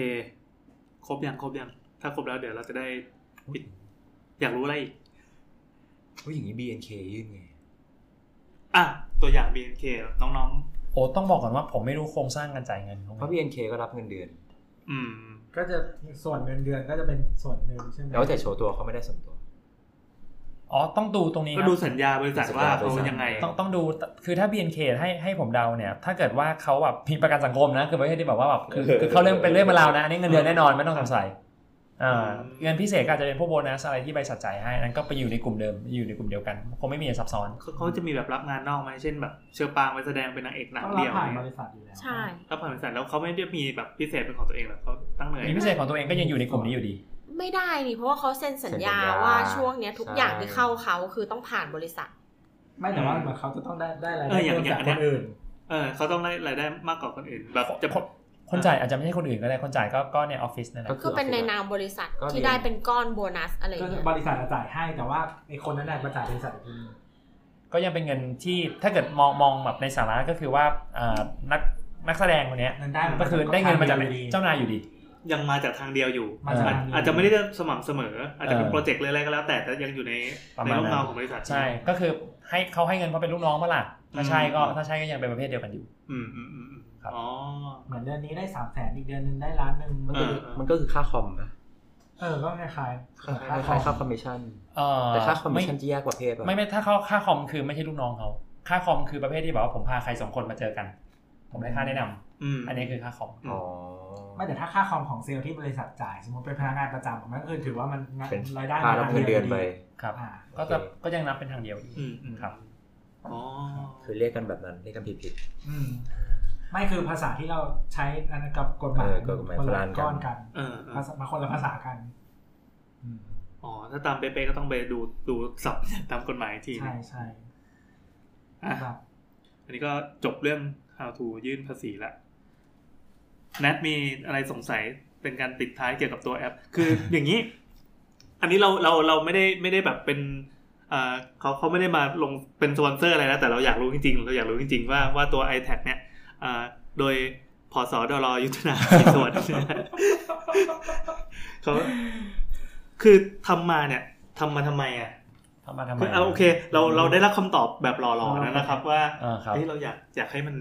Speaker 3: ครบยังครบยัง ถ้าครบแล้วเดี๋ยวเราจะได้ อยากรู้อะไรอีก
Speaker 8: เฮ้ยอย่างนี้ BNK ยื่นไง
Speaker 3: อ่ะ ตัวอย่าง BNK น้อง
Speaker 5: โอ้ต้องบอกก่อนว่าผมไม่รู้โครงสร้างการจ่ายเงินของ
Speaker 8: เพ
Speaker 5: มัน
Speaker 8: ราะ BNK ก็รับเงินเดือน
Speaker 3: ๆ อืม
Speaker 2: ก็จะส่วนเงินเดือนก็จะเป็นส่วนหนึ่งใช่ไหม
Speaker 8: แล้วแต่โชว์ตัวเขาไม่ได้ส่วนตัว
Speaker 5: อ๋อต้องดูตรงนี้ค
Speaker 3: ก็
Speaker 5: รับ
Speaker 3: ดูสัญญาบริษัทว่า
Speaker 8: บริ
Speaker 3: เขา
Speaker 8: ษัท
Speaker 3: ยังไง
Speaker 5: ต้องต้องดู คือถ้า BNK ให้ให้ผมเดาเนี่ย ถ้าเกิดว่าเขาแบบ มีประกันสังคมนะ คือไม่ใช่ที่แบบว่าแบบคือ
Speaker 8: เออ
Speaker 5: คือเขาเรื่องเป็นเรื่องมาราวนะ อันนี้เงินเดือนแน่นอนไม่ต้องสงสัยอ่า
Speaker 3: อืม
Speaker 5: เงินพิเศษก็อาจจะเป็นพวกโบนัสอะไรที่บริษัทจ่ายให้ นั้นก็ไปอยู่ในกลุ่มเดิม อยู่ในกลุ่มเดียวกัน คงไม่มีอะไรซับซ้อน
Speaker 3: เขาเขาจะมีแบบรับงานนอกไหมเช่นแบบ เชอปางไปแสดงเป็นนางเอกหนัง
Speaker 2: ต้องรับ
Speaker 3: เดียว
Speaker 2: ผ่านบ
Speaker 3: เนี่ย
Speaker 2: ริษัทอยู่แล้ว
Speaker 4: ใช่
Speaker 3: รับผ่านบริษัทแล้วเขาไม่ได้มีแบบพิเศษเป็นของตัวเองหรอเขาตั้งเลย
Speaker 5: มีพิเศษของตัวเองก็ยังอยู่ในกลุ่มนี้อยู่ดี
Speaker 4: ไม่ได้นี่เพราะว่าเขาเซ็นสัญญา
Speaker 8: เซ็นสัญญา
Speaker 4: ว่าช่วงเนี้ยทุก
Speaker 8: ใช่
Speaker 4: อย่างที่เข้าเขาคือต้องผ่านบริษัท
Speaker 2: ไม่แต่ว่าเหมือนเขาจะต้องได้ได้ราย
Speaker 3: เอ
Speaker 2: ได้
Speaker 3: ออย่าง
Speaker 2: เพิ่มจา
Speaker 3: อย่าก ง
Speaker 2: ค
Speaker 3: เนี้ย
Speaker 2: นอื่น
Speaker 3: เออเขาต้องได้รายได้มากกว่าคนอื่น แบบจะ
Speaker 5: คนคนจ่ายอาจจะไม่ใช่คนอื่นก็ได้ คนจ่ายก็ก็ในออฟฟิศนั่นแหละ
Speaker 4: ก็เป็นในนามบริษัท
Speaker 8: ก็มี
Speaker 4: ที่ได้เป็นก้อนโบนัสอะไร
Speaker 2: ก็
Speaker 4: เงี้ย
Speaker 2: บริษัทจะจ่ายให้แต่ว่าไอคนนั้นแหละมาจ่ายบริษัทอีกทีนึง
Speaker 5: ก็ยังเป็นเงินที่ถ้าเกิดมองมองแบบในสาระก็คือว่าอ่านักนักแสดงคนเนี้ย
Speaker 2: เงินได้มั
Speaker 5: ก็คือได้เงินมาจาก
Speaker 2: ทดี
Speaker 5: เจ้านายอยู่ดี
Speaker 3: ยังมาจากทางเดียวอยู่
Speaker 2: มาจาก
Speaker 3: อาจ
Speaker 2: ทางเดียว
Speaker 3: อาจจะไม่ได้สม่ำเสมอ อาจจะเป็น
Speaker 5: เออ
Speaker 3: โปรเจกต์เลยอะไรก็แล้ว แต่แต่ยังอยู่ใน
Speaker 5: ประ
Speaker 3: ใน
Speaker 5: มาณนั้น
Speaker 3: ร่มเงาของบริษัท
Speaker 5: ใช่ ก็คือให้เขาให้เงินเพราะเป็นลูกน้องเมื่อไหร่ะถ้าใช่ก็
Speaker 3: อืม
Speaker 5: ถ้าใช่ก็ยังเป็นประเภทเดียวกันอยู่
Speaker 3: อืมอืมอืมอืม
Speaker 5: ครับ
Speaker 3: อ๋อ
Speaker 2: เหมือนเดือนนี้ได้สามแสนอีกเดือนหนึ่งได้ล้านหนึ่ง
Speaker 3: เออ
Speaker 8: มันก็คือค่าคอมนะ
Speaker 2: เออก็คล้าย
Speaker 8: คล้ายๆค่าคอมมิชชั่น
Speaker 5: เออ
Speaker 8: แต่ค่าคอมมิชชั่น
Speaker 5: ไ
Speaker 8: จะแยกประเภทป่ะ
Speaker 5: ไม่ไม่ถ้าเขาค่าคอมคือไม่ใช่ลูกน้องเขาค่าคอมคือประเภทที่แบบว่าผมพาใครสองคนมาเจอกัน ผมได้ค่าแนะนำ
Speaker 3: อืม
Speaker 5: อันนี้คือค่าคอม
Speaker 8: อ๋อ
Speaker 2: ๆไม่แต่ถ้าค่าคอมของเซลล์ที่บริษัทจ่าย สมมติเป็นพนักงานประจำมันก็คือถือว่ามัน
Speaker 8: เป็น
Speaker 2: รายได้
Speaker 8: ค่ารับเงินเดือนไป
Speaker 5: ครับ
Speaker 2: อ่า
Speaker 5: ก็จะก็ยังนับเป็นทางเดียวอีก
Speaker 3: อืมอืม
Speaker 5: ครับ
Speaker 3: อ๋อ
Speaker 8: คือเรียกกันแบบนั้นเรียกกันผิดผิด
Speaker 2: อืมไม่คือภาษาที่เราใช้อันนั้นกับกฎหมาย
Speaker 8: เออกฎหมาย
Speaker 2: คนละ
Speaker 8: คนละอันกัน
Speaker 2: ก้อนกัน
Speaker 3: เออเออ
Speaker 2: ภาษามาคนละภาษากันอืม
Speaker 3: อ๋อ ถ้าตามเป๊ะๆก็ต้องไปดูดูสับ ตามกฎหมายอีกทีห
Speaker 2: ใช่
Speaker 3: นึ่ง
Speaker 2: ใช่
Speaker 3: อ่ะ
Speaker 2: แบบ
Speaker 3: อันนี้ก็จบเรื่อง how to ยื่นภาษีละแนทมีอะไรสงสัยเป็นการติดท้ายเกี่ยวกับตัวแอป คือ อย่างนี้ อันนี้เราเราเราไม่ได้ไม่ได้แบบเป็นอ่าเขาเขาไม่ได้มาลงเป็นสปอนเซอร์อะไรนะแต่เราอยากรู้จริงๆ เราอยากรู้จริงๆ ว่าว่าตัว iTag เนี่ยอ่าโดยพศดรยุทธ นาศรีสวัสดิ์ เขาคือทำมาเนี่ยทำมาทำไมอ่ะ
Speaker 5: ทำมาทำไม
Speaker 3: คือเอาโอเค เราเราได้รับคำตอบแบบหล่อๆแล้วนะครับ ว่า
Speaker 5: อ่าครับ
Speaker 3: เฮ้ยเราอยากอยากให้มัน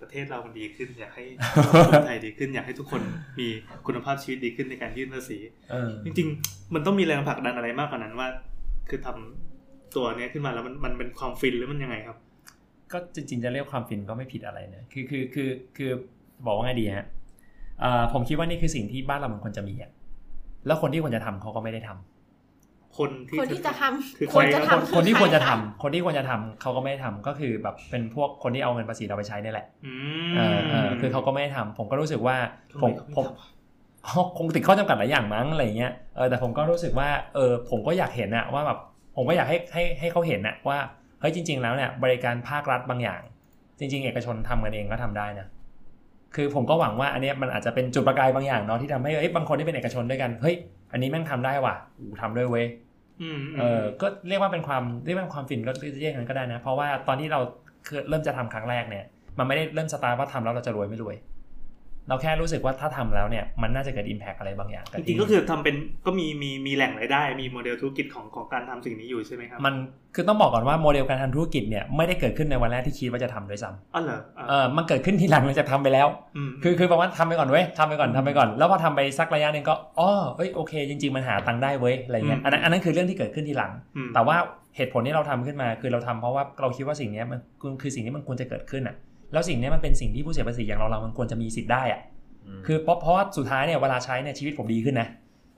Speaker 3: ประเทศเรามันดีขึ้น อยากให้คนไทยดีขึ้น อยากให้ทุกคนมีคุณภาพชีวิตดีขึ้นในการยื่นภาษี
Speaker 5: เออ
Speaker 3: จริงๆ มันต้องมีแรงผลักดันอะไรมากกว่านั้นว่า คือทำตัวเนี้ยขึ้นมาแล้วมันมันเป็นความฟินหรือมันยังไงครับ
Speaker 5: ก็จริงๆจะเรียกความฟินก็ไม่ผิดอะไรนะคือคือคือคือบอกว่าไงดีฮะเอ่อผมคิดว่านี่คือสิ่งที่บ้านเรามันควรจะมีอ่ะแล้วคนที่ควรจะทำเขาก็ไม่ได้ทำ
Speaker 3: คนที่
Speaker 4: คนที่จะท
Speaker 3: คือ
Speaker 4: ำ
Speaker 3: ใค
Speaker 4: ค
Speaker 3: ร
Speaker 4: นจะ
Speaker 5: คน
Speaker 4: ทำ
Speaker 5: คนที่ควรจะทำ
Speaker 4: ใ
Speaker 5: คนที่ควรจะทำเขาก็ไม่ได้ทำก็คือแบบเป็นพวกคนที่เอาเงินภาษีเราไปใช้นี่แหละ
Speaker 3: อืม
Speaker 5: เออเออคือเขาก็ไม่ได้ทำผมก็รู้สึกว่า
Speaker 3: ทำไม
Speaker 5: ผม
Speaker 3: เขาไม่
Speaker 5: ผม
Speaker 3: ท
Speaker 5: คงติดข้อจำกัดหลายอย่างมั้งอะไรเงี้ยเออแต่ผมก็รู้สึกว่าเออผมก็อยากเห็นอะว่าแบบผมก็อยากให้ให้ให้เขาเห็นอะว่าเฮ้ยจริง ๆ แล้วเนี่ยบริการภาครัฐบางอย่าง จริง ๆ เอกชนทำกันเองก็ทำได้นะคือผมก็หวังว่าอันเนี้ยมันอาจจะเป็นจุดประกายบางอย่างเนาะที่ทำให้เอ้ยบางคนที่เป็นเอกชนด้วยกันเฮ้ยอันนี้แม่งทำได้ว่ะอูทำด้วยเว้ย
Speaker 3: อืม
Speaker 5: เออก็เรียกว่าเป็นความเรียกว่าความฟินก็เรียกงั้นก็ได้นะ เพราะว่าตอนที่เราคือเริ่มจะทำครั้งแรกเนี่ย มันไม่ได้เริ่มสตาร์ทว่าทำแล้วเราจะรวยไม่รวย เราแค่รู้สึกว่าถ้าทำแล้วเนี่ยมันน่าจะเกิดอิมแพ t อะไรบางอย่าง
Speaker 3: จริงๆก็คือทำเป็นก็มีมีมีแหล่งรายได้ มีโมเดลธุรกิจของของการทำสิ่งนี้อยู่ใช่ไหมครับ
Speaker 5: มันคือต้องบอกก่อนว่าโมเดลการทำธุรกิจเนี่ยไม่ได้เกิดขึ้นในวันแรกที่คิดว่าจะทำด้วยซ้
Speaker 3: อ๋อเหรอ
Speaker 5: ำเออมันเกิดขึ้นทีหลังหลังจากทำไปแล้ว
Speaker 3: ม
Speaker 5: คือคือแปลว่าทำไปก่อนเว้ยทำไปก่อนทำไปก่อน แล้วพอทำไปสักระยะหนึ่งก็อ๋อเอ้ยโอเค จริง ๆ มันหาตังค์ได้เว้ยอะไรเงี้ยอันนั้นอันนั้นคือเรื่องที่เกิดขึ้นทีหลัง
Speaker 3: อืม
Speaker 5: แต่ว่าเหตุผลที่เราทำขึ้นมาคือเราทำเพราะว่าเราคิดว่าสิ่งเนี้ยมันมันคือสิ่งที่มันควรจะเกิดขึ้นอ่ะ แล้วสิ่งเนี้ยมันเป็นสิ่งที่ผู้เสียภาษีอย่างเราเรามันควรจะมีสิทธิ์ได้อ่ะคือเพราะเพราะว่าสุดท้ายเนี่ยเวลาใช้เนี่ยชีวิตผมดีขึ้นนะ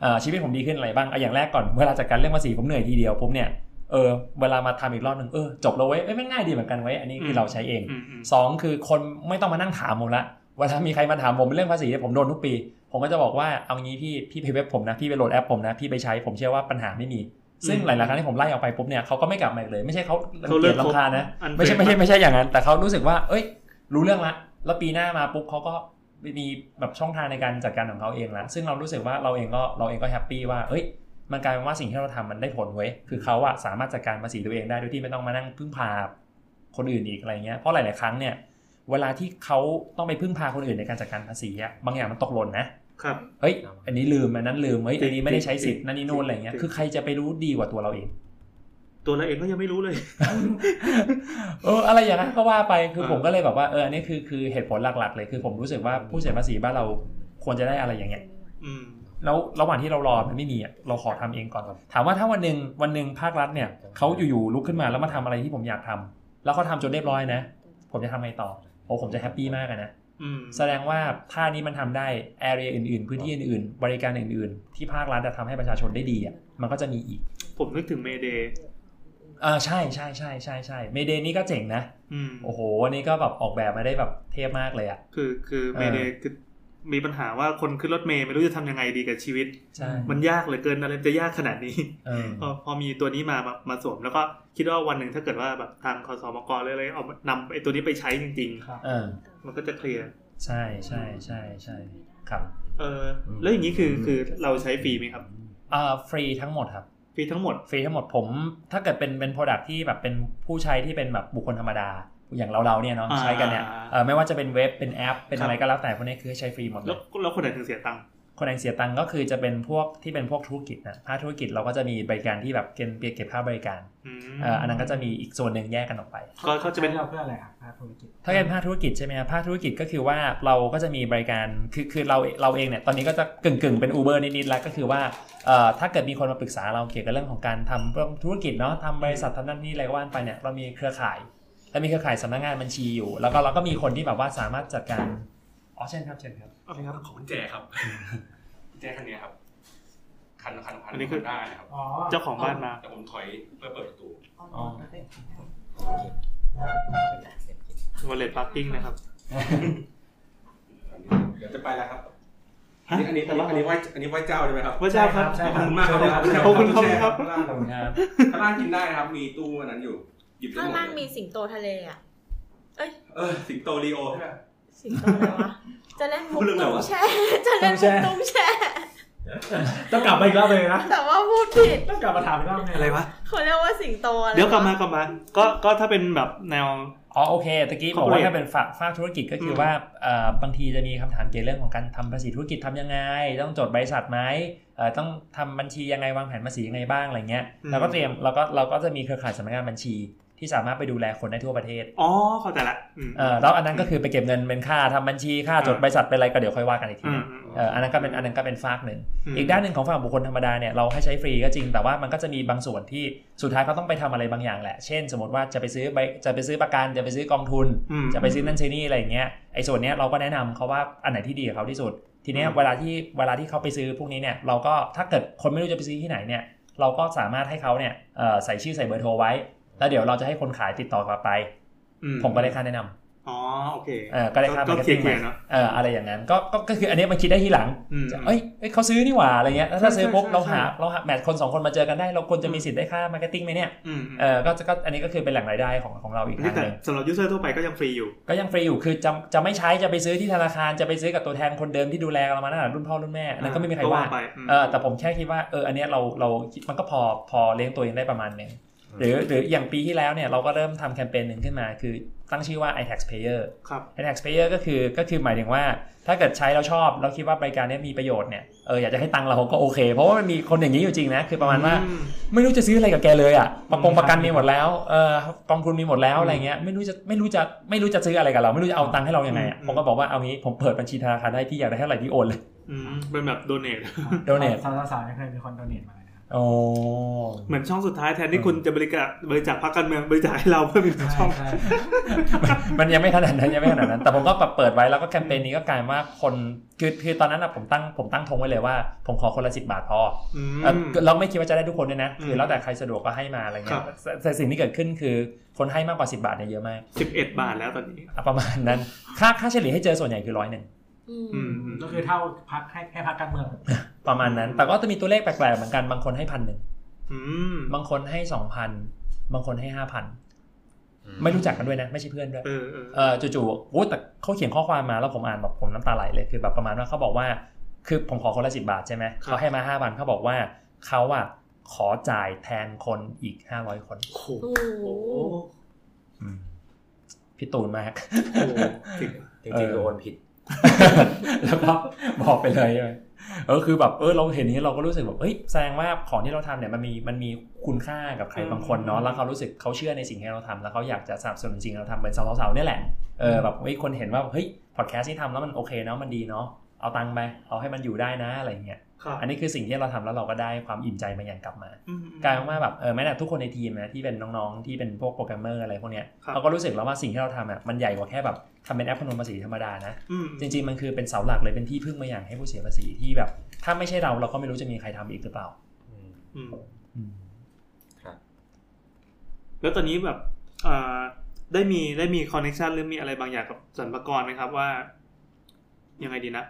Speaker 5: เอ่อชีวิตผมดีขึ้นอะไรบ้างเอาอย่างแรกก่อนเวลาจัดการเรื่องภาษีผมเหนื่อยทีเดียวผมเนี่ยเออเวลามาทำอีกรอบหนึ่งเออจบแล้วเว้ยเอ้ยแม่งง่ายดีเหมือนกันเว้ยอันนี้คือเราใช้เอง
Speaker 3: อืมอืม
Speaker 5: สองคือคนไม่ต้องมานั่งถามผมละเวลามีใครมาถามผมเรื่องภาษีเนี่ยผมโดนทุกปี ผมก็จะบอกว่าเอางี้พี่พี่ไปเว็บผมนะพี่ไปโหลดแอปผมนะพี่ไปใช้ผมเชื่อว่าปัญหาไม่มี ซึ่งหลายๆครั้งที่ผมไล่ออกไปปุ๊บเนี่ยเขาก็ไม่กลับมาอีกเลย ไม่ใช่เขา
Speaker 3: เขา
Speaker 5: เกลี
Speaker 3: เลิ
Speaker 5: ย
Speaker 3: ก
Speaker 5: ดลำคาญนะ
Speaker 3: อัน
Speaker 5: ไม่ใช่
Speaker 3: เฟร
Speaker 5: ไม่ใช่ไม่ใช่อย่างนั้น แต่เขารู้สึกว่า เอ้ย รู้เรื่องละ แล้วปีหน้ามาปุ๊บเขาก็มีแบบช่องทางในการจัดการของเขาเองละซึ่งเรารู้สึกว่าเราเองก็เราเองก็แฮปปี้ว่าเอ้ย มันกลายเป็นว่าสิ่งที่เราทำมันได้ผลเว้ยคือเขาอะสามารถจัดการภาษีตัวเองได้โดยที่ไม่ต้องมานั่งพึ่งพาคนอื่นอีกอะไรเงี้ยเพราะหลาย ๆ ครั้งเนี่ยเวลาที่เขาต้องไปพึ่งพาคนอื่นในการจัดการภาษีอะบางอย่างมันตกหล่นนะ
Speaker 3: ครับ
Speaker 5: เฮ้ย อันนี้ลืมอันนั้นลืมเฮ้ย
Speaker 3: จ
Speaker 5: อั
Speaker 3: ริง
Speaker 5: นนี้ไม่ได้ใช้สิทธิ์
Speaker 3: จริง
Speaker 5: นั่นนี่นู่นอะไรเงี้ย
Speaker 3: จริง
Speaker 5: คือใครจะไปรู้ดีกว่าตัวเราเอง
Speaker 3: ตัวเราเองก็ยังไม่รู้เลย
Speaker 5: เอออะไรอย่างนั้นก็ว่าไปคือ
Speaker 3: เออ
Speaker 5: ผมก็เลยแบบว่าเอออันนี้คือคือเหตุผลหลักๆ เลยคือผมรู้สึกว่าผู้เสียภาษีบ้านเราควรจะได้อะไรอย่างเงี้ย
Speaker 3: อืม
Speaker 5: แล้วระหว่างที่เรารอมันไม่มีอ่ะเราขอทำเองก่อน ถามว่าถ้าวันหนึ่งวันหนึ่งภาครัฐเนี่ยเขาอยู่ๆลุกขึ้นมาแล้วมาทำอะไรที่ผมอยากทำแล้วเขาทำจนเรียบร้อยนะ ผมจะทำไงต่อโอ้ผมจะแฮปปี้มากอะนะ
Speaker 3: อืม
Speaker 5: แสดงว่าถ้านี้มันทำได้แอเรียอื่นๆ พื้นที่อื่นๆ บริการอื่นๆ ที่ภาครัฐจะทำให้ประชาชนได้ดีอ่ะมันก็จะมีอีก
Speaker 3: ผมนึกถึงเมเดย์
Speaker 5: อ่าใช่ใช่ใช่ใช่ใช่เมเดนี่ก็เจ๋งนะ
Speaker 3: อืม
Speaker 5: โอ้โหอันนี่ก็แบบออกแบบมาได้แบบเทพมากเลยอ่ะ
Speaker 3: คือคือ
Speaker 5: เออ
Speaker 3: เมเดย์คือมีปัญหาว่าคนขึ้นรถเมย์ไม่รู้จะทำยังไงดีกับชีวิต
Speaker 5: ใช่
Speaker 3: มันยากเหลือเกินอะไรจะยากขนาดนี้
Speaker 5: เออ
Speaker 3: พอพอมีตัวนี้มามามาสวม แล้วก็คิดว่าวันหนึ่งถ้าเกิดว่าแบบทางคอสมกเลยเลยเอานำไอ้ตัวนี้ไปใช้จริง
Speaker 2: ครับ
Speaker 5: เออ
Speaker 3: ๆ มันก็จะเคลียร์
Speaker 5: ใช่ใช่ใช่ใช่ครับ
Speaker 3: เออ แล้วอย่างนี้คือคือเราใช้ฟรีไหมครับ
Speaker 5: อ่าฟรีทั้งหมดครับ
Speaker 3: ฟรีทั้งหมด
Speaker 5: ฟรีทั้งหมดผมถ้าเกิดเป็นเป็น Product ที่แบบเป็นผู้ใช้ที่เป็นแบบบุคคลธรรมดา อย่างเราเราๆเนี่ยเนาะ
Speaker 3: อ่า
Speaker 5: ใช้กันเนี่ยเอ่อไม่ว่าจะเป็นเว็บเป็นแอป เป็นอะไร
Speaker 3: ครับ
Speaker 5: ก็แล้วแต่พวกนี้คือให้ใช้ฟรีหมดเล
Speaker 3: แล้ว
Speaker 5: ย
Speaker 3: แล้วคนไหนถึงเสียตังค์
Speaker 5: คนไหนเสียตังค์ก็คือจะเป็นพวกที่เป็นพวกธุรกิจนะภาคธุรกิจเราก็จะมีบริการที่แบบเก็บเก็บค่าบริการ
Speaker 3: อืม
Speaker 5: เอ่ออันนั้นก็จะมีอีกส่วนหนึ่งแยกกันออกไป
Speaker 3: ก็ก็จะเป็น
Speaker 2: ใช้เราเพื่ออะไรครับภาคธุรกิจ
Speaker 5: ถ้าเป็นภาคธุรกิจใช่ไหมครับภาคธุรกิจก็คือว่าเราก็จะมีบริการคือคือเราเราเองเนี่ยตอนนี้ก็จะกึ่งกึ่งๆเป็น Uber นิดๆแล้วก็คือว่าเอ่อถ้าเกิดมีคนมาปรึกษาเราเกี่ยวกับเรื่องของการทำเรื่องธุรกิจเนาะทำบริษัททำนั่นนี่อะไรก็ว่าไปเนี่ยเรามีเครือข่ายเรามีเครือข่ายสำนักงานบัญชีอยู่ แล้วก็เราก็มีคนที่แบบว่าสามารถจัดการอ๋อเช่นครับเช่นครับ
Speaker 3: เอาเลยครับ
Speaker 9: ของแจครับ แจคันเนี้ยครับ คันคันคัน
Speaker 3: อันนี้คือ
Speaker 9: ได้นะครับ
Speaker 2: อ๋อ
Speaker 3: เจ้าของบ้านมา
Speaker 9: แต่ผมถอยเพื่อเปิดประตู
Speaker 3: wallet parking นะครับ
Speaker 9: เดี๋ยวจะไปแล้วครับอันนี้อันนี้อันนี้ไหวอันนี้ไหวเจ้าใช่ไหมครับ
Speaker 3: ว่าเจ้าครับ
Speaker 9: ใช่ครับขอบคุณมากครับ
Speaker 3: ขอบคุณครับ
Speaker 9: ข้างล่าง
Speaker 5: ขอบคุณครับ
Speaker 9: ข้างล่างกินได้นะครับ มีตู้อันนั้นอยู่หยิบได้
Speaker 4: ข้าง
Speaker 9: หม
Speaker 4: ล่าง
Speaker 9: ด
Speaker 4: มีสิงโตทะเลอ่ะ
Speaker 9: เออสิงโตลีโอใช่ไหม
Speaker 4: สิงโตอะไรวะ จะเล่นมุก
Speaker 9: พูดเรื่องอะไร
Speaker 4: ตุ้ม
Speaker 9: วะ
Speaker 4: แช่ จะเล่นมุกตุ้มแช่
Speaker 2: ต้องกลับมาอีกรอบเลยนะ
Speaker 4: แต่ว่าพูดผิด
Speaker 2: ต้องกลับมาถามอีกรอบเลย
Speaker 9: อะไรวะ
Speaker 4: เขาเรียกว่าสิงโตอะไระ
Speaker 3: เดี๋ยวกลับมากลับมา ก็ก็ถ้าเป็นแบบแนว
Speaker 5: อ๋อโอเคตะกี้บอกว่า
Speaker 3: Corporate
Speaker 5: ถ้าเป็นฝากฝากธุรกิจก็คือว่าเอ่อบางทีจะมีคำถามเกี่ยวเรื่องของการทำภาษีธุรกิจทำยังไง ต้องจดบริษัทไหมเอ่อต้องทำบัญชียังไงวางแผนภาษียังไงบ้างอะไรเงี้ย
Speaker 3: อืม
Speaker 5: เราก็เตรียมเราก็เราก็จะมีเครือข่ายสำนักงานบัญชี ที่สามารถไปดูแลคนได้ทั่วประเทศ
Speaker 3: อ๋อเข้าใจละม
Speaker 5: เอ่อแล้วอันนั้นก็คือไปเก็บเงินเป็นค่าทำบัญชีค่าจด
Speaker 3: อ่า
Speaker 5: บริษัทเป็นอะไรก็เดี๋ยวค่อยว่ากันอีกที
Speaker 3: อืม
Speaker 5: นะ
Speaker 3: อืม
Speaker 5: เอ่ออันนั้นก็เป็นอันนั้นก็เป็นฝากหนึ่ง
Speaker 3: ม
Speaker 5: อีกด้านหนึ่งของฝั่งบุคคลธรรมดาเนี่ยเราให้ใช้ฟรีก็จริงแต่ว่ามันก็จะมีบางส่วนที่สุดท้ายเขาต้องไปทำอะไรบางอย่างแหละ เช่น สมมติว่าจะไปซื้อใบจะไปซื้อประกันจะไปซื้อกองทุน
Speaker 3: อืม
Speaker 5: จะไปซื้อนั่นซื้อนี่อะไรอย่างเงี้ยไอ้ส่วนเนี้ยเราก็แนะนำเขาว่าอันไหนที่ดีกับเขาที่สุด ทีเนี้ย
Speaker 3: อืม
Speaker 5: เวลาที่เวลาที่เขาไปซื้อพวกนี้เนี่ยเราก็ถ้าเกิดคนไม่รู้จะไปซื้อที่ไหนเนี่ยเราก็สามารถให้เขาเนี่ยเอ่อใส่ชื่อใส่เบอร์โทรไว้ แล้วเดี๋ยวเราจะให้คนขายติดต่อกลับไป
Speaker 3: อื
Speaker 5: ผมก็ได้ค่าแนะนำ
Speaker 3: อ๋อโอเค
Speaker 5: เออก็ได้ค่า
Speaker 3: ก็
Speaker 5: มาร์เก็ต
Speaker 3: เคลี
Speaker 5: ติ้ง
Speaker 3: ยร์เคลียร์เนาะ
Speaker 5: เอออะไรอย่างนั้นก็ก็ก็คืออันเนี้ยมันคิดได้ทีหลัง
Speaker 3: อืม
Speaker 5: จะเอ้ยเอ้ยเขาซื้อนี่หว่าอะไรเงี้ยแล้วถ้า
Speaker 3: ใช่
Speaker 5: ซื้อปุ๊บ
Speaker 3: ใช่
Speaker 5: เราหา
Speaker 3: ใช่
Speaker 5: เราหาแมทคนสองคนมาเจอกันได้เราควรจะมีสิทธิ์ได้ค่ามาร์เก็ตติ้งไหมเนี่ย
Speaker 3: อืมอืม
Speaker 5: เออก็ก็อันนี้ก็คือเป็นแหล่งรายได้ของของเราอีก
Speaker 3: นี่
Speaker 5: ทาง
Speaker 3: แต่
Speaker 5: หนึ่ง
Speaker 3: สำหรับยูเซอร์ทั่วไปก็ยังฟรีอยู่
Speaker 5: ก็ยังฟรีอยู่คือจะจะไม่ใช้จะไปซื้อที่ธนาคารจะไปซื้อกับตัวแทนคนเดิมที่ดูแลเรามาตั้งแต่รุ่นพ่อรุ่นแม่อันนั้นก็ไม่มีใครว่า
Speaker 3: ก็ว่าไปอืม
Speaker 5: เออแต่ผมแค่คิดว่าเอออันเนี้ยเราเรามันก็พอพอเลี้ยงตัวเองได้ประมาณหนึ่งหรือหรืออย่างปีที่แล้วเนี่ยเราก็เริ่มทำแคมเปญหนึ่งขึ้นมา คือตั้งชื่อว่า i tax payer
Speaker 3: ครับ
Speaker 5: ไอ้ taxpayer ก็คือก็คือหมายถึงว่าถ้าเกิดใช้แล้วชอบแล้วคิดว่าบริการเนี้ยมีประโยชน์เนี่ยเอออยากจะให้ตังค์เราก็โอเค เพราะว่ามันมีคนอย่างนี้อยู่จริงนะ คือประมาณว่า
Speaker 3: อืม
Speaker 5: ไม่รู้จะซื้ออะไรกับแกเลยอ่ะประกงประกันมีหมดแล้วเออกองทุนมีหมดแล้ว
Speaker 3: อืม
Speaker 5: อะไรเงี้ยไม่รู้จะไม่รู้จะไม่รู้จะซื้ออะไรกับเรา ไม่รู้จะเอาตังค์ให้เรายังไงอะ
Speaker 3: อืม
Speaker 5: ผมก็บอกว่าเอางี้ผมเปิดบัญชีธนาคารได้พี่อยากได้เท่าไหร่พี่โอนเลย
Speaker 3: อืมเป็นแบบโดเนท
Speaker 5: Donate
Speaker 2: สาวๆไม่เคยมีคนโดเนทมาเลยนะครับ
Speaker 5: โอ้
Speaker 3: เหมือนช่องสุดท้ายแทนที่คุณจะบริจาคบริจาคพรรคการเมืองบริจาคให้เราเพื่อ เป็นช่อง
Speaker 2: ใช่
Speaker 5: มันยังไม่ขนาดนั้นยังไม่ขนาดนั้น แต่ผมก็ปรับเปิดไว้แล้วก็แคมเปญนี้ก็กลายว่าคนคือคือตอนนั้นอะผมตั้งผมตั้งธงไว้เลยว่า ผมขอคนละสิบบาทพอ
Speaker 3: อืม
Speaker 5: เอ่อเราไม่คิดว่าจะได้ทุกคนด้วยนะ
Speaker 3: อืม
Speaker 5: คือแล้วแต่ใครสะดวกก็ให้มาอะไรเงี้
Speaker 3: ครั
Speaker 5: ย
Speaker 3: บ
Speaker 5: แต่แต่สิ่งที่เกิดขึ้นคือคนให้มากกว่า 10 บาทเนี่ยเยอะมาก
Speaker 3: สิบเอ็ดบาทแล้วตอนนี้
Speaker 5: อ่ะประมาณนั้น ค่าค่าเฉลี่ยให้เจอส่วนใหญ่คือร้อยหนึ่ง
Speaker 4: อืม
Speaker 3: อืมอืม
Speaker 2: ก็คือเท่าพักให้ให้พักการเมือง
Speaker 5: ประมาณนั้น แต่ก็จะมีตัวเลขแปลกๆเหมือนกัน บางคนให้พันหนึ่ง
Speaker 3: อืม
Speaker 5: บางคนให้สองพันบางคนให้ห้าพันไม่รู้จักกันด้วยนะ ไม่ใช่เพื่อนด้วย
Speaker 3: เออเออ
Speaker 5: เออจู่ๆโอ้แต่เขาเขียนข้อความมาแล้วผมอ่านแบบผมน้ำตาไหลเลยคือแบบประมาณว่าเขาบอกว่า คือผมขอคนละสิบาทใช่ไหมเขาให้มาห้าพันเขาบอกว่าเขาอะขอจ่ายแทนคนอีกห้าร้อยคน
Speaker 3: โอ้โห
Speaker 4: โอ้โห
Speaker 5: พี่ตูนมาก
Speaker 3: โอ้โหสิบ
Speaker 8: จริงๆคือโอนผิด
Speaker 5: แล้วก็บอกไปเลยเลยเออคือแบบเออเราเห็นอย่างนี้เราก็รู้สึกแบบเฮ้ยแสดงว่าของที่เราทำเนี่ยมันมีมันมีคุณค่ากับใครบางคนเนาะแล้วเขารู้สึกเขาเชื่อในสิ่งที่เราทำแล้วเขาอยากจะสนับสนุนสิ่งที่เราทำเหมือนสาวๆเนี่ยแหละเออแบบเฮ้ยคนเห็นว่าเฮ้ยพอดแคสต์ที่ทำแล้วมันโอเคเนาะมันดีเนาะเอาตังค์ไปเอาให้มันอยู่ได้นะอะไรอย่างเงี้ย
Speaker 3: ครับ
Speaker 5: อันนี้คือสิ่งที่เราทำแล้วเราก็ได้ความอิ่มใจบางอย่างกลับมา
Speaker 3: อืมอืม
Speaker 5: กลายเป็นว่าแบบเออแม้แต่ทุกคนในทีมนะที่เป็นน้องๆที่เป็นพวกโปรแกรมเมอร์อะไรพวกเนี้ย
Speaker 3: ครับ
Speaker 5: เขาก็รู้สึกแล้วว่าสิ่งที่เราทำอ่ะมันใหญ่กว่าแค่แบบทำเป็นแอปคำนวณภาษีธรรมดานะ
Speaker 3: อืม
Speaker 5: จริงๆมันคือเป็นเสาหลักเลยเป็นที่พึ่งมาอย่างให้ผู้เสียภาษีที่แบบ ถ้าไม่ใช่เราเราก็ไม่รู้จะมีใครทำอีกหรือเปล่า
Speaker 3: อืม
Speaker 5: อืม
Speaker 3: แล้วตอนนี้แบบเอ่อได้มีได้มีคอนเนคชันหรือมีอะไรบางอย่างกับสรรพากรไหมครับว่า ยังไงดีนะ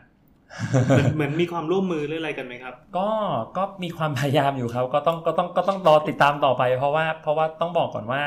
Speaker 3: เหมือนเหมือนมีความร่วมมือหรืออะไรกันไหมครับ
Speaker 5: ก็ก็มีความพยายามอยู่ครับก็ต้องก็ต้องก็ต้องรอติดตามต่อไป เพราะว่าเพราะว่าต้องบอกก่อนว่า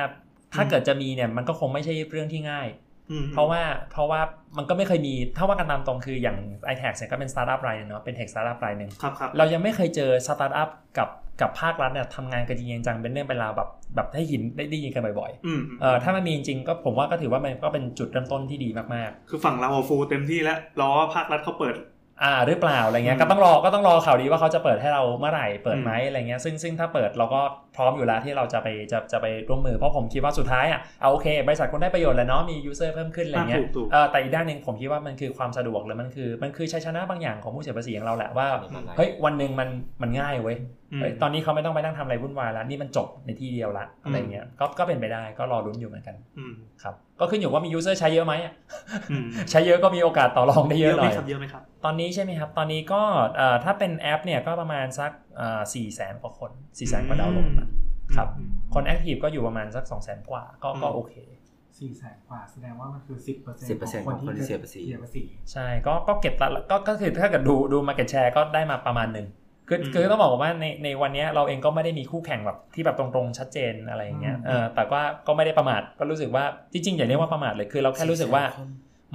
Speaker 5: ถ้าเกิดจะมีเนี่ยมันก็คงไม่ใช่เรื่องที่ง่าย
Speaker 3: อืม
Speaker 5: เพราะว่าเพราะว่ามันก็ไม่เคยมีถ้าว่ากันตามตรงคืออย่าง i t a x เนี่ยก็เป็นสตาร์ทอัพรายหนึ่งเนาะเป็นเทคสตาร์ทอัพรายหนึ่ง
Speaker 3: ครับครับ
Speaker 5: เรายังไม่เคยเจอสตาร์ทอัพกับกับภาครัฐเนี่ยทำงานกันจริงๆจังเป็นเรื่องเป็นราวแบบแบบให้หินได้ได้ยินกันบ่อย
Speaker 3: อืม
Speaker 5: ๆเอ่อถ้ามันมีจริงๆก็ผมว่าก็ถือว่ามันก็เป็นจุดเริ่มต้นที่ดีมาก
Speaker 3: คือฝั่งเราฟูลเต็มที่แล้วรอว่าภาครัฐเขาเปิด
Speaker 5: ๆ อ่าหรือเปล่าอะไรเงี้ย
Speaker 3: อืม
Speaker 5: ก็ต้องรอก็ต้องรอข่าวดีว่าเขาจะเปิดให้เราเมื่อไหร่เปิดไหม
Speaker 3: อืม
Speaker 5: อะไรเงี้ยซึ่งซึ่งถ้าเปิดเราก็พร้อมอยู่แล้วที่เราจะไปจะจะไปร่วมมือเพราะผมคิดว่าสุดท้ายอ่ะเอาโอเคบริษัทคนได้ประโยชน์แหล้วเนาะมียูเซอร์เพิ่มขึ้นอะไรเงี้ย
Speaker 3: ถูกถูก
Speaker 5: เออแต่อีกด้านหนึ่งผมคิดว่ามันคือความสะดวกหรือมันคือมันคือชัยชนะบางอย่างของผู้เสียภาษีอย่างเราแหละว่า
Speaker 8: มีอะไร
Speaker 5: เฮ้ยวันหนึ่งมันมันง่ายเว้ย
Speaker 3: ม
Speaker 5: เอ้ยตอนนี้เขาไม่ต้องไปนั่งทำอะไรวุ่นวายแล้ว นี่มันจบในที่เดียวละอะไรเงี้ยก็ก็เป็นไปได้ก็รอลุ้นอยู่เหมือนกัน
Speaker 3: อืม
Speaker 5: ครับ ก็ขึ้นอยู่ว่ามียูเซอร์ใช้เยอะไหมอะ
Speaker 3: อืม
Speaker 5: ใช้เยอะก็มีโอกาสต่อรองได้เยอะห
Speaker 3: ไห
Speaker 5: น่อ
Speaker 3: ม
Speaker 5: ย
Speaker 3: ครับเยอะไหมครับ
Speaker 5: ตอนนี้ใช่ไหมครับ ตอนนี้ก็เอ่อถ้าเป็นแอปเนี่ยก็ประมาณสักสี่แสนกว่าคนสี่แสนกว่าดาวน์โหลดนะ ครับ
Speaker 3: อืม
Speaker 5: คนแอคทีฟก็อยู่ประมาณสักสองแสนกว่าก็ก็
Speaker 3: อืม
Speaker 5: โอเค
Speaker 2: สี่แสนกว่าแสดงว่ามันคือสิบเปอร์เซ็นต์
Speaker 8: 10%ของคนที่เสียภาษี
Speaker 2: เสียภาษี
Speaker 5: ใช่ก็ก็เก็บละก็ก็คือถ้าเกิดดูดูมาเก็ตแชร์ก็ได้มาประมาณหนึ่งคือคือต้องบอกว่าในในวันเนี้ยเราเองก็ไม่ได้มีคู่แข่งแบบที่แบบตรงๆชัดเจนอะไรอย่างเงี้ยเออแต่ว่าก็ไม่ได้ประมาทก็รู้สึกว่าจริงๆอย่าเรียกว่าประมาทเลยคือเราแค่รู้สึกว่า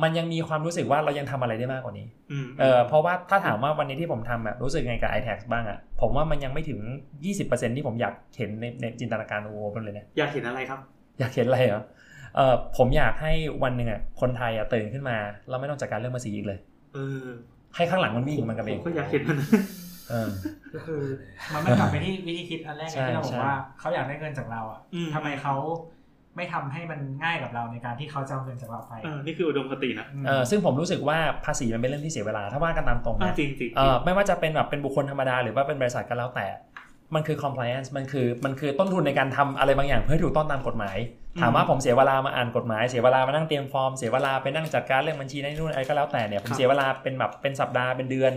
Speaker 5: มันยังมีความรู้สึกว่าเรายังทำอะไรได้มากกว่านี้
Speaker 3: อืม
Speaker 5: เออเพราะว่าถ้าถามว่าวันนี้ที่ผมทำอะรู้สึกไงกับ i t a x บ้างอะผมว่ามันยังไม่ถึง 20%ที่ผมอยากเห็นในในจินตนาการโอ้โหมันเลยนะ
Speaker 3: อยากเห็นอะไรครับ
Speaker 5: อยากเห็นอะไรเหรอเออผมอยากให้วันหนึ่งอ่ะคนไทยอ่ะตื่นขึ้นมาแล้วไม่ต้องจัดการเรื่องภาษีอีกเลย
Speaker 3: เออ
Speaker 5: ให้ข้างหลังมันวิ่งของมันกัน
Speaker 3: ผ
Speaker 5: เอ
Speaker 3: ม
Speaker 5: ง
Speaker 3: ก็อยากเห็นมัน
Speaker 5: เออ
Speaker 2: ก็คือ มันไม่กลับไปที่วิธีคิดอันแรก
Speaker 5: ใช่
Speaker 2: ที่เราบอ
Speaker 5: ใช่
Speaker 2: กว่าเขาอยากได้เงินจากเราอ่ะ
Speaker 3: อืม
Speaker 2: ทำไมเขาไม่ทำให้มันง่ายกับเราในการที่เขาจะเอาเงินจากเราไป
Speaker 3: เออนี่คืออุดมคตินะ
Speaker 5: เออซึ่งผมรู้สึกว่าภาษีมันเป็นเรื่องที่เสียเวลาถ้าว่ากันตามตรง
Speaker 3: อ่ะ
Speaker 5: นะ
Speaker 3: จริงจริง
Speaker 5: เออไม่ว่าจะเป็นแบบเป็นบุคคลธรรมดาหรือว่าเป็นบริษัทก็แล้วแต่ มันคือ compliance มันคือมันคือต้นทุนในการทำอะไรบางอย่างเพื่อให้ถูกต้องตามกฎหมาย ถามว่าผมเสียเวลามาอ่านกฎหมายเสียเวลามานั่งเตรียมฟอร์มเสียเวลาไปนั่งจัดการเรื่องบัญชีนั่นนนู่นอะไรก็แล้วแต่เนี่ยผมเสียเวลาเป็นแบบเป็นสัปดาห์เป็นเดือน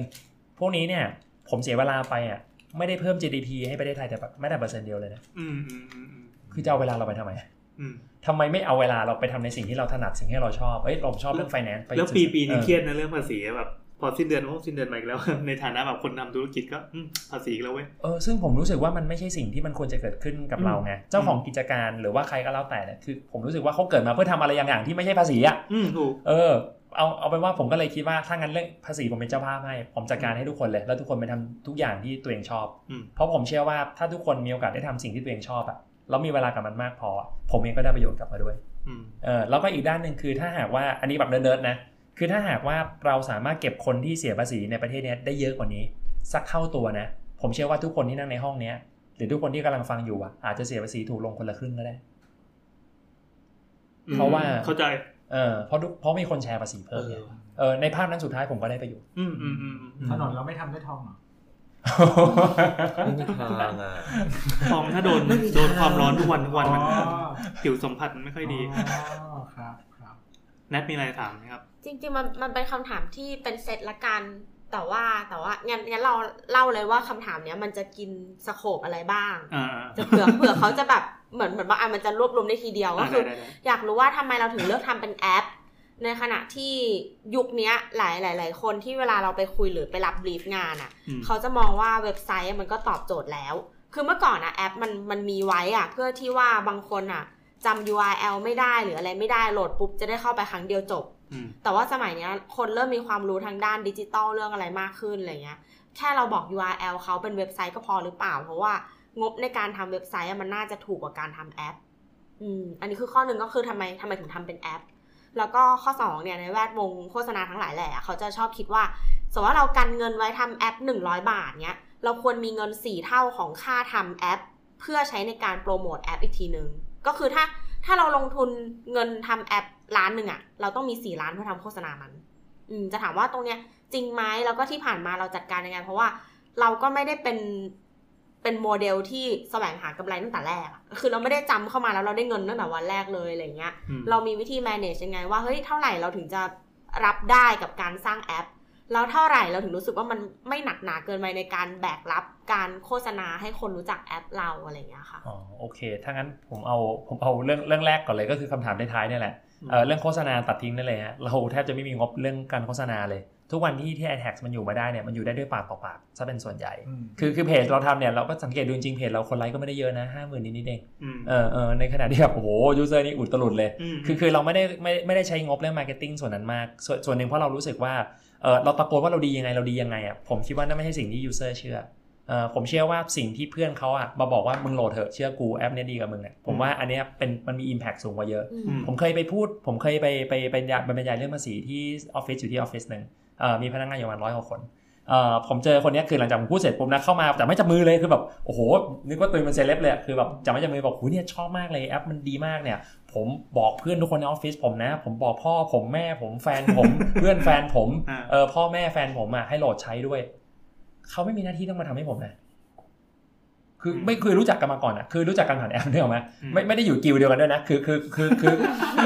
Speaker 5: พวกนี้เนี่ยผมเสียเวลาไปอ่ะไม่ได้เพิ่ม GDP ให้ประเทศไทยแต่แบบไม่ได้เปอร์เซ็นต์เดียวเลยนะ
Speaker 3: อืมอืมอืมอืม
Speaker 5: คือจะเอาเวลาเราไปทำไม
Speaker 3: อืม
Speaker 5: ทำไมไม่เอาเวลาเราไปทำในสิ่งที่เราถนัดสิ่งที่เราชอบ เอ้ยเราชอบเรื่องไฟแนนซ์
Speaker 3: แล้วปีปีนี้เครียดนะเรื่องภาษีแบบพอสิ้นเดือนโอ้สิ้นเดือนมาอีกแล้ว ในฐานะแบบคนทำธุรกิจก็อืมภาษีอีกแล้วเว้ย
Speaker 5: เออซึ่งผมรู้สึกว่ามันไม่ใช่สิ่งที่มันควรจะเกิดขึ้นกับ
Speaker 3: อืม
Speaker 5: เราไง เจ้าของกิจการหรือว่าใครก็แล้วแต่เนี่ยคือผมรู้สึกว่าเขาเกิดมาเพื่อทำอะไรอย่างๆที่ไม่ใช่ภาษีอ่ะ
Speaker 3: อืมถูก
Speaker 5: เออ เอาเอาเป็นว่าผมก็เลยคิดว่าถ้างั้นเรื่องภาษีผมเป็นเจ้าภาพให้ ผมจัดการให้ทุกคนเลย แล้วทุกคนไปทำทุกอย่างที่ตัวเองชอบ
Speaker 3: อืม
Speaker 5: เพราะผมเชื่อว่าถ้าทุกคนมีโอกาสได้ทำสิ่งที่ตัวเองชอบอะแล้วมีเวลากับมันมากพอ ผมเองก็ได้ประโยชน์กลับมาด้วย
Speaker 3: อืม
Speaker 5: เออแล้วก็อีกด้านหนึ่งคือถ้าหากว่าอันนี้แบบเนิร์ดๆนะ คือถ้าหากว่าเราสามารถเก็บคนที่เสียภาษีในประเทศเนี้ยได้เยอะกว่านี้ สักเท่าตัวนะ ผมเชื่อว่าทุกคนที่นั่งในห้องเนี้ยหรือทุกคนที่กำลังฟังอยู่อะอาจจะเสียภาษีถูกลงคนละครึ่งก็ได้ เพราะว่า
Speaker 3: เข้าใจ
Speaker 5: เออเพราะทุกเพราะมีคนแชร์ภาษีเพิ่มเนี่ยเออในภาพนั้นสุดท้ายผมก็ได้ประโยชน์
Speaker 3: อืมอืมอืมอืม
Speaker 2: ถนนเราไม่ทำด้วยทองหรอ
Speaker 8: ไม่มีทางอ่ะ
Speaker 3: ทองถ้าโด นโดนความร้อนทุกวันทุกวันมัน
Speaker 2: อ๋อ
Speaker 3: ผิวสัมผัสมันไม่ค่อยดี
Speaker 2: อ๋อครับครับ
Speaker 3: แนทมีอะไรถามไหมครับ
Speaker 4: จริงๆมันมันเป็นคำถามที่เป็นเซตละกัน แต่ว่าแต่ว่างั้นงั้นเราเล่าเลยว่าคำถามเนี้ยมันจะกินสโคปอะไรบ้าง
Speaker 3: อ่า
Speaker 4: จะเผื่อเผื่อ เขาจะแบบเหมือนเหมือนว่าอ่ะมันจะรวบรวมได้ทีเดียว
Speaker 3: อ่า
Speaker 4: ก็
Speaker 3: อ่า
Speaker 4: คื
Speaker 3: ได้ได้
Speaker 4: อ
Speaker 3: ได้
Speaker 4: อยากรู้ว่าทำไมเราถึงเลือกทำเป็นแอป ในขณะที่ยุคเนี้ยหลายหลายหลายคนที่เวลาเราไปคุยหรือไปรับบรีฟงานอ่ะ
Speaker 3: อืม
Speaker 4: เขาจะมองว่าเว็บไซต์มันก็ตอบโจทย์แล้ว คือเมื่อก่อนอะแอปมันมันมีไว้อะเพื่อที่ว่าบางคนอะจำ URL ไม่ได้หรืออะไรไม่ได้โหลดปุ๊บจะได้เข้าไปครั้งเดียวจบ
Speaker 3: อืม
Speaker 4: แต่ว่าสมัยเนี้ยคนเริ่มมีความรู้ทางด้านดิจิตอลเรื่องอะไรมากขึ้นอะไรเงี้ย แค่เราบอก URL เขาเป็นเว็บไซต์ก็พอหรือเปล่า เพราะว่างบในการทำเว็บไซต์อะมันน่าจะถูกกว่าการทำแอป อืม อันนี้คือข้อหนึ่งก็คือทำไมทำไมถึงทำเป็นแอป แล้วก็ข้อสองเนี่ยในแวดวงโฆษณาทั้งหลายแหละ เขาจะชอบคิดว่า สมมติว่าเรากันเงินไว้ทำแอป 100 บาทเนี้ย เราควรมีเงิน 4 เท่าของค่าทำแอป เพื่อใช้ในการโปรโมทแอปอีกทีหนึง่งก็คือถ้าถ้าเราลงทุนเงินทำแอปล้านหนึ่งอะเราต้องมี 4 ล้านเพื่อทำโฆษณามัน อืมจะถามว่าตรงเนี้ยจริงไหมแล้วก็ที่ผ่านมาเราจัดการยังไง เพราะว่าเราก็ไม่ได้เป็นเป็นโมเดลที่แสวงหากำไรตั้งแต่แรกอะคือเราไม่ได้จำเข้ามาแล้วเราได้เงินตั้งแต่วันแรกเลยอะไรอย่างเงี้ย
Speaker 3: อืม
Speaker 4: เรามีวิธี manage ยังไงว่าเฮ้ยเท่าไหร่เราถึงจะรับได้กับการสร้างแอป แล้วเท่าไหร่เราถึงรู้สึกว่ามันไม่หนักหนาเกินไปในการแบกรับการโฆษณาให้คนรู้จักแอปเราอะไรอย่างเงี้ยค่ะ
Speaker 5: อ๋อโอเค ถ้างั้นผมเอาผมเอาเรื่องเรื่องแรกก่อนเลยก็คือคำถามท้ายๆเนี่ยแหละเออเรื่องโฆษณาตัดทิ้งได้เลยฮะ เราแทบจะไม่มีงบเรื่องการโฆษณาเลย ทุกวันที่ที่ไอแท็กมันอยู่มาได้เนี่ยมันอยู่ได้ด้วยปากต่อปากซะเป็นส่วนใหญ่
Speaker 2: อืม
Speaker 5: คือคือเพจเราทำเนี่ยเราก็สังเกตดูจริงๆเพจเราคนไลค์ก็ไม่ได้เยอะนะห้าหมื่นนิดๆเอง
Speaker 3: ม
Speaker 5: เออเออในขณะที่ แบบโอ้โหยูเซอร์นี่อุดตลุดเลย
Speaker 3: ม
Speaker 5: คือคือเราไม่ได้ไม่ไม่ได้ใช้งบเรื่องมาร์เก็ตติ้งส่วนนั้นมากส่วนส่วนหนึ่งเพราะเรารู้สึกว่าเออเราตะโกนว่าเราดียังไงเราดียังไงอ่ะผมคิดว่านั่นไม่ใช่สิ่งที่ยูเซอร์เชื่อเออผมเชื่อว่าสิ่งที่เพื่อนเขาอ่ะมาบอกว่ามึงโหลดเถอะเชื่อกูแอปเนี้ยดีกว่ามึงเนี่ยผมว่าอันเนี้ยเป็นมันมี Impact สูงกว่าเยอะ
Speaker 4: อื
Speaker 3: อื
Speaker 4: ม
Speaker 3: ม
Speaker 5: ผมเคยไปพูด ผมเคยไปไปไปบรรยายเรื่องภาษีที่ออฟฟิศอยู่ที่ออฟฟิศหนึ่งเอ่อมีพนักงานอยู่ประมาณร้อยกว่าคนเอ่อผมเจอคนเนี้ยคือหลังจากผมพูดเสร็จปุ๊บนะเข้ามาแต่ไม่จับมือเลยคือแบบโอ้โหนึกว่าตัวเองเป็นเซเลบเลยอะคือแบบจับไม่จับมือบอกหูเนี่ยชอบมากเลยแอปมันดีมากเนี่ยผมบอกเพื่อนทุกคนในออฟฟิศผมนะ ผมบอกพ่อผมแม่ผมแฟนผม เพื่อนแฟนผม
Speaker 3: อ่า
Speaker 5: เออพ่อแม่แฟนผมอ่ะให้โหลดใช้ด้วยเขาไม่มีหน้าที่ต้องมาทำให้ผมนะคือไม่เคยรู้จักกันมาก่อนอ่ะคือรู้จักกันผ่านแอปด้วยหรอกไหม ไม่ไม่ได้อยู่กิลด์เดียวกันด้วยนะ คือคือคือคือ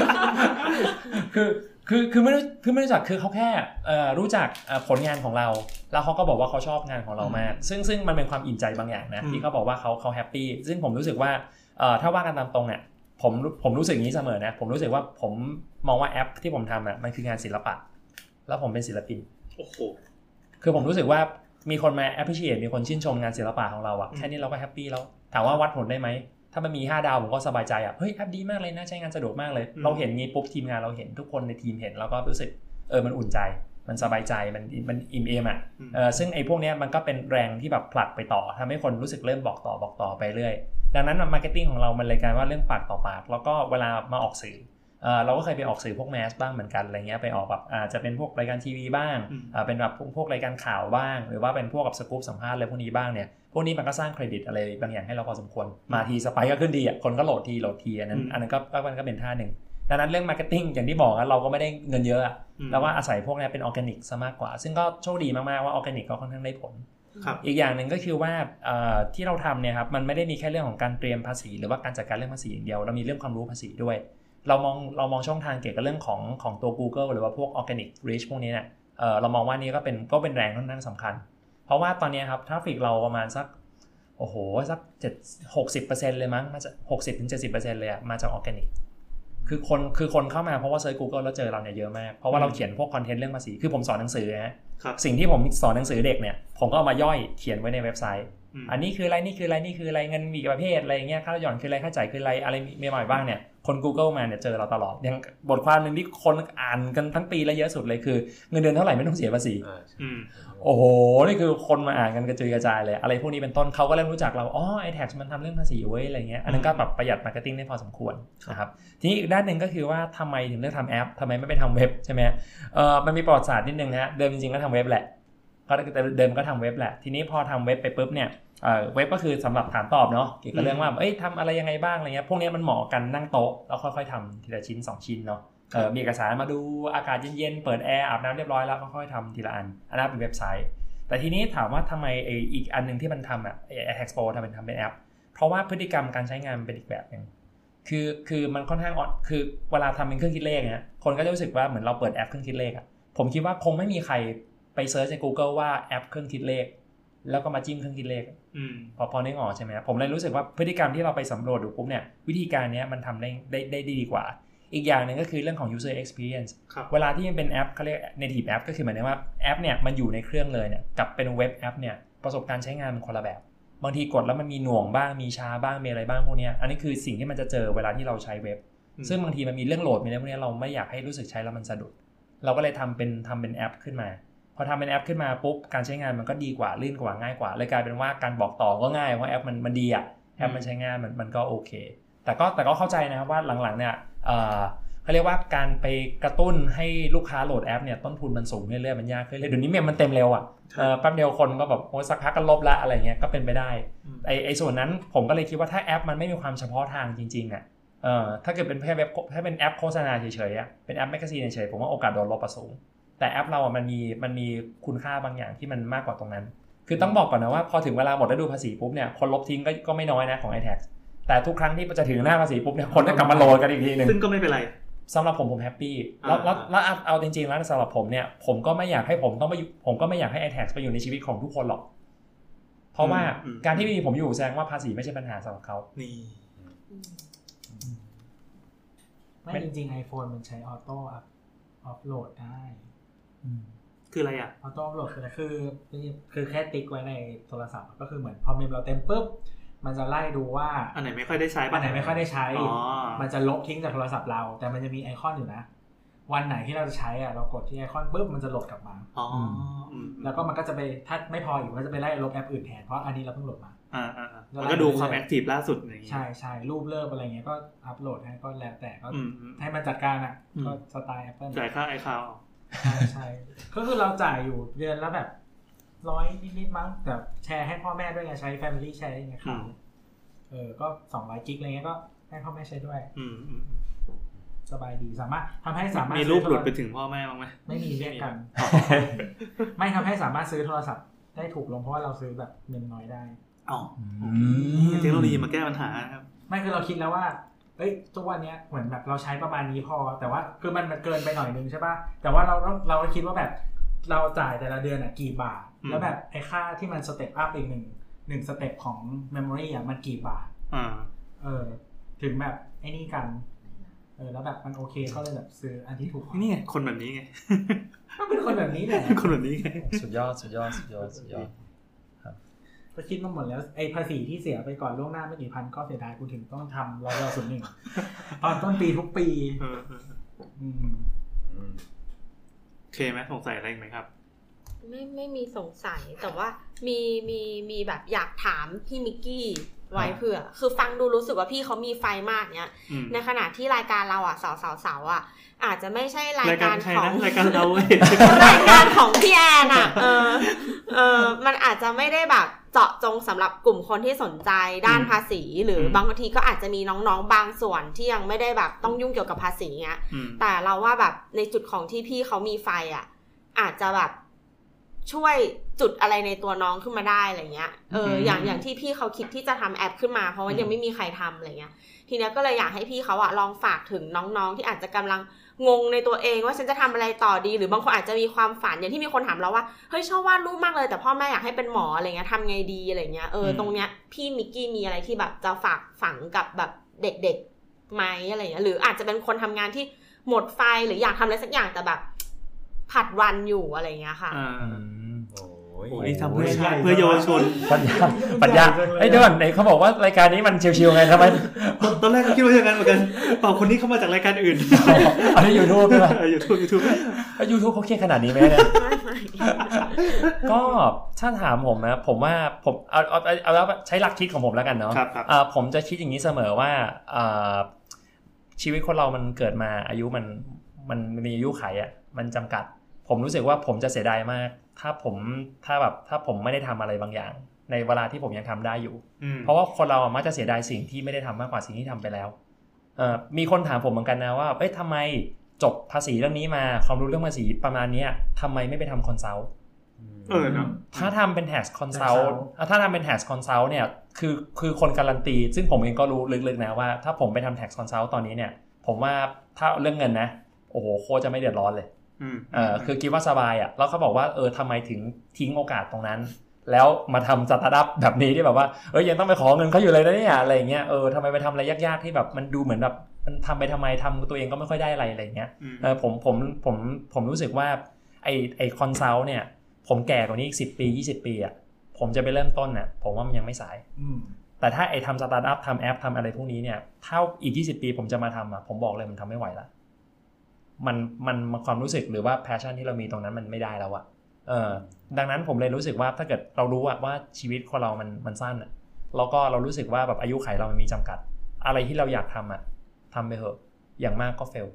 Speaker 5: คือคือคือไม่รู้คือไม่รู้จักคือเขาแค่เอ่อรู้จักเอ่อผลงานของเรา แล้วเขาก็บอกว่าเขาชอบงานของเรามากซึ่งซึ่งมันเป็นความอิ่มใจบางอย่างนะ
Speaker 3: อืม
Speaker 5: ที่เขาบอกว่าเขาเขาแฮปปี้ซึ่งผมรู้สึกว่าเอ่อถ้าว่ากันตามตรงอ่ะผมผมรู้สึกอย่างนี้เสมอนะ ผมรู้สึกว่าผมมองว่าแอปที่ผมทำอ่ะมันคืองานศิลปะ แล้วผมเป็นศิลปิน
Speaker 3: โอ้โห
Speaker 5: คือผมรู้สึกว่ามีคนมา appreciate มีคนชื่นชมงานศิลปะของเราอะ
Speaker 3: อืม
Speaker 5: แค่นี้เราก็แฮปปี้แล้ว ถามว่าวัดผลได้ไหม ถ้ามันมี 5 ดาวผมก็สบายใจอะเฮ้ยแอปดีมากเลยนะ ใช้งานสะดวกมากเลย เราเห็นงี้ปุ๊บทีมงานเราเห็นทุกคนในทีมเห็นเราก็รู้สึกเออมันอุ่นใจ มันสบายใจมันมันอิ่มเอมอะเออซึ่งไอ้พวกเนี้ยมันก็เป็นแรงที่แบบผลักไปต่อทำให้คนรู้สึกเริ่มบอกต่อบอกต่อไปเรื่อย ดังนั้นมาร์เก็ตติ้งของเรามันเลยกลายว่าเรื่องปากต่อปาก แล้วก็เวลามาออกสื่อ เอ่อเราก็เคยไปออกสื่อพวกแมสบ้างเหมือนกันอะไรเงี้ยไปออกแบบอาจจะเป็นพวกรายการทีวีบ้าง
Speaker 3: อืม
Speaker 5: อ่าเป็นแบบพวกพวกรายการข่าวบ้าง หรือว่าเป็นพวกกับสกู๊ปสัมภาษณ์อะไรพวกนี้บ้างเนี่ยพวกนี้มันก็สร้างเครดิตอะไรบางอย่างให้เราพอสมควรมาทีสไปก็ขึ้นดีอ่ะคนก็โหลดทีโหลดทีอันนั้นอันนั้นก็ก็มันก็เป็นท่าหนึ่งดังนั้นเรื่องมาร์เก็ตติ้งอย่างที่บอกอะเราก็ไม่ได้เงินเยอะอะ
Speaker 3: อืม
Speaker 5: แล้วว่าอาศัยพวกเนี้ยเป็นออร์แกนิกซะมากกว่า ซึ่งก็โชคดีมากๆว่าออร์แกนิกก็ค่อนข้างได้ผล
Speaker 3: ครับ
Speaker 5: อีกอย่างหนึ่งก็คือว่าเอ่อที่เราทำเนี่ยครับมันไม่ได้มีแค่เรื่องของการเตรียมภาษี หรือว่าการจัดการเรื่องภาษีอย่างเดียวเรามีเรื่องความรู้ภาษีด้วย เรามองเรามองช่องทางเกี่ยวกับเรื่องของของตัว Google หรือว่าพวก Organic Reach พวกนี้เนี่ยเอ่อเรามองว่านี่ก็เป็นก็เป็นแรงค่อนข้างสำคัญ เพราะว่าตอนเนี้ยครับทราฟิกเราประมาณสักโอ้โหสักเจ็ดหกสิบเปอร์เซ็นต์เลยมั้งมาจากหกสิบถึงเจ็ดสิบเปอร์เซ็นต์เลยอะมาจากออร์แกนิกคือคนคือคนเข้ามาเพราะว่าเซิร์ช Google แล้วเจอเราเนี่ยเยอะมากเพราะว่าเราเขียนพวกคอนเทนต์เรื่องภาษีคือผมสอนหนังสือนะฮะ
Speaker 3: ครับ
Speaker 5: สิ่งที่ผมสอนหนังสือเด็กเนี่ย ผมก็เอามาย่อยเขียนไว้ในเว็บไซต์
Speaker 3: ม
Speaker 5: อันนี้คืออะไรนี่คืออะไรนี่คืออะไรเงินมีกี่ประเภทอะไรอย่างเงี้ยค่าหย่อนคืออะไรค่าจ่ายคืออะไรอะไรมีใหม่บ้างเนี่ยคน Google มาเนี่ยเจอเราตลอดอย่างบทความหนึ่งที่คนอ่านกันทั้งปีและเยอะสุดเลยคือเงินเดือนเท่าไหร่ไม่ต้องเสียภาษี
Speaker 8: อ่า
Speaker 3: อืม
Speaker 5: โอ้โห นี่คือคนมาอ่านกันกระจุยกระจายเลย อะไรพวกนี้เป็นต้นเขาก็เริ่มรู้จักเรา อ๋อ ไอแท็กมันทำเรื่องภาษีเว้ย อะไรเงี้ย อันนั้นก็แบบประหยัดมาร์เก็ตติ้งได้พอสมควรนะครับ ทีนี้อีกด้านหนึ่งก็คือว่าทำไมถึงเลือกทำแอปทำไมไม่ไปทำเว็บใช่ไหมเออมันมีประวัติศาสตร์นิดนึงนะฮะ เดิมจริงๆก็ทำเว็บแหละ ก็แต่เดิมก็ทำเว็บแหละ ทีนี้พอทำเว็บไปปุ๊บเนี่ยเอ่อเว็บก็คือสำหรับถามตอบเนาะ เกี่ยวกับเรื่องว่า เอ้ยทำอะไรยังไงบ้างอะไรเงี้ย พวกเนี้ยมันเหมาะกันนั่งโต๊ะแล้วค่อยๆทำทีละชิ้นสองชิ้นเนาะ เอ่อมีเอกสารมาดูอากาศเย็นๆ เปิดแอร์อาบน้ำเรียบร้อยแล้วค่อยๆทำทีละอัน อันนั้นเป็นเว็บไซต์ แต่ทีนี้ถามว่าทำไมไออีกอันหนึ่งที่มันทำอ่ะไอ a t t a x Pro ทำเป็นทำเป็นแอป เพราะว่าพฤติกรรมการใช้งานมันเป็นอีกแบบหนึ่งคือคือมันค่อนข้างอ่อนคือเวลาทำเป็นเครื่องคิดเลขนะคนก็จะรู้สึกว่าเหมือนเราเปิดแอปเครื่องคิดเลขอ่ะผมคิดว่าคงไม่มีใครไปเซิร์ชใน Google ว่าแอปเครื่องคิดเลข แล้วก็มาจิ้มเครื่องคิดเลข
Speaker 3: อืม
Speaker 5: พอพอนึกออกใช่ไหมครับผมเลยรู้สึกว่าพฤติกรรมที่เราไปสำรวจดูปุ๊บเนี่ยวิธีการเนี้ยมันทำได้ได้ได้ดีกว่า อีกอย่างหนึ่งก็คือเรื่องของ user experience
Speaker 3: ครับ
Speaker 5: เวลาที่มันเป็นแอปเขาเรียก native app ก็คือหมายถึงว่าแอปเนี่ยมันอยู่ในเครื่องเลยเนี่ยกับเป็นเว็บแอปเนี่ยประสบการณ์ใช้งานมันคนละแบบ บางทีกดแล้วมันมีหน่วงบ้างมีช้าบ้างมีอะไรบ้างพวกเนี้ยอันนี้คือสิ่งที่มันจะเจอเวลาที่เราใช้เว็บ
Speaker 3: อืม
Speaker 5: ซึ่งบางทีมันมีเรื่องโหลดมีอะไรพวกเนี้ยเราไม่อยากให้รู้สึกใช้แล้วมันสะดุด เราก็เลยทำเป็นทำเป็นแอปขึ้นมา พอทำเป็นแอปขึ้นมาปุ๊บการใช้งานมันก็ดีกว่าลื่นกว่าง่ายกว่าเลยกลายเป็นว่าการบอกต่อก็ง่ายเพราะแอปมันมันดีอะแอปมันใช้งานมันมันก็โอเค แต่ก็แต่ก็เข้าใจนะครับว่าหลังๆเนี่ยเอ่อ เขาเรียกว่าการไปกระตุ้นให้ลูกค้าโหลดแอปเนี่ยต้นทุนมันสูงเรื่อยๆมันยากขึ้นเรื่อยๆเดี๋ยวนี้เมมมันเต็มเร็วอ่ะเออแป๊บเดียวคนก็แบบโอ้สักพักก็ลบละอะไรเงี้ยก็เป็นไปได้ไอไอส่วนนั้นผมก็เลยคิดว่าถ้าแอปมันไม่มีความเฉพาะทางจริงๆอ่ะเออถ้าเกิดเป็นแค่เว็บถ้าเป็นแอปโฆษณาเฉยๆอ่ะเป็นแอปแมกกาซีนเฉยๆผมว่าโอกาสโดนลบอะสูง แต่แอปเราอ่ะมันมีมันมีคุณค่าบางอย่างที่มันมากกว่าตรงนั้น คือต้องบอกก่อนนะว่าพอถึงเวลาหมดฤดูภาษีปุ๊บเนี่ยคนลบทิ้งก็ก็ไม่น้อยนะของ i t a x แต่ทุกครั้งที่จะถึงหน้าภาษีปุ๊บเนี่ยคนก็กลับมาโหลดกันอีกทีหนึ่ง
Speaker 3: ซึ่งก็ไม่เป็นไร
Speaker 5: สำหรับผมผมแฮปปี้แล้วแล้วแล้วเอาเอาจริงๆแล้วสำหรับผมเนี่ยผมก็ไม่อยากให้ผมต้องไปอยู่ผมก็ไม่อยากให้ i t a x ไปอยู่ในชีวิตของทุกคนหรอก เพราะว่า
Speaker 3: อืม
Speaker 5: การที่ไม่มีผมอยู่แสดงว่าภาษีไม่ใช่ปัญหาสำหรับเขา
Speaker 3: นี่
Speaker 2: ไม่จริงๆ iPhone มันใช้ออโต้อัพออฟโหลดได้
Speaker 3: คืออะไรอ่ะ
Speaker 2: ออโต้อัพโหลดคืออะไรคือคือแค่ติ๊กไว้ในโทรศัพท์ก็คือเหมือนพอเมมเราเต็มปุ๊บ มันจะไล่ดูว่า
Speaker 3: อันไหนไม่ค่อยได้ใช้
Speaker 2: อั
Speaker 3: ปะ
Speaker 2: นไหนไม่ค่อยได้ใช้
Speaker 3: อ๋อ
Speaker 2: มันจะลบทิ้งจากโทรศัพท์เรา แต่มันจะมีไอคอนอยู่นะ วันไหนที่เราจะใช้อะเรากดที่ไอคอนปุ๊บมันจะโหลดกลับมา
Speaker 3: อ๋ออืม
Speaker 2: แล้วก็มันก็จะไปถ้าไม่พออีกมันก็จะไปไล่ลบแอปอื่นแทนเพราะอันนี้เราเพิ่งโหลดมา
Speaker 3: อ่าอ่าอ่ามันก็ดูความแอคทีฟล่าสุดอย่างงี้
Speaker 2: ใช่ใช่รูปเลิฟอะไรเงี้ยก็อัพโหลดให้ก็แล้วแต่ก็
Speaker 3: อืมอืม
Speaker 2: ให้มันจัดการอ่ะ
Speaker 3: อืม
Speaker 2: ก็สไตล์ Apple
Speaker 3: จ่ายค่าไอคาว
Speaker 2: ใช่ใช่ก็คือเราจ่ายอยู่เดือนละแบบร้อยนิดๆมั้งแต่แชร์ให้พ่อแม่ด้วยไงใช้ Family แชร์อย่างเงี้ยครับเออก็สองร้อยกิกอะไรเงี้ยก็ให้พ่อแม่ใช้ด้วย
Speaker 3: อืมอืม
Speaker 2: สบายดีสามารถทำให้สามารถ
Speaker 3: มีรูปหลุดไป
Speaker 2: ซื้อโทรศัพท์
Speaker 3: ถึงพ่อแม่บ้างไหม
Speaker 2: ไม่มีเรียกกัน
Speaker 3: อ๋อ
Speaker 2: ไม่ทำให้สามารถซื้อโทรศัพท์ได้ถูกลงเพราะว่าเราซื้อแบบเงินน้อยได้
Speaker 3: อ๋ออ
Speaker 5: ม
Speaker 3: เทคโนโลยีมาแก้ปัญหานะครับ
Speaker 2: ไม่คือเราคิดแล้วว่า เอ้ยทุกวันเนี้ยเหมือนแบบเราใช้ประมาณนี้พอ แต่ว่าคือมันมันเกินไปหน่อยนึงใช่ป่ะ แต่ว่าเราเราเราคิดว่าแบบเราจ่ายแต่ละเดือนอ่ะกี่บาท
Speaker 3: อืม
Speaker 2: แล้วแบบไอ้ค่าที่มันสเต็ปอัพอีกหนึ่งหนึ่งสเต็ปของเมมโมรีอ่ะมันกี่บาท
Speaker 3: อ่า
Speaker 2: เออ ถึงแบบไอ้นี่กัน เออแล้วแบบมันโอเคก็เลยแบบซื้ออันที่ถูกกว่า
Speaker 3: นี่ไงคนแบบนี้ ไง
Speaker 2: มันเป็นคนแบบนี้ แหละ
Speaker 3: คนแบบนี้ไง
Speaker 5: สุดยอดสุดยอดสุดยอดสุดยอด
Speaker 2: ก็คิดมาหมดแล้วไอ้ภาษีที่เสียไปก่อนล่วงหน้าไม่กี่พันก็เสียดายกูถึงต้องทำรอยศูน ย์หนึ่งตอนต้นปีทุกปี
Speaker 3: เออเออ
Speaker 2: อืม
Speaker 8: อืม
Speaker 3: โอเคไหมสงสัยอะไรอีกไหมครับ
Speaker 4: ไม่ไม่มีสงสัยแต่ว่ามีมีมีแบบอยากถามพี่มิกกี้ไว้
Speaker 2: อ่า
Speaker 4: เผื่อ คือฟังดูรู้สึกว่าพี่เขามีไฟมากเนี้ย
Speaker 3: อืม
Speaker 4: ในขณะที่รายการเราอ่ะสาวสาวสาวอ่ะ อาจจะไม่ใช่ราย
Speaker 3: รายกา
Speaker 4: การ ร
Speaker 3: ใคร
Speaker 4: ของ
Speaker 3: นะรายการเราเว้ย
Speaker 4: รายการของพี่แอน อ่ะ เออ เออ มันอาจจะไม่ได้แบบเจาะจงสำหรับกลุ่มคนที่สนใจด้านภาษี หรืออ
Speaker 3: ม
Speaker 4: บางทีก็อาจจะมีน้องๆ บางส่วนที่ยังไม่ได้แบบต้องยุ่งเกี่ยวกับภาษีเงี้ย
Speaker 3: อืม
Speaker 4: แต่เราว่าแบบในจุดของที่พี่เขามีไฟอ่ะ อาจจะแบบช่วยจุดอะไรในตัวน้องขึ้นมาได้อะไรเงี้ยเอออย่างอย่างที่พี่เขาคิดที่จะทำแอปขึ้นมา เพราะว่ายังไม่มีใครทำอะไรเงี้ย ทีเนี้ยก็เลยอยากให้พี่เขาอะลองฝากถึงน้องๆ ที่อาจจะกำลังงงในตัวเองว่าฉันจะทำอะไรต่อดี หรือบางคนอาจจะมีความฝันอย่างที่มีคนถามเราว่าเฮ้ยชอบวาดรูปมากเลยแต่พ่อแม่อยากให้เป็นหมออะไรเงี้ยทำไงดีอะไรเงี้ยเออตรงเนี้ยพี่มิกกี้มีอะไรที่แบบจะฝากฝังกับแบบเด็กๆไหมอะไรเงี้ยหรืออาจจะเป็นคนทำงานที่หมดไฟหรืออยากทำอะไรสักอย่างแต่แบบผัดวันอยู่อะไรเงี้ยค่ะ
Speaker 3: อ่า
Speaker 8: โอ้ย
Speaker 3: โอ้นี่ทำเพื่อชาติเพื่อเยาวช น
Speaker 5: ปัญญาปัญญาไอ้ยเดี๋ยวก่อนไหนเขาบอกว่ารายการนี้มันชิวๆไงทำไม
Speaker 3: ตอนตอนแรกก็คิดว่าอย่างนั้นเหมือนกันเปล่าคนนี้เข้ามาจากรายการอื่น
Speaker 5: อันนี้ยูทูบใช่ไหม
Speaker 3: ยูทูบยูทูบ
Speaker 5: ยูทูบเขาเครียดขนาดนี้ไหมเนี่ย ก็ถ้าถามผมนะผมว่าผมเอาเอาเอาเอาแล้วใช้หลักคิดของผมแล้วกันเนาะ
Speaker 3: ครับครับ
Speaker 5: อ่าผมจะคิดอย่างนี้เสมอว่าอ่าชีวิตคนเรามันเกิดมาอายุมันมันมีอายุไขอะมันจำกัด ผมรู้สึกว่าผมจะเสียดายมาก ถ้าผมถ้าแบบถ้าผมไม่ได้ทำอะไรบางอย่าง ในเวลาที่ผมยังทำได้อยู่
Speaker 3: อืม
Speaker 5: เพราะว่าคนเราอะมักจะเสียดายสิ่งที่ไม่ได้ทำมากกว่าสิ่งที่ทำไปแล้วเอ่อมีคนถามผมเหมือนกันนะว่า เอ้ยทำไมจบภาษีเรื่องนี้มา ความรู้เรื่องภาษีประมาณเนี้ยทำไมไม่ไปทำคอนซัลท์
Speaker 3: เออเนาะ
Speaker 5: ถ้าทำเป็น tax consult อ่ะถ้าทำเป็น tax consult เนี่ย คือคือคนการันตี ซึ่งผมเองก็รู้ลึกๆนะว่า ถ้าผมไปทำ tax consult ตอนนี้เนี่ย ผมว่าถ้าเรื่องเงินนะ โอ้โห โคตรจะไม่เดือดร้อนเลย
Speaker 3: อืม
Speaker 5: เออคือคิดว่าสบายอ่ะ แล้วเขาบอกว่า เออทำไมถึงทิ้งโอกาสตรงนั้น แล้วมาทำสตาร์ทอัพแบบนี้ที่แบบว่า เอ้ยยังต้องไปขอเงินเขาอยู่เลยนะเนี่ย อะไรอย่างเงี้ย เออทำไมไปทำอะไรยากๆที่แบบมันดูเหมือนแบบมันทำไปทำไมทำตัวเองก็ไม่ค่อยได้อะไรอะไรอย่างเงี้ย
Speaker 3: ม
Speaker 5: เออผมผมผมผมรู้สึกว่าไอไอคอนซัลท์เนี่ย ผมแก่กว่านี้อีกสิปี 20 ปีอ่ะผมจะไปเริ่มต้นน่ะผมว่ามันยังไม่สาย
Speaker 2: อืม
Speaker 5: แต่ถ้าไอทำสตาร์ทอัพทำแอปทำอะไรพวกนี้เนี่ยถ้าอีก 20 ปีผมจะมาทำอ่ะผมบอกเลยมันทำไม่ไหวละมันมันมันความรู้สึกหรือว่าแพชชั่นที่เรามีตรงนั้นมันไม่ได้แล้วอ่ะเออดังนั้นผมเลยรู้สึกว่าถ้าเกิดเรารู้อะว่าชีวิตคนเรามันมันสั้นอ่ะแล้วก็เรารู้สึกว่าแบบอายุไขเรามันมีจำกัด อะไรที่เราอยากทำอ่ะทำไปเถอะอย่างมากก็เฟล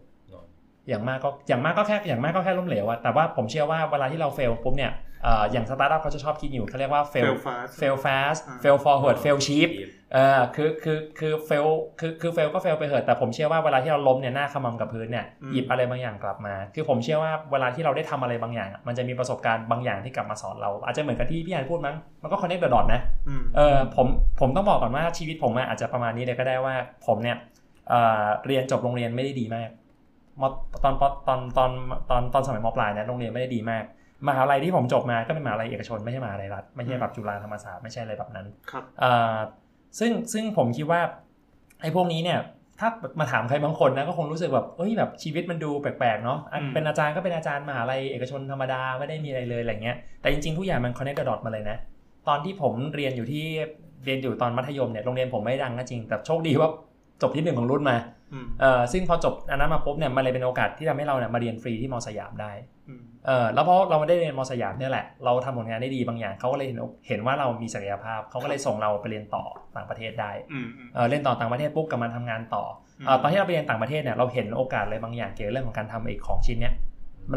Speaker 5: อย่างมากก็อย่างมากก็แค่อย่างมากก็แค่ล้มเหลวอะแต่ว่าผมเชื่อว่าเวลาที่เราเฟลปุ๊บเนี่ยเอ่ออย่างสตาร์ทอัพเขาจะชอบคิดอยู่เขาเรียกว่า fail
Speaker 3: fail
Speaker 5: fail fast
Speaker 3: fast อ่า
Speaker 5: fail forward fail cheap เออคือคือคือ fail คือคือ fail ก็ fail ไปเถอะแต่ผมเชื่อว่าเวลาที่เราล้มเนี่ยหน้าขมำกับพื้นเนี่ย
Speaker 3: อืม
Speaker 5: หยิบอะไรบางอย่างกลับมา คือผมเชื่อว่าเวลาที่เราได้ทำอะไรบางอย่างอะมันจะมีประสบการณ์บางอย่างที่กลับมาสอนเรา อาจจะเหมือนกับที่พี่อันพูดมั้งมันก็ connect the dot นะ
Speaker 3: อืม
Speaker 5: เออผมผมต้องบอกก่อนว่าชีวิตผมอะอาจจะประมาณนี้เลยก็ได้ว่าผมเนี่ยเอ่อเรียนจบโรงเรียนไม่ได้ดีมากมตอนปตอนตอนตอนตอนสมัยมปลายนะโรงเรียนไม่ได้ดีมากมหาลัยที่ผมจบมาก็เป็นมหาลัยเอกชนไม่ใช่มหาลัยรัฐไม่ใช่แบบจุฬาธรรมศาสตร์ไม่ใช่อะไรแบบนั้น
Speaker 3: ครับ
Speaker 5: เอ่อซึ่งซึ่งผมคิดว่าไอ้พวกนี้เนี่ยถ้ามาถามใครบางคนนะก็คงรู้สึกแบบเอ้ยแบบชีวิตมันดูแปลกๆเนาะอ่ะ
Speaker 10: อืม
Speaker 5: เป็นอาจารย์ก็เป็นอาจารย์มหาลัยเอกชนธรรมดาไม่ได้มีอะไรเลยอะไรเงี้ยแต่จริงๆทุกอย่างมัน connect the dot มาเลยนะ ตอนที่ผมเรียนอยู่ที่เรียนอยู่ตอนมัธยมเนี่ยโรงเรียนผมไม่ดังก็จริง แต่โชคดีว่าจบที่หนึ่งของรุ่นมา
Speaker 3: อืม
Speaker 5: เออซึ่งพอจบอันนั้นมาปุ๊บเนี่ยมันเลยเป็นโอกาสที่ทำให้เราเนี่ยมาเรียนฟรีที่มอสยามได้
Speaker 3: อืม
Speaker 5: เออแล้วเพราะเราได้เรียนมอสยามเนี่ยแหละเราทำผลงานได้ดีบางอย่างเขาก็เลยเห็นเห็นว่าเรามีศักยภาพเขาก็เลยส่งเราไปเรียนต่อต่างประเทศได้
Speaker 3: อืมอืม
Speaker 5: เออเรียนต่อต่างประเทศปุ๊บกลับมาทำงานต่อเออตอนที่เราไปเรียนต่างประเทศเนี่ยเราเห็นโอกาสอะไรบางอย่างเกี่ยวกับเรื่องของการทำไอ้ของชิ้นเนี้ย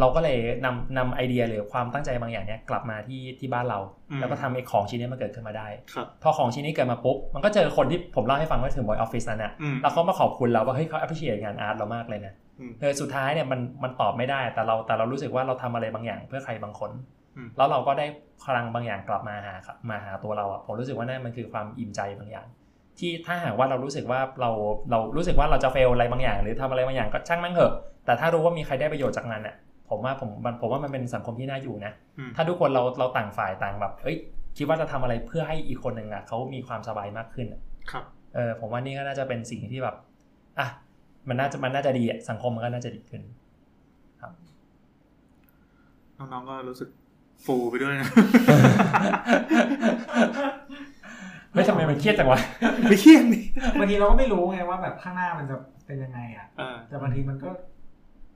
Speaker 5: เราก็เลยนำนำไอเดียหรือความตั้งใจบางอย่างเนี่ยกลับมาที่ที่บ้านเรา
Speaker 3: อืม
Speaker 5: แล้วก็ทำไอ้ของชิ้นเนี้ยมันเกิดขึ้นมาได้
Speaker 3: ครับ
Speaker 5: พอของชิ้นนี้เกิดมาปุ๊บ มันก็เจอคนที่ผมเล่าให้ฟังว่าถึงบอยออฟฟิศนั่นแหละ
Speaker 3: อืม
Speaker 5: แล้วเขามาขอบคุณเราว่าเฮ้ยเขา appreciate งานอาร์ตเรามากเลยนะ
Speaker 3: อืม
Speaker 5: เออสุดท้ายเนี่ยมันมันตอบไม่ได้แต่เราแต่เรารู้สึกว่าเราทำอะไรบางอย่างเพื่อใครบางคน
Speaker 3: อืม
Speaker 5: แล้วเราก็ได้พลังบางอย่างกลับมาหาครับมาหาตัวเราอะผมรู้สึกว่านั่นมันคือความอิ่มใจบางอย่าง ที่ถ้าหากว่าเรารู้สึกว่าเราเรารู้สึกว่าเราจะเฟลอะไรบางอย่าง หรือทำอะไรบางอย่างก็ช่างมันเถอะ แต่ถ้ารู้ว่ามีใครได้ประโยชน์จากนั้นเนี่ยผมว่าผมมันผมว่ามันเป็นสังคมที่น่าอยู่นะ
Speaker 3: อืม
Speaker 5: ถ้าทุกคนเราเราต่างฝ่ายต่างแบบเอ้ย คิดว่าจะทำอะไรเพื่อให้อีกคนหนึ่งอ่ะเขามีความสบายมากขึ้นอะ
Speaker 3: ครับ
Speaker 5: เออผมว่านี่ก็น่าจะเป็นสิ่งที่แบบอ่ะมันน่าจะมันน่าจะดีอะสังคมมันก็น่าจะดีขึ้น
Speaker 3: น้องๆก็รู้สึกฟูไปด้วยนะ
Speaker 5: เฮ้ยทำไมมันเครียดจังวะ
Speaker 3: ไม่เครียดนี่
Speaker 2: บางทีเราก็ไม่รู้ไงว่าแบบข้างหน้ามันจะเป็นยังไงอ่ะ
Speaker 3: อ่า
Speaker 2: แต่บางทีมันก็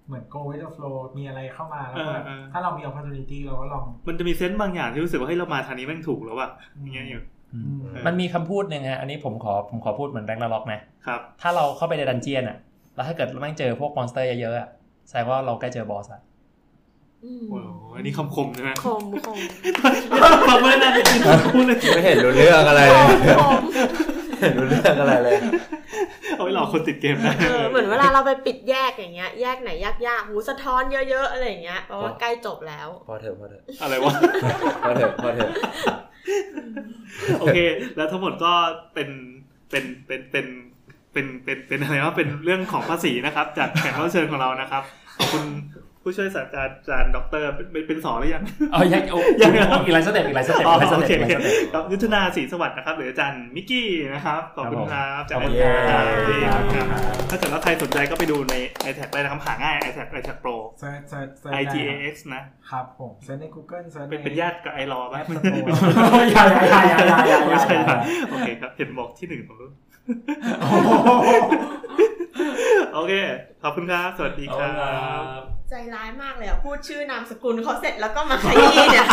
Speaker 2: เหมือน go with the flow มีอะไรเข้ามาแล้วก็แบบ
Speaker 3: เออเออ
Speaker 2: ถ้าเรามี opportunity เราก็ลอง
Speaker 3: มันจะมีเซนส์บางอย่างที่รู้สึกว่าเฮ้ยเรามาทางนี้แม่งถูกแล้วว่ะอย่างเงี้ยอยู่
Speaker 5: อืม
Speaker 2: เออ
Speaker 5: มันมีคำพูดหนึ่งฮะอันนี้ผมขอผมขอพูดเหมือนแบงค์ละล็อกนะครับ ถ้าเราเข้าไปในดันเจียนอ่ะ แล้วถ้าเกิดแม่งเจอพวกมอนสเตอร์เยอะๆอ่ะแสดงว่าเราใกล้เจอบอสอ่ะ
Speaker 4: อืม
Speaker 3: โอ้โหอันนี้คำคมใช่ไหม
Speaker 4: คมคม
Speaker 3: ปรบมือหนะพูดเลย
Speaker 8: ไม่เห็นรู้เรื่องอะไร เลย
Speaker 4: คม
Speaker 8: เห็นรู้เรื่องอะไรเลย
Speaker 3: เอาไว้หลอกคนติดเกมนะ
Speaker 4: เออเหมือนเวลาเราไปปิดแยกอย่างเงี้ย แยกไหนยากๆหูสะท้อนเยอะๆอะไรอย่างเงี้ยเพราะว่าใกล้จบแล้ว
Speaker 8: พอเถอะพอเถอะ
Speaker 3: อะไรวะ
Speaker 8: พอเถอะพอเถอะ
Speaker 3: โอเค แล้วทั้งหมดก็เป็นเป็นเป็นเป็นเป็นเป็นเป็นอะไรว่าเป็นเรื่องของภาษีนะครับ จากแขกรับเชิญของเรานะครับ ขอบคุณผู้ช่วยศาสตราจารย์ดอกเตอรเป็นเป็นเป็นสอนหรือยัง
Speaker 5: อ๋อยังโอ้
Speaker 3: ยั
Speaker 5: ยัง ง
Speaker 3: ไง
Speaker 5: อีกหลายสเต็ปอีกหลายสเต็ป
Speaker 3: อ๋อ
Speaker 5: อีกหลายส
Speaker 3: โอ
Speaker 5: เต็ป
Speaker 3: เค
Speaker 5: อีกหลายสเต็ป
Speaker 3: ครับยุทธนาศรีสวัสดิ์นะครับ หรืออาจารย์มิกกี้นะครับ ขอบคุณครับอาจารย์
Speaker 5: ขอบคุณค
Speaker 3: ค
Speaker 5: รั
Speaker 3: รับ บสวัสดีครับถ้าเกิดว่าใครสนใจก็ไปดูใน iTag ได้นะครับหาง่าย iTag iTag Pro
Speaker 2: เซิร์ชเซิร์ชเซิร์ช
Speaker 3: ITAX นะ
Speaker 2: ครับผมเซิร์ชใน Google เซิร์ช
Speaker 3: เป็น
Speaker 2: ใน
Speaker 3: เป็นญาติกับไอรอ ป่ะ
Speaker 2: App Store อย่าอย่าอย่าอย่าอย่าอย่า
Speaker 3: ไม่ใช่
Speaker 2: อย่า
Speaker 3: โอเคครับ เห็นบอกที่หนึ่งของรุ่น โอเค ขอบคุณครับ สวัสดีครับ
Speaker 4: ใจร้ายมากเลยอ่ะ พูดชื่อนามสกุลเขาเสร็จแล้วก็มาขยี้เนี่ย